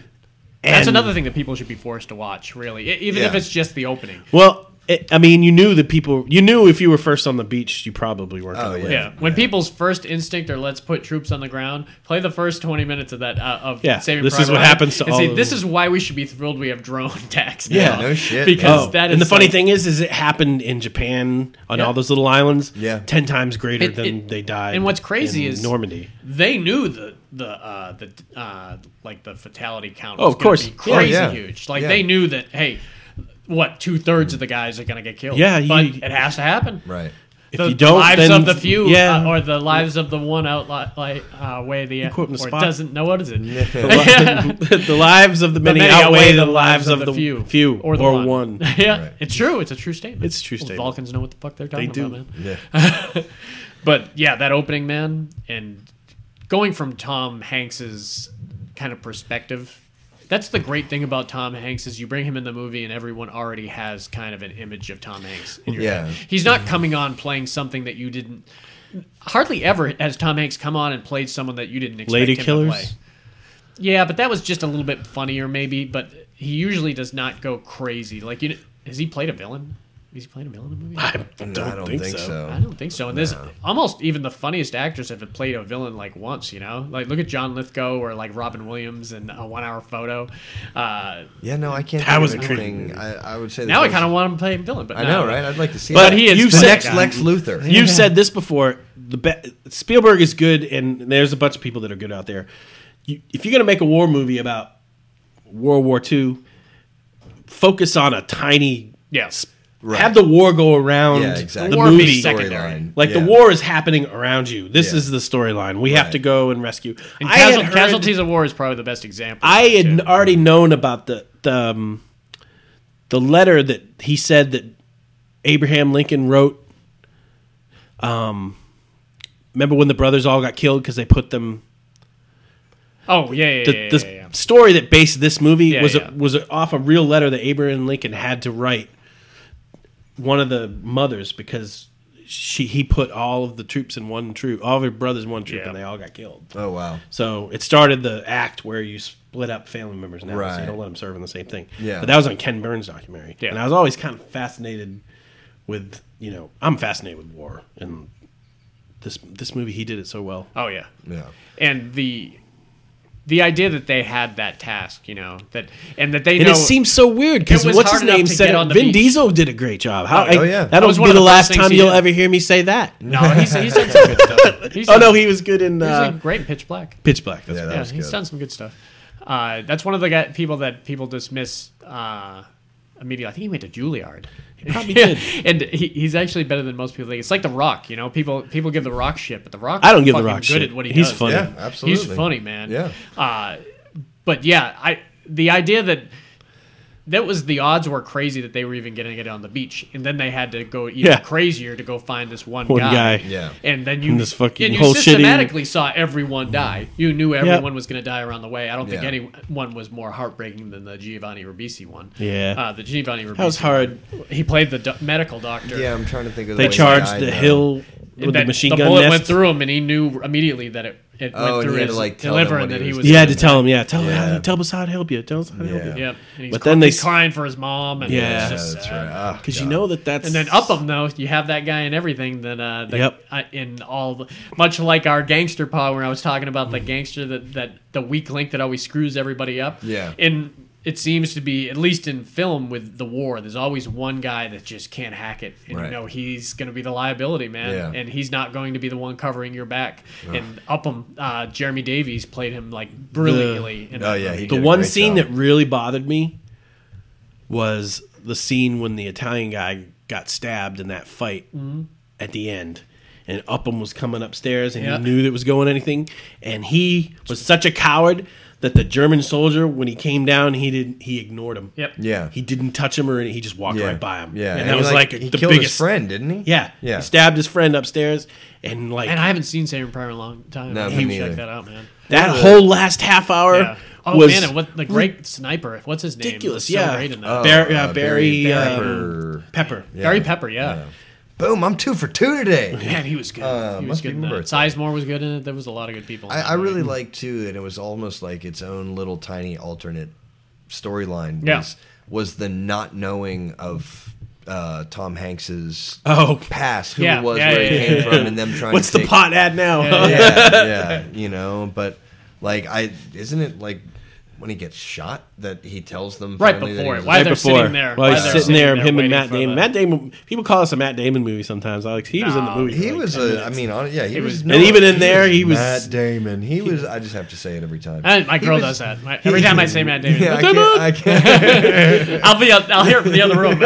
Speaker 3: That's
Speaker 5: And-
Speaker 3: another thing that people should be forced to watch, really, e- even if
Speaker 4: Yeah.
Speaker 3: it's just the opening.
Speaker 5: Well, it, I mean, you knew the people. You knew if you were first on the beach, you probably weren't.
Speaker 4: Oh
Speaker 5: gonna win.
Speaker 4: yeah.
Speaker 3: Yeah, when people's first instinct are let's put troops on the ground, play the first twenty minutes of that uh, of
Speaker 5: Yeah,
Speaker 3: Saving
Speaker 5: this is
Speaker 3: Private
Speaker 5: what
Speaker 3: Ryan,
Speaker 5: happens to
Speaker 3: and
Speaker 5: all
Speaker 3: See,
Speaker 5: of
Speaker 3: this
Speaker 5: them.
Speaker 3: is why we should be thrilled we have drone tax.
Speaker 5: Yeah,
Speaker 3: now,
Speaker 4: no shit,
Speaker 3: Because
Speaker 5: Oh,
Speaker 3: that is
Speaker 5: and the funny
Speaker 3: like-
Speaker 5: thing is, is it happened in Japan on
Speaker 3: Yeah.
Speaker 5: all those little islands.
Speaker 4: Yeah.
Speaker 5: ten times greater
Speaker 3: It-
Speaker 5: than
Speaker 3: it-
Speaker 5: they died.
Speaker 3: and what's crazy
Speaker 5: in
Speaker 3: is-
Speaker 5: Normandy.
Speaker 3: they knew the the uh, the uh, like the fatality count.
Speaker 5: Oh,
Speaker 3: was
Speaker 5: of
Speaker 3: gonna
Speaker 5: course.
Speaker 3: be crazy
Speaker 4: Yeah, yeah.
Speaker 3: huge. Like
Speaker 4: Yeah.
Speaker 3: they knew that. Hey, what two thirds of the guys are gonna get killed?
Speaker 5: Yeah, you-
Speaker 3: but it has to happen.
Speaker 4: Right.
Speaker 5: If
Speaker 3: the
Speaker 5: you don't,
Speaker 3: lives
Speaker 5: then-
Speaker 3: of the few,
Speaker 5: yeah.
Speaker 3: uh, or the lives of the one out like uh, way the
Speaker 5: quote in the
Speaker 3: or
Speaker 5: spot.
Speaker 3: doesn't know what is it.
Speaker 5: the lives of the many, outweigh the lives of the few, or,
Speaker 3: the
Speaker 5: one.
Speaker 3: yeah,
Speaker 4: Right.
Speaker 3: it's true. It's a true statement.
Speaker 5: It's a true
Speaker 3: Those
Speaker 5: statement.
Speaker 3: Vulcans know what the fuck they're talking
Speaker 5: do.
Speaker 3: about, man.
Speaker 4: Yeah.
Speaker 3: But yeah, that opening, man, and going from Tom Hanks's kind of perspective. That's the great thing about Tom Hanks is you bring him in the movie and everyone already has kind of an image of Tom Hanks. In your
Speaker 4: Yeah.
Speaker 3: head. He's not coming on playing something that you didn't. Hardly ever has Tom Hanks come on and played someone that you didn't expect
Speaker 5: Lady
Speaker 3: him to
Speaker 5: killers?
Speaker 3: play. Yeah, but that was just a little bit funnier, maybe. But he usually does not go crazy. Like, you know, has he played a villain? Has he played a villain in a movie? I,
Speaker 5: Don't
Speaker 4: No, I don't think, so.
Speaker 3: don't think so. And there's almost even the funniest actors have played a villain like once. You know, like look at John Lithgow or like Robin Williams in a one-hour photo. Uh,
Speaker 4: Yeah, no, I can't.
Speaker 5: That
Speaker 4: think
Speaker 5: was
Speaker 4: of
Speaker 5: a tricky
Speaker 4: anything. I, I would say
Speaker 3: now I
Speaker 4: that
Speaker 3: kind of
Speaker 4: was-
Speaker 3: want him to play a villain, but
Speaker 4: I
Speaker 3: no.
Speaker 4: know, right? I'd like to see.
Speaker 5: But
Speaker 4: that.
Speaker 5: he is
Speaker 4: You've
Speaker 5: the
Speaker 4: next
Speaker 5: guy.
Speaker 4: Lex Luthor.
Speaker 5: You've said this before. The be- Spielberg is good, and there's a bunch of people that are good out there. You, if you're going to make a war movie about World War II, focus on a tiny.
Speaker 3: Yeah.
Speaker 5: s-
Speaker 4: Right.
Speaker 5: Have the war go around
Speaker 4: Yeah, exactly.
Speaker 5: the
Speaker 3: War be
Speaker 5: movie.
Speaker 3: second.
Speaker 4: Storyline.
Speaker 5: Like
Speaker 4: Yeah.
Speaker 5: the war is happening around you. This
Speaker 4: Yeah.
Speaker 5: is the storyline. We have
Speaker 4: Right.
Speaker 5: to go and rescue.
Speaker 3: And
Speaker 5: I had
Speaker 3: Castle-
Speaker 5: heard-
Speaker 3: Casualties of War is probably the best example.
Speaker 5: I
Speaker 3: of that,
Speaker 5: had
Speaker 3: too.
Speaker 5: already known about the the um, the letter that he said that Abraham Lincoln wrote. Um, remember when the brothers all got killed because they put them.
Speaker 3: Oh yeah, yeah,
Speaker 5: The,
Speaker 3: yeah,
Speaker 5: the
Speaker 3: yeah, yeah.
Speaker 5: story that based this movie
Speaker 3: Yeah,
Speaker 5: was
Speaker 3: yeah.
Speaker 5: A, was a, off a real letter that Abraham Lincoln had to write one of the mothers because she he put all of the troops in one troop, all of her brothers in one troop,
Speaker 3: Yeah.
Speaker 5: and they all got killed.
Speaker 4: Oh wow.
Speaker 5: So it started the act where you split up family members now, so
Speaker 4: Right.
Speaker 5: you don't let them serve in the same thing.
Speaker 4: Yeah.
Speaker 5: But that was on Ken Burns' documentary,
Speaker 3: Yeah.
Speaker 5: and I was always kind of fascinated with you know I'm fascinated with war, and this this movie he did it so well.
Speaker 3: Oh yeah.
Speaker 4: Yeah.
Speaker 3: and the the idea that they had that task, you know, that and that they
Speaker 5: And
Speaker 3: know
Speaker 5: it seems so weird because
Speaker 3: it was
Speaker 5: what's
Speaker 3: hard
Speaker 5: his name
Speaker 3: enough to
Speaker 5: said
Speaker 3: get
Speaker 5: it?
Speaker 3: on the
Speaker 5: Vin
Speaker 3: beach.
Speaker 5: Diesel did a great job. How, I-
Speaker 4: Oh, yeah.
Speaker 5: that'll
Speaker 3: was
Speaker 5: be
Speaker 3: one
Speaker 5: the,
Speaker 3: of the first
Speaker 5: last
Speaker 3: things
Speaker 5: time
Speaker 3: he
Speaker 5: you'll
Speaker 3: did.
Speaker 5: ever hear me say that.
Speaker 3: no, he's, he's done some good stuff. He's
Speaker 5: Oh
Speaker 3: done-
Speaker 5: no, he was good in
Speaker 3: he's
Speaker 5: uh,
Speaker 3: done great in Pitch Black.
Speaker 5: Pitch Black. That's
Speaker 4: Yeah,
Speaker 5: right.
Speaker 4: that
Speaker 3: Yeah,
Speaker 4: was
Speaker 3: he's
Speaker 4: good.
Speaker 3: done some good stuff. Uh, that's one of the guy, people that people dismiss uh, immediately. I think he went to Juilliard. He
Speaker 5: probably did.
Speaker 3: and he, he's actually better than most people think. It's like The Rock, you know. People people give The Rock shit, but The Rock.
Speaker 5: I don't give The
Speaker 3: fucking
Speaker 5: Rock
Speaker 3: good
Speaker 5: shit.
Speaker 3: At what he
Speaker 5: He's
Speaker 3: does.
Speaker 5: funny.
Speaker 4: Yeah, absolutely.
Speaker 3: He's funny, man.
Speaker 4: Yeah.
Speaker 3: Uh, but yeah, I the idea that that was the odds were crazy that they were even getting it on the beach, and then they had to go even
Speaker 5: Yeah.
Speaker 3: crazier to go find this one,
Speaker 5: One guy.
Speaker 4: Yeah.
Speaker 3: and then you
Speaker 5: And this fucking
Speaker 3: and you
Speaker 5: whole shitty-
Speaker 3: systematically saw everyone die. You knew everyone
Speaker 5: Yep.
Speaker 3: was going to die around the way. I don't think
Speaker 4: Yeah.
Speaker 3: anyone was more heartbreaking than the Giovanni Ribisi one.
Speaker 5: Yeah.
Speaker 3: uh, the Giovanni Ribisi.
Speaker 5: That was hard.
Speaker 3: He played the do- medical doctor.
Speaker 4: Yeah, I'm trying to think of. the uh,
Speaker 5: They
Speaker 4: way he
Speaker 5: charged
Speaker 4: died,
Speaker 5: the
Speaker 4: though.
Speaker 5: hill with
Speaker 3: And that
Speaker 5: the machine
Speaker 3: the
Speaker 5: gun
Speaker 3: bullet
Speaker 5: nest.
Speaker 3: went through him, and he knew immediately that it, it
Speaker 4: Oh,
Speaker 3: went
Speaker 4: and he
Speaker 3: through
Speaker 4: had
Speaker 3: his
Speaker 4: to, like, tell
Speaker 3: liver,
Speaker 4: them
Speaker 3: and
Speaker 4: what
Speaker 3: that
Speaker 4: he
Speaker 3: he
Speaker 4: was
Speaker 3: was.
Speaker 5: You had to tell him, yeah. Tell
Speaker 4: Yeah.
Speaker 5: him, tell us how to help you. Tell us how to help you.
Speaker 3: Yep. And he's
Speaker 5: But then they s-
Speaker 3: crying for his mom. And
Speaker 5: Yeah,
Speaker 3: it's
Speaker 4: Yeah,
Speaker 3: just
Speaker 4: that's
Speaker 3: sad.
Speaker 4: right. Ah,
Speaker 5: Because you
Speaker 4: God.
Speaker 5: know that that's
Speaker 3: And then up them though, you have that guy in everything. That uh, the,
Speaker 5: Yep.
Speaker 3: uh, in all the, much like our gangster pod where I was talking about the gangster that that the weak link that always screws everybody up.
Speaker 4: Yeah.
Speaker 3: And it seems to be at least in film with the war. There's always one guy that just can't hack it, and
Speaker 4: Right.
Speaker 3: you know he's going to be the liability man,
Speaker 4: Yeah.
Speaker 3: and he's not going to be the one covering your back. And up him, uh, Jeremy Davies played him like brilliantly. in
Speaker 4: Oh
Speaker 3: that
Speaker 4: yeah,
Speaker 3: movie.
Speaker 4: he
Speaker 5: the
Speaker 4: did a
Speaker 5: one
Speaker 4: great
Speaker 5: scene
Speaker 4: job.
Speaker 5: that really bothered me was the scene when the Italian guy got stabbed in that fight
Speaker 3: Mm-hmm.
Speaker 5: at the end. And Upham was coming upstairs and
Speaker 3: Yeah.
Speaker 5: he knew that was going anything. And he was such a coward that the German soldier, when he came down, he didn't he ignored him.
Speaker 3: Yep.
Speaker 4: Yeah.
Speaker 5: He didn't touch him or anything. He just walked
Speaker 4: yeah.
Speaker 5: right by him.
Speaker 4: Yeah,
Speaker 5: And, that
Speaker 4: he,
Speaker 5: was like,
Speaker 4: he
Speaker 5: the
Speaker 4: killed
Speaker 5: biggest
Speaker 4: his friend, didn't he?
Speaker 5: Yeah.
Speaker 4: Yeah.
Speaker 5: He stabbed his friend upstairs and like
Speaker 3: And I haven't seen Saving Private in a long time.
Speaker 4: No,
Speaker 3: I
Speaker 4: me
Speaker 3: should
Speaker 4: neither.
Speaker 3: check that out, man.
Speaker 5: that whole last half hour
Speaker 3: Yeah. Oh
Speaker 5: was
Speaker 3: man, and what the great sniper? What's his name?
Speaker 5: ridiculous.
Speaker 3: Was so
Speaker 5: yeah,
Speaker 3: great in that.
Speaker 4: Oh,
Speaker 5: Barry,
Speaker 4: uh,
Speaker 5: uh, Barry,
Speaker 4: Barry
Speaker 5: um,
Speaker 4: Pepper.
Speaker 5: Pepper.
Speaker 3: Barry Pepper, yeah.
Speaker 4: Boom! I'm two for two today.
Speaker 3: Man, he was good. he was
Speaker 4: must
Speaker 3: good
Speaker 4: be
Speaker 3: in
Speaker 4: my
Speaker 3: that.
Speaker 4: birthday.
Speaker 3: Sizemore was good in it. There was a lot of good people. in
Speaker 4: I,
Speaker 3: that
Speaker 4: I
Speaker 3: movie.
Speaker 4: really liked too, and it was almost like its own little tiny alternate storyline.
Speaker 3: Yeah.
Speaker 4: Was, was the not knowing of uh, Tom Hanks's
Speaker 5: Oh,
Speaker 4: past, who
Speaker 3: Yeah,
Speaker 4: he was,
Speaker 3: yeah,
Speaker 4: where
Speaker 3: yeah,
Speaker 4: he
Speaker 3: yeah,
Speaker 4: came
Speaker 3: yeah.
Speaker 4: from, and them trying.
Speaker 5: what's
Speaker 4: to
Speaker 5: the
Speaker 4: take,
Speaker 5: pot ad now?
Speaker 3: Yeah, yeah.
Speaker 4: Yeah, yeah, you know. But like, I isn't it like when he gets shot that he tells them
Speaker 3: Right
Speaker 4: finally that
Speaker 3: before
Speaker 4: he
Speaker 3: it.
Speaker 4: was-
Speaker 3: Why they're sitting there.
Speaker 5: While
Speaker 3: Why
Speaker 5: he's
Speaker 3: they're
Speaker 5: sitting
Speaker 3: sitting
Speaker 5: there,
Speaker 3: there
Speaker 5: him and
Speaker 3: waiting
Speaker 5: Matt
Speaker 3: for
Speaker 5: Damon.
Speaker 3: the-
Speaker 5: Matt Damon. People call us a Matt Damon movie sometimes. Alex, he was in the
Speaker 3: No,
Speaker 5: movie. for
Speaker 4: He
Speaker 5: like
Speaker 4: was
Speaker 5: 10
Speaker 4: a.
Speaker 5: minutes.
Speaker 4: I mean, on, yeah, he
Speaker 3: It
Speaker 4: was.
Speaker 3: was-
Speaker 4: no,
Speaker 5: and even in there, he was.
Speaker 4: Matt Damon. He was. I just have to say it every time.
Speaker 3: And my girl does that. My- every time I say Matt Damon,
Speaker 4: Yeah, I
Speaker 3: Matt
Speaker 4: can't, I can't
Speaker 3: Damon! I'll be. I'll hear it from the other room.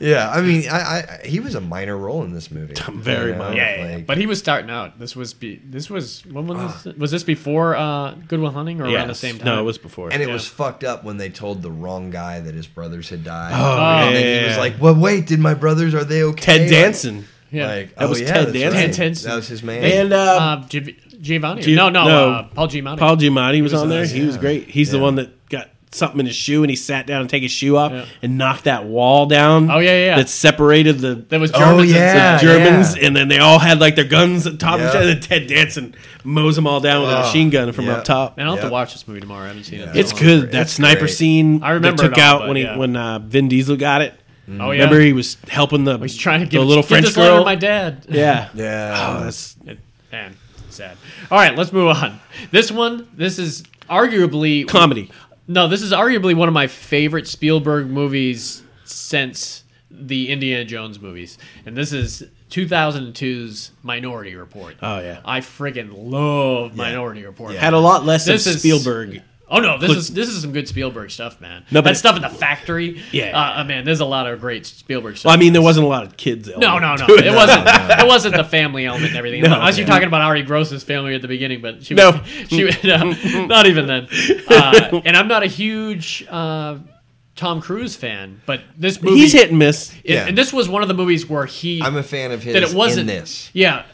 Speaker 4: Yeah, I mean, I, I he was a minor role in this movie.
Speaker 5: Very minor.
Speaker 3: Yeah, yeah, yeah.
Speaker 4: like-
Speaker 3: but he was starting out. This was be, this was when was this? Was this before uh, Goodwill Hunting or
Speaker 5: Yes.
Speaker 3: around the same time?
Speaker 5: No, it was before.
Speaker 4: and it
Speaker 3: yeah.
Speaker 4: was fucked up when they told the wrong guy that his brothers had died.
Speaker 5: Oh,
Speaker 4: and then
Speaker 5: yeah,
Speaker 4: he was
Speaker 5: yeah.
Speaker 4: like, "Well, wait, did my brothers? Are they okay?"
Speaker 5: Ted
Speaker 4: Like-
Speaker 5: Danson.
Speaker 3: Yeah.
Speaker 4: Like,
Speaker 5: That
Speaker 4: oh,
Speaker 5: was
Speaker 4: yeah,
Speaker 5: Ted
Speaker 4: that's
Speaker 5: Danson.
Speaker 4: right.
Speaker 3: Ted Danson.
Speaker 4: That was his man.
Speaker 5: And uh,
Speaker 3: uh, Giv- Giovanni.
Speaker 5: Giv-
Speaker 3: no, no,
Speaker 5: no.
Speaker 3: uh, Paul Giamatti.
Speaker 5: Paul Giamatti was,
Speaker 3: was
Speaker 5: on
Speaker 3: on
Speaker 5: there.
Speaker 3: this,
Speaker 5: He was
Speaker 4: yeah.
Speaker 5: great. He's the
Speaker 4: Yeah.
Speaker 5: one that got something in his shoe and he sat down and take his shoe off
Speaker 3: Yeah.
Speaker 5: and knocked that wall down.
Speaker 3: Oh, yeah, yeah, yeah.
Speaker 5: That separated the
Speaker 3: That was
Speaker 4: Oh,
Speaker 3: Germans. and-
Speaker 4: yeah.
Speaker 5: the Germans,
Speaker 4: yeah.
Speaker 5: and then they all had like their guns at top of each
Speaker 4: Yeah.
Speaker 5: other. And Ted Danson mows them all down with a
Speaker 4: Oh,
Speaker 5: machine gun from
Speaker 4: yeah.
Speaker 5: up top.
Speaker 3: Man, I'll have
Speaker 4: Yep.
Speaker 3: to watch this movie tomorrow. I haven't seen it. in so
Speaker 5: It's
Speaker 3: long.
Speaker 5: good. that
Speaker 4: It's
Speaker 5: sniper
Speaker 4: great.
Speaker 5: scene
Speaker 3: I remember
Speaker 5: they took
Speaker 3: it all,
Speaker 5: out
Speaker 3: but
Speaker 5: when he
Speaker 3: yeah.
Speaker 5: when uh, Vin Diesel got it.
Speaker 3: Oh yeah.
Speaker 5: Remember he was helping
Speaker 3: Oh,
Speaker 5: the
Speaker 3: He's trying to
Speaker 5: the
Speaker 3: give
Speaker 5: little
Speaker 3: get
Speaker 5: French
Speaker 3: this letter
Speaker 5: girl.
Speaker 3: to my dad.
Speaker 5: yeah,
Speaker 4: yeah,
Speaker 5: Oh, that's
Speaker 3: It- Man, sad. All right, let's move on. This one, this is arguably
Speaker 5: comedy.
Speaker 3: No, this is arguably one of my favorite Spielberg movies since the Indiana Jones movies, and this is 2002's Minority Report.
Speaker 5: Oh, yeah.
Speaker 3: I friggin' love Minority Report.
Speaker 5: Had a lot less
Speaker 3: This
Speaker 5: of
Speaker 3: is-
Speaker 5: Spielberg.
Speaker 3: Oh no, this is this is some good Spielberg stuff, man.
Speaker 5: No,
Speaker 3: No,
Speaker 5: but-
Speaker 3: that stuff in the factory.
Speaker 5: Yeah.
Speaker 3: uh, uh, man, there's a lot of great Spielberg stuff.
Speaker 5: Well, I mean, there wasn't a lot of kids.
Speaker 3: No,
Speaker 5: element
Speaker 3: no, no.
Speaker 5: to
Speaker 3: It, wasn't. It wasn't the family element and everything.
Speaker 5: No.
Speaker 3: Unless you're talking about Ari Gross's family at the beginning, but she
Speaker 5: No.
Speaker 3: was, she was- no, not even then. Uh, and I'm not a huge uh, Tom Cruise fan, but this movie
Speaker 5: He's hit and miss.
Speaker 3: it-
Speaker 4: yeah.
Speaker 3: and this was one of the movies where he
Speaker 4: I'm a fan of his
Speaker 3: that it wasn't
Speaker 4: in this.
Speaker 3: Yeah,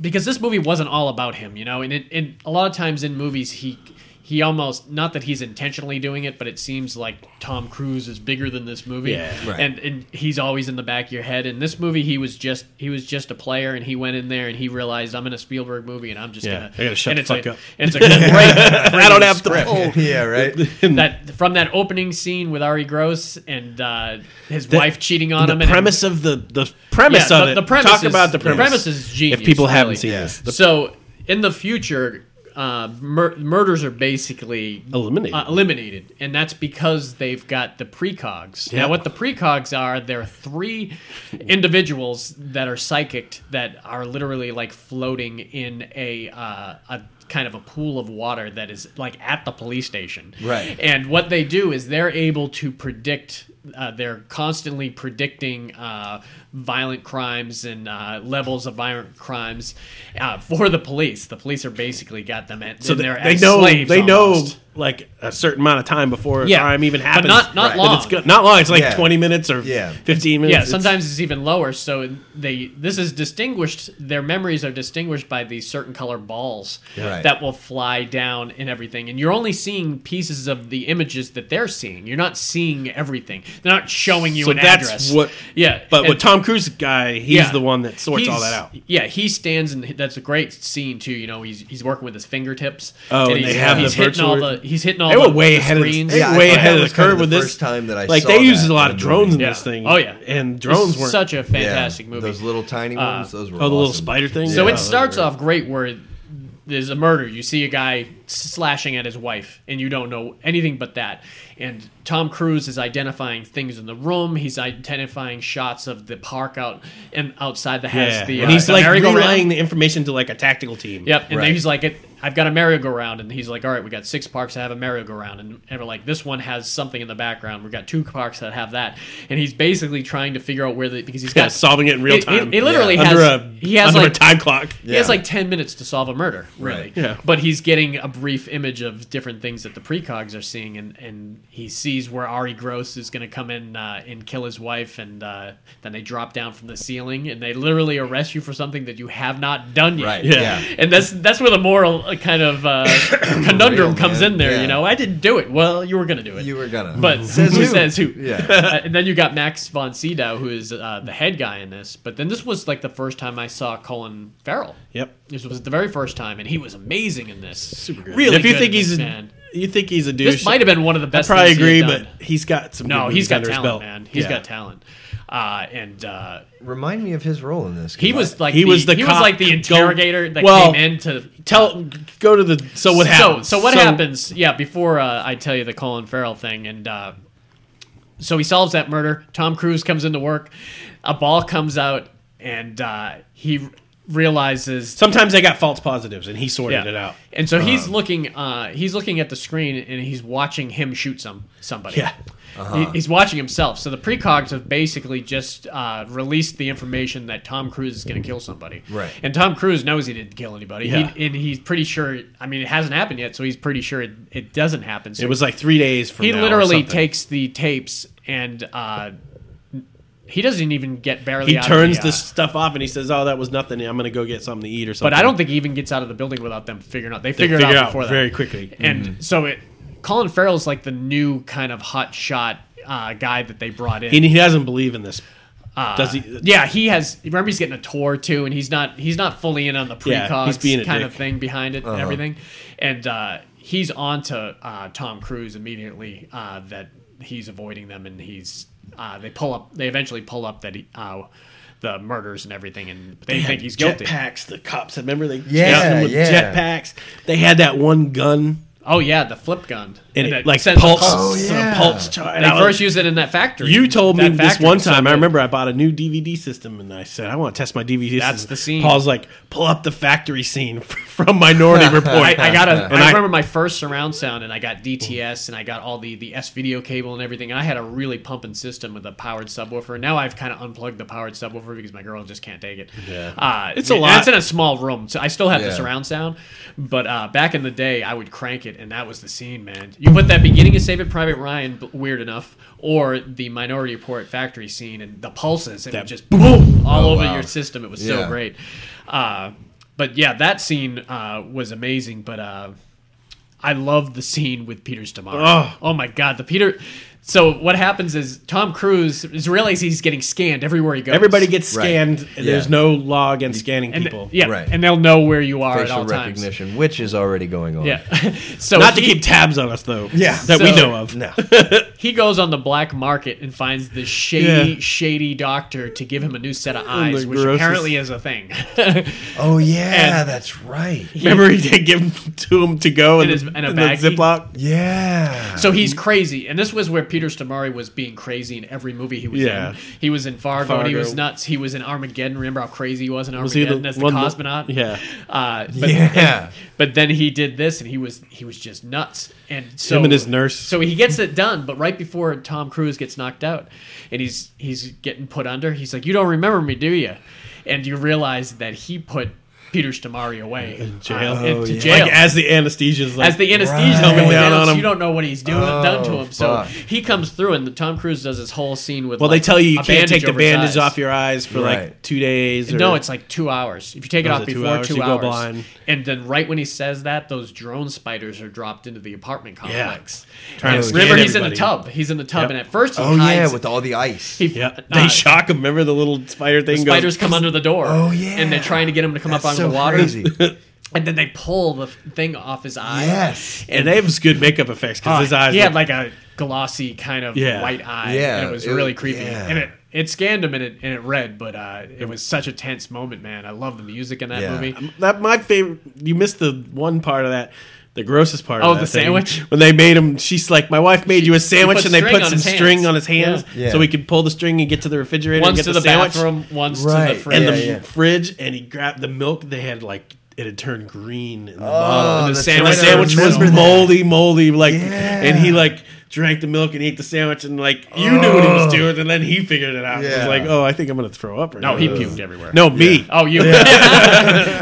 Speaker 3: because this movie wasn't all about him, you know. And it, and a lot of times in movies, he he almost not that he's intentionally doing it, but it seems like Tom Cruise is bigger than this movie,
Speaker 5: Yeah.
Speaker 4: Right.
Speaker 3: and and he's always in the back of your head. In this movie, he was just he was just a player, and he went in there and he realized I'm in a Spielberg movie, and I'm just
Speaker 5: Yeah,
Speaker 3: gonna
Speaker 5: I gotta shut
Speaker 3: and
Speaker 5: the
Speaker 3: it's
Speaker 5: fuck
Speaker 3: a,
Speaker 5: up.
Speaker 3: And it's a great, I
Speaker 5: don't have to pull.
Speaker 4: Yeah, right.
Speaker 3: that from that opening scene with Ari Gross and uh, his
Speaker 5: The-
Speaker 3: wife cheating on him.
Speaker 5: the
Speaker 3: and
Speaker 5: premise of the the premise
Speaker 3: Yeah,
Speaker 5: of
Speaker 3: the-
Speaker 5: it.
Speaker 3: the premise
Speaker 5: Talk
Speaker 3: is-
Speaker 5: about the
Speaker 3: the
Speaker 5: premise.
Speaker 3: premise is genius,
Speaker 5: If people haven't
Speaker 3: really.
Speaker 5: seen
Speaker 4: Yeah.
Speaker 5: this, the
Speaker 3: so in the future, uh, mur- murders are basically
Speaker 5: Eliminated.
Speaker 3: uh, eliminated, and that's because they've got the precogs.
Speaker 5: Yeah.
Speaker 3: Now, what the precogs are? They're three individuals that are psychic that are literally like floating in a uh, a kind of a pool of water that is like at the police station.
Speaker 4: Right.
Speaker 3: And what they do is they're able to predict. Uh, they're constantly predicting uh, violent crimes and uh, levels of violent crimes uh, for the police. The police are basically got them at
Speaker 5: so
Speaker 3: and
Speaker 5: they,
Speaker 3: they're
Speaker 5: they
Speaker 3: as
Speaker 5: know
Speaker 3: slaves
Speaker 5: they
Speaker 3: almost.
Speaker 5: know like a certain amount of time before
Speaker 3: Yeah.
Speaker 5: crime even
Speaker 3: But
Speaker 5: happens.
Speaker 3: not- not
Speaker 5: That
Speaker 3: long.
Speaker 5: It's good. Not long. It's like
Speaker 4: Yeah.
Speaker 5: twenty minutes or
Speaker 4: Yeah.
Speaker 5: fifteen minutes.
Speaker 3: Yeah,
Speaker 5: It's-
Speaker 3: sometimes it's even lower. So they this is distinguished. Their memories are distinguished by these certain color balls
Speaker 4: Right.
Speaker 3: that will fly down and everything. And you're only seeing pieces of the images that they're seeing. You're not seeing everything. They're not showing you
Speaker 5: So
Speaker 3: an
Speaker 5: that's
Speaker 3: address.
Speaker 5: what-
Speaker 3: Yeah,
Speaker 5: But
Speaker 3: and-
Speaker 5: with Tom Cruise guy, he's
Speaker 3: yeah.
Speaker 5: the one that sorts all
Speaker 3: He's-
Speaker 5: that out.
Speaker 3: Yeah, he stands and that's a great scene too. You know, he's he's working with his fingertips.
Speaker 5: Oh, and
Speaker 3: he's,
Speaker 5: they have
Speaker 3: he's
Speaker 5: the
Speaker 3: hitting all
Speaker 5: virtual-
Speaker 3: the he's hitting all
Speaker 5: They
Speaker 3: the,
Speaker 5: were way
Speaker 3: the
Speaker 5: ahead of the-
Speaker 3: screens.
Speaker 5: they
Speaker 4: Yeah, I
Speaker 5: way
Speaker 4: thought
Speaker 5: ahead
Speaker 4: that
Speaker 5: of the
Speaker 4: was kind
Speaker 5: curve
Speaker 4: of
Speaker 5: with
Speaker 4: the
Speaker 5: this.
Speaker 4: first time that I
Speaker 5: like
Speaker 4: saw
Speaker 5: they used
Speaker 4: that
Speaker 5: a lot
Speaker 4: in
Speaker 5: of
Speaker 4: a
Speaker 5: drones in
Speaker 4: movie.
Speaker 5: this thing.
Speaker 3: Oh yeah,
Speaker 5: and
Speaker 3: This
Speaker 5: drones
Speaker 3: is
Speaker 5: were
Speaker 3: such a
Speaker 4: Yeah.
Speaker 3: fantastic movie. Uh,
Speaker 4: Those little tiny ones. those were
Speaker 5: Oh, the little
Speaker 4: awesome.
Speaker 5: spider thing.
Speaker 3: So
Speaker 5: Yeah.
Speaker 3: it starts off great where there's a murder. You see a guy slashing at his wife, and you don't know anything but that. And Tom Cruise is identifying things in the room. He's identifying shots of the park out and outside the house.
Speaker 5: Yeah,
Speaker 3: The,
Speaker 5: and
Speaker 3: uh,
Speaker 5: he's
Speaker 3: the
Speaker 5: like
Speaker 3: merry-go-round.
Speaker 5: relaying the information to like a tactical team.
Speaker 3: Yep, and
Speaker 4: Right.
Speaker 3: then he's like, "It- "I've got a merry-go-round," and he's like, "All right, we got six parks that have a merry-go-round," and, and we're like, "This one has something in the background. We've got two parks that have that," and he's basically trying to figure out where the because he's
Speaker 5: yeah,
Speaker 3: got
Speaker 5: solving it in real
Speaker 3: He- he-
Speaker 5: time.
Speaker 3: he literally
Speaker 5: under
Speaker 3: has-
Speaker 5: a
Speaker 3: he has,
Speaker 5: under
Speaker 3: like-
Speaker 5: a time clock.
Speaker 3: He has
Speaker 4: Yeah.
Speaker 3: like 10 minutes to solve a murder, really.
Speaker 4: Right.
Speaker 5: Yeah.
Speaker 3: But he's getting a brief image of different things that the precogs are seeing, and, and he sees where Ari Gross is going to come in uh, and kill his wife, and uh, then they drop down from the ceiling, and they literally arrest you for something that you have not done yet.
Speaker 4: Right, Yeah. yeah.
Speaker 3: And that's that's where the moral uh, kind of uh, conundrum
Speaker 4: Real,
Speaker 3: comes
Speaker 4: man.
Speaker 3: in there,
Speaker 4: Yeah.
Speaker 3: you know? I didn't do it. Well, you were going to do it.
Speaker 4: You were gonna.
Speaker 3: But
Speaker 4: Says
Speaker 3: who,
Speaker 4: who?
Speaker 3: says who?
Speaker 4: Yeah.
Speaker 3: Uh, and then you got Max von Sydow, who is uh, the head guy in this. But then this was like the first time I saw Colin Farrell.
Speaker 5: Yep.
Speaker 3: This was the very first time, and he was amazing in this. Super
Speaker 5: good.
Speaker 3: Really,
Speaker 5: if you
Speaker 3: good
Speaker 5: think
Speaker 3: in this,
Speaker 5: he's
Speaker 3: man.
Speaker 5: a, you think he's a douche.
Speaker 3: This might have been one of the
Speaker 5: I
Speaker 3: best.
Speaker 5: probably
Speaker 3: things he
Speaker 5: agree,
Speaker 3: had
Speaker 5: but
Speaker 3: done.
Speaker 5: he's got some.
Speaker 3: no,
Speaker 5: good
Speaker 3: he's
Speaker 5: movies
Speaker 3: got
Speaker 5: under his
Speaker 3: talent,
Speaker 5: belt.
Speaker 3: man. He's
Speaker 5: Yeah.
Speaker 3: got talent, uh, and uh,
Speaker 4: Remind me of his role in this. 'cause
Speaker 3: he
Speaker 4: I-
Speaker 3: was like
Speaker 5: He
Speaker 3: the,
Speaker 5: was the
Speaker 3: he
Speaker 5: cop
Speaker 3: was like the
Speaker 5: go-
Speaker 3: interrogator that
Speaker 5: Well,
Speaker 3: came in to
Speaker 5: Tell, go to the. So what happens?
Speaker 3: So, so what happens? Yeah, before uh, I tell you the Colin Farrell thing, and uh, so he solves that murder. Tom Cruise comes into work. A ball comes out, and uh, he realizes
Speaker 5: Sometimes they got false positives, and he sorted it out. Um,
Speaker 3: and so he's looking, uh, he's looking at the screen and he's watching him shoot some somebody.
Speaker 5: Yeah. Uh-huh.
Speaker 3: He- he's watching himself. So the precogs have basically just uh, released the information that Tom Cruise is going to kill somebody.
Speaker 4: Right.
Speaker 3: And Tom Cruise knows he didn't kill anybody.
Speaker 5: Yeah.
Speaker 3: He, and he's pretty sure. I mean, it hasn't happened yet, so he's pretty sure it, it doesn't happen. So
Speaker 5: It was like three days from.
Speaker 3: he
Speaker 5: now or
Speaker 3: literally
Speaker 5: something.
Speaker 3: takes the tapes and uh, he doesn't even get barely.
Speaker 5: He
Speaker 3: out of
Speaker 5: turns
Speaker 3: the, uh,
Speaker 5: this stuff off, and he says, "Oh, that was nothing. I'm going to go get something to eat or something."
Speaker 3: But I don't think he even gets out of the building without them figuring out. They
Speaker 5: They
Speaker 3: figure, it out, before that.
Speaker 5: very quickly.
Speaker 3: And so it, Colin Farrell's like the new kind of hot shot uh, guy that they brought in.
Speaker 5: And he doesn't believe in this. Does he?
Speaker 3: Uh, yeah, he has. Remember, he's getting a tour too, and he's not he's not fully in on the
Speaker 5: Yeah,
Speaker 3: precogs
Speaker 5: he's being a
Speaker 3: kind
Speaker 5: dick. Uh-huh.
Speaker 3: of thing behind it and everything, and uh, he's on to uh, Tom Cruise immediately uh, that he's avoiding them, and he's uh, they pull up they eventually pull up that he, uh, the murders and everything, and they, think he's guilty.
Speaker 5: Jetpacks. The cops. Remember they
Speaker 4: Yeah,
Speaker 5: chased them with
Speaker 4: yeah.
Speaker 5: jetpacks. They had that one gun,
Speaker 3: Oh yeah, the flip gun
Speaker 5: and, it, like
Speaker 3: sends a
Speaker 5: pulse,
Speaker 4: Oh, yeah.
Speaker 5: a pulse charge.
Speaker 3: They first used it in that factory.
Speaker 5: You told me
Speaker 3: That
Speaker 5: this
Speaker 3: factory
Speaker 5: one
Speaker 3: was so
Speaker 5: time. I
Speaker 3: good.
Speaker 5: remember I bought a new DVD system, and I said I want to test my DVD.
Speaker 3: That's
Speaker 5: system."
Speaker 3: the scene.
Speaker 5: Paul's like, pull up the factory scene from Minority Report.
Speaker 3: I, I got a.
Speaker 5: And
Speaker 3: I remember my first surround sound, and I got DTS, and I got all the the S video cable and everything. And I had a really pumping system with a powered subwoofer. Now I've kind of unplugged the powered subwoofer because my girl just can't take it. Yeah, uh,
Speaker 5: It's a
Speaker 3: and
Speaker 5: lot.
Speaker 3: It's in a small room, so I still have the
Speaker 4: Yeah.
Speaker 3: surround sound. But uh, back in the day, I would crank it, and that was the scene, man. You put that beginning of Saving Private Ryan, b- weird enough, or the Minority Report factory scene and the pulses, and it
Speaker 5: That-
Speaker 3: just boom all
Speaker 4: Oh,
Speaker 3: over
Speaker 4: wow.
Speaker 3: your system. It was
Speaker 4: Yeah.
Speaker 3: so great. Uh, but yeah, that scene uh, was amazing. But uh, I love the scene with Peter's tomorrow.
Speaker 5: Ugh.
Speaker 3: Oh my god, the Peter. So what happens is Tom Cruise is realizes he's getting scanned everywhere he goes.
Speaker 5: Everybody gets
Speaker 4: Right.
Speaker 5: scanned. And
Speaker 4: Yeah.
Speaker 5: There's no law against scanning
Speaker 3: and,
Speaker 5: people.
Speaker 3: Yeah,
Speaker 4: Right.
Speaker 3: and they'll know where you are at
Speaker 4: facial
Speaker 3: all times.
Speaker 4: recognition, which is already going on.
Speaker 3: Yeah. so
Speaker 5: Not to
Speaker 3: he-
Speaker 5: keep tabs on us though.
Speaker 4: Yeah.
Speaker 5: That we
Speaker 3: So-
Speaker 5: know of.
Speaker 4: No.
Speaker 3: he goes on the black market and finds this shady,
Speaker 5: Yeah.
Speaker 3: shady doctor to give him a new set of
Speaker 5: And the
Speaker 3: eyes, which
Speaker 5: grossest-
Speaker 3: apparently is a thing.
Speaker 4: Oh yeah,
Speaker 3: And-
Speaker 4: that's right.
Speaker 5: Remember he did give them to him to go in,
Speaker 3: In his-
Speaker 5: the,
Speaker 3: in a
Speaker 5: in the
Speaker 3: baggie?
Speaker 5: Ziploc.
Speaker 4: Yeah.
Speaker 3: so
Speaker 5: Um,
Speaker 3: he's crazy, and this was where Peter Stamari was being crazy in every movie he was
Speaker 5: Yeah.
Speaker 3: in. He was in Fargo, and he
Speaker 5: Fargo.
Speaker 3: was nuts. He was in Armageddon. Remember how crazy he was in
Speaker 5: Was he
Speaker 3: Armageddon
Speaker 5: the
Speaker 3: as the
Speaker 5: one that-
Speaker 3: cosmonaut?
Speaker 5: Yeah.
Speaker 3: Uh, but,
Speaker 4: Yeah.
Speaker 3: But then he did this, and he was he was just nuts. And so
Speaker 5: Him and his nurse.
Speaker 3: So he gets it done, but right before Tom Cruise gets knocked out, and he's he's getting put under, he's like, "You don't remember me, do you?" And you realize that he put Peter Stamari away in
Speaker 5: jail. Oh,
Speaker 3: into
Speaker 4: yeah.
Speaker 3: Uh, jail.
Speaker 5: Like as the anesthesia's like
Speaker 3: as the anesthesia
Speaker 4: Right.
Speaker 3: goes
Speaker 5: Coming down
Speaker 3: down,
Speaker 5: on
Speaker 3: so
Speaker 5: him.
Speaker 3: you don't know what he's doing done to
Speaker 4: Oh,
Speaker 3: him. So
Speaker 4: fuck.
Speaker 3: he comes through, and the Tom Cruise does his whole scene with.
Speaker 5: Well,
Speaker 3: like,
Speaker 5: they tell you you
Speaker 3: a
Speaker 5: can't take the
Speaker 3: over his
Speaker 5: bandage
Speaker 3: eyes.
Speaker 5: off your eyes for
Speaker 4: Right.
Speaker 5: like two days. Or,
Speaker 3: No, it's like two hours. If you take it
Speaker 5: Oh, is
Speaker 3: off
Speaker 5: it two
Speaker 3: before two hours,
Speaker 5: hours? You go blind.
Speaker 3: and then right when he says that, those drone spiders are dropped into the apartment complex.
Speaker 5: trying
Speaker 4: Oh,
Speaker 5: to
Speaker 3: Remember,
Speaker 5: scan
Speaker 3: he's in the
Speaker 5: everybody.
Speaker 3: tub. He's in the tub,
Speaker 5: Yep.
Speaker 3: and at first he
Speaker 4: oh
Speaker 3: hides.
Speaker 4: yeah, with all the ice.
Speaker 3: he,
Speaker 5: Yeah,
Speaker 3: uh,
Speaker 5: they shock him. Remember the little spider thing? goes-
Speaker 3: spiders come under the door.
Speaker 4: Oh, yeah.
Speaker 3: and they're trying to get him to come
Speaker 4: That's
Speaker 3: up onto
Speaker 4: so
Speaker 3: the water.
Speaker 4: crazy.
Speaker 3: And then they pull the thing off his eye.
Speaker 4: yes.
Speaker 5: and they have good makeup effects because
Speaker 3: Uh,
Speaker 5: his eyes.
Speaker 3: He had
Speaker 5: look-
Speaker 3: like a glossy kind of
Speaker 5: Yeah.
Speaker 3: white eye.
Speaker 4: Yeah,
Speaker 3: and it was
Speaker 4: it-
Speaker 3: really creepy.
Speaker 4: yeah.
Speaker 3: And it, it scanned him and it and it read, but uh, it was such a tense moment, man. I love the music in that
Speaker 4: Yeah.
Speaker 3: movie.
Speaker 5: that. My favorite. You missed the one part of that. The grossest part.
Speaker 3: Oh,
Speaker 5: of that
Speaker 3: the
Speaker 5: thing.
Speaker 3: sandwich?
Speaker 5: When they made him, she's like, "My wife made you a sandwich,"
Speaker 3: put
Speaker 5: and they
Speaker 3: string
Speaker 5: put
Speaker 3: on
Speaker 5: some
Speaker 3: his hands.
Speaker 5: string on his hands
Speaker 4: Yeah.
Speaker 5: so he could pull the string and get to the refrigerator.
Speaker 3: Once
Speaker 5: and get
Speaker 3: to the,
Speaker 5: sandwich.
Speaker 3: bathroom, once to
Speaker 4: Right.
Speaker 3: the fridge.
Speaker 5: and the
Speaker 4: Yeah, yeah.
Speaker 5: fridge, and he grabbed the milk. They had like it had turned green. In the
Speaker 4: Oh,
Speaker 5: bottle.
Speaker 3: Uh, the
Speaker 4: that's
Speaker 5: and
Speaker 3: sandwich-
Speaker 5: the
Speaker 4: right, I
Speaker 5: sandwich was
Speaker 4: remember that.
Speaker 5: moldy, moldy. Like,
Speaker 4: Yeah.
Speaker 5: and he like drank the milk and ate the sandwich, and like you knew what he was doing, and then he figured it out. He
Speaker 4: Oh. Yeah.
Speaker 5: was like, oh, I think I'm gonna throw up. Right
Speaker 3: No,
Speaker 5: now.
Speaker 3: he puked everywhere.
Speaker 5: No, me.
Speaker 3: Oh, you.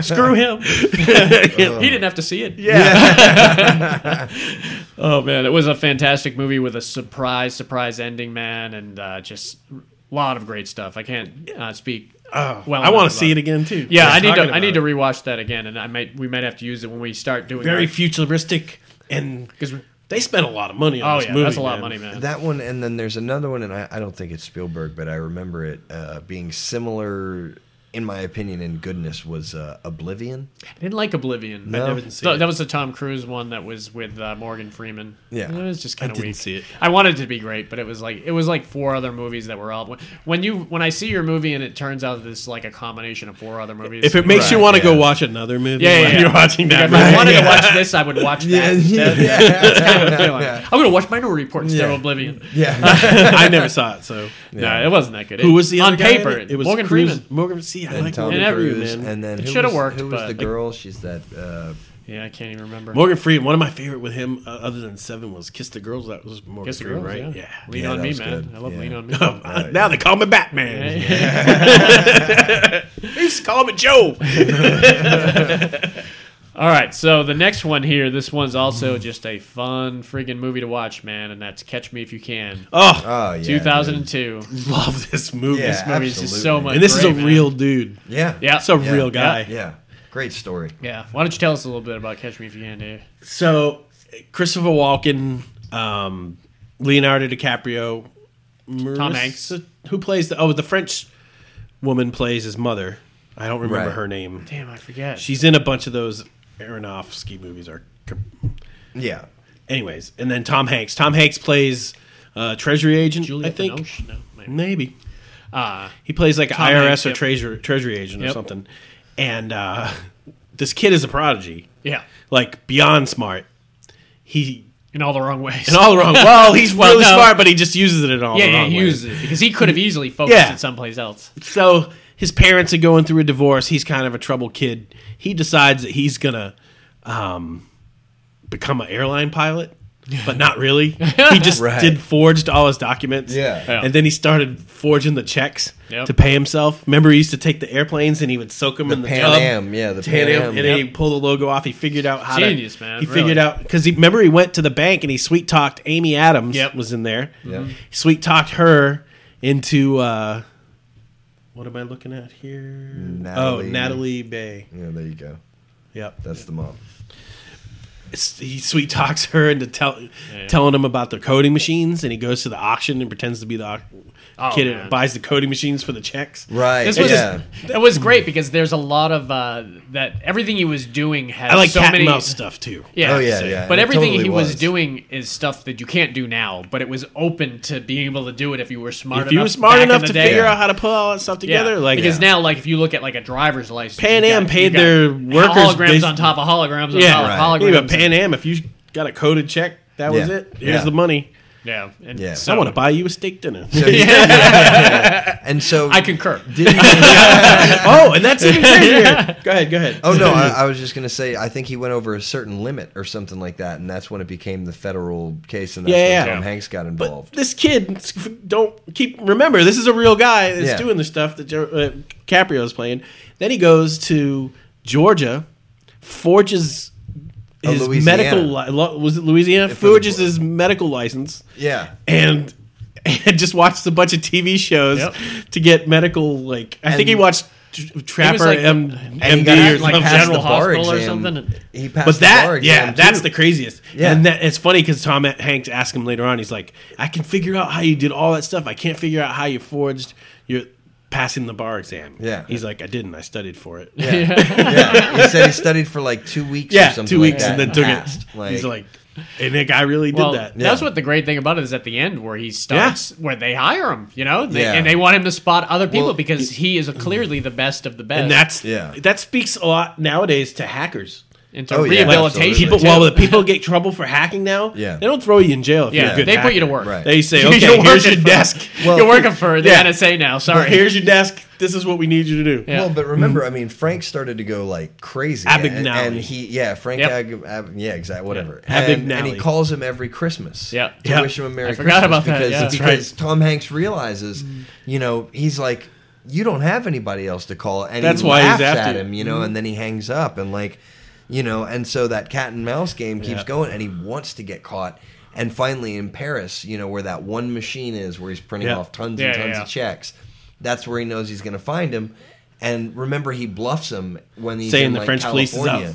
Speaker 5: Screw him.
Speaker 3: he didn't have to see it.
Speaker 5: yeah.
Speaker 3: Oh man, it was a fantastic movie with a surprise, surprise ending, man, and uh, just a lot of great stuff. I can't uh, speak.
Speaker 5: Oh,
Speaker 3: well
Speaker 5: I
Speaker 3: enough
Speaker 5: want
Speaker 3: about
Speaker 5: to see it again too.
Speaker 3: Yeah,
Speaker 5: We're
Speaker 3: I need
Speaker 5: talking
Speaker 3: to. I
Speaker 5: about
Speaker 3: need
Speaker 5: it.
Speaker 3: to rewatch that again, and I might. We might have to use it when we start doing
Speaker 5: Very
Speaker 3: our-
Speaker 5: futuristic, and
Speaker 3: 'Cause we-
Speaker 5: they spent a lot of money on
Speaker 3: Oh
Speaker 5: this
Speaker 3: yeah,
Speaker 5: movie.
Speaker 3: that's a lot
Speaker 5: man.
Speaker 3: of money, man.
Speaker 4: That one, and then there's another one, and I, I don't think it's Spielberg, but I remember it uh, being similar, in my opinion, in goodness, was uh, Oblivion.
Speaker 3: I didn't like Oblivion.
Speaker 4: No.
Speaker 5: I didn't see
Speaker 3: Th-
Speaker 5: it.
Speaker 3: that was the Tom Cruise one that was with uh, Morgan Freeman.
Speaker 4: Yeah.
Speaker 3: it was just
Speaker 5: I
Speaker 3: kind of
Speaker 5: didn't
Speaker 3: weak.
Speaker 5: see it.
Speaker 3: I wanted it to be great, but it was like it was like four other movies that were all when- when you when I see your movie and it turns out this is like a combination of four other movies.
Speaker 5: If it makes you
Speaker 4: Right,
Speaker 5: want to
Speaker 4: yeah.
Speaker 5: go watch another movie,
Speaker 3: yeah, yeah,
Speaker 5: while
Speaker 3: yeah.
Speaker 5: you're watching
Speaker 3: Like,
Speaker 5: that.
Speaker 3: if I
Speaker 5: movie.
Speaker 3: wanted to watch this, I would watch that. That-
Speaker 4: yeah,
Speaker 3: kind of a feeling. I'm gonna watch Minority Report instead
Speaker 4: Yeah.
Speaker 3: of Oblivion.
Speaker 4: yeah.
Speaker 5: I never saw it, so
Speaker 3: No, it wasn't that good.
Speaker 5: Who
Speaker 3: It-
Speaker 5: was the
Speaker 3: on
Speaker 5: other guy in
Speaker 3: paper?
Speaker 5: It? It was
Speaker 3: Morgan
Speaker 5: Cruise-
Speaker 3: Freeman.
Speaker 5: Morgan. See, I
Speaker 4: And
Speaker 5: like
Speaker 4: Tom
Speaker 5: Morgan
Speaker 3: And every-
Speaker 4: Cruise,
Speaker 5: man.
Speaker 4: and then
Speaker 3: It
Speaker 4: who
Speaker 3: shoulda
Speaker 4: was-
Speaker 3: worked,
Speaker 4: Who was
Speaker 3: but-
Speaker 4: the girl? She's that. Uh,
Speaker 3: Yeah, I can't even remember.
Speaker 5: Morgan Freeman. One of my favorite with him, uh, other than Seven, was Kiss the Girls. That was Morgan
Speaker 3: Kiss the
Speaker 5: Freeman,
Speaker 3: Girls,
Speaker 5: right?
Speaker 3: Yeah.
Speaker 5: Yeah.
Speaker 3: Lean
Speaker 4: Yeah,
Speaker 3: on
Speaker 4: that
Speaker 3: me,
Speaker 4: was
Speaker 3: man.
Speaker 4: good.
Speaker 3: I love
Speaker 4: Yeah.
Speaker 3: Lean on me.
Speaker 5: Um, uh, now they call me Batman. They used to call me Joe.
Speaker 3: All right, so the next one here, this one's also
Speaker 5: Mm.
Speaker 3: just a fun friggin' movie to watch, man, and that's Catch Me If You Can.
Speaker 5: Oh,
Speaker 4: oh yeah, dude.
Speaker 3: 2002
Speaker 5: love this movie.
Speaker 4: Yeah,
Speaker 5: This movie-
Speaker 3: movie is just so
Speaker 4: absolutely.
Speaker 3: much.
Speaker 5: and this is a
Speaker 3: great, man.
Speaker 5: real dude.
Speaker 4: Yeah,
Speaker 3: Yeah.
Speaker 5: That's a
Speaker 4: Yeah.
Speaker 5: real guy.
Speaker 4: yeah. Great story.
Speaker 3: Yeah. Why don't you tell us a little bit about Catch Me If You Can, Dave?
Speaker 5: So, Christopher Walken, um, Leonardo DiCaprio, Marissa-
Speaker 3: Hanks.
Speaker 5: who plays the oh the French woman plays his mother. I don't remember
Speaker 4: Right.
Speaker 5: her name.
Speaker 3: Damn, I forget.
Speaker 5: She's in a bunch of those Aronofsky movies. Or,
Speaker 4: Yeah,
Speaker 5: anyways, and then Tom Hanks. Tom Hanks plays uh, Treasury agent.
Speaker 3: Julia
Speaker 5: I think
Speaker 3: Binoche? No, maybe.
Speaker 5: maybe
Speaker 3: Uh,
Speaker 5: he plays like an
Speaker 3: Tom
Speaker 5: IRS
Speaker 3: Hanks,
Speaker 5: or
Speaker 3: yep.
Speaker 5: treasury treasury agent
Speaker 3: Yep.
Speaker 5: or something. And uh, this kid is a prodigy,
Speaker 3: yeah,
Speaker 5: like beyond smart. He
Speaker 3: in all the wrong ways.
Speaker 5: in all the wrong. Well, he's
Speaker 3: Well,
Speaker 5: really
Speaker 3: no.
Speaker 5: smart, but he just uses it in all
Speaker 3: yeah,
Speaker 5: the
Speaker 3: yeah,
Speaker 5: wrong
Speaker 3: he
Speaker 5: ways.
Speaker 3: uses it because he could have easily focused
Speaker 5: Yeah.
Speaker 3: it someplace else.
Speaker 5: So his parents are going through a divorce. He's kind of a troubled kid. He decides that he's gonna um, become an airline pilot. but not really. He just
Speaker 4: Right.
Speaker 5: did forged all his documents.
Speaker 4: Yeah.
Speaker 3: Yeah.
Speaker 5: And then he started forging the checks
Speaker 3: Yep.
Speaker 5: to pay himself. Remember, he used to take the airplanes and he would soak them in the
Speaker 4: Pan
Speaker 5: tub.
Speaker 4: Am, yeah, the
Speaker 5: Pan
Speaker 4: Pan
Speaker 5: Am,
Speaker 4: Am.
Speaker 5: and then he pulled the logo off. He figured out how
Speaker 3: Genius,
Speaker 5: to.
Speaker 3: man,
Speaker 5: He
Speaker 3: really.
Speaker 5: figured out because he remember he went to the bank and he sweet talked Amy Adams.
Speaker 3: Yep.
Speaker 5: was in there.
Speaker 4: Yep.
Speaker 5: Sweet talked her into. uh What am I looking at here?
Speaker 4: Natalie.
Speaker 5: Oh, Natalie Bay.
Speaker 4: Yeah, there you go.
Speaker 5: Yep.
Speaker 4: That's the mom.
Speaker 5: s- he sweet talks her into tell, telling him about the coding machines, and he goes to the auction and pretends to be the au-
Speaker 3: Oh,
Speaker 5: kid
Speaker 3: man.
Speaker 5: that buys the coding machines for the checks.
Speaker 4: Right.
Speaker 3: This was
Speaker 4: yeah.
Speaker 3: that was great because there's a lot of uh, that everything he was doing had
Speaker 5: I like
Speaker 3: so
Speaker 5: cat
Speaker 3: many
Speaker 5: and mouse stuff too.
Speaker 3: Yeah,
Speaker 4: Oh, yeah,
Speaker 3: so-
Speaker 4: yeah.
Speaker 3: But
Speaker 4: It
Speaker 3: everything
Speaker 4: totally
Speaker 3: he was.
Speaker 4: was.
Speaker 3: doing is stuff that you can't do now. But it was open to being able to do it if you were smart.
Speaker 5: if you
Speaker 3: enough
Speaker 5: were smart
Speaker 3: back in
Speaker 5: enough
Speaker 3: the
Speaker 5: to
Speaker 3: day.
Speaker 5: figure out how to pull all that stuff
Speaker 3: Yeah,
Speaker 5: together, like
Speaker 3: because
Speaker 5: yeah.
Speaker 3: now, like if you look at like a driver's license,
Speaker 5: Pan
Speaker 3: you
Speaker 5: Am
Speaker 3: got- you
Speaker 5: paid
Speaker 3: got
Speaker 5: their workers
Speaker 3: holograms
Speaker 5: bas-
Speaker 3: on top of holograms on
Speaker 5: yeah,
Speaker 3: top of
Speaker 4: right.
Speaker 5: Yeah,
Speaker 3: holograms.
Speaker 5: but Pan Am, if you got a coded check, that was
Speaker 4: Yeah.
Speaker 5: it. Here's
Speaker 4: Yeah.
Speaker 5: the money.
Speaker 3: yeah, and
Speaker 4: Yeah.
Speaker 5: I
Speaker 3: so
Speaker 5: want to buy you a steak dinner.
Speaker 4: So he- yeah. And so
Speaker 3: I concur.
Speaker 4: Did he,
Speaker 5: oh, and that's even crazier. Go ahead, go ahead.
Speaker 4: oh no, I, I was just gonna say I think he went over a certain limit or something like that, and that's when it became the federal case, and that's
Speaker 5: Yeah,
Speaker 4: when
Speaker 5: yeah.
Speaker 4: Tom Hanks got
Speaker 5: But
Speaker 4: involved.
Speaker 5: this kid, don't keep remember. This is a real guy that's
Speaker 4: Yeah.
Speaker 5: doing the stuff that Jo- uh, Caprio is playing. Then he goes to Georgia, forges
Speaker 4: Oh,
Speaker 5: his
Speaker 4: Louisiana.
Speaker 5: medical li- lo- was it Louisiana?
Speaker 4: for the-
Speaker 5: Forges his medical license
Speaker 4: yeah,
Speaker 5: and. And just watched a bunch of TV shows
Speaker 3: Yep.
Speaker 5: to get medical. Like I think he
Speaker 4: And-
Speaker 5: watched Tr- Trapper
Speaker 3: like-
Speaker 5: M-
Speaker 4: And he
Speaker 5: MD
Speaker 4: got
Speaker 5: or
Speaker 4: out,
Speaker 3: like,
Speaker 5: something.
Speaker 4: passed
Speaker 3: General
Speaker 4: the bar
Speaker 3: Hospital or
Speaker 4: exam.
Speaker 3: something?
Speaker 4: He passed
Speaker 5: But
Speaker 4: the bar
Speaker 5: that,
Speaker 4: exam
Speaker 5: yeah, that's
Speaker 4: too.
Speaker 5: the craziest.
Speaker 4: Yeah.
Speaker 5: And that, it's funny because Tom Hanks asked him later on, he's like, I can figure out how you did all that stuff. I can't figure out how you forged your passing the bar exam.
Speaker 4: Yeah.
Speaker 5: He's like, I didn't. I studied for it.
Speaker 4: Yeah. yeah. He said he studied for like two weeks
Speaker 5: Yeah,
Speaker 4: or something
Speaker 5: two
Speaker 4: like
Speaker 5: weeks
Speaker 4: that
Speaker 5: and then took
Speaker 4: passed.
Speaker 5: it. he's like, and the guy really did
Speaker 3: Well,
Speaker 5: that.
Speaker 4: Yeah.
Speaker 3: that's what the great thing about it is at the end where he starts where they hire him, you know, they,
Speaker 4: Yeah.
Speaker 3: and they want him to spot other people
Speaker 4: Well,
Speaker 3: because he is clearly the best of the best.
Speaker 5: And that's,
Speaker 4: Yeah.
Speaker 5: that speaks a lot nowadays to hackers.
Speaker 3: into
Speaker 4: Oh, yeah,
Speaker 3: rehabilitation.
Speaker 4: absolutely.
Speaker 5: People,
Speaker 3: too.
Speaker 5: well, the people get trouble for hacking now.
Speaker 4: Yeah.
Speaker 5: They don't throw you in jail if
Speaker 3: yeah,
Speaker 5: you're a good
Speaker 3: they put you to
Speaker 5: hacker.
Speaker 3: work.
Speaker 4: Right.
Speaker 5: They say,
Speaker 3: You're
Speaker 5: okay, here's
Speaker 3: working
Speaker 5: your
Speaker 3: for-
Speaker 5: desk.
Speaker 4: Well-
Speaker 3: You're working for the
Speaker 5: Yeah.
Speaker 3: NSA now. Sorry.
Speaker 5: Here's your desk. This is what we need you to do.
Speaker 3: Yeah.
Speaker 4: Well, but remember, I mean, Frank started to go like crazy, and,
Speaker 5: Abagnale.
Speaker 4: and he, yeah, Frank,
Speaker 3: Yep.
Speaker 4: Ag- Ab- yeah, exactly, whatever.
Speaker 5: Yeah.
Speaker 4: And, and
Speaker 5: Abagnale.
Speaker 4: he calls him every Christmas,
Speaker 3: Yeah.
Speaker 4: to
Speaker 5: Yeah.
Speaker 4: wish him a merry.
Speaker 3: I forgot
Speaker 4: Christmas
Speaker 3: about that,
Speaker 4: because,
Speaker 3: yeah. That's
Speaker 4: because Tom Hanks realizes, you know, he's like, you don't have anybody else to call, and
Speaker 5: That's
Speaker 4: he
Speaker 5: why he's
Speaker 4: laughs
Speaker 5: after
Speaker 4: at
Speaker 5: you.
Speaker 4: him, you know, and then he hangs up, and like, you know, and so that cat and mouse game keeps
Speaker 5: Yeah.
Speaker 4: going, and he wants to get caught. And finally, in Paris, you know where that one machine is, where he's printing
Speaker 5: Yeah.
Speaker 4: off tons
Speaker 3: Yeah,
Speaker 4: and tons
Speaker 3: yeah, yeah.
Speaker 4: of checks. That's where he knows he's going to find him. And remember, he bluffs him when he's
Speaker 5: saying
Speaker 4: in,
Speaker 5: the
Speaker 4: like,
Speaker 5: French police is
Speaker 4: California.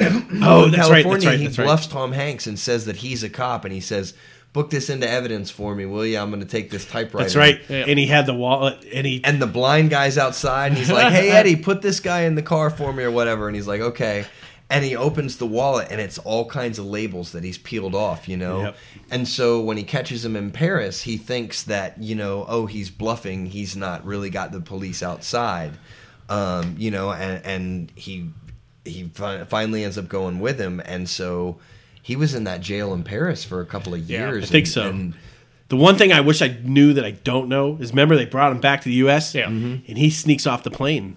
Speaker 5: out. oh, that's right.
Speaker 4: California,
Speaker 5: That's right.
Speaker 4: he
Speaker 5: That's right.
Speaker 4: bluffs Tom Hanks and says that he's a cop, and he says, "Book this into evidence for me, will you? I'm going to take this typewriter."
Speaker 5: That's right.
Speaker 3: Yeah.
Speaker 5: And he had the wallet, and he
Speaker 4: And the blind guy's outside, and he's like, "Hey Eddie, put this guy in the car for me, or whatever." And he's like, "Okay." And he opens the wallet, and it's all kinds of labels that he's peeled off, you know.
Speaker 5: Yep.
Speaker 4: And so when he catches him in Paris, he thinks that you know, oh, he's bluffing. He's not really got the police outside, um, you know. And and he he fi- finally ends up going with him, and so he was in that jail in Paris for a couple of
Speaker 3: Yeah, I
Speaker 4: years.
Speaker 5: I think
Speaker 4: and-
Speaker 5: so.
Speaker 4: and-
Speaker 5: the one thing I wish I knew that I don't know is remember they brought him back to the U.S.
Speaker 3: Yeah.
Speaker 4: Mm-hmm.
Speaker 3: Mhm.
Speaker 5: and he sneaks off the plane.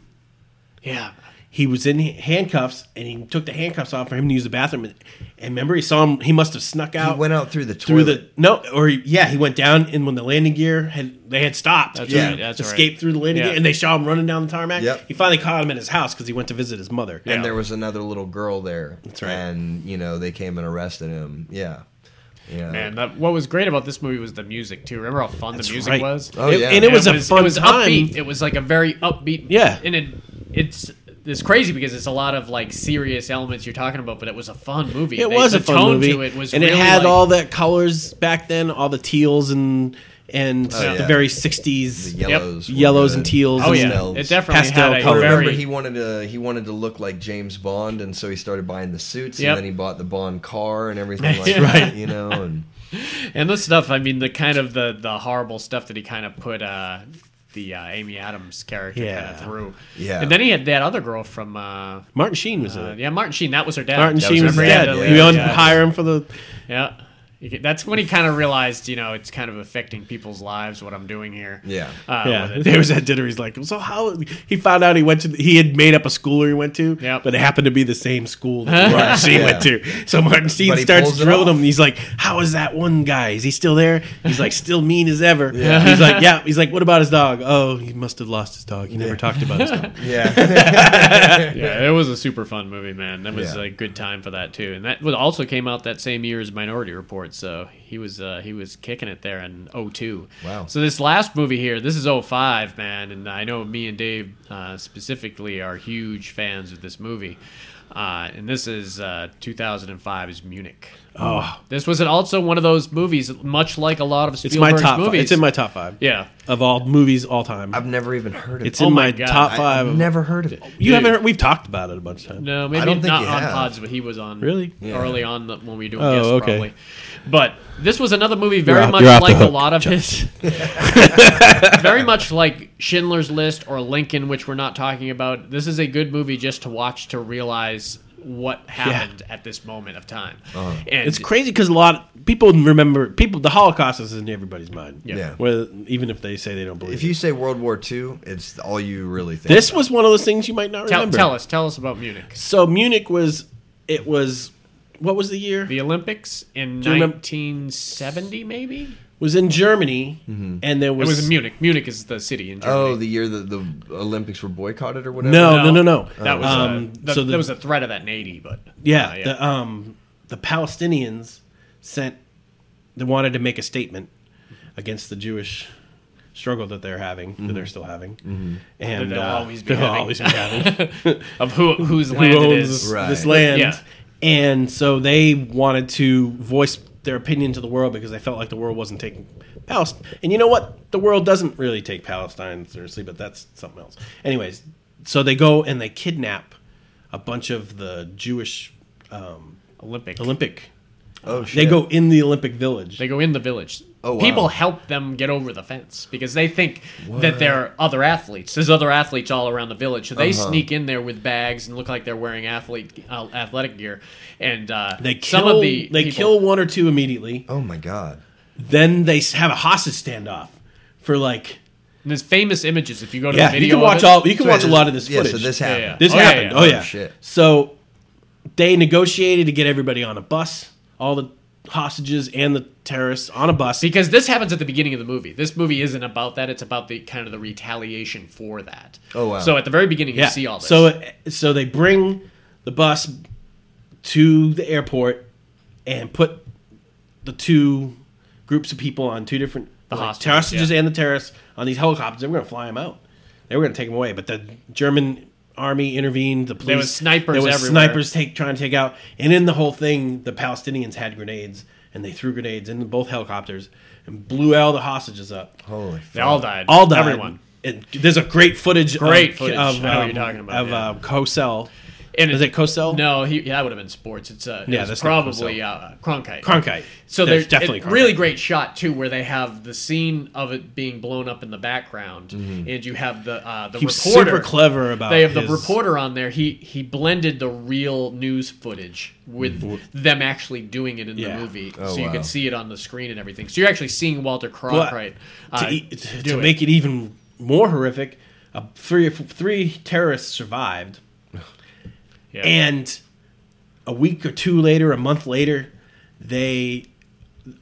Speaker 3: yeah.
Speaker 5: He was in handcuffs, and he took the handcuffs off for him to use the bathroom. And, and remember, he saw him. He must have snuck out.
Speaker 4: he went out through the
Speaker 5: through
Speaker 4: toilet.
Speaker 5: the no, or he- yeah, he went down, and when the landing gear had they had stopped,
Speaker 3: That's
Speaker 5: he
Speaker 4: Yeah.
Speaker 3: right. That's
Speaker 5: escaped
Speaker 3: right.
Speaker 5: through the landing
Speaker 3: Yeah.
Speaker 5: gear, and they saw him running down the tarmac.
Speaker 4: Yep.
Speaker 5: He finally caught him at his house because he went to visit his mother.
Speaker 3: Yeah.
Speaker 4: and there was another little girl there. That's
Speaker 5: right.
Speaker 4: And you know they came and arrested him. Yeah, yeah.
Speaker 3: Man, that, what was great about this movie was the music too. Remember how fun
Speaker 5: That's
Speaker 3: the music
Speaker 5: right.
Speaker 3: was?
Speaker 4: Oh,
Speaker 5: It-
Speaker 4: yeah.
Speaker 5: and it was, a fun
Speaker 3: it was
Speaker 5: time.
Speaker 3: upbeat. It was like a very upbeat.
Speaker 5: Yeah.
Speaker 3: and it, it's it's crazy because it's a lot of like serious elements you're talking about, but it was a fun movie.
Speaker 5: It
Speaker 3: They-
Speaker 5: was
Speaker 3: the
Speaker 5: a fun
Speaker 3: tone
Speaker 5: movie,
Speaker 3: to it was
Speaker 5: and it
Speaker 3: really,
Speaker 5: had
Speaker 3: like-
Speaker 5: all the colors back then, all the teals and and the
Speaker 4: Oh, yeah.
Speaker 5: very
Speaker 4: The
Speaker 5: '60s
Speaker 4: yellows, were
Speaker 5: yellows
Speaker 4: good.
Speaker 5: and teals.
Speaker 3: Oh
Speaker 5: and
Speaker 3: yeah,
Speaker 4: smells.
Speaker 3: it definitely
Speaker 5: Pastel
Speaker 3: had a
Speaker 5: color.
Speaker 4: Remember,
Speaker 3: very
Speaker 4: he wanted to he wanted to look like James Bond, and so he started buying the suits,
Speaker 3: Yep.
Speaker 4: and then he bought the Bond car and everything like
Speaker 5: Right.
Speaker 4: that. You know, and
Speaker 3: and this stuff. I mean, the kind of the the horrible stuff that he kind of put. uh the uh, Amy Adams character
Speaker 5: Yeah.
Speaker 3: kind of through,
Speaker 4: Yeah.
Speaker 3: and then he had that other girl from, uh,
Speaker 5: Martin Sheen was in
Speaker 3: uh,
Speaker 5: it.
Speaker 3: yeah, Martin Sheen. That was her dad.
Speaker 5: Martin
Speaker 4: That
Speaker 5: Sheen
Speaker 4: was
Speaker 5: was
Speaker 4: his
Speaker 5: dead.
Speaker 4: dad,
Speaker 5: We
Speaker 4: yeah.
Speaker 5: on
Speaker 3: Yeah.
Speaker 5: hire him for the.
Speaker 3: Yeah. You get- That's when he kind of realized, you know, it's kind of affecting people's lives what I'm doing here.
Speaker 4: Yeah.
Speaker 3: Uh,
Speaker 5: Yeah,
Speaker 3: with it.
Speaker 5: there was that dinner. He's like, so how he found out he went to he had made up a school he went to,
Speaker 3: Yep.
Speaker 5: but it happened to be the same school that Martin Sheen
Speaker 4: Yeah.
Speaker 5: went to. So Martin Sheen
Speaker 4: But he
Speaker 5: starts
Speaker 4: pulls it
Speaker 5: drilling him.
Speaker 4: off.
Speaker 5: And he's like, how is that one guy? Is he still there? He's like, still mean as ever. He's like, yeah. He's like, what about his dog? Oh, he must have lost his dog. He never talked about his dog.
Speaker 4: Yeah.
Speaker 3: yeah, it was a super fun movie, man. That was
Speaker 4: Yeah.
Speaker 3: a good time for that too, and that was also came out that same year as Minority Report. So he was uh, he was kicking it there in 02.
Speaker 4: Wow.
Speaker 3: So this last movie here, this is 05, man, and I know me and Dave uh, specifically are huge fans of this movie. Uh, and this is uh, 2005's Munich.
Speaker 5: Oh,
Speaker 3: This was also one of those movies, much like a lot of
Speaker 5: it's
Speaker 3: Spielberg's
Speaker 5: my top. Five.
Speaker 3: movies.
Speaker 5: It's in my top five.
Speaker 3: yeah.
Speaker 5: of all movies all time.
Speaker 4: I've never even heard of
Speaker 5: it's
Speaker 4: it.
Speaker 3: Oh
Speaker 5: in
Speaker 3: my
Speaker 5: my,
Speaker 3: God.
Speaker 5: top
Speaker 3: I-
Speaker 5: five.
Speaker 4: I've never heard of it.
Speaker 5: You
Speaker 3: Dude.
Speaker 5: haven't. Heard, we've talked about it a bunch of times.
Speaker 3: No, maybe
Speaker 4: don't think
Speaker 3: not
Speaker 4: you
Speaker 3: on
Speaker 4: have.
Speaker 3: pods, but he was on
Speaker 5: Really?
Speaker 4: Yeah.
Speaker 3: early on the, when we were doing
Speaker 5: Oh,
Speaker 3: guests,
Speaker 5: okay.
Speaker 3: probably. But this was another movie very
Speaker 5: off-
Speaker 3: much
Speaker 5: you're off the
Speaker 3: like a
Speaker 5: hook,
Speaker 3: lot of his, very much like Schindler's List or Lincoln, which we're not talking about. This is a good movie just to watch to realize what happened at this moment of time. And
Speaker 5: Uh-huh. It's crazy because a lot of people remember people. The Holocaust is in everybody's mind.
Speaker 3: Yeah.
Speaker 4: Yeah.
Speaker 5: Whether, even if they say they don't believe.
Speaker 4: If
Speaker 5: it.
Speaker 4: you say World War II, it's all you really think.
Speaker 5: this was one of those things you might not
Speaker 3: Tell,
Speaker 5: remember.
Speaker 3: tell us, tell us about Munich,
Speaker 5: So Munich was. It was. What was the year?
Speaker 3: the Olympics in
Speaker 5: you remember-
Speaker 3: 1970, maybe.
Speaker 5: was in Germany,
Speaker 4: Mm-hmm.
Speaker 5: and there
Speaker 3: It
Speaker 5: was,
Speaker 3: was in Munich. Munich is the city in Germany.
Speaker 4: Oh, the year that the Olympics were boycotted or whatever.
Speaker 3: Oh,
Speaker 5: No, no, no, no.
Speaker 3: That was
Speaker 5: um,
Speaker 3: a, the,
Speaker 5: so the,
Speaker 3: there was a threat of that in eighty, but
Speaker 5: yeah,
Speaker 3: uh,
Speaker 5: The, um, the Palestinians sent. They wanted to make a statement against the Jewish struggle that they're having,
Speaker 4: Mm-hmm.
Speaker 5: that they're still having, and
Speaker 3: That they'll
Speaker 5: uh,
Speaker 3: always be
Speaker 5: they'll
Speaker 3: having.
Speaker 5: always be having.
Speaker 3: of who whose land
Speaker 5: uh, who
Speaker 3: it
Speaker 5: owns
Speaker 3: is.
Speaker 5: this,
Speaker 4: Right.
Speaker 5: this land.
Speaker 3: Yeah.
Speaker 5: And so they wanted to voice their opinion to the world because they felt like the world wasn't taking Palestine. And you know what? The world doesn't really take Palestine seriously, but that's something else. Anyways, so they go and they kidnap a bunch of the Jewish um,
Speaker 3: Olympic.
Speaker 5: Olympic.
Speaker 4: Oh, shit.
Speaker 5: They go in the Olympic Village.
Speaker 3: They go in the village.
Speaker 4: Oh, wow.
Speaker 3: People help them get over the fence because they think that there are other athletes. There's other athletes all around the village, so they
Speaker 5: Uh-huh.
Speaker 3: sneak in there with bags and look like they're wearing athlete uh, athletic gear. And uh,
Speaker 5: They kill,
Speaker 3: some of the
Speaker 5: they
Speaker 3: people-
Speaker 5: kill one or two immediately.
Speaker 4: Oh my god.
Speaker 5: Then they s- have a hostage standoff for like
Speaker 3: And there's famous images if you go to
Speaker 5: yeah.
Speaker 3: the video.
Speaker 5: You can
Speaker 3: of
Speaker 5: watch
Speaker 3: it.
Speaker 5: all you can
Speaker 4: So
Speaker 5: watch a
Speaker 4: this-
Speaker 5: lot of this
Speaker 4: Yeah,
Speaker 5: footage.
Speaker 4: so this
Speaker 3: Yeah,
Speaker 4: happened.
Speaker 3: yeah.
Speaker 5: This
Speaker 3: Oh,
Speaker 5: happened.
Speaker 3: yeah.
Speaker 5: Oh yeah.
Speaker 4: shit.
Speaker 5: So they negotiated to get everybody on a bus, all the hostages and the terrorists on a bus.
Speaker 3: because this happens at the beginning of the movie. This movie isn't about that. It's about the kind of the retaliation for that.
Speaker 4: Oh, wow.
Speaker 3: So at the very beginning,
Speaker 5: Yeah.
Speaker 3: you see all this.
Speaker 5: So so they bring the bus to the airport and put the two groups of people on two different
Speaker 3: The
Speaker 5: like,
Speaker 3: hostages,
Speaker 5: hostages
Speaker 3: yeah.
Speaker 5: and the terrorists on these helicopters. They were going to fly them out. They were going to take them away, but the German army intervened. The police.
Speaker 3: was snipers
Speaker 5: There was
Speaker 3: everywhere.
Speaker 5: snipers take, trying to take out. And in the whole thing, the Palestinians had grenades and they threw grenades in both helicopters and blew all the hostages up.
Speaker 4: Holy
Speaker 3: they
Speaker 4: fuck.
Speaker 3: all died.
Speaker 5: All died.
Speaker 3: Everyone.
Speaker 5: And there's a great footage.
Speaker 3: Great
Speaker 5: of,
Speaker 3: footage.
Speaker 5: Of,
Speaker 3: I know what
Speaker 5: um,
Speaker 3: you're talking about,
Speaker 5: Of
Speaker 3: yeah.
Speaker 5: uh, Cosell.
Speaker 3: And
Speaker 5: Is it Cosell?
Speaker 3: No, he, yeah, that would have been sports. It's uh, yeah,
Speaker 5: Yeah,
Speaker 3: that's
Speaker 5: that's not
Speaker 3: probably uh, Cronkite.
Speaker 5: Cronkite.
Speaker 3: So
Speaker 5: That's
Speaker 3: there's
Speaker 5: definitely
Speaker 3: a
Speaker 5: Cronkite.
Speaker 3: really great shot too, where they have the scene of it being blown up in the background,
Speaker 4: Mm-hmm.
Speaker 3: and you have the uh, the
Speaker 5: He was
Speaker 3: reporter.
Speaker 5: super clever about.
Speaker 3: They have the
Speaker 5: his-
Speaker 3: reporter on there. He he blended the real news footage with them actually doing it in
Speaker 5: Mm-hmm. Yeah.
Speaker 3: the movie,
Speaker 4: Oh,
Speaker 3: so you
Speaker 4: wow.
Speaker 3: can see it on the screen and everything. So you're actually seeing Walter
Speaker 5: But
Speaker 3: Cronkite uh,
Speaker 5: to, e- to
Speaker 3: do
Speaker 5: make it even more horrific, uh, three three terrorists survived,
Speaker 3: Yeah.
Speaker 5: and a week or two later, a month later, they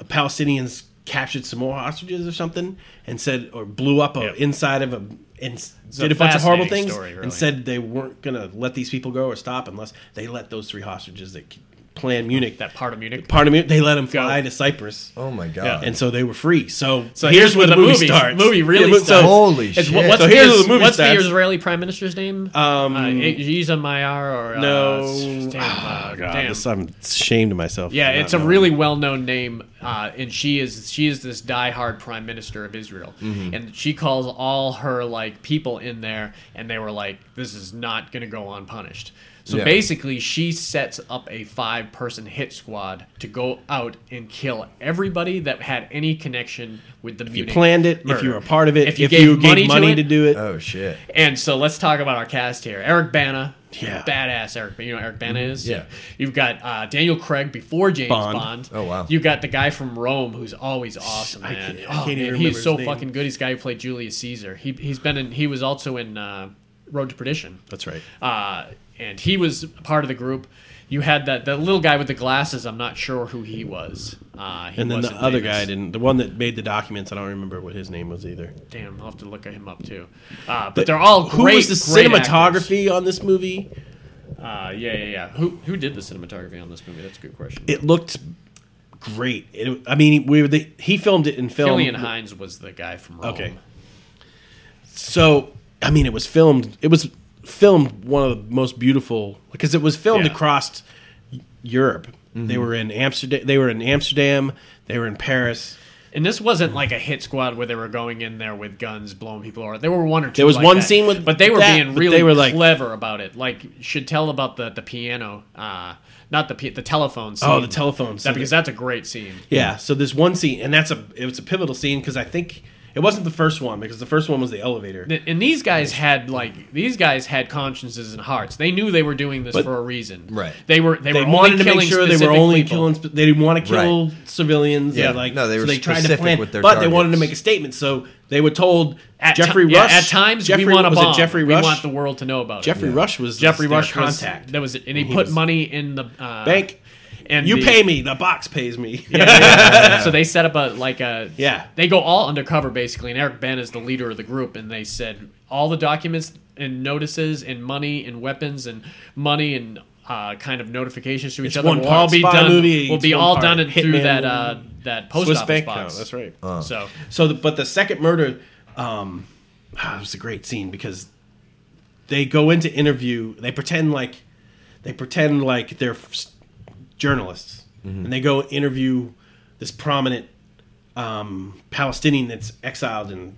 Speaker 5: Palestinians captured some more hostages or something, and said or blew up a,
Speaker 3: Yep.
Speaker 5: inside of a and s-
Speaker 3: a
Speaker 5: did a bunch of horrible
Speaker 3: fascinating
Speaker 5: things
Speaker 3: story, really.
Speaker 5: and said they weren't gonna let these people go or stop unless they let those three hostages that c- planned Munich
Speaker 3: that part of Munich.
Speaker 5: part of Munich they let them fly to Cyprus.
Speaker 4: Oh my god.
Speaker 5: And so they were free. So,
Speaker 3: So
Speaker 5: here's where the movie, starts.
Speaker 3: Movie really
Speaker 5: Yeah, so-
Speaker 3: starts.
Speaker 4: Holy
Speaker 3: It's-
Speaker 4: shit.
Speaker 3: what- What's,
Speaker 5: So
Speaker 3: the,
Speaker 5: here's where the movie
Speaker 3: what's the
Speaker 5: starts.
Speaker 3: Israeli prime minister's name?
Speaker 5: Um,
Speaker 3: uh, Yiza Mayar or uh,
Speaker 5: No. Ah, Oh,
Speaker 3: damn, uh,
Speaker 5: God,
Speaker 3: damn.
Speaker 5: this- I'm ashamed of myself.
Speaker 3: Yeah,
Speaker 5: for not
Speaker 3: it's a
Speaker 5: knowing.
Speaker 3: really well-known name, uh, and she is she is this die-hard prime minister of Israel,
Speaker 5: Mm-hmm.
Speaker 3: and she calls all her like people in there, and they were like, "This is not going to go unpunished." So
Speaker 4: Yeah.
Speaker 3: basically, she sets up a five-person hit squad to go out and kill everybody that had any connection with the. If
Speaker 5: you planned it. If you were a part of it. If you, gave money, to,
Speaker 3: it,
Speaker 5: do it.
Speaker 4: oh shit.
Speaker 3: and so let's talk about our cast here. Eric Bana
Speaker 5: Yeah. Mm-hmm.
Speaker 3: badass Eric. You know who Eric Bana is.
Speaker 4: Yeah.
Speaker 3: You've got uh, Daniel Craig before James
Speaker 5: Bond.
Speaker 3: Bond.
Speaker 4: Oh, wow.
Speaker 3: You got the guy from Rome who's always awesome.
Speaker 5: I
Speaker 3: Man.
Speaker 5: can't- I
Speaker 3: oh,
Speaker 5: can't even
Speaker 3: man,
Speaker 5: remember
Speaker 3: he's
Speaker 5: his
Speaker 3: so
Speaker 5: name.
Speaker 3: fucking good. He's the guy who played Julius Caesar. He he's been in. He was also in uh, Road to Perdition.
Speaker 5: That's right.
Speaker 3: Uh, and he was part of the group. You had that that little guy with the glasses. I'm not sure who he was. Uh, he
Speaker 5: And then the
Speaker 3: wasn't
Speaker 5: other
Speaker 3: famous.
Speaker 5: guy didn't. The one that made the documents. I don't remember what his name was either.
Speaker 3: Damn, I'll have to look at him up too. Uh, but they're all great.
Speaker 5: Who was the
Speaker 3: great actors.
Speaker 5: cinematography on this movie?
Speaker 3: Uh, yeah, yeah, yeah. Who who did the cinematography on this movie? That's a good question.
Speaker 5: It looked great. It, I mean, we were the, he filmed it in film.
Speaker 3: Killian Hines was the guy from Rome.
Speaker 5: Okay. So, I mean, it was filmed. It was filmed one of the most beautiful because it was filmed
Speaker 3: Yeah. Mm-hmm.
Speaker 5: across Europe. They were in Amsterdam. They were in Amsterdam. They were in Paris.
Speaker 3: And this wasn't like a hit squad where they were going in there with guns, blowing people over. There were one or two.
Speaker 5: There was
Speaker 3: like
Speaker 5: one
Speaker 3: that.
Speaker 5: scene with
Speaker 3: but they were
Speaker 5: that,
Speaker 3: being
Speaker 5: but
Speaker 3: really
Speaker 5: they were, like-
Speaker 3: clever about it. Like Chantel about the the piano, uh, not the pi- the telephone. Scene.
Speaker 5: Oh, the telephone
Speaker 3: That-
Speaker 5: scene.
Speaker 3: because that's a great scene.
Speaker 5: Yeah. So this one scene, and that's a it was a pivotal scene because I think it wasn't the first one because the first one was the elevator.
Speaker 3: Th- And these guys had like these guys had consciences and hearts. They knew they were doing this for a reason.
Speaker 4: Right.
Speaker 3: They were they,
Speaker 5: they
Speaker 3: were only
Speaker 5: wanted to make
Speaker 3: killing
Speaker 5: sure they were
Speaker 3: specific
Speaker 5: only
Speaker 3: people.
Speaker 5: killing. sp- They didn't want to kill civilians.
Speaker 4: Yeah.
Speaker 5: They, like
Speaker 4: No, they were
Speaker 5: so they tried to
Speaker 4: specific
Speaker 5: plan,
Speaker 4: with their
Speaker 5: but they wanted to
Speaker 4: targets.
Speaker 5: make a statement. So they were told
Speaker 3: At ti-
Speaker 5: Jeffrey
Speaker 3: yeah,
Speaker 5: Rush.
Speaker 3: at times
Speaker 5: Jeffrey,
Speaker 3: we want a
Speaker 5: was it
Speaker 3: bomb.
Speaker 5: Jeffrey
Speaker 3: We
Speaker 5: Rush.
Speaker 3: want the world to know about it.
Speaker 5: Jeffrey Rush was
Speaker 3: Jeffrey
Speaker 5: their
Speaker 3: Rush
Speaker 5: contact.
Speaker 3: was that was and he,
Speaker 5: he
Speaker 3: put
Speaker 5: was-
Speaker 3: money in the uh,
Speaker 5: Bank.
Speaker 3: and
Speaker 5: you
Speaker 3: the-
Speaker 5: pay me. The box pays me.
Speaker 3: Yeah, yeah, yeah. so they set up a like a
Speaker 5: Yeah.
Speaker 3: They go all undercover basically, and Eric Ben is the leader of the group, and they said all the documents and notices and money and weapons and money and uh, kind of notifications to each
Speaker 5: It's
Speaker 3: other
Speaker 5: one
Speaker 3: will
Speaker 5: part
Speaker 3: all be
Speaker 5: spy
Speaker 3: done.
Speaker 5: movie,
Speaker 3: will
Speaker 5: it's
Speaker 3: be
Speaker 5: one
Speaker 3: all
Speaker 5: part
Speaker 3: done and through
Speaker 5: hitman,
Speaker 3: that uh, that post
Speaker 5: Swiss
Speaker 3: office
Speaker 5: bank
Speaker 3: box.
Speaker 5: account, that's right.
Speaker 4: Oh,
Speaker 3: So
Speaker 5: So, the, but the second murder, um, ah, it was a great scene because they go into interview. They pretend like they pretend like they're s- journalists, and they go interview this prominent um, Palestinian that's exiled in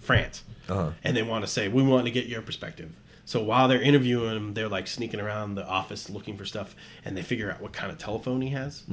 Speaker 5: France, and they want to say, "We want to get your perspective." So while they're interviewing him, they're like sneaking around the office looking for stuff, and they figure out what kind of telephone he has.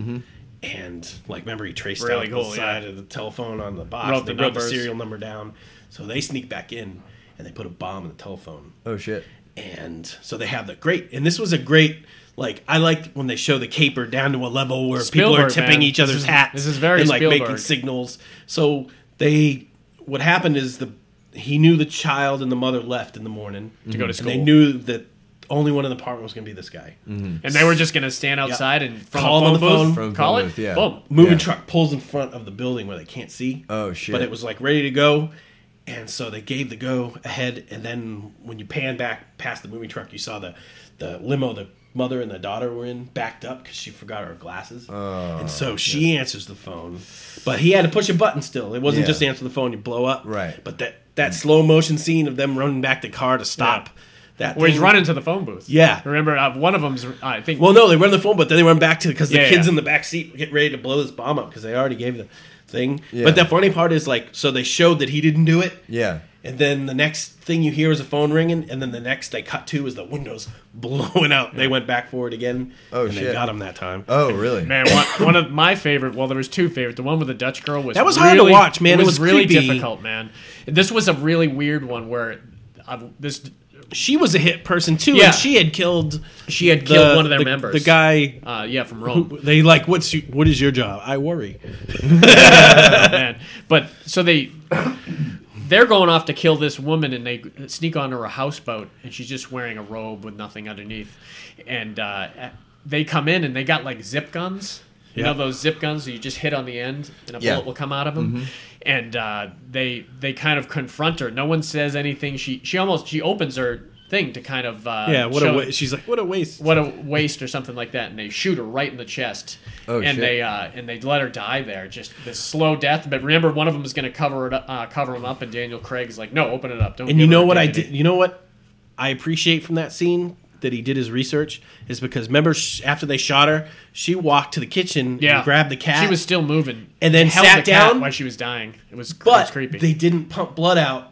Speaker 5: And like, remember he traced
Speaker 3: Really
Speaker 5: out
Speaker 3: cool,
Speaker 5: the
Speaker 3: yeah.
Speaker 5: side of the telephone on the box.
Speaker 3: Wrote
Speaker 5: they
Speaker 3: the
Speaker 5: wrote the
Speaker 3: numbers.
Speaker 5: serial number down, so they sneak back in and they put a bomb in the telephone
Speaker 4: Oh shit.
Speaker 5: and so they have the great and this was a great like I liked when they show the caper down to a level where people are
Speaker 3: Spielberg,
Speaker 5: tipping
Speaker 3: man.
Speaker 5: each other's
Speaker 3: This is-
Speaker 5: hats
Speaker 3: this is very
Speaker 5: and like making
Speaker 3: Spielberg.
Speaker 5: signals. So they what happened is the he knew the child and the mother left in the morning to
Speaker 3: go to
Speaker 5: And they
Speaker 3: school.
Speaker 5: knew that only one in the apartment was going to be this guy.
Speaker 3: and they were just gonna stand outside and from
Speaker 5: Call
Speaker 3: a
Speaker 5: him on the
Speaker 3: booth,
Speaker 5: phone.
Speaker 4: From a
Speaker 3: call
Speaker 4: phone
Speaker 3: it,
Speaker 4: booth, yeah.
Speaker 3: boom.
Speaker 5: Moving
Speaker 4: Yeah.
Speaker 5: truck pulls in front of the building where they can't see.
Speaker 4: Oh, shit.
Speaker 5: But it was like ready to go, and so they gave the go ahead. And then when you pan back past the moving truck, you saw the the limo the mother and the daughter were in backed up because she forgot her glasses.
Speaker 4: Oh,
Speaker 5: and so she answers the phone, but he had to push a button still. It wasn't
Speaker 4: Yeah.
Speaker 5: just answer the phone, you blow up.
Speaker 4: Right.
Speaker 5: But that that slow motion scene of them running back the car to stop. That
Speaker 3: Where he's
Speaker 5: thing-
Speaker 3: running to the phone booth.
Speaker 5: Yeah.
Speaker 3: remember uh, one of them's I think
Speaker 5: well, no, they run the phone, but then they run back to because the
Speaker 3: Yeah,
Speaker 5: kids
Speaker 3: yeah.
Speaker 5: in the back seat get ready to blow this bomb up because they already gave the thing.
Speaker 4: Yeah.
Speaker 5: But the funny part is like, so they showed that he didn't do it.
Speaker 4: Yeah.
Speaker 5: And then the next thing you hear is a phone ringing, and then the next they cut to is the windows blowing out. They went back for it again.
Speaker 4: Oh,
Speaker 5: and They
Speaker 4: shit.
Speaker 5: got him that time.
Speaker 4: Oh really?
Speaker 3: Man, one, one of my favorite. Well, there was two favorite. The one with the Dutch girl was
Speaker 5: That was
Speaker 3: really,
Speaker 5: hard to watch, man. It
Speaker 3: It was,
Speaker 5: was
Speaker 3: really
Speaker 5: creepy.
Speaker 3: difficult, man. This was a really weird one where uh, this
Speaker 5: She was a hit person too,
Speaker 3: Yeah.
Speaker 5: and she had killed.
Speaker 3: she had
Speaker 5: the-
Speaker 3: killed one of their
Speaker 5: the-
Speaker 3: members.
Speaker 5: The guy.
Speaker 3: uh, yeah, from Rome.
Speaker 5: They like what's you, what is your job? I worry.
Speaker 3: man. But so they they're going off to kill this woman, and they sneak onto her houseboat, and she's just wearing a robe with nothing underneath. And uh, they come in, and they got like zip guns. You
Speaker 5: Yeah.
Speaker 3: know those zip guns that you just hit on the end, and a
Speaker 4: Yeah.
Speaker 3: bullet will come out of them.
Speaker 5: Mm-hmm.
Speaker 3: And uh, they they kind of confront her. No one says anything. She she almost she opens her thing to kind of uh,
Speaker 5: Yeah, what a
Speaker 3: show-
Speaker 5: wa- she's like. What a waste.
Speaker 3: what a waste or something like that and they shoot her right in the chest
Speaker 4: Oh,
Speaker 3: and
Speaker 4: shit.
Speaker 3: they uh, and they let her die there just this slow death but remember one of them is going to cover it up, uh, cover him up and Daniel Craig's like no open it up don't give
Speaker 5: And you
Speaker 3: her
Speaker 5: know
Speaker 3: her
Speaker 5: what I did?
Speaker 3: dignity."
Speaker 5: You know what I appreciate from that scene that he did his research is because remember sh- after they shot her, she walked to the kitchen
Speaker 3: yeah
Speaker 5: and grabbed the cat.
Speaker 3: she was still moving
Speaker 5: And then
Speaker 3: held
Speaker 5: sat
Speaker 3: the cat
Speaker 5: down.
Speaker 3: while she was dying it was, it was
Speaker 5: but
Speaker 3: creepy
Speaker 5: they didn't pump blood out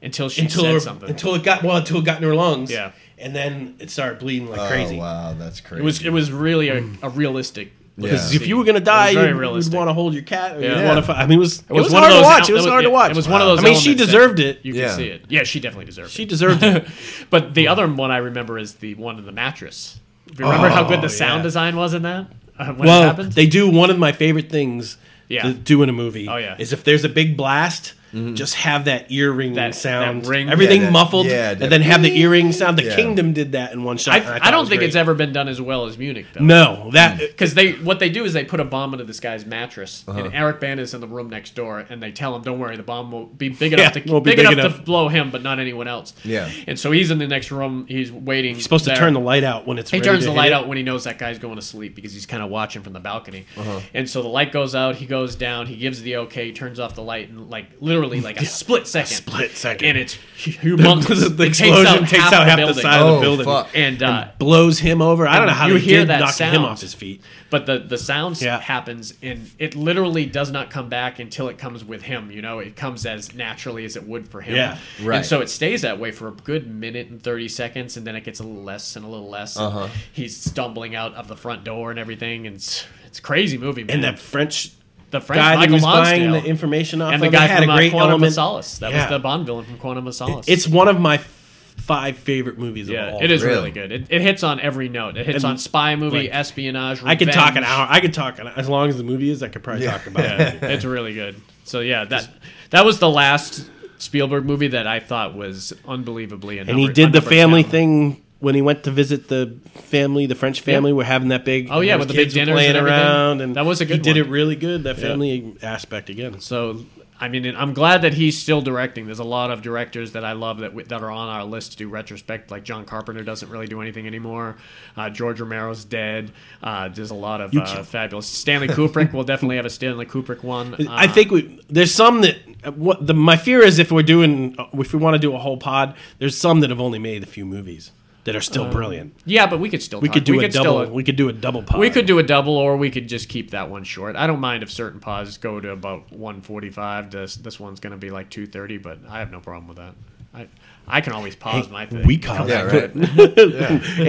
Speaker 3: until she
Speaker 5: until
Speaker 3: said
Speaker 5: her,
Speaker 3: something
Speaker 5: until it got well until it got in her lungs.
Speaker 3: Yeah.
Speaker 5: and then it started bleeding like
Speaker 4: Oh
Speaker 5: crazy.
Speaker 4: wow, that's crazy.
Speaker 3: it was it was really a, a realistic
Speaker 5: Mm. Because
Speaker 4: Yeah.
Speaker 5: if you were gonna
Speaker 3: It
Speaker 5: die,
Speaker 3: was very
Speaker 5: you'd,
Speaker 3: realistic.
Speaker 5: want to hold your cat. Or
Speaker 3: Yeah.
Speaker 5: you'd want to. I mean, it was it, was,
Speaker 3: one of
Speaker 5: hard to
Speaker 3: those
Speaker 5: watch.
Speaker 3: ele-
Speaker 5: It was hard to watch.
Speaker 3: It was one of those.
Speaker 5: I mean, she
Speaker 3: elements that
Speaker 5: deserved it.
Speaker 3: You
Speaker 4: Yeah.
Speaker 3: can see it. Yeah, she definitely deserved
Speaker 5: She
Speaker 3: it.
Speaker 5: deserved it.
Speaker 3: but the other one I remember is the one in the mattress. Do you remember how good the sound
Speaker 5: Oh, yeah.
Speaker 3: design was in that? Uh, when it
Speaker 5: well,
Speaker 3: happened?
Speaker 5: they do one of my favorite things
Speaker 3: Yeah.
Speaker 5: to do in a movie.
Speaker 3: Oh, yeah.
Speaker 5: is if there's a big blast, just have that earring
Speaker 3: That-
Speaker 5: sound,
Speaker 3: that ring.
Speaker 4: Mm-hmm.
Speaker 5: everything
Speaker 4: Yeah, that-
Speaker 5: muffled,
Speaker 4: yeah,
Speaker 5: and then have the earring sound. The
Speaker 4: Yeah.
Speaker 5: Kingdom did that in one shot. and
Speaker 3: I,
Speaker 5: thought
Speaker 3: I
Speaker 5: it
Speaker 3: don't
Speaker 5: was
Speaker 3: think
Speaker 5: great.
Speaker 3: it's ever been done as well as Munich, though.
Speaker 5: No,
Speaker 4: Mm.
Speaker 5: that
Speaker 3: Because they what they do is they put a bomb into this guy's mattress,
Speaker 5: Uh-huh.
Speaker 3: and Eric Bana's in the room next door, and they tell him, "Don't worry, the bomb won't be big enough
Speaker 5: Yeah,
Speaker 3: to
Speaker 5: won't be
Speaker 3: big,
Speaker 5: big
Speaker 3: enough, to
Speaker 5: enough.
Speaker 3: blow him, but not anyone else."
Speaker 4: Yeah.
Speaker 3: And so he's in the next room. He's waiting.
Speaker 5: you're supposed to turn the light out when it's.
Speaker 3: He
Speaker 5: ready
Speaker 3: turns
Speaker 5: to
Speaker 3: the
Speaker 5: hit
Speaker 3: light
Speaker 5: it.
Speaker 3: out when he knows that guy's going to sleep because he's kind of watching from the balcony.
Speaker 5: Uh-huh.
Speaker 3: And so the light goes out. He goes down. He gives the okay. Turns off the light and like literally like a split second.
Speaker 5: split second.
Speaker 3: And it's humongous.
Speaker 5: the,
Speaker 3: It takes
Speaker 5: explosion takes out, half, the,
Speaker 3: building.
Speaker 5: side of
Speaker 4: Oh,
Speaker 5: the building.
Speaker 4: fuck.
Speaker 3: And uh,
Speaker 5: Blows him over. I don't know how
Speaker 3: you
Speaker 5: they
Speaker 3: hear
Speaker 5: did
Speaker 3: that
Speaker 5: knock
Speaker 3: sound.
Speaker 5: him off his feet.
Speaker 3: But the the sound
Speaker 5: Yeah.
Speaker 3: happens, and it literally does not come back until it comes with him. You know, it comes as naturally as it would for him.
Speaker 5: Yeah,
Speaker 4: right.
Speaker 3: And so it stays that way for a good minute and thirty seconds, and then it gets a little less and a little less. and He's stumbling out of the front door and everything, and it's, it's a crazy movie. Man.
Speaker 5: And that French
Speaker 3: the French
Speaker 5: guy that
Speaker 3: Michael
Speaker 5: was buying
Speaker 3: Monsdale
Speaker 5: the information off
Speaker 3: and the
Speaker 5: of
Speaker 3: guy
Speaker 5: it had
Speaker 3: from
Speaker 5: a
Speaker 3: uh,
Speaker 5: great
Speaker 3: Quantum of
Speaker 5: element.
Speaker 3: Solace. That
Speaker 5: Yeah.
Speaker 3: was the Bond villain from Quantum of Solace.
Speaker 5: It's one of my f- five favorite movies of
Speaker 3: yeah,
Speaker 5: all.
Speaker 3: it is
Speaker 4: Really?
Speaker 3: really, good. It, it hits on every note. It hits
Speaker 5: And,
Speaker 3: on spy movie,
Speaker 5: like,
Speaker 3: espionage.
Speaker 5: I could talk an
Speaker 3: revenge.
Speaker 5: hour. I could talk an, as long as the movie is. I could probably talk about it.
Speaker 3: it's really good. So yeah, that that was the last Spielberg movie that I thought was unbelievably.
Speaker 5: And he did the family thing when he went to visit the family, the French family. We're having that big.
Speaker 3: Oh, yeah,
Speaker 5: those
Speaker 3: with the big
Speaker 5: kids were
Speaker 3: dinners
Speaker 5: playing
Speaker 3: and everything.
Speaker 5: around, and
Speaker 3: That was a
Speaker 5: He
Speaker 3: good
Speaker 5: did
Speaker 3: one.
Speaker 5: it really good. That family aspect again.
Speaker 3: So I mean, I'm glad that he's still directing. There's a lot of directors that I love that that are on our list to do retrospect. Like John Carpenter doesn't really do anything anymore. Uh, George Romero's dead. Uh, there's a lot of uh, fabulous Stanley Kubrick. we'll definitely have a Stanley Kubrick one. Uh,
Speaker 5: I think we there's some that uh, what the my fear is if we're doing if we want to do a whole pod, there's some that have only made a few movies that are still brilliant.
Speaker 3: yeah, but we could still
Speaker 5: We
Speaker 3: talk.
Speaker 5: could do a double.
Speaker 3: still-
Speaker 5: we could do a double pod.
Speaker 3: We could do a double, or we could just keep that one short. I don't mind if certain pods go to about 145. This this one's going to be like 230, but I have no problem with that. I I can always pause my thing.
Speaker 5: We call
Speaker 4: Yeah,
Speaker 5: it.
Speaker 4: right.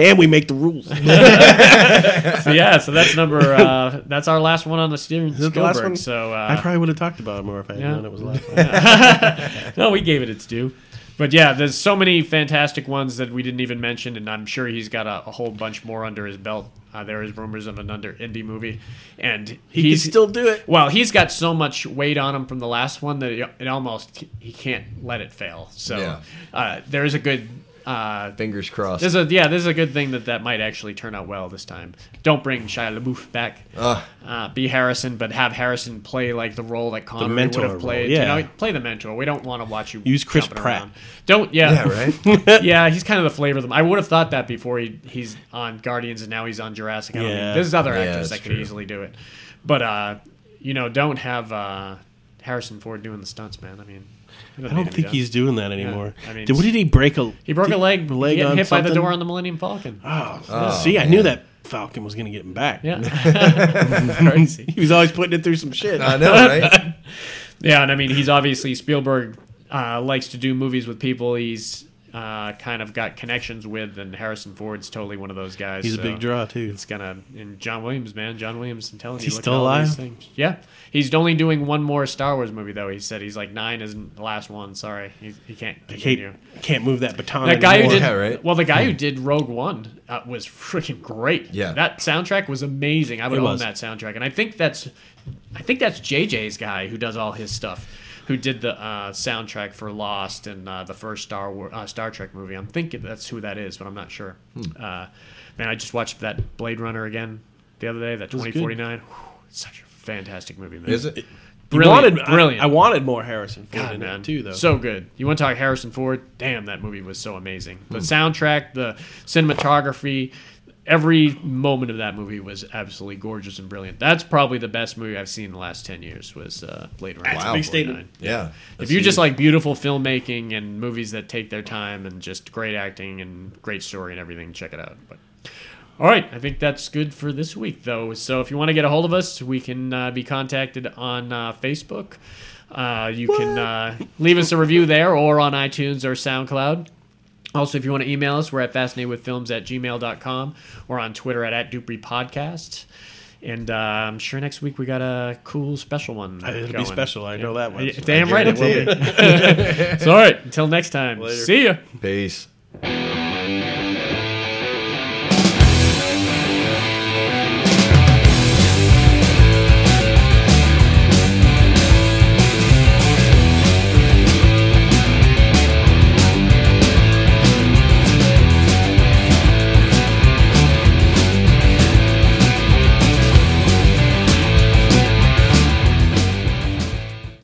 Speaker 5: and we make the rules.
Speaker 3: So, yeah, so that's number. Uh, that's our last one on the steering
Speaker 5: that the last
Speaker 3: Spielberg.
Speaker 5: one?
Speaker 3: So
Speaker 5: I
Speaker 3: uh,
Speaker 5: probably would have talked about it more if I had
Speaker 3: Yeah.
Speaker 5: known it was last. One.
Speaker 3: no, we gave it its due. But yeah, there's so many fantastic ones that we didn't even mention, and I'm sure he's got a, a whole bunch more under his belt. Uh, there is rumors of another indie movie, and
Speaker 5: He could still do it.
Speaker 3: Well, he's got so much weight on him from the last one that it, it almost he can't let it fail. So
Speaker 4: Yeah.
Speaker 3: uh, there is a good uh,
Speaker 4: Fingers crossed.
Speaker 3: there's a yeah there's a good thing that that might actually turn out well this time. Don't bring Shia LaBeouf back.
Speaker 4: Ugh.
Speaker 3: Uh, be Harrison, but have Harrison play like the role that Connery
Speaker 5: mentor
Speaker 3: would
Speaker 5: role,
Speaker 3: have played.
Speaker 5: yeah.
Speaker 3: You know, play the mentor. We don't want to watch you
Speaker 5: Use Chris
Speaker 3: jumping
Speaker 5: Pratt.
Speaker 3: around. Don't yeah
Speaker 4: yeah, right.
Speaker 3: yeah, he's kind of the flavor of them. I would have thought that before he he's on Guardians and now he's on Jurassic. I don't
Speaker 5: Yeah.
Speaker 3: think, there's other
Speaker 4: Yeah,
Speaker 3: actors that
Speaker 4: that's
Speaker 3: could
Speaker 4: true.
Speaker 3: easily do it, but uh, you know, don't have uh, Harrison Ford doing the stunts, man. I mean, you
Speaker 5: I
Speaker 3: need
Speaker 5: don't
Speaker 3: him
Speaker 5: think
Speaker 3: done.
Speaker 5: he's doing that anymore.
Speaker 3: I mean,
Speaker 5: Did- what did he break a?
Speaker 3: He broke a leg,
Speaker 5: Leg
Speaker 3: getting
Speaker 5: on
Speaker 3: hit by the
Speaker 5: something?
Speaker 3: door on the Millennium Falcon.
Speaker 5: Oh, see, I knew that Falcon was going to get him back.
Speaker 3: Yeah,
Speaker 5: he was always putting it through some shit.
Speaker 4: I know, right?
Speaker 3: yeah, and I mean, he's obviously Spielberg uh, likes to do movies with people he's uh, kind of got connections with, and Harrison Ford's totally one of those guys.
Speaker 5: He's a
Speaker 3: so-
Speaker 5: big draw too.
Speaker 3: It's gonna and John Williams, man, John Williams. I'm telling
Speaker 5: Is
Speaker 3: you,
Speaker 5: he
Speaker 3: look
Speaker 5: still
Speaker 3: at all
Speaker 5: alive?
Speaker 3: These things. Yeah, he's only doing one more Star Wars movie though. He said he's like nine isn't the last one. Sorry, he, he can't
Speaker 5: I can't,
Speaker 3: continue.
Speaker 5: can't move that baton.
Speaker 3: That guy who
Speaker 5: anymore. Hmm.
Speaker 3: did
Speaker 4: Yeah, right.
Speaker 3: well, the guy who did Rogue One uh, was freaking great.
Speaker 4: Yeah.
Speaker 3: that soundtrack was amazing. I would
Speaker 5: It
Speaker 3: own
Speaker 5: was.
Speaker 3: that soundtrack, and I think that's, I think that's JJ's guy who does all his stuff, who did the uh, soundtrack for Lost and uh, the first Star War, uh, Star Trek movie. I'm thinking that's who that is, but I'm not sure.
Speaker 4: Hmm.
Speaker 3: Uh, man, I just watched that Blade Runner again the other day. That
Speaker 5: was good.
Speaker 3: 2049, Whew, such a fantastic movie. Man.
Speaker 4: Is it?
Speaker 5: He
Speaker 3: Brilliant,
Speaker 5: wanted- I-
Speaker 3: brilliant.
Speaker 5: I, wanted more Harrison Ford
Speaker 3: God,
Speaker 5: in
Speaker 3: man.
Speaker 5: it too, though.
Speaker 3: So good. You want to talk Harrison Ford? Damn, that movie was so amazing. The
Speaker 5: Hmm.
Speaker 3: soundtrack, the cinematography, every moment of that movie was absolutely gorgeous and brilliant. That's probably the best movie I've seen in the last 10 years was uh, Blade Runner. oh
Speaker 5: That's a big statement.
Speaker 3: 49.
Speaker 4: Yeah.
Speaker 3: If you just like beautiful filmmaking and movies that take their time and just great acting and great story and everything, check it out. But all right, I think that's good for this week, though. So if you want to get a hold of us, we can uh, be contacted on uh, Facebook. Uh, you can uh, leave us a review there or on iTunes or SoundCloud. Also, if you want to email us, we're at fascinatedwithfilms at gmail.com or on Twitter at, at Dupree Podcast. And uh, I'm sure next week we got a cool special one.
Speaker 5: Uh, It'll be
Speaker 3: going.
Speaker 5: special. I know that one.
Speaker 3: Yeah, Damn right it will be. so, all right. Until next time. See ya.
Speaker 4: Peace.